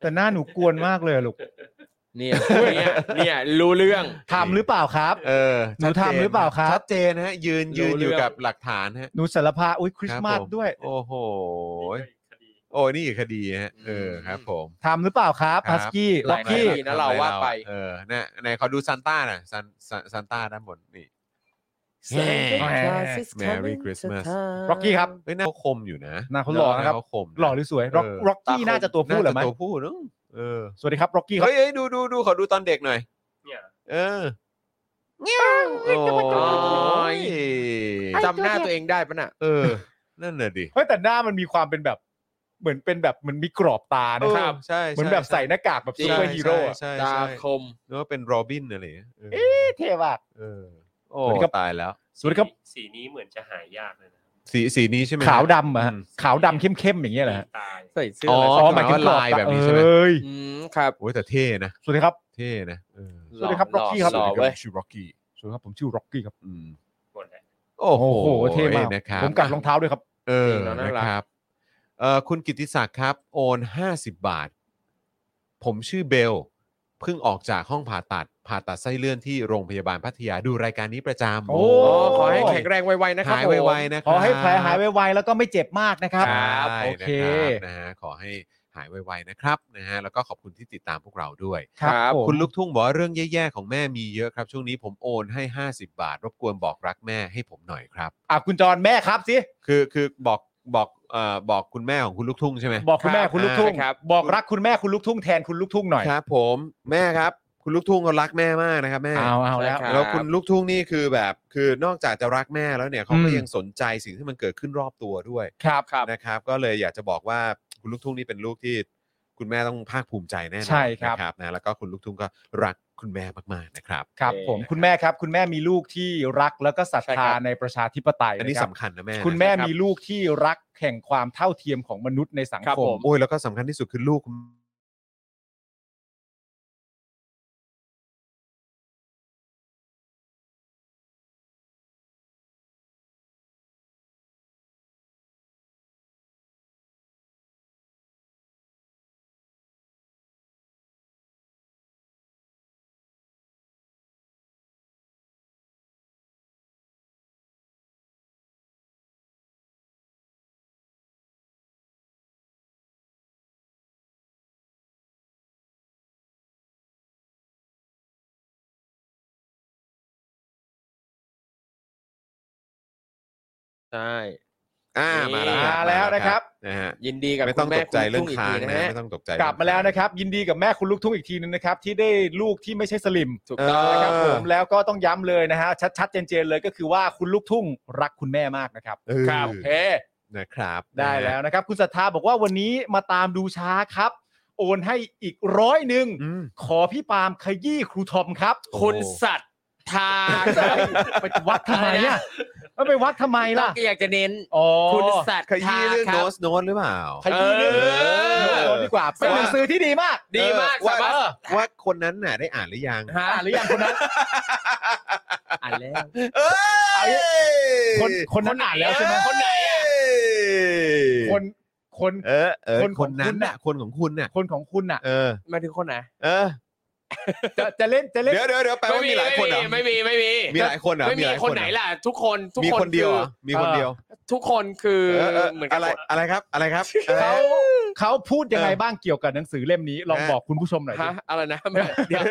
แต่หน้าหนูกวนมากเลยอะลูก เนี่ยเนี่ยเนี่ยรู้เรื่อง ทำหรือเปล่าครับ เออ หนูทำหรือเปล่าครับ ชัดเจนฮะ ยืนยืรู้นอยู่ เรื่อง กับหลักฐานฮะ หนูสารภาพอุ้ยคริสต์มา ครั ส บผม ด้วย โอ้โห คดี โอ้ยนี่อีกคดีฮะ เออครับผม ทำหรือเปล่าครับ ครั ฮัสกี้ ห ล็ ลา อย ก คดี กี้ นะเราว่าไป เออน่ะไหนขอดูซันต้าหน่อยซันซันซันต้าด้านบนนี่ แหม่ Merry Christmas ร็อกกี้ครับ เฮ้ยหน้าเขาคมอยู่นะ หน้าเขาหล่อนะครับ เขาคมนะ หล่อหรือสวยร็อก เ ร็อกกี้น่าจะตัวผู้เหรอไหม น่าจะตัวผู้เนอะเออ สวัสดีครับร็อกกี้ครับ เฮ้ยเฮ้ยดูดูดูขอดูตอนเด็กหน่อย เนี่ย เออโอ้ย จำหน้าตัวเองได้ปะน่ะ เออ นั่นน่ะดิ เฮ้ยแต่หน้ามันมีความเป็นแบบเหมือนเป็นแบบเหมันมีกรอบตานะค เอ รั อบ ใช่ เหมือนแบบใส่หน้ากากแบบ จ ซู ง เปอร์ฮีโร่อะ ใช่ ตา ใช่ ค ใช่ ม นึกว่าเป็นโรบินอะไรอย่างเงี้ยเออ เท่มาก เออโอ้ สวัสดีครับ ตายแล้ว สวัสดีครับ สีนี้เหมือนจะหายากเลยนะ สีสีนี้ใช่ไหม ขาวดำอะฮะ ม ขาวดำเข้มๆอย่างเงี้ยแหละ ตาย ใส่เสื้อ อ๋อ อะไร อ๋อ สัก หมายถึง กร ลา ต ยแบบนี้ใช่ไหม เอ้ย อืมครับ โอ้ยแต่เท่นะ สวัสดีครับ เท่นะเออ สวัสดีครับ หล่ Rocky ครับ หล่อเว้ย ชื่อร็อกกี้ สวัสดีครับผมชื่อร็อกกี้ครับ อืม หมดแล้ว โอ้ โอ้โหเท่มาก นะครับ ผมกัดรองเท้าด้วยครับ เออ จริงแล้วน่า นะ รัก ครับเอ่อคุณกิติศักดิ์ครับ โอน 50 บาท ผมชื่อเบล เพิ่งออกจากห้องผ่าตัด ผ่าตัดไส้เลื่อนที่โรงพยาบาลพัทยาดูรายการนี้ประจำ โอ้ โอ้ขอให้แข็งแรงไวๆนะครับ หาย ผม ไวๆนะค ข รับ อให้แผลหายไวๆแล้วก็ไม่เจ็บมากนะครับ ครับ โอเค นะฮะขอให้หายไวๆนะครับนะฮะแล้วก็ขอบคุณที่ติดตามพวกเราด้วย ครับ ผม คุณลูกทุ่งบอกว่าเรื่องแย่ๆของแม่มีเยอะครับ ช่วงนี้ผมโอนให้ 50 บาท รบกวนบอกรักแม่ให้ผมหน่อยครับ อ่ะคุณจอนแม่ครับสิ คือคือบอกบอกเอ่อบอกคุณแม่ของคุณลูกทุ่งใช่ไหม บอกคุณแม่ ครับ คุณลูกทุ่ง ครับ บอกรักคุณแม่คุณลูกทุ่งแทนคุณลูกทุ่งหน่อย ครับผมแม่ครับ คุณลูกทุ่งเขารักแม่มากนะครับแม่ เอาเอาแล้ว ใช่รับ แล้วคุณลูกทุ่งนี่คือแบบคือนอกจากจะรักแม่แล้วเนี่ยเขาก็ อืม ยังสนใจสิ่งที่มันเกิดขึ้นรอบตัวด้วย ครับ นะครับ ก็เลยอยากจะบอกว่าคุณลูกทุ่งนี่เป็นลูกที่ คุณแม่ต้องภาคภูมิใจแน่นอน ใช่ครับ นะนะแล้วก็คุณลูกทุ่งก็รักคุณแม่มากๆนะครับ ครับ โอเค ผมคุณแม่ครับ คุณแม่มีลูกที่รักแล้วก็ศรัท ใช่ค ธา รับ ในประชาธิปไตย อันนี้ ะรับ สำคัญนะแม่ คุณแม่ นะรับ มีลูกที่รักแห่งความเท่าเทียมของมนุษย์ในสัง ครับ ค ผม ม โอ้ยแล้วก็สำคัญที่สุดคือลูก ใช่ อ่ามาแล้วครับ มาแล้วนะครับ นะฮะ ยินดีกับ ไม่ต้อง คุณแม่ ตกใจเรื่อง คุณลูกทุ่งค้างอีกทีนะ นะ ฮะ ไม่ต้องตกใจ กลับมาแล้วนะครับ ยินดีกับแม่คุณลูกทุ่งอีกทีนึงนะครับ ที่ได้ลูกที่ไม่ใช่สลิม ถูกต้อง นะครับ บผมแล้วก็ต้องย้ำเลยนะฮะชัดๆเจนๆเลยก็คือว่าคุณลูกทุ่งรักคุณแม่มากนะครับ เออ โอเค นะครับ ได้แล้วนะครับ คุณศรัทธาบอกว่าวันนี้มาตามดูช้าครับ โอนให้อีกร้อยหนึ่ง อืม ขอพี่ปาล์มขยี้ครูทอมครับ คุณสัตว์ทาครับ ไปวัดทำไมอ่ะเอาไปวัดทำไมล่ะ ก็อยากจะเน้น อ๋อ คุณสัตว์ ขยี้ ทา เรื่อง ครั โน้ บ ตโน้ตหรือเปล่า ขยี้เรื่อง เออ เรื่องดีกว่า เป็นหนังสือที่ดีมาก ดีมาก ว่า สามารถ ว่าคนนั้นน่ะได้อ่านหรือยัง หา อ่านหรือยังคนนั้น อ่านแล้ว เอ้ย คนคนนั้นอ่านแล้วใช่ไหม คนไหนอะ คนคน เออเออ คน ค ข น อง นั้ คุ น ณ น่ะ น่ะ คนของคุณน่ะ คนของคุณอ่ะ เออ มาถึงคนไหน เออ จะจะเล่นจะเล่น เดี๋ยวเดี๋ยวเดี๋ยวแปลว่ามีหลายคนเหรอ ไม่มีไม่มี มีหลายคนเหรอ ไม่มี ลาย คนไหน เรอ ล่ะ ทุกคนทุก มี คน คนเดียวเหรอมีคนเดียว ทุกคนคือ เออเออ เหมือนกั อะ น ไร หมด อะไรครับอะไรครับอะไรฮะเขาเขาพูดยังไง เออ บ้างเกี่ยวกับหนังสือเล่มนี้ลองบอกคุณผู้ชมหน่อยดิ ฮะอะไรนะไม่ [laughs] เดี๋ยว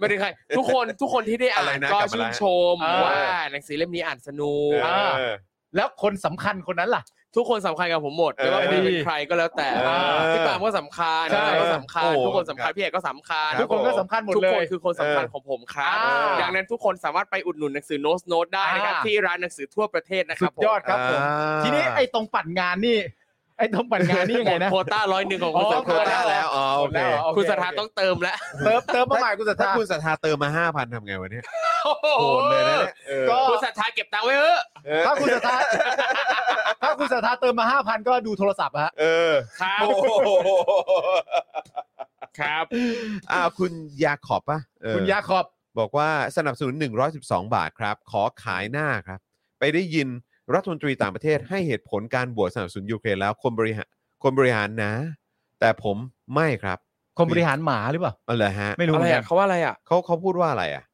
ไม่ถึงใครทุกคนทุกคนที่ได้ อะไร อ่าน นะ ก็ กลับมา ชื่ แล้ น ว ชมว่าหนังสือเล่มนี้อ่านสนุก เออ แล้วคนสำคัญคนนั้นล่ะ ทุกคนสำคัญกับผมหมด เออ ไม่ว่าคุณจะเป็นใครก็แล้วแต่ เออ พี่ปามก็สำคัญ ใช่ อะไรก็สำคัญ โอ้ ทุกคนสำคัญพี่เอกก็สำคัญ รับ ทุกคนก็สำคัญหมด ทุก เล คน ย คือคนสำคัญของผมครับ อ่า ดังนั้นทุกคนสามารถไปอุดหนุนหนังสือโน้ตโน้ตได้นะครับ อ่า ที่ร้านหนังสือทั่วประเทศนะค สุ รับ ดยอดครับผม อ่า ทีนี้ไอ้ตรงปั่นงานนี่ ไอ้ตรงปั่นงานนี่ยังไงนะ โควต้าร้อยหนึ่งของคุณ อ๋อ สัท โคว ธา ต้า หมด แล้วอ๋อโอเค แล้วเหรโอเ คุณสัทธาต้องเติมแล้ว เติมเติมมาใหม่คุณสัท ถ้า ธา คุณสัทธาเติมมา 5,000ทำไงวะเนี่ย โห โหดเลยนะเนี่ยเออ ก็ คุณสัทธาเก็บตังค์ไว้เถอะ เออ ถ้าคุณสัทธาถ้าคุณสัทธาเติมมาห้าพันก็ดูโทรศัพท์อะฮะ เออ ครับ โอ้โห ครับ อ้าวคุณยาขอบปะเออ คุณยาขอบ บอกว่าสนับสนุน 112 บาทครับ ขอขายหน้าครับ ไปได้ยินรัฐมนตรีต่างประเทศให้เหตุผลการบวชสนับสนุนยูเครนแล้วคนบริหารคนบริหารนะ แต่ผมไม่ครับ คนบริหารหมาหรือเปล่า เอาเลยฮะ ไม่รู้ อะ เห ไร มือนกั อ่ะ น เขาว่าอะไรอ่ะ เขาเขาพูดว่าอะไรอ่ะ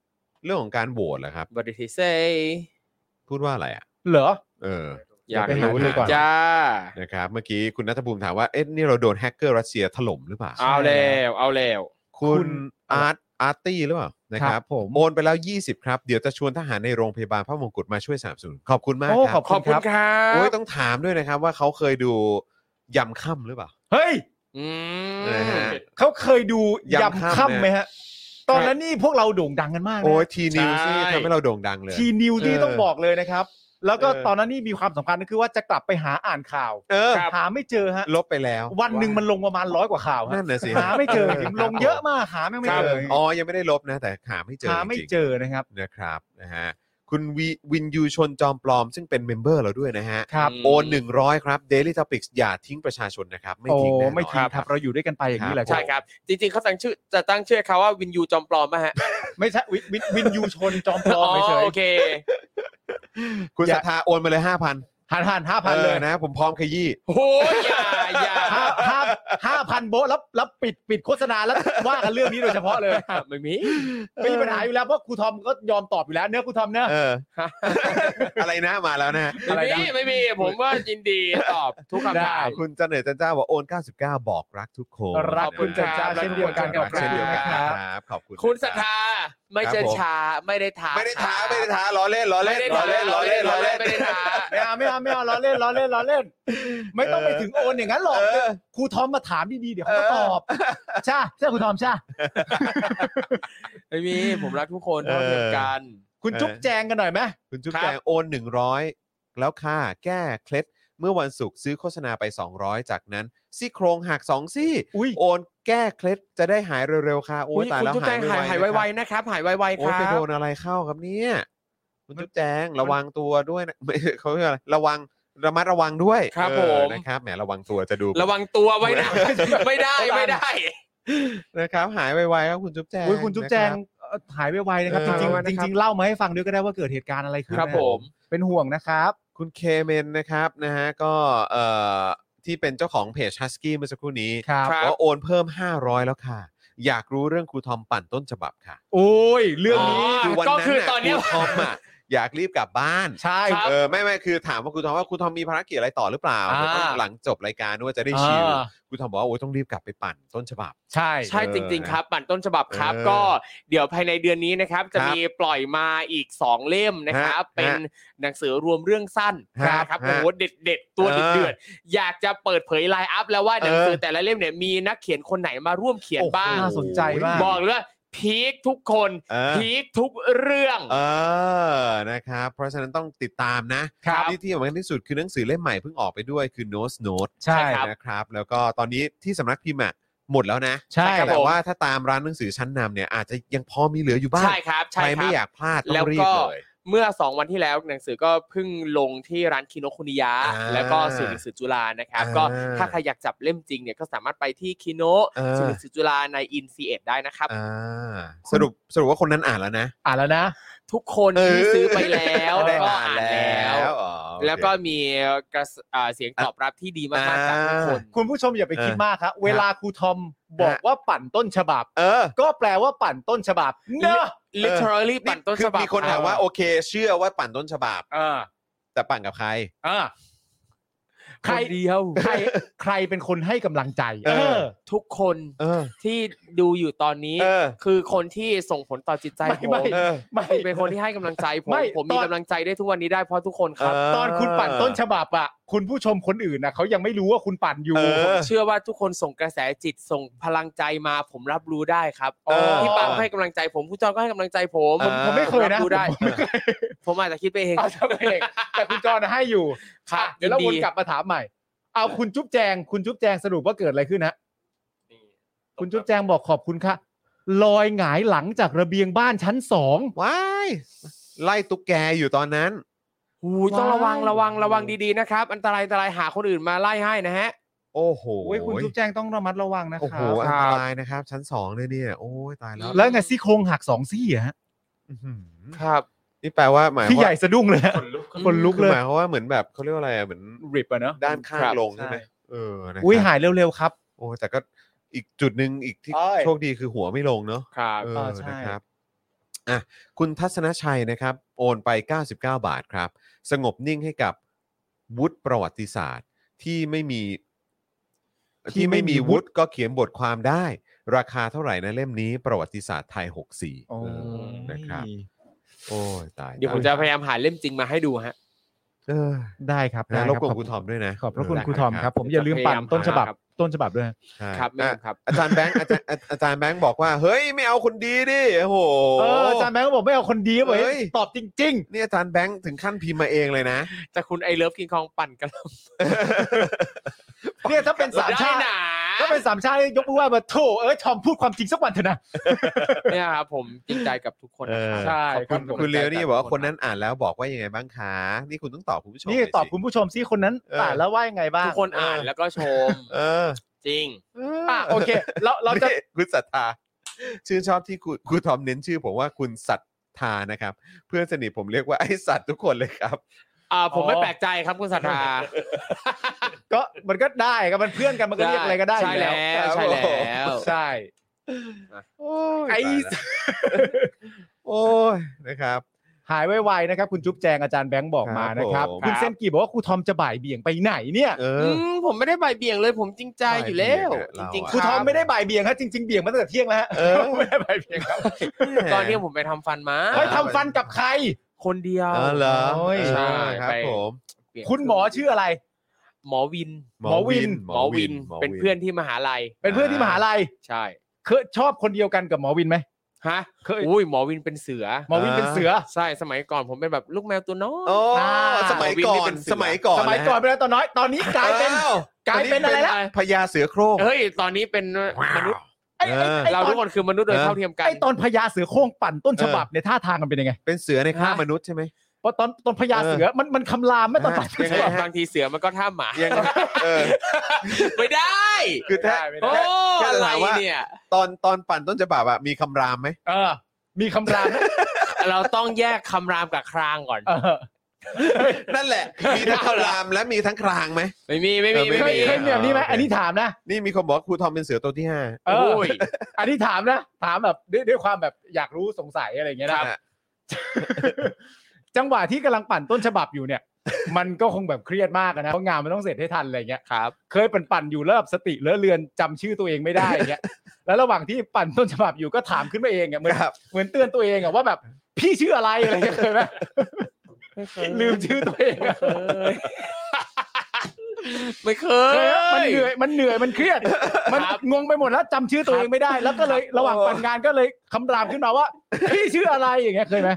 เรื่องของการโหวตเหรอครับ What did he say พูดว่าอะไรอ่ะ เหรอ เออ อยาก ไปหา รู้ เลยก่อน จ้า นะครับ เมื่อกี้คุณนัทภูมิถามว่าเอ๊ะนี่เราโดนแฮกเกอร์รัสเซียถล่มหรือเปล่า เอาแล้ว เอาแล้ว คุ คุณ ณ อาร์ต อาร์ตี้หรือเปล่านะค ค รั รั บบ ผม โอนไปแล้ว 20 ครับ เดี๋ยวจะชวนทหารในโรงพยาบาลพระมงกุฎมาช่วยสนับสนุนขอบคุณมาก โอ้ ค ข รั อ บบ ขอบ คุ คุณ ณ ครับ ครับ โอ้ยต้องถามด้วยนะครับว่าเขาเคยดูยำค่ำหรือเปล่า เฮ้ย อืม นะฮะ เขาเคยดู ยำ ยำ ค่ำ ค่ำไหมฮะ ตอนนั้นนี่พวกเราโด่งดังกันมากนะ โอ้ยทีนิว ใช่ นี่ทำให้เราโด่งดังเลย ทีนิวที่ เออ ต้องบอกเลยนะครับ แล้วก็ เออ ตอนนั้นนี่มีความสำคัญก็คือว่าจะกลับไปหาอ่านข่าว เออ หาไม่เจอฮะ ลบไปแล้ว วันหนึ่งมันลงประมาณร้อยกว่าข่าวฮะ นั่นน่ะสิ หาไม่เจอจริงลงเยอะมากหาแม่งไม่เจอ อ๋อยังไม่ได้ลบนะ แต่หาไม่เจอ หาไม่ จริงๆ เจอนะครับ นะครับนะฮะคุณวิวินยูชนจอมปลอม ซึ่งเป็นเมมเบอร์เราด้วยนะฮะ ครับ โอน 100 ครับ Daily Topics อย่าทิ้งประชาชนนะครับ ไม่ โอ้ ทิ้งแน่นอน ไม่ทิ้งครับเราอยู่ด้วยกันไปอย่างนี้แหละ ใช่ครับ จริงๆเขาตั้งชื่อจะตั้งชื่อเขาว่าวินยูจอมปลอมป่ะฮะ ไม่ใช่วินวินวินยูชนจอมปลอมเฉย โอเค คุณ อย่า สัทธาโอนมาเลย 5,000 หันหันห้าพัน ออ เลยนะ นะ ผมพร้อมขยี้ โอ้ยอย่าอย่า ห้าห้าห้าพันโบะแล้วแล้วปิดปิดโฆษณาแล้วว่ากันเรื่องนี้โดยเฉพาะเลย ไม่มี ไม่มีปัญหาอยู่แล้วเพราะครูทอมก็ยอมตอบอยู่แล้วเนอะครูทอมเนอะ เออ [laughs] อะไรนะมาแล้วนะฮะ อะไร ไม่ นะ มีไม่มีผมว่ายินดีตอบทุกคำถาม คุณจันเหนือจันเจ้าบอกโอน 99 บอกรักทุกคน รัก นะ คุณจันเจ้า รั เช่นเดียวกัน รั ขอบคุณ เช่นเดียวกัน ครับ ครับขอบคุณ คุณศรัท นะรับครัธาไม่บผใช่ม ช้าไม่ได้ท้า ไม่ได้ท้าไม่ได้ท้าล้อเล่นล้อเล่ ไม่ น ได้ ล้อ ท้า เล่นล้อเล่นล้อเล่น ไม่ได้ท้า ไม่เอาไม่เอาไม่เอาล้อเล่นล้อเล่นล้อเล่น ไม่ต้องไปถึงโอนอย่างนั้นหรอก เออ ครูทอมมาถามดีๆเดี๋ยวเขาก็ตอบใช่ใช่ครูทอมใช่ ไม่มีผมรักทุกคนเท่าเทียมกัน คุณจุ๊บแจงกันหน่อยไหม คุณจุ๊บ ครับ แจงโอน 100 แล้วค่ะ แก้เคล็ดเมื่อวันศุกร์ซื้อโฆษณาไป 200 จากนั้นซี่โครงหัก2ซี่ อุ้ย โอนแก้เคล็ดจะได้หายเร็วๆค่ะ โอ้ยตาย คุณ แล้ว จุ๊บ หา แจ ย งหายหาย ๆ ไวๆนะครับ หายไว นะครับ ๆค โอ้ย รั ไปโด บ นอะไรเข้าครับเนี่ย คุณจุ๊บแจงระวังตัวด้วยนะ [laughs] ไม่เขาเรียกอะไรระวังระมัดระวังด้วย ครับ เออ ผม นะครับแหมระวังตัวจะดู ระวังตัวไว้นะ ไม่ได้ โอ้ย ไม่ได้ [laughs] นะครับ หายไวๆครับคุณจุ๊บแจง อุ้ยคุณจุ๊บแจง นะ เอ่อหายไวๆนะครับ เออจริง ไว้นะครั ๆจ บ ริงๆเล่ามาให้ฟังด้วยก็ได้ว่าเกิดเหตุการณ์อะไรขึ้น ครับ นะ ผม เป็นห่วงนะครับ คุณเคเมนนะครับนะฮะก็เอ่อที่เป็นเจ้าของเพจ Husky เมื่อสักครู่นี้ ครับ บอกว่าโอนเพิ่ม 500 แล้วค่ะ อยากรู้เรื่องครูทอมปั่นต้นฉบับค่ะ โอ้ยเรื่องนี้ อ๋อ คือวัน ก็ นั้น คือ น่ะ ตอน ค เนี้ รู ย ทอมอ่ะอยากรีบกลับบ้าน ใช่ ครับ เออไม่ไม่คือถามว่าครูทอมว่าครูทอมมีภารกิจอะไรต่อหรือเปล่า อ่า เดี๋ยวต้องหลังจบรายการด้วยจะได้ชิล อ่า ครูทอมบอกว่าโอ้ยต้องรีบกลับไปปั่นต้นฉบับ ใช่ ใช่จริง ๆ ครับบั่นต้นฉบับครับ เออ ก็เดี๋ยวภายในเดือนนี้นะครับ จะ ครับ มีปล่อยมาอีก 2 เล่มนะครับ ฮะ เป็นหนังสือรวมเรื่องสั้น ฮะ นะครับ ฮะ โอ้โหเด็ดเด็ดๆตัว เออ เดือดๆอยากจะเปิดเผยไลน์อัพแล้วว่าหนังสือ เออ แต่ละเล่มเนี่ยมีนักเขียนคนไหนมาร่วมเขียนบ้าง น่าสนใจมาก บอกเลยว่าพีคทุกคน เออ พีคทุกเรื่อง เออนะครับเพราะฉะนั้นต้องติดตามนะครับ ที่ที่สำคัญที่สุดคือหนังสือเล่มใหม่เพิ่งออกไปด้วยคือ Nose Note ใช่ ใช่ครับ นะครับแล้วก็ตอนนี้ที่สำนักพิมพ์อะหมดแล้วนะ ใช่ แต่ ผม ว่าถ้าตามร้านหนังสือชั้นนำเนี่ยอาจจะยังพอมีเหลืออยู่บ้าง ใช่ครับ ใค ใช่ ร ค ไม่ รับ อยากพลาดต้อ แล้ว งรีบ ก็ เลย เมื่อ 2 วันที่แล้วหนังสือก็เพิ่งลงที่ร้านคิโนคุนิยะ อ่า แล้วก็สื่อหนังสือจุฬานะครับ อ่า ก็ถ้าใครอยากจับเล่มจริงเนี่ยก็สามารถไปที่คิโน เออ สื่อหนังสือจุฬาในอินซีเอ็ดได้นะครับ อ่าสรุปสรุปว่าคนนั้นอ่านแล้วนะ อ่านแล้วนะ ทุกคนที่ซื้อไปแล้ว ได้ ก็ อ่าน อ่าน แล แล้ ้ ว วอ๋อโอเค แล้วก็มีกระแสอ่าเสียงตอบรับที่ดีมากๆจากทุกคน คุณผู้ชมอย่าไปคิด เออ มากครับเวลาครูทอมบอก ฮะ ว่าปั่นต้นฉบับ เออ ก็แปลว่าปั่นต้นฉบับเนอะ literally นี่ ปั่นต้น คือ ฉบับ มีคนถามว่า เอ โอเค เชื่อว่าปั่นต้นฉบับ เออ แต่ปั่นกับใคร เออ ใครเดียว ใครใครเป็นคนให้กำลังใจ เออ เออ ทุกคน เออ ที่ดูอยู่ตอนนี้ เออ คือคนที่ส่งผลต่อจิตใจ ไม่ ผม ไม่ เออ ไม่ เป็นคนที่ให้กำลังใจผม ไม่ ผมมี ตอน กำลังใจได้ทุกวันนี้ได้เพราะทุกคนครับ เออ ตอนคุณปั่นต้นฉบับอ่ะคุณผู้ชมคนอื่นนะเขายังไม่รู้ว่าคุณปั่นอยู่ เออ เชื่อว่าทุกคนส่งกระแสจิตส่งพลังใจมาผมรับรู้ได้ครับ เออ พี่ปาล์มให้กำลังใจผมผู้จอนก็ให้กำลังใจผม เออ ผมไม่เคยนะ รับรู้ได้ ผมไม่เคย ผมอาจจะคิดไปเอง เอาทำไมเองแต่คุณจอนะให้อยู่ ครับ อ่เดี๋ยวเรา ยินดี วนกลับมาถามใหม่ เอาคุณจุ๊บแจง คุณจุ๊บแจงสรุปว่าเกิดอะไรขึ้นฮะ นี่ คุณจุ๊บแจงบอกขอบคุณค่ะ ลอยหงายหลังจากระเบียงบ้านชั้นสอง ว้าย ไล่ตุ๊กแกอยู่ตอนนั้น หูยต้องระวังระวังระวังดีๆนะครับ อันตรายอันตรายหาคนอื่นมาไล่ให้นะฮะ โอ้โห โอ้ยคุณจุ๊บแจงต้องระมัดระวังนะ โอ้ ค โห รับ อันตรายนะครับ ชั้นสองเลยเนี่ย โอ้ยตายแล้ว แล้วไงซี่โครงหักสองซี่อะฮะ อื้อหือ ครับ นี่แปลว่าหมาย พี่ให ว่า ญ่สะดุ้งเลยฮะ คนลุก คนลุก คือ เลย หมายความว่าเหมือนแบบเขาเรียกว่าอะไรอะเหมือน ริบอะเนาะ ด้านข้าง ครับ ลงใช่ไหม ใช่ เออนะครับ อุ้ยหายเร็วๆครับ โอ้แต่ก็อีกจุดหนึ่งอีกที่ ใช่ โชคดีคือหัวไม่ลงเนาะ ครับ เอ เอ อ อใช่ นะครับอ่ะคุณทัศนชัยนะครับ โอนไป 99 บาทครับ สงบนิ่งให้กับวุฒิประวัติศาสตร์ที่ไม่มี ที่ไม่มีวุฒิก็เขียนบทความได้ ราคาเท่าไหร่นะเล่มนี้ประวัติศาสตร์ไทย 64 โอ้ย นะครับ โอ้ยตาย เดี๋ยวผมจะพยายามหาเล่มจริงมาให้ดูฮะ เออ ได้ครับ นะ ได้ ร ร บกวนครูทอมด้วยนะ ขอบพระคุณ เ ครูทอมครับ ผมอย่าลืมปั่นต้นฉบับต้นฉบับด้วยฮะ ใช่ ครับแม่ อ่ะ ครับ อาจารย์แบงค์อาจารย์อาอาจารย์แบงค์บอกว่า เฮ้ยไม่เอาคนดีดิโอ้โห เอออาจารย์แบงค์ก็บอกไม่เอาคนดีเว้ย เฮ้ย ตอบจริง นี่อาจารย์แบงค์ถึงขั้นพิมพ์มาเองเลยนะ จากคุณไอเลิฟกินคองปั่นกัน ๆ เนี่ยถ้าเป็นสามชาติ ได้หนา ถ้าเป็นสามชาติยกมือไหว้มาโถเอ้ยทอมพูดความจริงสักวันเถอะนะ เนี่ยครับผมจริงใจกับทุกคนนะครั เออ ใช่ ขอบคุณ ผม คุณเลวนี่บอกว่า ใจ คนนั้นอ่านแล้วบอกว่ายังไงบ้างคะนี่คุณต้องตอบคุณผู้ชม นี่ หยสิ ตอบคุณผู้ชมซิคนนั้น เอออ่ อ่านแล้วว่ายังไงบ้าง ทุกคนอ่านแล้วก็ชม เออ จริง เอ อ่ะโอเค เราเราจะ นี่คุณศรัทธาชื่นชอบที่คุณครูทอมเน้นชื่อ ผมว่าคุณศรัทธานะครับ เพื่อนสนิทผมเรียกว่าไอ้สัตว์ทุกคนเลยครับ อ่าผมไม่แปลกใจครับคุณศรัทธา ก็มันก็ได้ก็มันเพื่อนกันมันก็เรียกอะไรก็ได้ ใช่ อยู่ แล้วใช่แล้ว ใช่ โอ้ย ไอ้ ตายแล้วโอ้ยนะครับ หายไวๆนะครับ คุณจุ๊บแจงอาจารย์แบงค์บอกมานะครับ ครับผม คุณเซนกีบอกว่าครูทอมจะบ่ายเบี่ยงไปไหนเนี่ย เอ อื อ มผมไม่ได้ใบายเบี่ยงเลยผมจริงใจอยู่แล้ว จ บ่ายเบี่ยงริง อะ ๆ ครูทอม บ ไม่ได้บ่ายเบี่ยงฮะจริงๆเบี่ยงมาตั้งแต่เที่ยงแล้วฮะ เออ ไม่ได้บ่ายเบี่ยงครับ ตอนเที่ยงผมไปทำฟันมา เฮ้ยทำฟันกับใคร คนเดียว เออเหรอ โอ้ย ใช่ครับ ไป ผม เปลี่ยน คุณหมอชื่ออะไร หมอวิน หมอวิน ห ห ม ม อ อ วิ วิ น น หม เป็นเพื่อนที่มหาลัย เป็นเพื่อนที่มหาลัย ใช่ เคยชอบคนเดียวกันกับหมอวินไหม ฮะ เคย อุ้ยหมอวินเป็นเสือ หมอวินเป็นเสือ ใช่สมัยก่อนผมเป็นแบบลูกแมวตัวน้อย โอ้ อ่า สมัย หวิ ก่อ นี่ น เป็นเสื สมัยก่อน สมัยก่อนเป็นแล้วตอนน้อย ตอนนี้กลายเป็น อ้ว กลายเป็นอะไรละ พญาเสือโคร่ง เฮ้ยตอนนี้เป็นมนุษย์ ไอ้ไอ้ไอ้ เรา ตอ ทุ น กคนคือมนุษย์โดย เออ เท่าเทียมกัน ไอ้ตอนพญาเสือโคร่งปั่นต้น เออ ฉบับเนี่ยท่าทางมันเป็นยังไง เป็นเสือในค่าบ ฮะ มนุษย์ใช่ไหม เพราะตอนตอนพญาเสือมันมันคำรามไหม่ตอน ฮะ ปั่นต้น ยัง ฉ ไง บับ ฮะ บางทีเสือมันก็ท่าหมา ยัง เออ [laughs] ไม่ได้ คือแท้ โอ้ แค่ อะ จะ ไร ถามว่า เนี่ย ตอนตอนปั่นต้นฉบับอะมีคำรามไหม เออ มีคำรามไหม เราต้องแยกคำรามกับครางก่อน เออ นั่นแหละ มีทั้งคำรามและมีทั้งครางไหม ไม่มีไม่มี เออไม่เคไม่ย มี เคยมีแบบนี้ไหม โอเค อันนี้ถามนะ นี่มีคนบอกว่าครูทอมเป็นเสือตัวที่ห้า เออ โอ้ย อันนี้ถามนะ ถามแบบด้วยด้วยความแบบอยากรู้สงสัยอะไรอย่างเงี้ยนะ อ่ะ [laughs] จังหวะที่กำลังปั่นต้นฉบับอยู่เนี่ย มันก็คงแบบเครียดมากอะนะเพราะงานมันต้องเสร็จให้ทันอะไรอย่างเงี้ย ครับ เคยปั่นปั่นๆอยู่แล้วแบบสติเลอะเลือนจำชื่อตัวเองไม่ได้อย่างเงี้ [laughs] ย แล้วระหว่างที่ปั่นต้นฉบับอยู่ก็ถามขึ้นมาเองอ่ะเหมือน ครับ เหมือนเตือนตัวเองอ่ะว่าแบบพี่ชื่ออะไรอะไรอย่างเงี้ยเคยไหมลืมชื่อตัวเองอะ ไม่เค เคย ย อะมันเหนื่อยมันเหนื่อยมันเครียด มัน ครับ งงไปหมดแล้วจำชื่อตัวเองไม่ได้ แล้วก็เลยระหว่างปั่นงานก็เลยคำรามขึ้นมาว่า พี่ชื่ออะไรอย่างเงี้ยเคยไหม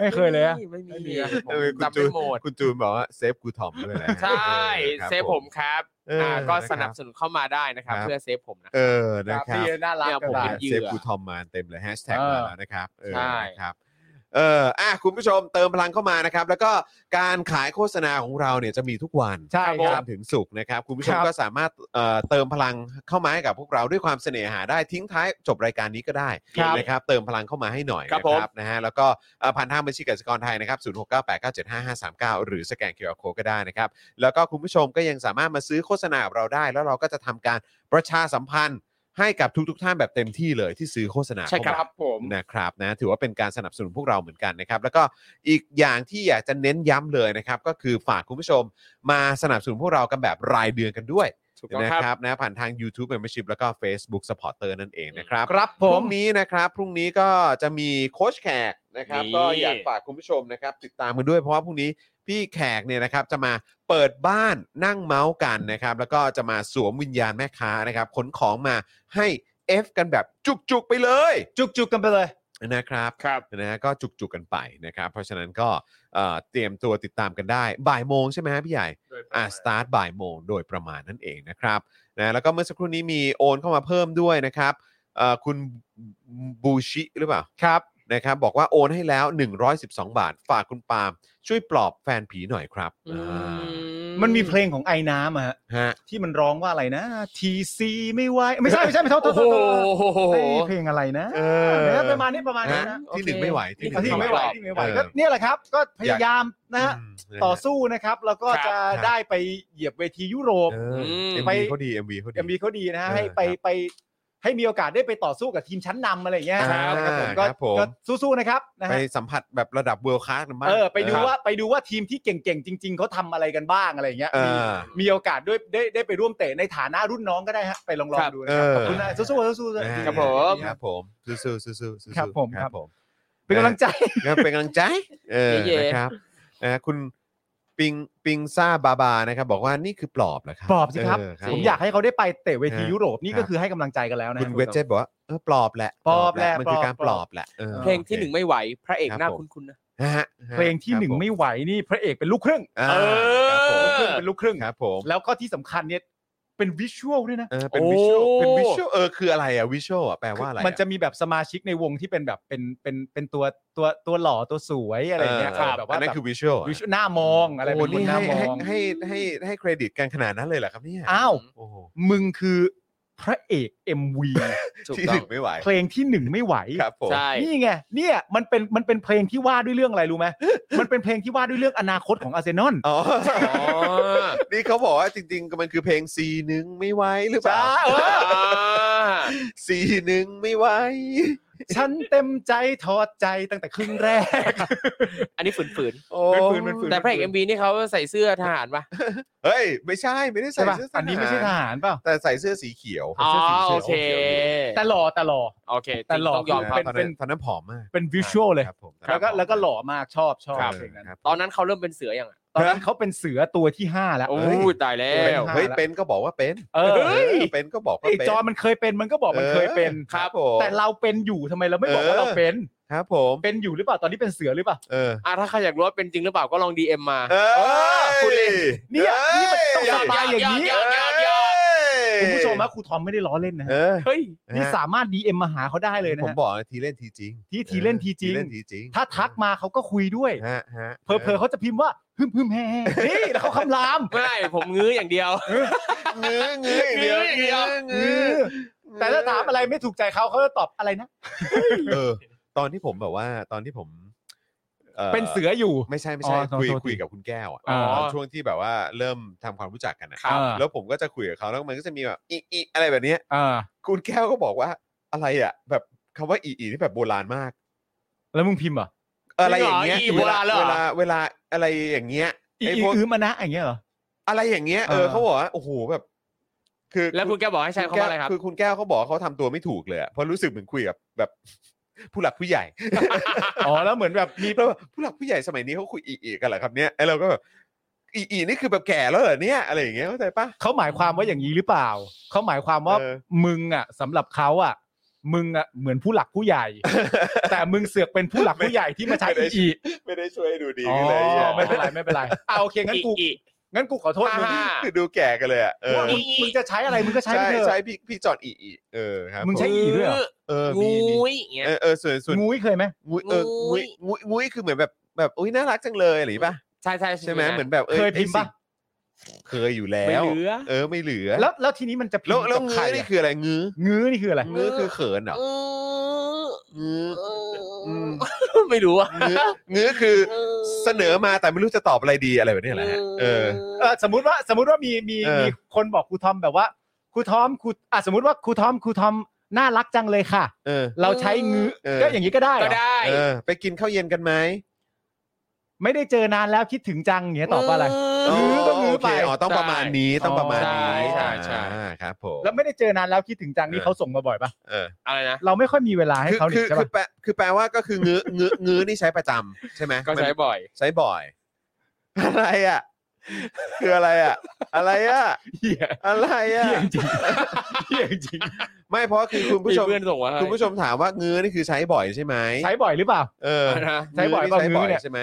ไม่เคยเลยอะ ไม่มี ไม่ ไม่ มี มี อะ ผม เออคุณ จำ จู ไม่ น หมด คุณจูนบอกว่าเซฟครูทอมด้วยนะฮะ ใช่ ครับ เซฟผมครับ เอออ่ ่าก็ นะครับ สนับสนุนเข้ามาได้นะครับ ครับ เพื่อเซฟผมนะ เออนะครับ พี่น่ารัก เนี่ย ก็ ผม ได้ เป็นเหยื่ เซ อ ฟครูทอมมาเต็มเลยแฮชแท็ก เออ มาแล้วนะครับเออ ใช่ นะครับเอออ่ะคุณผู้ชมเติมพลังเข้ามานะครับ แล้วก็การขายโฆษณาของเราเนี่ยจะมีทุกวัน ใช่ค จั รั นทบร์ถึงสุกร์นะครับ คุณผู้ชม ครับ ก็สามารถเอ่อเติมพลังเข้ามาให้กับพวกเราด้วยความเสน่หาได้ทิ้งท้ายจบรายการนี้ก็ได้ ครับ นะครับ เติมพลังเข้ามาให้หน่อย ครับ นะ ผม ครับนะฮะแล้วก็เอ่อผ่านทางบัญชีกสิกรไทยนะครับศูนย์หกเก้าแปดเก้าเจ็ดห้าห้าสามเก้าหรือสแกนเคอร์โคก็ได้นะครับ แล้วก็คุณผู้ชมก็ยังสามารถมาซื้อโฆษณากับเราได้ แล้วเราก็จะทำการประชาสัมพันธ์ให้กับทุกๆท่านแบบเต็มที่เลยที่ซื้อโฆษณา ใช่ครับ เข้ามา ผม นะครับนะถือว่าเป็นการสนับสนุนพวกเราเหมือนกันนะครับ แล้วก็อีกอย่างที่อยากจะเน้นย้ำเลยนะครับ ก็คือฝากคุณผู้ชมมาสนับสนุนพวกเรากันแบบรายเดือนกันด้วย ถูกต้อง นะครับ ครับนะผ่านทาง YouTube Membership แล้วก็ Facebook Supporter นั่นเองนะครับ ครับผ พ ม รุ่งนี้นะครับ พรุ่งนี้ก็จะมีโค้ชแขกนะครับ นี่ ก็อยากฝากคุณผู้ชมนะครับ ติดตามกันด้วยเพราะว่าพรุ่งนี้พี่แขกเนี่ยนะครับจะมาเปิดบ้านนั่งเมาส์กันนะครับ แล้วก็จะมาสวมวิญญาณแม่ค้านะครับขนของมาให้ F กันแบบจุกๆไปเลย จุกๆกันไปเลย นะครับ ครับ นะฮะก็จุกๆกันไปนะครับ เพราะฉะนั้นก็เอ่อเตรียมตัวติดตามกันได้บ่ายโมงใช่ไหมฮะพี่ใหญ่ โดยประ อ่า มาณ สตาร์ทบ่ายโมงโดยประมาณนั่นเองนะครับนะแล้วก็เมื่อสักครู่นี้มีโอนเข้ามาเพิ่มด้วยนะครับเอ่อคุณบูชิหรือเปล่า ครับ นะครับ บอกว่าโอนให้แล้ว 112 บาท ฝากคุณปาล์มช่วยปลอบแฟนผีหน่อยครับ อื อ่า มันมีเพลงของไอ้น้ำอะฮะ ฮะ ที่มันร้องว่าอะไรนะทีซีไม่ไหวไม่ใช่ไม่ใช่ไม่เท่า โอ้ เท่า โห เท่าเพลงอะไรนะ เอ เดี๋ยว อ ประมาณนี้ประมาณนี้ ฮะ นะ ที่ โอเค หนึ่งไม่ไหวที่ห นี่คื ที่ นึ่ง อ ไม่ ไม่ ไห ไห ว ว ที่ ที่ ไม่ ไม่ ไห ไห ว ว เออ ก็เนี่ยแหละครับ ก็พยายามนะฮะ อืมนะฮะ ต่อสู้นะครับ แล้วก็จะได้ไปเหยียบเวทียุโรป เออ ม เอ็ม ไป วีเขาดีเอ็มวีเขาดี เอ็มบีเขาดีนะฮะ เออ ให้ไป ครับ ไป ให้มีโอกาสได้ไปต่อสู้กับทีมชั้นนำอะไรอย่างเงี้ย อ่า นะครับผม ครับผม ก็สู้ๆนะครับนะ ไป ฮะ สัมผัสแบบระดับเวิลด์คลาสกันบ้าง เออไปดู ครับ ว่าไปดูว่าทีมที่เก่งๆจริง ๆเขาทำอะไรกันบ้างอะไรอย่างเงี้ย เอ มี อ มีโอกาสด้วยได้ได้ไปร่วมเตะในฐานะรุ่นน้องก็ได้ฮะไปลองลองดูนะครับ ครับ ขอบคุณนะสู้ๆสู้ๆ นะฮะ ครับผม ครับผมสู้ๆสู้ๆสู้ๆ ครับผมครับ ผม เป็นกำลังใจ งั้นเป็นกำลังใจเออ เย่ๆ นะครับนะคุณปิงปิงซ่าบาบานะครับ บอกว่านี่คือปลอบนะครับ ปลอบสิครับ เ ผมอยากให้เขาได้ไปเตะเวที เออ ยุโรปนี่ ครับ ก็คือให้กำลังใจกันแล้วนะ คุณ ฮะ เวจเจตบอกว่าเออปลอบแหละ ปลอบแหละ มันคือการป ป ล ล อ อ บบ แหละออ เพลงที่ โอค หนึ่งไม่ไหว พระเอก ครับ หน้า ผม คุ้นๆนะ นะฮะ เพลงที่หนึ่งไม่ไหวนี่พระเอกเป็นลูกครึ่ง อ่า เอลูกคอรึ่งเป็นลูกครึ่ง ครับผม แล้วก็ที่สำคัญเนี่ยเป็นวิชวลด้วยนะ เออเป็นวิชวล โอ้ เป็นวิชวลเออคืออะไรอะวิชวลอะแปลว่าอะไรอ มันจะมีแบบสมาชิกในวงที่เป็นแบบเป็นเป็นเป็นตัวตัวตัวหล่อตัวสวยอะไรอย่างเงี้ย เออ ครับแบบว่า อันนั้น แบบ คือ visual อะ วิชวลหน้ามองอะไร โอ้ เป็นคน นี่ หน้ามอง ให้ให้ให้ให้ให้เครดิตกันขนาดนั้นเลยเหรอครับเนี่ย อ้าว โอ้โห มึงคือพระเอก [laughs] MV ถูก ที่ ต้ ห อ นึ่ ง งไม่ไหว เพลงที่หนึ่งไม่ไหว ครับผม ใช่ นี่ไงเนี่ยมันเป็นมันเป็นเพลงที่ว่าด้วยเรื่องอะไรรู้ไหม [laughs] มันเป็นเพลงที่ว่าด้วยเรื่องอนาคตของอาร์เซนอล [laughs] อ๋อ อ๋อ นี่เขาบอกว่าจริงๆ มันคือเพลงซีนึงไม่ไหวหรือเปล่า จ้าเออ ซีนึงไม่ไหว [laughs] ฉันเต็มใจถอดใจตั้งแต่ครึ่งแรก อันนี้ฝืน โอ้ เป็นปืนเป็นปืน ๆแต่พระเอกเอ็มบีนี่เขาใส่เสื้อทหารปะ เฮ้ย ไม่ใช่ไม่ได้ใส่ ใช่ป่ะ เสื้อทหาร อันนี้ไม่ใช่ทหารเปล่า แต่ใส่เสื้อสีเขียว อ๋อ ใส่สื้ โอ สี เค ขียว แต่หล่อแต่หล่อ โอเค แต่หลอก ต้องยอม ค ค รั รั บบ ตอน เป็ นั้น น ตอนนั้นผอมมาก เป็นวิชวลเลย ครับผม แล้วตก็อนนั้น แล้วก็หล่อมากชอบชอบ ครับ เพลงนั้น ครับ ตอนนั้นเขาเริ่มเป็นเสืออย่างอะ ตอนนั้นเขาเป็นเสือตัวที่ 5 แล้ว โอ้ยตายแล้ เป็น ว เฮ้ยเป็นก็บอกว่าเป็น เออ เป็นก็บอกว่า ไอ้ เป็น จอมันเคยเป็นมันก็บอกมันเคยเป็น ออครับผม แต่เราเป็นอยู่ทำไมเราไม่บอกว่าเราเป็น ครับผม เป็นอยู่หรือเปล่าตอนนี้เป็นเสือหรือเปล่า เออ อ่ะถ้าใครอยากรู้ว่าเป็นจริงหรือเปล่าก็ลอง DM มา เออ คุณเล่น เนี่ยนี่มันต้องสบายอย่างนี้ ยอดยอดยอด คุณผู้ชมว่าครูทอมไม่ได้ล้อเล่นนะ เอ ฮะ อ เฮ้ย นี่สามารถ DM มาหาเขาได้เลยนะ ผม ฮะ บอกเลยทีเล่นทีจริง ที่ทีเล่นทีจริง ทีเล่นทีจริง ถ้าทักมาเขาก็คุยด้วย ฮะฮะ เพอเพอเขาจะพิมพ์ว่าฮึมฮึมแฮ่แฮ่นี่แล้วเขาคำราม ไม่ ผมงื้ออย่างเดียว เงื้อเงื้ออย่างเดียว เงื้ออย่างเดียว เงื้อ แต่ถ้าถามอะไรไม่ถูกใจเขาเขาจะตอบอะไรนะ เออ ตอนที่ผมแบบว่า ตอนที่ผม เป็นเสืออยู่ ไม่ใช่ไม่ใช่ อ๋อ คุย โทษที คุยกับคุณแก้วอะ อ๋อ ช่วงที่แบบว่าเริ่มทำความรู้จักกันนะครับ แล้วผมก็จะคุยกับเขาแล้วมันก็จะมีแบบอีอีอะไรแบบเนี้ย อ่า คุณแก้วก็บอกว่าอะไรอ่ะ แบบคำว่าอีอีนี่แบบโบราณมาก แล้วมึงพิมพ์เหรอ อะไรอย่างเงี้ย อีโบราณเหรอ เวลาเวลาอะไรอย่างเงี้ย อี ไอ้ อี พวก อือมานะอย่างเงี้ยเหรอ อะไรอย่างเงี้ยเออ เออ เขาบอกว่าโอ้โหแบบ คือ แล้วคุณแกบอกให้ใช้คำว่าอะไรครับ คือคุณแก้วเขาบอกเขาทำตัวไม่ถูกเลยอะเพราะรู้สึกเหมือนคุยกับแบบ [laughs] ผู้หลักผู้ใหญ่ อ๋อแล้วเหมือนแบบมี แล้วแบบผู้หลักผู้ใหญ่สมัยนี้เขาคุยอีอีกันเหรอครับเนี่ยไอ้เราก็แบบอีอีนี่คือแบบแก่แล้วเหรอเนี่ยอะไรอย่างเงี้ยเข้าใจปะ เขาหมายความว่าอย่างนี้หรือเปล่า เขาหมายความว่า เออ มึงอ่ะสำหรับเขาอ่ะ มึงอ่ะเหมือนผู้หลักผู้ [laughs] ใหญ่ แต่มึงเสือกเป็นผู้หลักผู้ใหญ่ที่มาใช้อีอี ไม่ได้ช่วยดูดี อ๋อ เลยไอ้เหี้ย ไม่เป็นไรไม่เป็นไรอ่าโอเค Kan งั้นกู อี งั้นกูขอโทษมึง ห้า คือดูแก่กันเลยอ่ะเออ มึงมึงจะใช้อะไรมึงก็ใช้ ใช่ ไปเถ ใช่ อะ พี่พี่จอดอีอีเออครับ มึงใช้ ผ อีด้วยเหรอ เออมี งู มี ยอย่างเงี้ย เออเออส่วนส่วน งูยเคยไหม งุยเอองงุุ้ย ย งุยงุยคือเหมือนแบบแบบอุ้ยน่ารักจังเลยอะไรอย่างงี้ปะ ใช่ใช่ ใช่ไหมเหมือนแบบอ้ เคยพิมพ์ปะ เคยอยู่แล้ ไม่ ว เหลือ เออไม่เหลือ แล้วแล้วทีนี้มันจะพิม แล้ว พ์ แล้ว กับ งื้ ใคร อนี่ อะ คืออะไรงื้อง ื้อนี่คืออะไร งื้อคือเขินเหรอ อือ เงื้อ อืมไม่รู้อะ งื้องื้อคือเสนอมาแต่ไม่รู้จะตอบอะไรดีอะไรแบบนี้แหละฮะเออ เออสมมติว่าสมมติว่ามีมี เออ มีคนบอกครูทอมแบบว่าครูทอมครูอ่ะสมมติว่าครูทอมครูทอมน่ารักจังเลยค่ะ เออ เราใช้งื้อ เออ ก็อย่างนี้ก็ได้เหร ก็ อ ได้ เออ ไปกินข้าวเย็นกันไหม ไม่ได้เจอนานแล้วคิดถึงจังอย่างเงี้ยตอบว่าอะไร โ งื้อก็งื้อไป เคอ๋อต้องประมาณนี้ต้องประมาณนี้ ใช่ใช่ใช่ อ่าครับผม แล้วไม่ได้เจอนานแล้วคิดถึงจังนี่เขาส่งมาบ่อยปะ เออ อะไรนะ เราไม่ค่อยมีเวลาให้ คือ เขา คื เนี่ อย ใช่ คือ ปะ แปลคือแปลว่าก็คืองื้องื้องื้อนี่ใช้ประจำใช่ไหม ก็ใช้บ่อย ใช้บ่อย อะไรอ่ะคืออะไรอ่ะ อะไรอ่ะ เหี้ย อะไรอ่ะ เหี้ยจริงเหี้ยจริง ไม่เพราะคือคุณผู้ มี ชม เพื่อนส่งมาให้ คุณผู้ชมถามว่างื้อนี่คือใช้บ่อยใช่ไหม ใช้บ่อยหรือเปล่า เออ นะ ใช้บ่อย นี่ เปล่า ใช้บ่งื้อ อย เนี่ย ใช่ไหม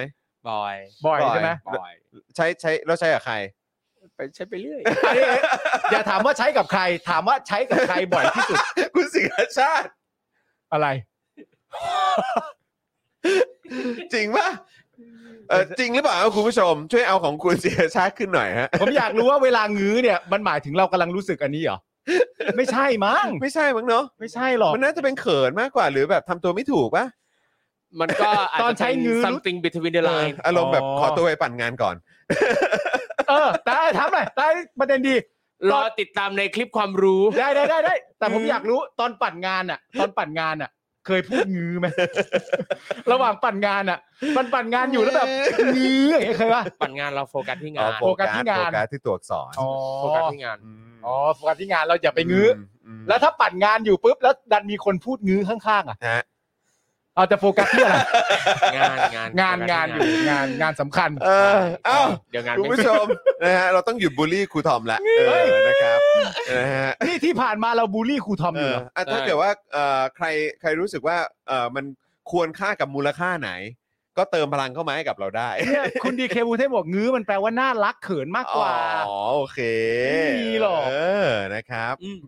บ่อย บ่อย บ่อย ใช่ไหม บ่อย ใช้ใช้แล้วใช้กับใคร ไปใช้ไปเรื่อย อันนี้อย่าถามว่าใช้กับใคร ถามว่าใช้กับใครบ่อยที่ [laughs] สุด คุณสิงห์ชาติ อะไร จริงป่ะเออจริงหรือเปล่าคุณผู้ชม ช่วยเอาของคุณสิงห์ชาติขึ้นหน่อยฮะ ผมอยากรู้ว่าเวลางื้อเนี่ยมันหมายถึงเรากำลังรู้สึกอันนี้เหรอ ไม่ใช่มั้ง ไม่ใช่มั้งเนาะ ไม่ใช่หรอก มันน่าจะเป็นเขินมากกว่าหรือแบบทำตัวไม่ถูกป่ะ [laughs] มันก็าจจะ ตอนใช้งื้อ เป็น something between the เออ line อารมณ์แบบขอตัวไปปั่นงานก่อน เออแต่ถามหน่อยแต่ประเด็นดี รอติดตามในคลิปความรู้ ได้ได้ได้ได้ แต่ผมอยากรู้ตอนปั่นงานอ่ะ ตอนปั่นงานอ่ะ เคยพูดงื้อไหม ระหว่างปั่นงานอ่ะ มันปั่นงานอยู่แล้วแบบงื้ออย่างเงี้ยเคยปะ ปั่นงานเราโฟกัสที่ อ๋องาน โฟกัส โฟกัสที่งาน โฟกัสที่ตัวอักษร อ๋อ โฟกัสที่งาน ม อ๋อโฟกัสที่งานเราอย่าไปงื้ออ ม แล้วถ้าปั่นงานอยู่ปุ๊บแล้วดันมีคนพูดงื้อข้างๆอ่ะ ฮะ เอาจะโฟกัสที่อะไร งานงาน งานงานอยู่งานงานสำคัญ เออเอ้า เดี๋ยวงาน คุณ ไม่ ผู้ชม นะฮะเราต้องหยุดบูลลี่ครูทอมละเออนะครับนะฮะ นี่ที่ผ่านมาเราบูลลี่ครูทอม เอ อยู่ อ เหรอ อ่ะถ้าเกิดว่าเอ่อใครใครรู้สึกว่าเอ่อมันควรค่ากับมูลค่าไหน ก็เติมพลังเข้ามาให้กับเราได้ เนี่ยคุณดีเคบูเทพบอกงื้อมันแปลว่าน่ารักเขินมากกว่า อ๋อโอเค ไม่มีหรอก เออนะครับ อืม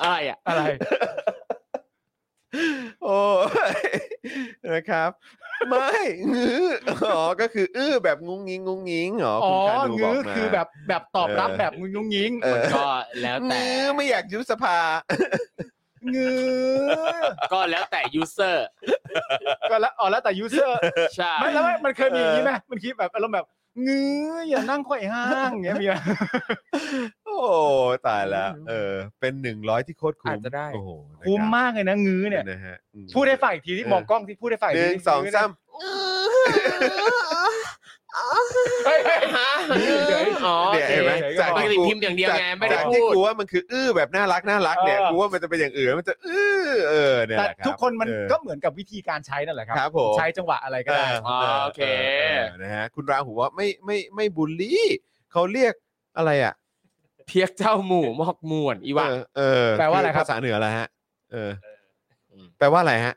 อะไรอ่ะ อะไร โอ้ [laughs] ยนะครับ ไม่งื้ออ๋อก็คืออื้อแบบงุ้งงิงงุ้งงิงอ๋อ อ๋ คุณอคานูบ งื้ อก อ มา คือแบบแบบตอบรับ เออ แบบงุ้งงุ้งงิ้ง เออ ก็แล้วแต่ [laughs] งื้อไม่อยากยุบสภาง [laughs] ื้อ ก็แล้วแต่ยูเซอร์ ก็แล้วอ๋อแล้วแต่ยูเซอร์ ใช่ ไม่แล้วมันเคยมีอย่างนี้ไหมมันคิดแบบอารมณ์แบบงื้ออย่านั่งไขว่ห้างอย่างเงี้ยมีไหม โอ้ตายละเออ เป็นหนึ่งร้อยที่โคตรคุ้ อาจ ม จะได้ โอ้โหนะครับ คุ้มมากเลยนะงื้อเนี่ย นะฮะอืม พูดได้ฝ่ายอีกทีที่ เออ มองกล้องที่พูดได้ฝ่าย ห อีก นึ่ง ที สองสาม เฮ้ยเฮ้ย ฮะเดี๋ยวอ๋อ เดี๋ยว โอ เห็นไหม ค จาก ปก ที่ ติ กู พิมพ์อย่างเดียวไง จาก ไม่ได้ จาก พู ที่ ด กูว่ามันคืออื้อแบบน่ารักน่ารักเนี่ย เออ กูว่ามันจะเป็นอย่างอื่นมันจะอื้อเออเนี่ย แต่ แหละรับ ทุกคนมัน เออ ก็เหมือนกับวิธีการใช้นั่นแหละครั ครับผม ใช้จังหวะอะไรก็ได้ อ๋อโอเค อนะฮะคุณราหูว่าไม่ไม่ไม่บูลลี่เขาเรียกอะไรอ่ะ เพียกเจ้าหมู่มอกมวนอีว่า เออเออ แปลว่าอะไรครับ ภาษาเหนืออะไรฮะ เออ แปลว่าอะไรฮะ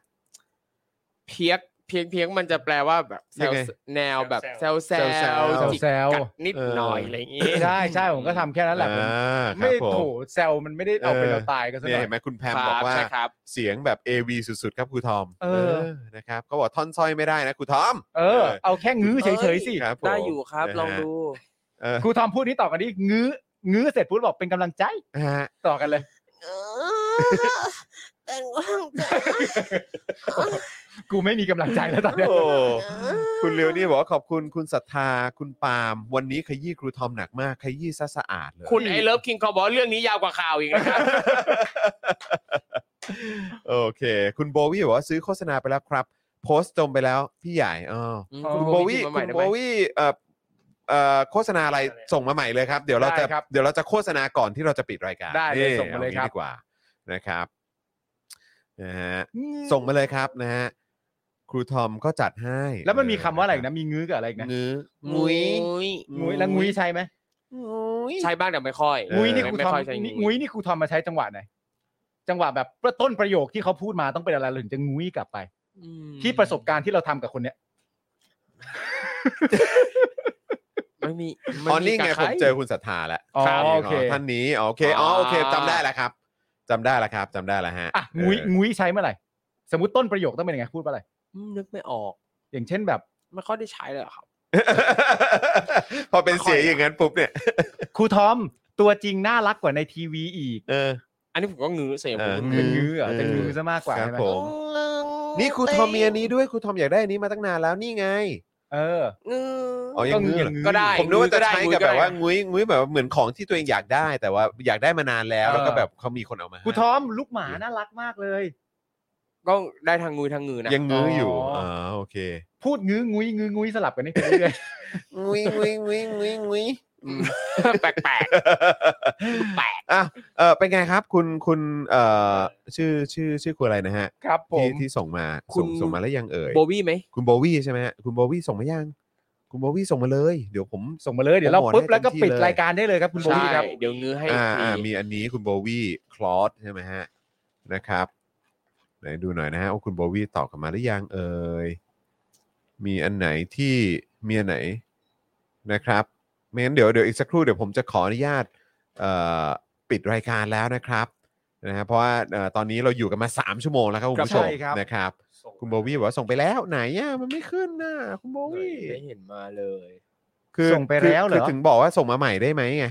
เพียกเพียงเพียงมันจะแปลว่าแบบแซว ยังไง แนวแบบแซวแซ แซ ว ว แซว จิก แซว กัดนิดหน่อย เอออ อะไรอย่างงี้ ใช่ใช่ผมก็ทำแค่นั้นแหละผม อ่าครับ ไม่ ผ โถแซลมันไม่ได้เอาเป็นเราตายกันซะห เนี่ย น่อ เห็ ย นไหมคุณแพ ค ม รับ บอกว่า ใช่ครับ เสียงแบบ AV สุดๆ ครับครูทอม เออ นะครับเขาบอกท่อนสร้อยไม่ได้นะครูทอม เออ เอาแค่งื้อเฉยๆสิ ครับผม ได้อยู่ครับ นะฮะ ลองดู เออ ครูทอมพูดนี้ต่อกันดิงื้องื้อเสร็จปุ๊บบอกเป็นกำลังใจ นะฮะ ต่อกันเลย เป็นว่างใจ กูไม่มีกำลังใจแล้วตอนเนี้ย โอ้คุณเลียวนี่บอกว่าขอบคุณคุณศรัทธาคุณปาล์มวันนี้ขยี้ครูทอมหนักมากขยี้ซะสะอาด [laughs] เลย คุณไอ้เลิฟคิงเขาบอกว่าเรื่องนี้ยาวกว่าข่าวอีกนะครับ โอเค คุณโบวี่บอกว่าซื้อโฆษณาไปแล้วครับ โพสต์จมไปแล้วพี่ใหญ่อ้าวคุณโบวี่คุณโบวี่เอ่อเอ่อโฆษณาอะไรส่งมาใหม่เลยครับ เดี๋ยวเราจะ ได้ครับ เดี๋ยวเราจะโฆษณาก่อนที่เราจะปิดรายการ ได้เลย นี่ ส่งมาเลย อ ครับ ดีกว่านะครับนะฮะส่งมาเลยครับนะฮะครูทอมก็จัดให้ แล้วมันมีคำว่าอะไร เ นะมีงื้อกับอะไรอีกนะ งื้อง ุ้ย งุ้ยแล้วงุ้ยใช่ไหม ใช้บ้างแต่ไม่ค่อย งุ้ยนี่ครู ไม่ ทอม ค่อยใช้ งุ้ยนี่ครูทอมมาใช้จังหวะไหนจังหวะแบบต้นประโยคที่เขาพูดมาต้องเป็นอะไรเราถึงจะงุ้ยกลับไป อืม ที่ประสบการณ์ที่เราทำกับคนเนี้ย ไม่มีม่ อ๋อ มี นี่ไง กับผใคร มเจอคุณศรัทธาแล้ว อ๋อ ครับ โอเค ท่านนี้อ๋อโอเคอ๋อโอเคจำได้แล้วครับจำได้แล้วครับจำได้แล้วฮะ อ่ะงุ้ย เออง ุ้ยใช้เมื่อไหร่ สมมติต้นประโยคต้องเป็นยังไงพูดว่าอะไร อืมนึกไม่ออก อย่างเช่นแบบ ไม่ค่อยได้ใช้เลยเหรอครับ [laughs] พอเป็นเสียงอย่างนั้นปุ๊บเนี่ย ครูทอมตัวจริงน่ารักกว่าในทีวีอีก เออ อันนี้ผมก็งื้อเสียงผม เออเป็นงื้งื้ออเหรอเป็นงื้อซะมากกว่า ครับ ใช่ไหม ผมนี่ครูทอมเมียนี้ด้วยครูทอมอยากได้อันนี้มาตั้งนานแล้วนี่ไง เออ อ๋อยังงื้อเหรอ ก็ได้ ผมนึกว่าจะใช้กับแบบว่าง ุ้ยก็ได้ งุ้ยงุ้ยแบบว่าเหมือนของที่ตัวเองอยากได้ แต่ว่าอยากได้มานานแล้วแล้วก็แบบเขามีคนเอามาให้ ครูทอมลูกหมาน่ารักมากเลย ก็ได้ทางงื้อทางงื้อนะ ยังงื้ออยู่ อ๋ออ๋ อ๋อโอเค พูดงื้องุ้ยงื้องุ้ยสลับกันนี่ไปเรื่อย งุ้ยงุ้ยงุ้ยงุ้ยงุ้ย แปลกแปลกๆแปลก อ่ะเออเป็นไงครับคุณคุณเอ่อชื่อชื่อชื่อคุณอะไรนะฮะ ๆ ครับผม ที่ที่ส่งมาส่งส่งมาแล้วยังเอ่ย โบวี่ไหม คุณโบวี่ใช่ไหมฮะคุณโบวี่ส่งมายัง คุณโบวี่ส่งมาเลย เดี๋ยวผม ส่งมาเลยเดี๋ยวเรา โปรโมท ปุ๊บแล้วก็ ให้เต็มที่ ปิด เลย รายการได้เลยครับคุณโบ ใช่ วี่ครับ เดี๋ยวงื้อให้ อ่า ที อ่ามีอันนี้คุณโบวี่คลอสใช่ไหมฮะนะครับไหนดูหน่อยนะฮะว่าคุณโบวี่ตอบกลับมาหรือยังเอ่ยมีอันไหนที่มีอันไหนนะครับไม่งั้นเดี๋ยวเดี๋ยวอีกสักครู่เดี๋ยวผมจะขออนุญาตเอ่อปิดรายการแล้วนะครับนะฮะเพราะว่าเอ่อตอนนี้เราอยู่กันมา 3 ชั่วโมงแล้วครับคุณผู้ชม ใช่ครับ นะครับ ส่ง คุณโบวี่บอกว่าส่งไปแล้วไหนอ่ะมันไม่ขึ้นนะคุณโบวี่ ไม่เห็นมาเลย คือ ส่งไปแล้วเหรอ คือถึงบอกว่าส่งมาใหม่ได้ไหมไง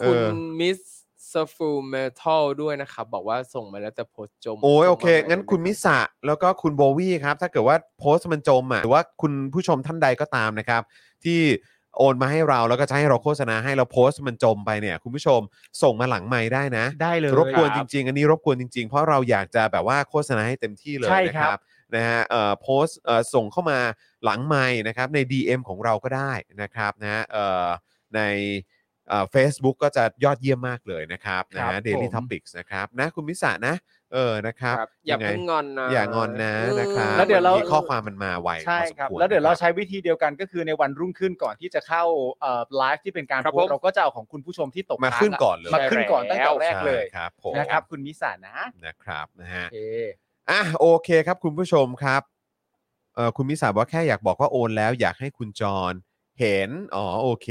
เอ คุณ อ มิสซฟูเมทัลด้วยนะครับ บอกว่าส่งมาแล้วแต่โพสต์จม โอ้ยโอเค ส่มา งั้นคุณมิสะแล้วก็คุณโบวี่ครับ ถ้าเกิดว่าโพสต์มันจมอ่ะหรือว่าคุณผู้ชมท่านใดก็ตามนะครับ ที่ โอนมาให้เราแล้วก็จะให้เราโฆษณาให้เราโพสต์มันจมไปเนี่ย คุณผู้ชมส่งมาหลังไม้ได้นะ ได้เลย รบกวนจริงๆ อันนี้รบกวนจริงๆ เพราะเราอยากจะแบบว่าโฆษณาให้เต็มที่เลย ใช่ นะค ครับ รับนะฮะเอ่อโพสต์เอ่อส่งเข้ามาหลังไม้นะครับใน DM ของเราก็ได้นะครับนะฮะเอ่อในเฟซบุ๊กก็จะยอดเยี่ยมมากเลยนะครับนะฮะ Daily ผม Topics นะครับนะคุณมิสานะเออนะครับ ครับอย่าง ไง เพิ่งงอนนะ อย่างอนนะนะครับ แล้วเดี๋ยวเรา นนี้ข้อความมันมาไว ใช่ พอสม ครับ ว แล้วเดี๋ยวเรา นะคบ ใช้วิธีเดียวกันก็คือในวันรุ่งขึ้นก่อนที่จะเข้าเอ่อไลฟ์ที่เป็นการ ครับ โพส ผม ต์เราก็จะเอาของคุณผู้ชมที่ตก มา ค้ง ขึ้นก่อนเลย มาขึ้นก่อนตั้งแต่แรกเลย ใช่ครับผม นะครับ คุณมิสานะ นะครับนะฮะ โอเค อ่ะโอเคครับคุณผู้ชมครับเอ่อคุณมิสาบอกว่าแค่อยากบอกว่าโอนแล้วอยากให้คุณจรเห็นอ๋อโอเค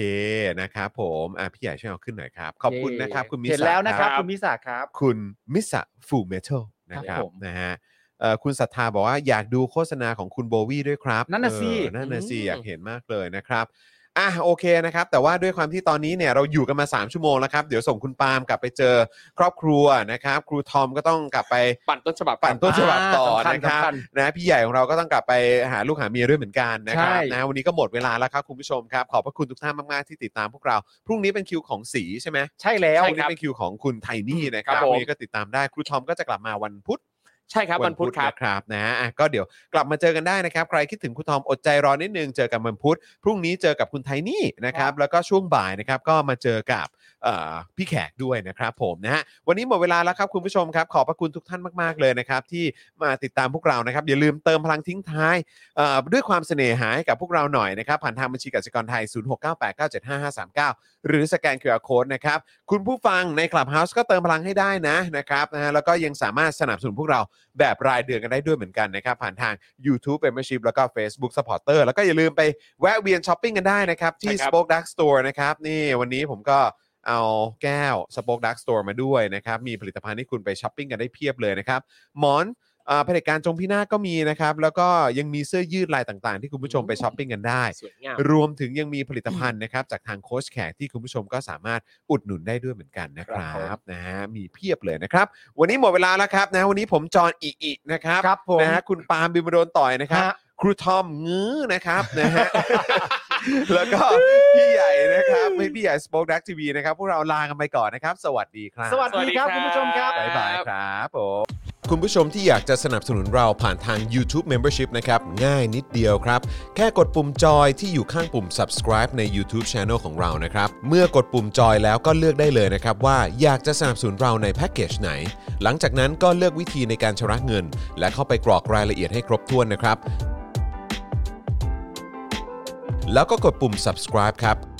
นะครับผมอ่ะพี่ใหญ่ช่วยเอาขึ้นหน่อยครับขอบคุณนะครับคุณมิสา เห็นแล้วนะครับคุณมิสาครับ คุณมิสาฟูเมทัลนะค ครัรับบ ผม นะฮะเอ่อคุณศรัทธาบอกว่าอยากดูโฆษณาของคุณโบวี่ด้วยครับ นั่นน่ะสิ เออนั่นน่ะสิ อืม อยากเห็นมากเลยนะครับอ่ะโอเคนะครับ แต่ว่าด้วยความที่ตอนนี้เนี่ยเราอยู่กันมา 3 ชั่วโมงแล้วครับเดี๋ยวส่งคุณปาล์มกลับไปเจอครอบครัวนะครับ ครูทอมก็ต้องกลับไป ปั่นต้นฉบับ ปั่นต้นฉบับต่อ อ่า นะค สำรับคัญสำคัญ นะพี่ใหญ่ของเราก็ต้องกลับไปหาลูกหาเมียด้วยเหมือนกันนะครับ ใช่ นะวันนี้ก็หมดเวลาแล้วครับคุณผู้ชมครับ ขอบพระคุณทุกท่านมาก ๆ ที่ติดตามพวกเรา พรุ่งนี้เป็นคิวของสีใช่ไหม ใช่แล้ว ใช่วันนี้เป็นคิวของคุณไทนี่นะครับ ครับผม วันี้ก็ติดตามได้ครูทอมก็จะกลับมาวันพุธ ใช่ครับวันพุธครับ นะครับนะฮะอ่ะก็เดี๋ยวกลับมาเจอกันได้นะครับ ใครคิดถึงครูทอมอดใจรอนิดนึงเจอกันวันพุธพรุ่งนี้เจอกับคุณไทนี่นะครับแล้วก็ช่วงบ่ายนะครับก็มาเจอกับ เอ่อพี่แขกด้วยนะครับผมนะฮะวันนี้หมดเวลาแล้วครับคุณผู้ชมครับ ขอบพระคุณทุกท่านมาก ๆ เลยนะครับที่มาติดตามพวกเรานะครับ อย่าลืมเติมพลังทิ้งท้ายเอ่อด้วยความเสน่หาให้กับพวกเราหน่อยนะครับ ผ่านทางบัญชีกสิกรไทย 0698975539 หรือสแกน QR Code นะครับ คุณผู้ฟังใน Clubhouse ก็เติมพลังให้ได้นะนะครับนะฮะแล้วก็ยังสามารถสนับสนุนพวกเราแบบรายเดือนกันได้ด้วยเหมือนกันนะครับ ผ่านทาง YouTube Membership แล้วก็ Facebook Supporter แล้วก็อย่าลืมไปแวะเวียนช้อปปิ้งกันได้นะครับที่ ใช่ครับ Spoke Dark Store นะครับนี่วันนี้ผมก็ เอาแก้วสป็อกดักสโตร์มาด้วยนะครับ มีผลิตภัณฑ์ที่คุณไปช้อปปิ้งกันได้เพียบเลยนะครับ หมอนอ่าเผลิตการจงพินาศก็มีนะครับ แล้วก็ยังมีเสื้อยืดลายต่างๆ ที่คุณผู้ชมไปช้อปปิ้งกันได้ สวยงาม รวมถึงยังมีผลิตภัณฑ์นะครับ จากทางโค้ชแขกที่คุณผู้ชมก็สามารถอุดหนุนได้ด้วยเหมือนกันนะครั ครับบผม นะฮะมีเพียบเลยนะครับ วันนี้หมดเวลาแล้วครับนะวันนี้ผมจอห์นอิอินะครับ ครับผม นะฮะคุณปาล์มบิมโดนต่อยนะครับ ฮะ ครูทอมงื้อนะครับนะฮะ แล้วก็พี่ใหญ่นะครับไม่พี่ใหญ่สป็อคดักทีวีนะครับ พวกเราลากันไปก่อนนะครับ สวัสดีครับ สวัสดีครับคุณผู้ชมครับ บ๊ายบายครับผม คุณผู้ชมที่อยากจะสนับสนุนเราผ่านทาง YouTube Membership นะครับ ง่ายนิดเดียวครับ แค่กดปุ่มจอยที่อยู่ข้างปุ่ม subscribe ใน YouTube Channel ของเรานะครับ เมื่อกดปุ่มจอยแล้วก็เลือกได้เลยนะครับ ว่าอยากจะสนับสนุนเราในแพ็กเกจไหน หลังจากนั้นก็เลือกวิธีในการชำระเงิน และเข้าไปกรอกรายละเอียดให้ครบถ้วนนะครับ แล้วก็กดปุ่ม subscribe ครับ